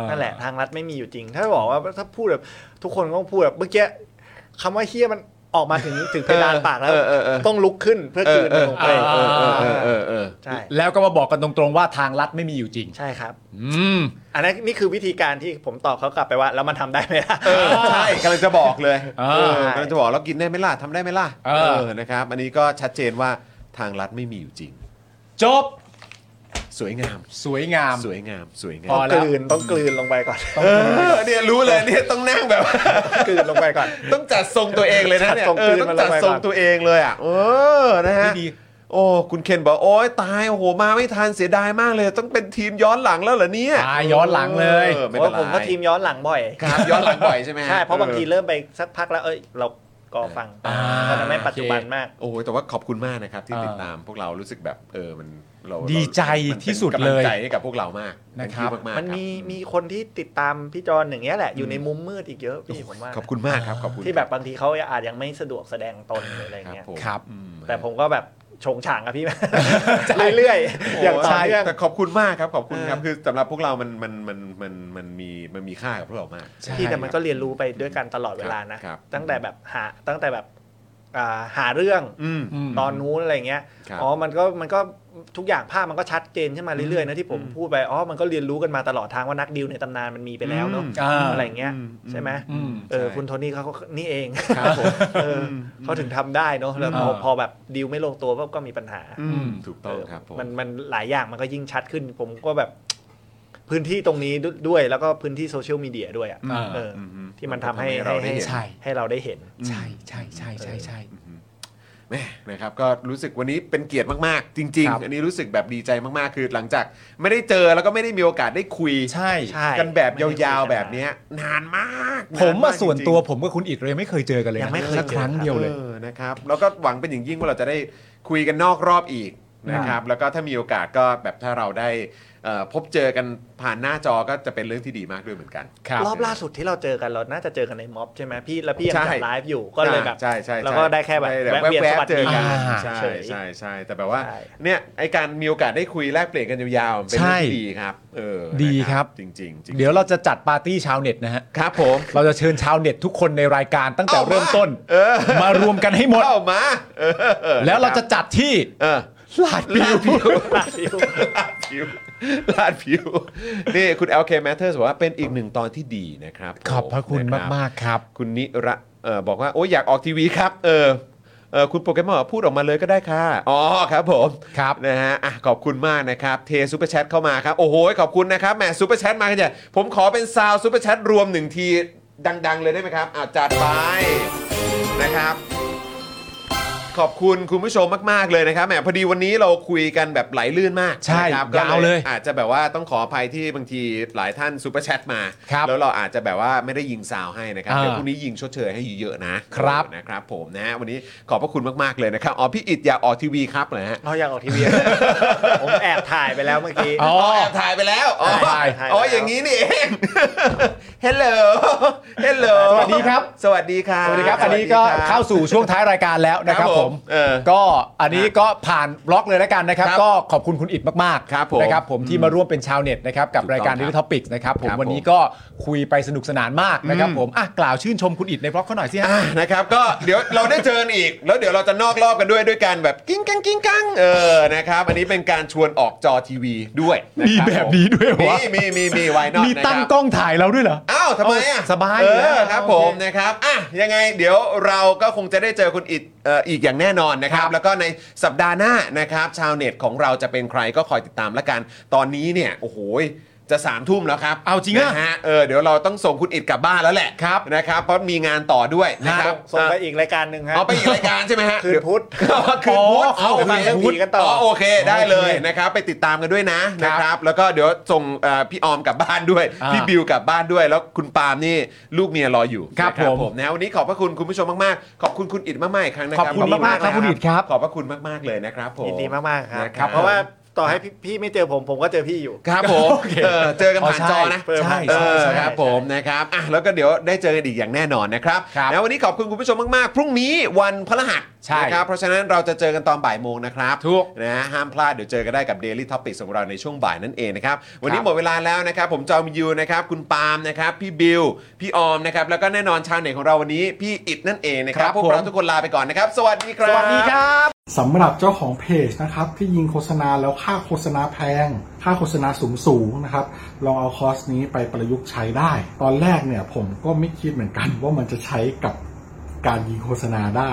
[SPEAKER 2] า นั่
[SPEAKER 3] นั่นแหละทางรัฐไม่มีอยู่จริง ถ้าบอกว่าถ้าพูดแบบทุกคนก็ต้องพูดแบบเมื่อกี้คำว่าเฮี้ยมันออกมาถึงถึงเพดานปากแล้ว
[SPEAKER 1] เออเออเออ
[SPEAKER 3] ต้องลุกขึ้นเพื่อ
[SPEAKER 1] เอ
[SPEAKER 3] คื
[SPEAKER 1] อน เออ
[SPEAKER 3] มันลง
[SPEAKER 1] เอ
[SPEAKER 3] ไป
[SPEAKER 1] อเออเออเออเออเออ
[SPEAKER 3] ใช่
[SPEAKER 2] แล้วก็มาบอกกันตรงๆว่าทางรัฐไม่มีอยู่จริง
[SPEAKER 3] ใช่ครับ
[SPEAKER 2] อืม
[SPEAKER 3] อันนั้นนี่คือวิธีการที่ผมตอบเขากลับไปว่า แล้วมันทำได้ไหมล่ะ
[SPEAKER 1] เออใช่กำลังจะบอกเลย
[SPEAKER 2] อ่า
[SPEAKER 1] เออกำลังจะบอกแล้วกินได้ไหมล่ะทำได้ไหมล่ะ
[SPEAKER 2] เออ
[SPEAKER 1] นะครับ อันนี้ก็ชัดเจนว่าทางรัฐไม่มีอยู่จริง
[SPEAKER 2] จบ
[SPEAKER 1] สวยงาม
[SPEAKER 2] สวยงาม
[SPEAKER 1] สวยงามสวยงา
[SPEAKER 2] พ
[SPEAKER 1] ม
[SPEAKER 2] อ
[SPEAKER 3] ต้องกลืนต้องกลืนลงไปก่อน
[SPEAKER 1] เออเนี่ยรู้เลยเนี่ยต้องนั่งแบบ
[SPEAKER 3] กลืนลงไปก่อน
[SPEAKER 1] ต้องจัดทรงตัวเองเลยนะเนี่ย
[SPEAKER 3] จัดทรง
[SPEAKER 1] เออต้องจัดท
[SPEAKER 3] คืนมาลงไปก่
[SPEAKER 1] ร
[SPEAKER 3] อง น
[SPEAKER 1] ตัวเองเลยอ่ะเออนะฮะ
[SPEAKER 2] ดี
[SPEAKER 1] โอ้คุณเคนบอกโอ้ยตายโอ้โหมาไม่ทันเสียดายมากเลย ต้องเป็นทีมย้อนหลังแล้วเหรอเนี่ย
[SPEAKER 2] ตายย้อนหลังเลย
[SPEAKER 1] ออไม่
[SPEAKER 3] เพ
[SPEAKER 1] เป็น
[SPEAKER 3] ราะ
[SPEAKER 1] ไร
[SPEAKER 3] ผมก็ทีมย้อนหลังบ่อย
[SPEAKER 1] ครับย้อนหลังบ่อยใช่ไหมฮ
[SPEAKER 3] ใช่เพราะบางทีเริ่มไปสักพักแล้วเอ้ยเราก็ฟัง
[SPEAKER 2] อ่า
[SPEAKER 3] ตอนนั้นไม่ปัจจุบันมาก
[SPEAKER 1] โอ้ยแต่ว่าขอบคุณมากนะครับ ที่
[SPEAKER 2] เออ
[SPEAKER 1] ติดตามพวกเรารู้สึกแบบเออมันเรา
[SPEAKER 2] ดีใจ
[SPEAKER 1] มันป็น
[SPEAKER 2] ที่สุดเลย
[SPEAKER 1] กำงใจให้กับพวกเรามาก
[SPEAKER 2] นะครับ
[SPEAKER 1] ขอณากๆ
[SPEAKER 3] มันมี
[SPEAKER 1] ครับ
[SPEAKER 3] มีคนที่ติดตามพี่จอนอย่างเงี้ยแหละอยู่ในมุมมืดอีกเยอะพี่ผมว่านะ
[SPEAKER 1] ขอบคุณมากครับขอบคุณ
[SPEAKER 3] ที่แบบบางทีเขาอาจยังไม่สะดวกแสดงตนหรืออะไร
[SPEAKER 1] ครับ
[SPEAKER 3] เงี้ย
[SPEAKER 1] ผม
[SPEAKER 2] ครับ
[SPEAKER 1] อืม
[SPEAKER 3] แต่ผมก็แบบชงฉาง อะพี่ เรื่อยๆอย่างต่อ
[SPEAKER 1] ใช่
[SPEAKER 3] เนื่อง
[SPEAKER 1] แต่ขอบคุณมากครับขอบคุณครับคือสำหรับพวกเรามันมันมันมันมันมีมันมีค่ากับพวกเรามาก
[SPEAKER 2] ใช่
[SPEAKER 3] พี่แต่มันก็เรียนรู้ไปด้วยกันตลอดเวลานะครับ ตั้งแต่แบบหาตั้งแต่แบบ อ่าหาเรื่อง
[SPEAKER 1] อืม
[SPEAKER 2] ม
[SPEAKER 3] ตอนนู้นอะไรเงี้ย
[SPEAKER 1] ครับ
[SPEAKER 3] อ๋อมันก็มันก็ทุกอย่างภาพมันก็ชัดเจนขึ้นมาเรื่อยๆนะที่ผมพูดไปอ๋อมันก็เรียนรู้กันมาตลอดทางว่านักดิวในตำนานมันมีไปแล้วเนาะ
[SPEAKER 1] อืม
[SPEAKER 2] อ่า
[SPEAKER 3] อะไรเงี้ย
[SPEAKER 1] อืม
[SPEAKER 3] ใช่ไหม
[SPEAKER 2] อืม
[SPEAKER 3] เออ
[SPEAKER 1] ใช่
[SPEAKER 3] คุณโทนี่เขาก็นี่เอง
[SPEAKER 1] ครับผม
[SPEAKER 3] เออเขาถึงทำได้เนาะแล้วพอ
[SPEAKER 2] อ่า
[SPEAKER 3] พอแบบดิวไม่ลงตัวปุ๊บก็มีปัญหา
[SPEAKER 1] อืมถูกต้องครับผม
[SPEAKER 3] มันมันหลายอย่างมันก็ยิ่งชัดขึ้น ผมก็แบบ พื้นที่ตรงนี้ดด้วย แล้วก็พื้นที่โซเชียลมีเดียด้วยอ่ะ
[SPEAKER 2] อ่า
[SPEAKER 3] เอออ
[SPEAKER 1] ม
[SPEAKER 3] ที่มันทำให้
[SPEAKER 1] มันทำให้เราได้เห็น
[SPEAKER 2] ใช่
[SPEAKER 3] ให้เราได้เห็น
[SPEAKER 2] ใช่ใช่ใช่ใช่ใช่
[SPEAKER 1] แหม่นะครับก็รู้สึกวันนี้เป็นเกียรติมากๆ จริง
[SPEAKER 2] ครับ
[SPEAKER 1] ๆ อันนี้รู้สึกแบบดีใจมากๆ คือหลังจากไม่ได้เจอแล้วก็ไม่ได้มีโอกาสได้คุย
[SPEAKER 2] ใช่
[SPEAKER 3] ใช่
[SPEAKER 1] กันแบบยาวๆแบบเนี้ยนานมาก
[SPEAKER 2] ผมมา
[SPEAKER 1] จริงๆ
[SPEAKER 2] ส่วนตัวผมกับคุณอิดเรายังไม่เคยเจอกันเลยนะ
[SPEAKER 3] ยังไม่เคย
[SPEAKER 2] สัก
[SPEAKER 3] เจอ
[SPEAKER 2] ครั้งเดียวเลย
[SPEAKER 1] ออนะครับแล้วก็หวังเป็นอย่างยิ่งว่าเราจะได้คุยกันนอกรอบอีกนะครับแล้วก็ถ้ามีโอกาสก็แบบถ้าเราได้เอ่อพบเจอกันผ่านหน้าจอก็จะเป็นเรื่องที่ดีมากด้วยเหมือนกัน
[SPEAKER 2] ครับ
[SPEAKER 3] รอบล่าสุดที่เราเจอกันเราน่าจะเจอกันในม็อบใช่ไหมพี่แล้วพี่ยัง
[SPEAKER 1] ใช่
[SPEAKER 3] จัดไลฟ์อยู่ก็เลยแบบ
[SPEAKER 1] อ่าใช่ใช่ใช่
[SPEAKER 3] แล้วก็ได้แค่แบบ
[SPEAKER 1] ได้
[SPEAKER 3] แวะเวียน
[SPEAKER 1] แวะ
[SPEAKER 3] สวัสดี
[SPEAKER 1] เจอกัน
[SPEAKER 2] อ่า
[SPEAKER 1] ใช่
[SPEAKER 3] เฉย
[SPEAKER 1] ใช่ใช่แต่แบบว่า
[SPEAKER 3] ใช่
[SPEAKER 1] เนี่ยไอการมีโอกาสได้คุยแลกเปลี่ยนกันยาวๆเป็นเรื่องที่
[SPEAKER 2] ใช่
[SPEAKER 1] ดีครับเออ
[SPEAKER 2] ดี
[SPEAKER 1] นะครับ จริงๆจริงๆ
[SPEAKER 2] เดี๋ยวเราจะจัดปาร์ตี้ชาวเน็ตนะฮะ
[SPEAKER 1] ครับผม
[SPEAKER 2] เราจะเชิญชาวเน็ตทุกคนในรายการตั้งแต่เริ่มต้น
[SPEAKER 1] เออ
[SPEAKER 2] มารวมกันให้หมด
[SPEAKER 1] เข้ามาเออ
[SPEAKER 2] แล้วเราจะจัดที่
[SPEAKER 1] เออ
[SPEAKER 2] ลาดพิว
[SPEAKER 3] ลาดพิว
[SPEAKER 1] ลาดผิวลาดผิว นี่คุณ LK Matters บอกว่าเป็นอีกหนึ่งตอนที่ดีนะครับ
[SPEAKER 2] ขอบพระคุณ
[SPEAKER 1] นะรับ
[SPEAKER 2] มากๆครับ
[SPEAKER 1] คุณนิระเอ่อบอกว่า โอ้ยอยากออกทีวีครับ เออเออคุณโปเกมอนบอกพูดออกมาเลยก็ได้ค่ะ อ๋อครับผม
[SPEAKER 2] ครับ
[SPEAKER 1] นะฮะอ่ะขอบคุณมากนะครับ เทซูเปอร์แชทเข้ามาครับ โอ้โห ขอบคุณนะครับแหมซูเปอร์แชทมากันจ้ะผมขอเป็นซาวซูเปอร์แชทรวมหนึ่งที ดัง ๆ เลยได้ไหมครับอ่ะจัดไปนะครับ ขอบคุณคุณผู้ชมมาก ๆ เลยนะครับแหมพอดีวันนี้เราคุยกันแบบไหลลื่นมาก
[SPEAKER 2] ใช่
[SPEAKER 1] นะครับ
[SPEAKER 2] ยาวเลย
[SPEAKER 1] อาจจะแบบว่าต้องขออภัยที่บางทีหลายท่านซูเปอร์แชทมา
[SPEAKER 2] ครับ
[SPEAKER 1] แล้วเราอาจจะแบบว่าไม่ได้ยิงซาวให้นะครับ
[SPEAKER 2] อ่า
[SPEAKER 1] เดี๋ยวพรุ่งนี้ยิงชดเชยให้เยอะๆนะครับ นะครับผมนะฮะวันนี้ขอบพระคุณมากๆเลยนะครับอ๋อพี่อิดอยากออกทีวีครับเหรอฮะ
[SPEAKER 3] เราอยากออกทีวี ผมแอบถ่ายไปแล้วเมื่อกี้
[SPEAKER 2] อ๋อ
[SPEAKER 1] แอบถ่ายไปแล้วอ๋อ
[SPEAKER 3] ถ่ายถ่าย
[SPEAKER 1] อ๋อ
[SPEAKER 3] แล้ว
[SPEAKER 1] อย่างนี้นี่เอง ฮัลโหลฮัลโหล
[SPEAKER 2] สวัสดีครับ
[SPEAKER 1] สวัสดีครับ
[SPEAKER 2] สวัสดีครับ อันนี้ก็
[SPEAKER 1] สวัสดีครับ
[SPEAKER 2] เข้าสู่ช่วงท้ายรายการแล้วนะครั
[SPEAKER 1] ค
[SPEAKER 2] บ
[SPEAKER 1] รับผ
[SPEAKER 2] ผม ม
[SPEAKER 1] เออ
[SPEAKER 2] ก็อันนี้ก็ผ่านบล็อกเลยแล้วกันนะครับ
[SPEAKER 1] ครับ
[SPEAKER 2] ก็ขอบคุณคุณอิดมาก
[SPEAKER 1] ครับผม
[SPEAKER 2] นะครับผมที่มาร่วมเป็นชาวเน็ตนะครับกับ
[SPEAKER 1] ถูกต้อง
[SPEAKER 2] รายการ
[SPEAKER 1] ครับ
[SPEAKER 2] ดิจิทัลปิกนะครับผม
[SPEAKER 1] ครับ
[SPEAKER 2] วันนี้
[SPEAKER 1] ผม
[SPEAKER 2] ก็คุยไปสนุกสนานมากนะครับผมอ่ะกล่าวชื่นชมคุณอิดในบล็อกเขาหน่อยสิฮะ
[SPEAKER 1] อ่ะนะครับก็เดี๋ยวเราได้เจอกันอีก แล้วเดี๋ยวเราจะนอกรอบกันด้วยด้วยการแบบกิ้งกังกิ้งกังเออนะครับอันนี้เป็นการชวนออกจอทีวีด้วยนะค
[SPEAKER 2] มี
[SPEAKER 1] รั
[SPEAKER 2] แบบ
[SPEAKER 1] ผ
[SPEAKER 2] นี้ด้วยเหรอวะ
[SPEAKER 1] มีมีมีมีไวน o อ
[SPEAKER 2] มี
[SPEAKER 1] นะ
[SPEAKER 2] ตั้
[SPEAKER 1] ค
[SPEAKER 2] ง
[SPEAKER 1] รับ
[SPEAKER 2] กล้องถ่ายเราด้วยเหรอ
[SPEAKER 1] อ้าวทำไมอ่ะ
[SPEAKER 2] สบาย
[SPEAKER 1] เอ
[SPEAKER 2] อยู่แล้ว
[SPEAKER 1] อครับ
[SPEAKER 2] โอเค
[SPEAKER 1] ผมนะครับอ่ะยังไงเดี๋ยวเราก็คงจะได้เจอคุณอิดเอ่ออีกอย่างแน่นอนนะครับ แล้วก็ในสัปดาห์หน้านะครับ ชาวเน็ตของเราจะเป็นใครก็คอยติดตามละกันตอนนี้เนี่ยโอ้โหจะสามทุ่มแล้วครับ
[SPEAKER 2] เอาจริงอะ
[SPEAKER 1] นฮะเออเดี๋ยวเราต้องส่งคุณอิดกลับบ้านแล้วแหละ
[SPEAKER 2] ครับ
[SPEAKER 1] นะครับเพราะมีงานต่อด้วยนะครับ
[SPEAKER 3] ส่งไปอีกรายการหนึ่งฮะ
[SPEAKER 1] เอาไปอีกรายการใช่ไหมฮะ
[SPEAKER 3] คืนพุธ
[SPEAKER 1] อ๋อ คืนพุธ
[SPEAKER 2] เอา
[SPEAKER 1] โค
[SPEAKER 2] คืนพุธ
[SPEAKER 1] กันต่อโอเคได้เลย
[SPEAKER 2] โอเค
[SPEAKER 1] นะครับ ไปติดตามกันด้วยนะ
[SPEAKER 2] ครั
[SPEAKER 1] นะ
[SPEAKER 2] บ
[SPEAKER 1] ครับ แล้วก็เดี๋ยวส่งเอ่อพี่ออมกลับบ้านด้วย
[SPEAKER 2] อ่า
[SPEAKER 1] พี่บิวกลับบ้านด้วย แล้วคุณปาล์มนี่ลูกเมียรออยู่
[SPEAKER 2] ครับ
[SPEAKER 1] นะ
[SPEAKER 2] ผม
[SPEAKER 1] นะวันนี้ขอบพระคุณคุณผู้ชมมากๆ ขอบคุณคุณอิดมากๆอีกครั้งนะค
[SPEAKER 2] ข
[SPEAKER 1] รั
[SPEAKER 2] อบคุณมากๆครับคุณอิฐครับ
[SPEAKER 1] ขอบพระคุณมากๆเลยนะครับผม
[SPEAKER 3] ยินดีมากๆครับ
[SPEAKER 1] นะครับ
[SPEAKER 3] เพราะว่าต่อให้พี่พี่ไม่เจอผมผมก็เจอพี่อยู่
[SPEAKER 1] ครับผมเออเจอกัน
[SPEAKER 2] อ๋อ
[SPEAKER 1] ผ่านจอนะ
[SPEAKER 2] ใช่ใช่
[SPEAKER 1] เอ
[SPEAKER 2] ใช่
[SPEAKER 1] อ
[SPEAKER 2] ใช่
[SPEAKER 1] ครับผมนะครับอ่ะแล้วก็เดี๋ยวได้เจอกันอีกอย่างแน่นอนนะครับ
[SPEAKER 2] ครับ
[SPEAKER 1] แล้ววันนี้ขอบคุณคุณผู้ชมมาก ๆ พรุ่งนี้วันพฤหัส
[SPEAKER 2] ใช่
[SPEAKER 1] นะครับเพราะฉะนั้นเราจะเจอกันตอนบ่ายโมงนะครับ
[SPEAKER 2] ถูก
[SPEAKER 1] นะฮะห้ามพลาดเดี๋ยวเจอกันได้กับ Daily t o p i c ของเราในช่วงบ่ายนั่นเองนะครับวันนี้
[SPEAKER 2] ครับ
[SPEAKER 1] หมดเวลาแล้วนะครับ ผมจอมยูนะครับคุณปาล์มนะครับพี่บิวพี่ออมนะครับแล้วก็แน่นอนชาวเน็ตของเราวันนี้พี่อิดนั่นเองนะครับ
[SPEAKER 2] ครับ
[SPEAKER 1] พวกเรา
[SPEAKER 2] ผม
[SPEAKER 1] ทุกคนลาไปก่อนนะครับ สวัสดีครับ
[SPEAKER 2] สวัสดีครับ
[SPEAKER 5] สำหรับเจ้าของเพจนะครับที่ยิงโฆษณาแล้วค่าโฆษณาแพง ค่าโฆษณาสูงสูงๆนะครับลองเอาคอร์สนี้ไปประยุกต์ใช้ได้ ตอนแรกเนี่ยผมก็ไม่คิดเหมือนกัน ว่ามันจะใช้กับการยิงโฆษณาได้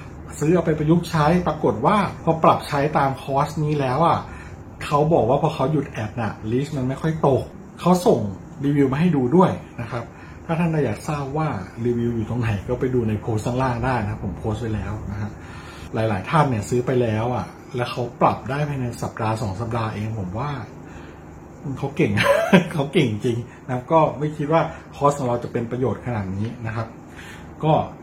[SPEAKER 5] ซื้อเอาไปประยุกต์ใช้ปรากฏว่าพอปรับใช้ตามคอร์สนี้แล้วอ่ะเขาบอกว่าพอเขาหยุดแอดน่ะลิสต์มันไม่ค่อยตกเขาส่งรีวิวมาให้ดูด้วยนะครับ ถ้าท่านอยากทราบว่ารีวิวอยู่ตรงไหนก็ไปดูในโพสต์ข้างล่างได้นะครับผมโพสต์ไว้แล้วนะครับ หลาย ๆ ท่านเนี่ยซื้อไปแล้วอ่ะ แล้วเขาปรับได้ภายในสัปดาห์สองสัปดาห์เองผมว่า เขาเก่ง เขาเก่งจริงนะครับก็ไม่คิดว่าคอร์สของเราจะเป็นประโยชน์ขนาดนี้นะครับ ก็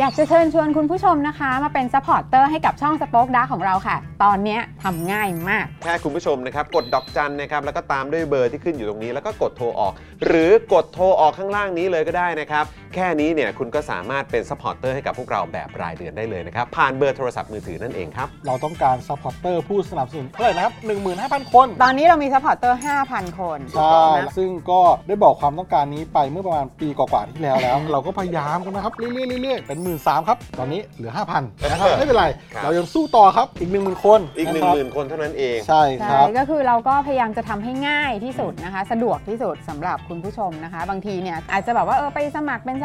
[SPEAKER 6] อยากจะเชิญชวนคุณผู้ชมนะคะ มาเป็นซัพพอร์ตเตอร์ให้กับช่องสป็อคดาของเราค่ะ ตอนเนี้ยทำง่ายมาก
[SPEAKER 1] แค่คุณผู้ชมนะครับ กดดอกจันนะครับ แล้วก็ตามด้วยเบอร์ที่ขึ้นอยู่ตรงนี้ แล้วก็กดโทรออก หรือกดโทรออกข้างล่างนี้เลยก็ได้นะครับ แค่นี้เนี่ยคุณก็สามารถเป็นซัพพอร์ตเตอร์ให้กับพวกเราแบบรายเดือนได้เลยนะครับ ผ่านเบอร์โทรศัพท์มือถือนั่นเองครับ
[SPEAKER 5] เราต้องการซัพพอร์ตเตอร์ผู้สนับสนุนเท่าไหร่นะครับ 15,000 คน
[SPEAKER 6] ตอนนี้เรามีซัพพอร์ตเตอร์ 5,000 คน
[SPEAKER 5] ใช่
[SPEAKER 6] นะ
[SPEAKER 5] ซึ่งก็ได้บอกความต้องการนี้ไปเมื่อประมาณปีกว่าๆที่แล้วแล้ว เราก็พยายามกันนะครับ เรื่อยๆเรื่อยๆเป็นหมื่นสามครับ ตอนนี้เหลือ 5,000 นะครับ ไม่เป็นไร
[SPEAKER 1] ครับ
[SPEAKER 5] เรายังสู้ต่อครับ อีก 1 0,000 คน
[SPEAKER 1] อีก 1
[SPEAKER 5] ะครับ
[SPEAKER 1] 0,000 คนเท่านั้นเอง
[SPEAKER 5] ใช่ค
[SPEAKER 6] ใช่
[SPEAKER 5] รับ
[SPEAKER 6] ก็คือเราก็พยายามจะทำให้ง่ายที่สุดนะคะ สะดวกที่สุดสำหรับคุณผู้ชมนะคะ บางทีเนี่ยอาจจะแบบว่าเออไปสมัครเป็นซ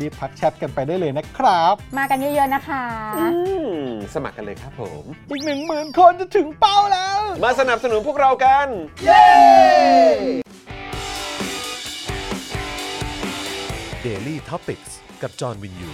[SPEAKER 5] รีบทักแชทกันไปได้เลยนะครับ
[SPEAKER 6] มากันเยอะๆนะคะ
[SPEAKER 1] อืมสมัครกันเลยครับผม
[SPEAKER 5] อีก 1 0,000 คนจะถึงเป้าแล้ว
[SPEAKER 1] มาสนับสนุนพวกเรากัน
[SPEAKER 7] Daily t o p i c กกับจอห์นวินยู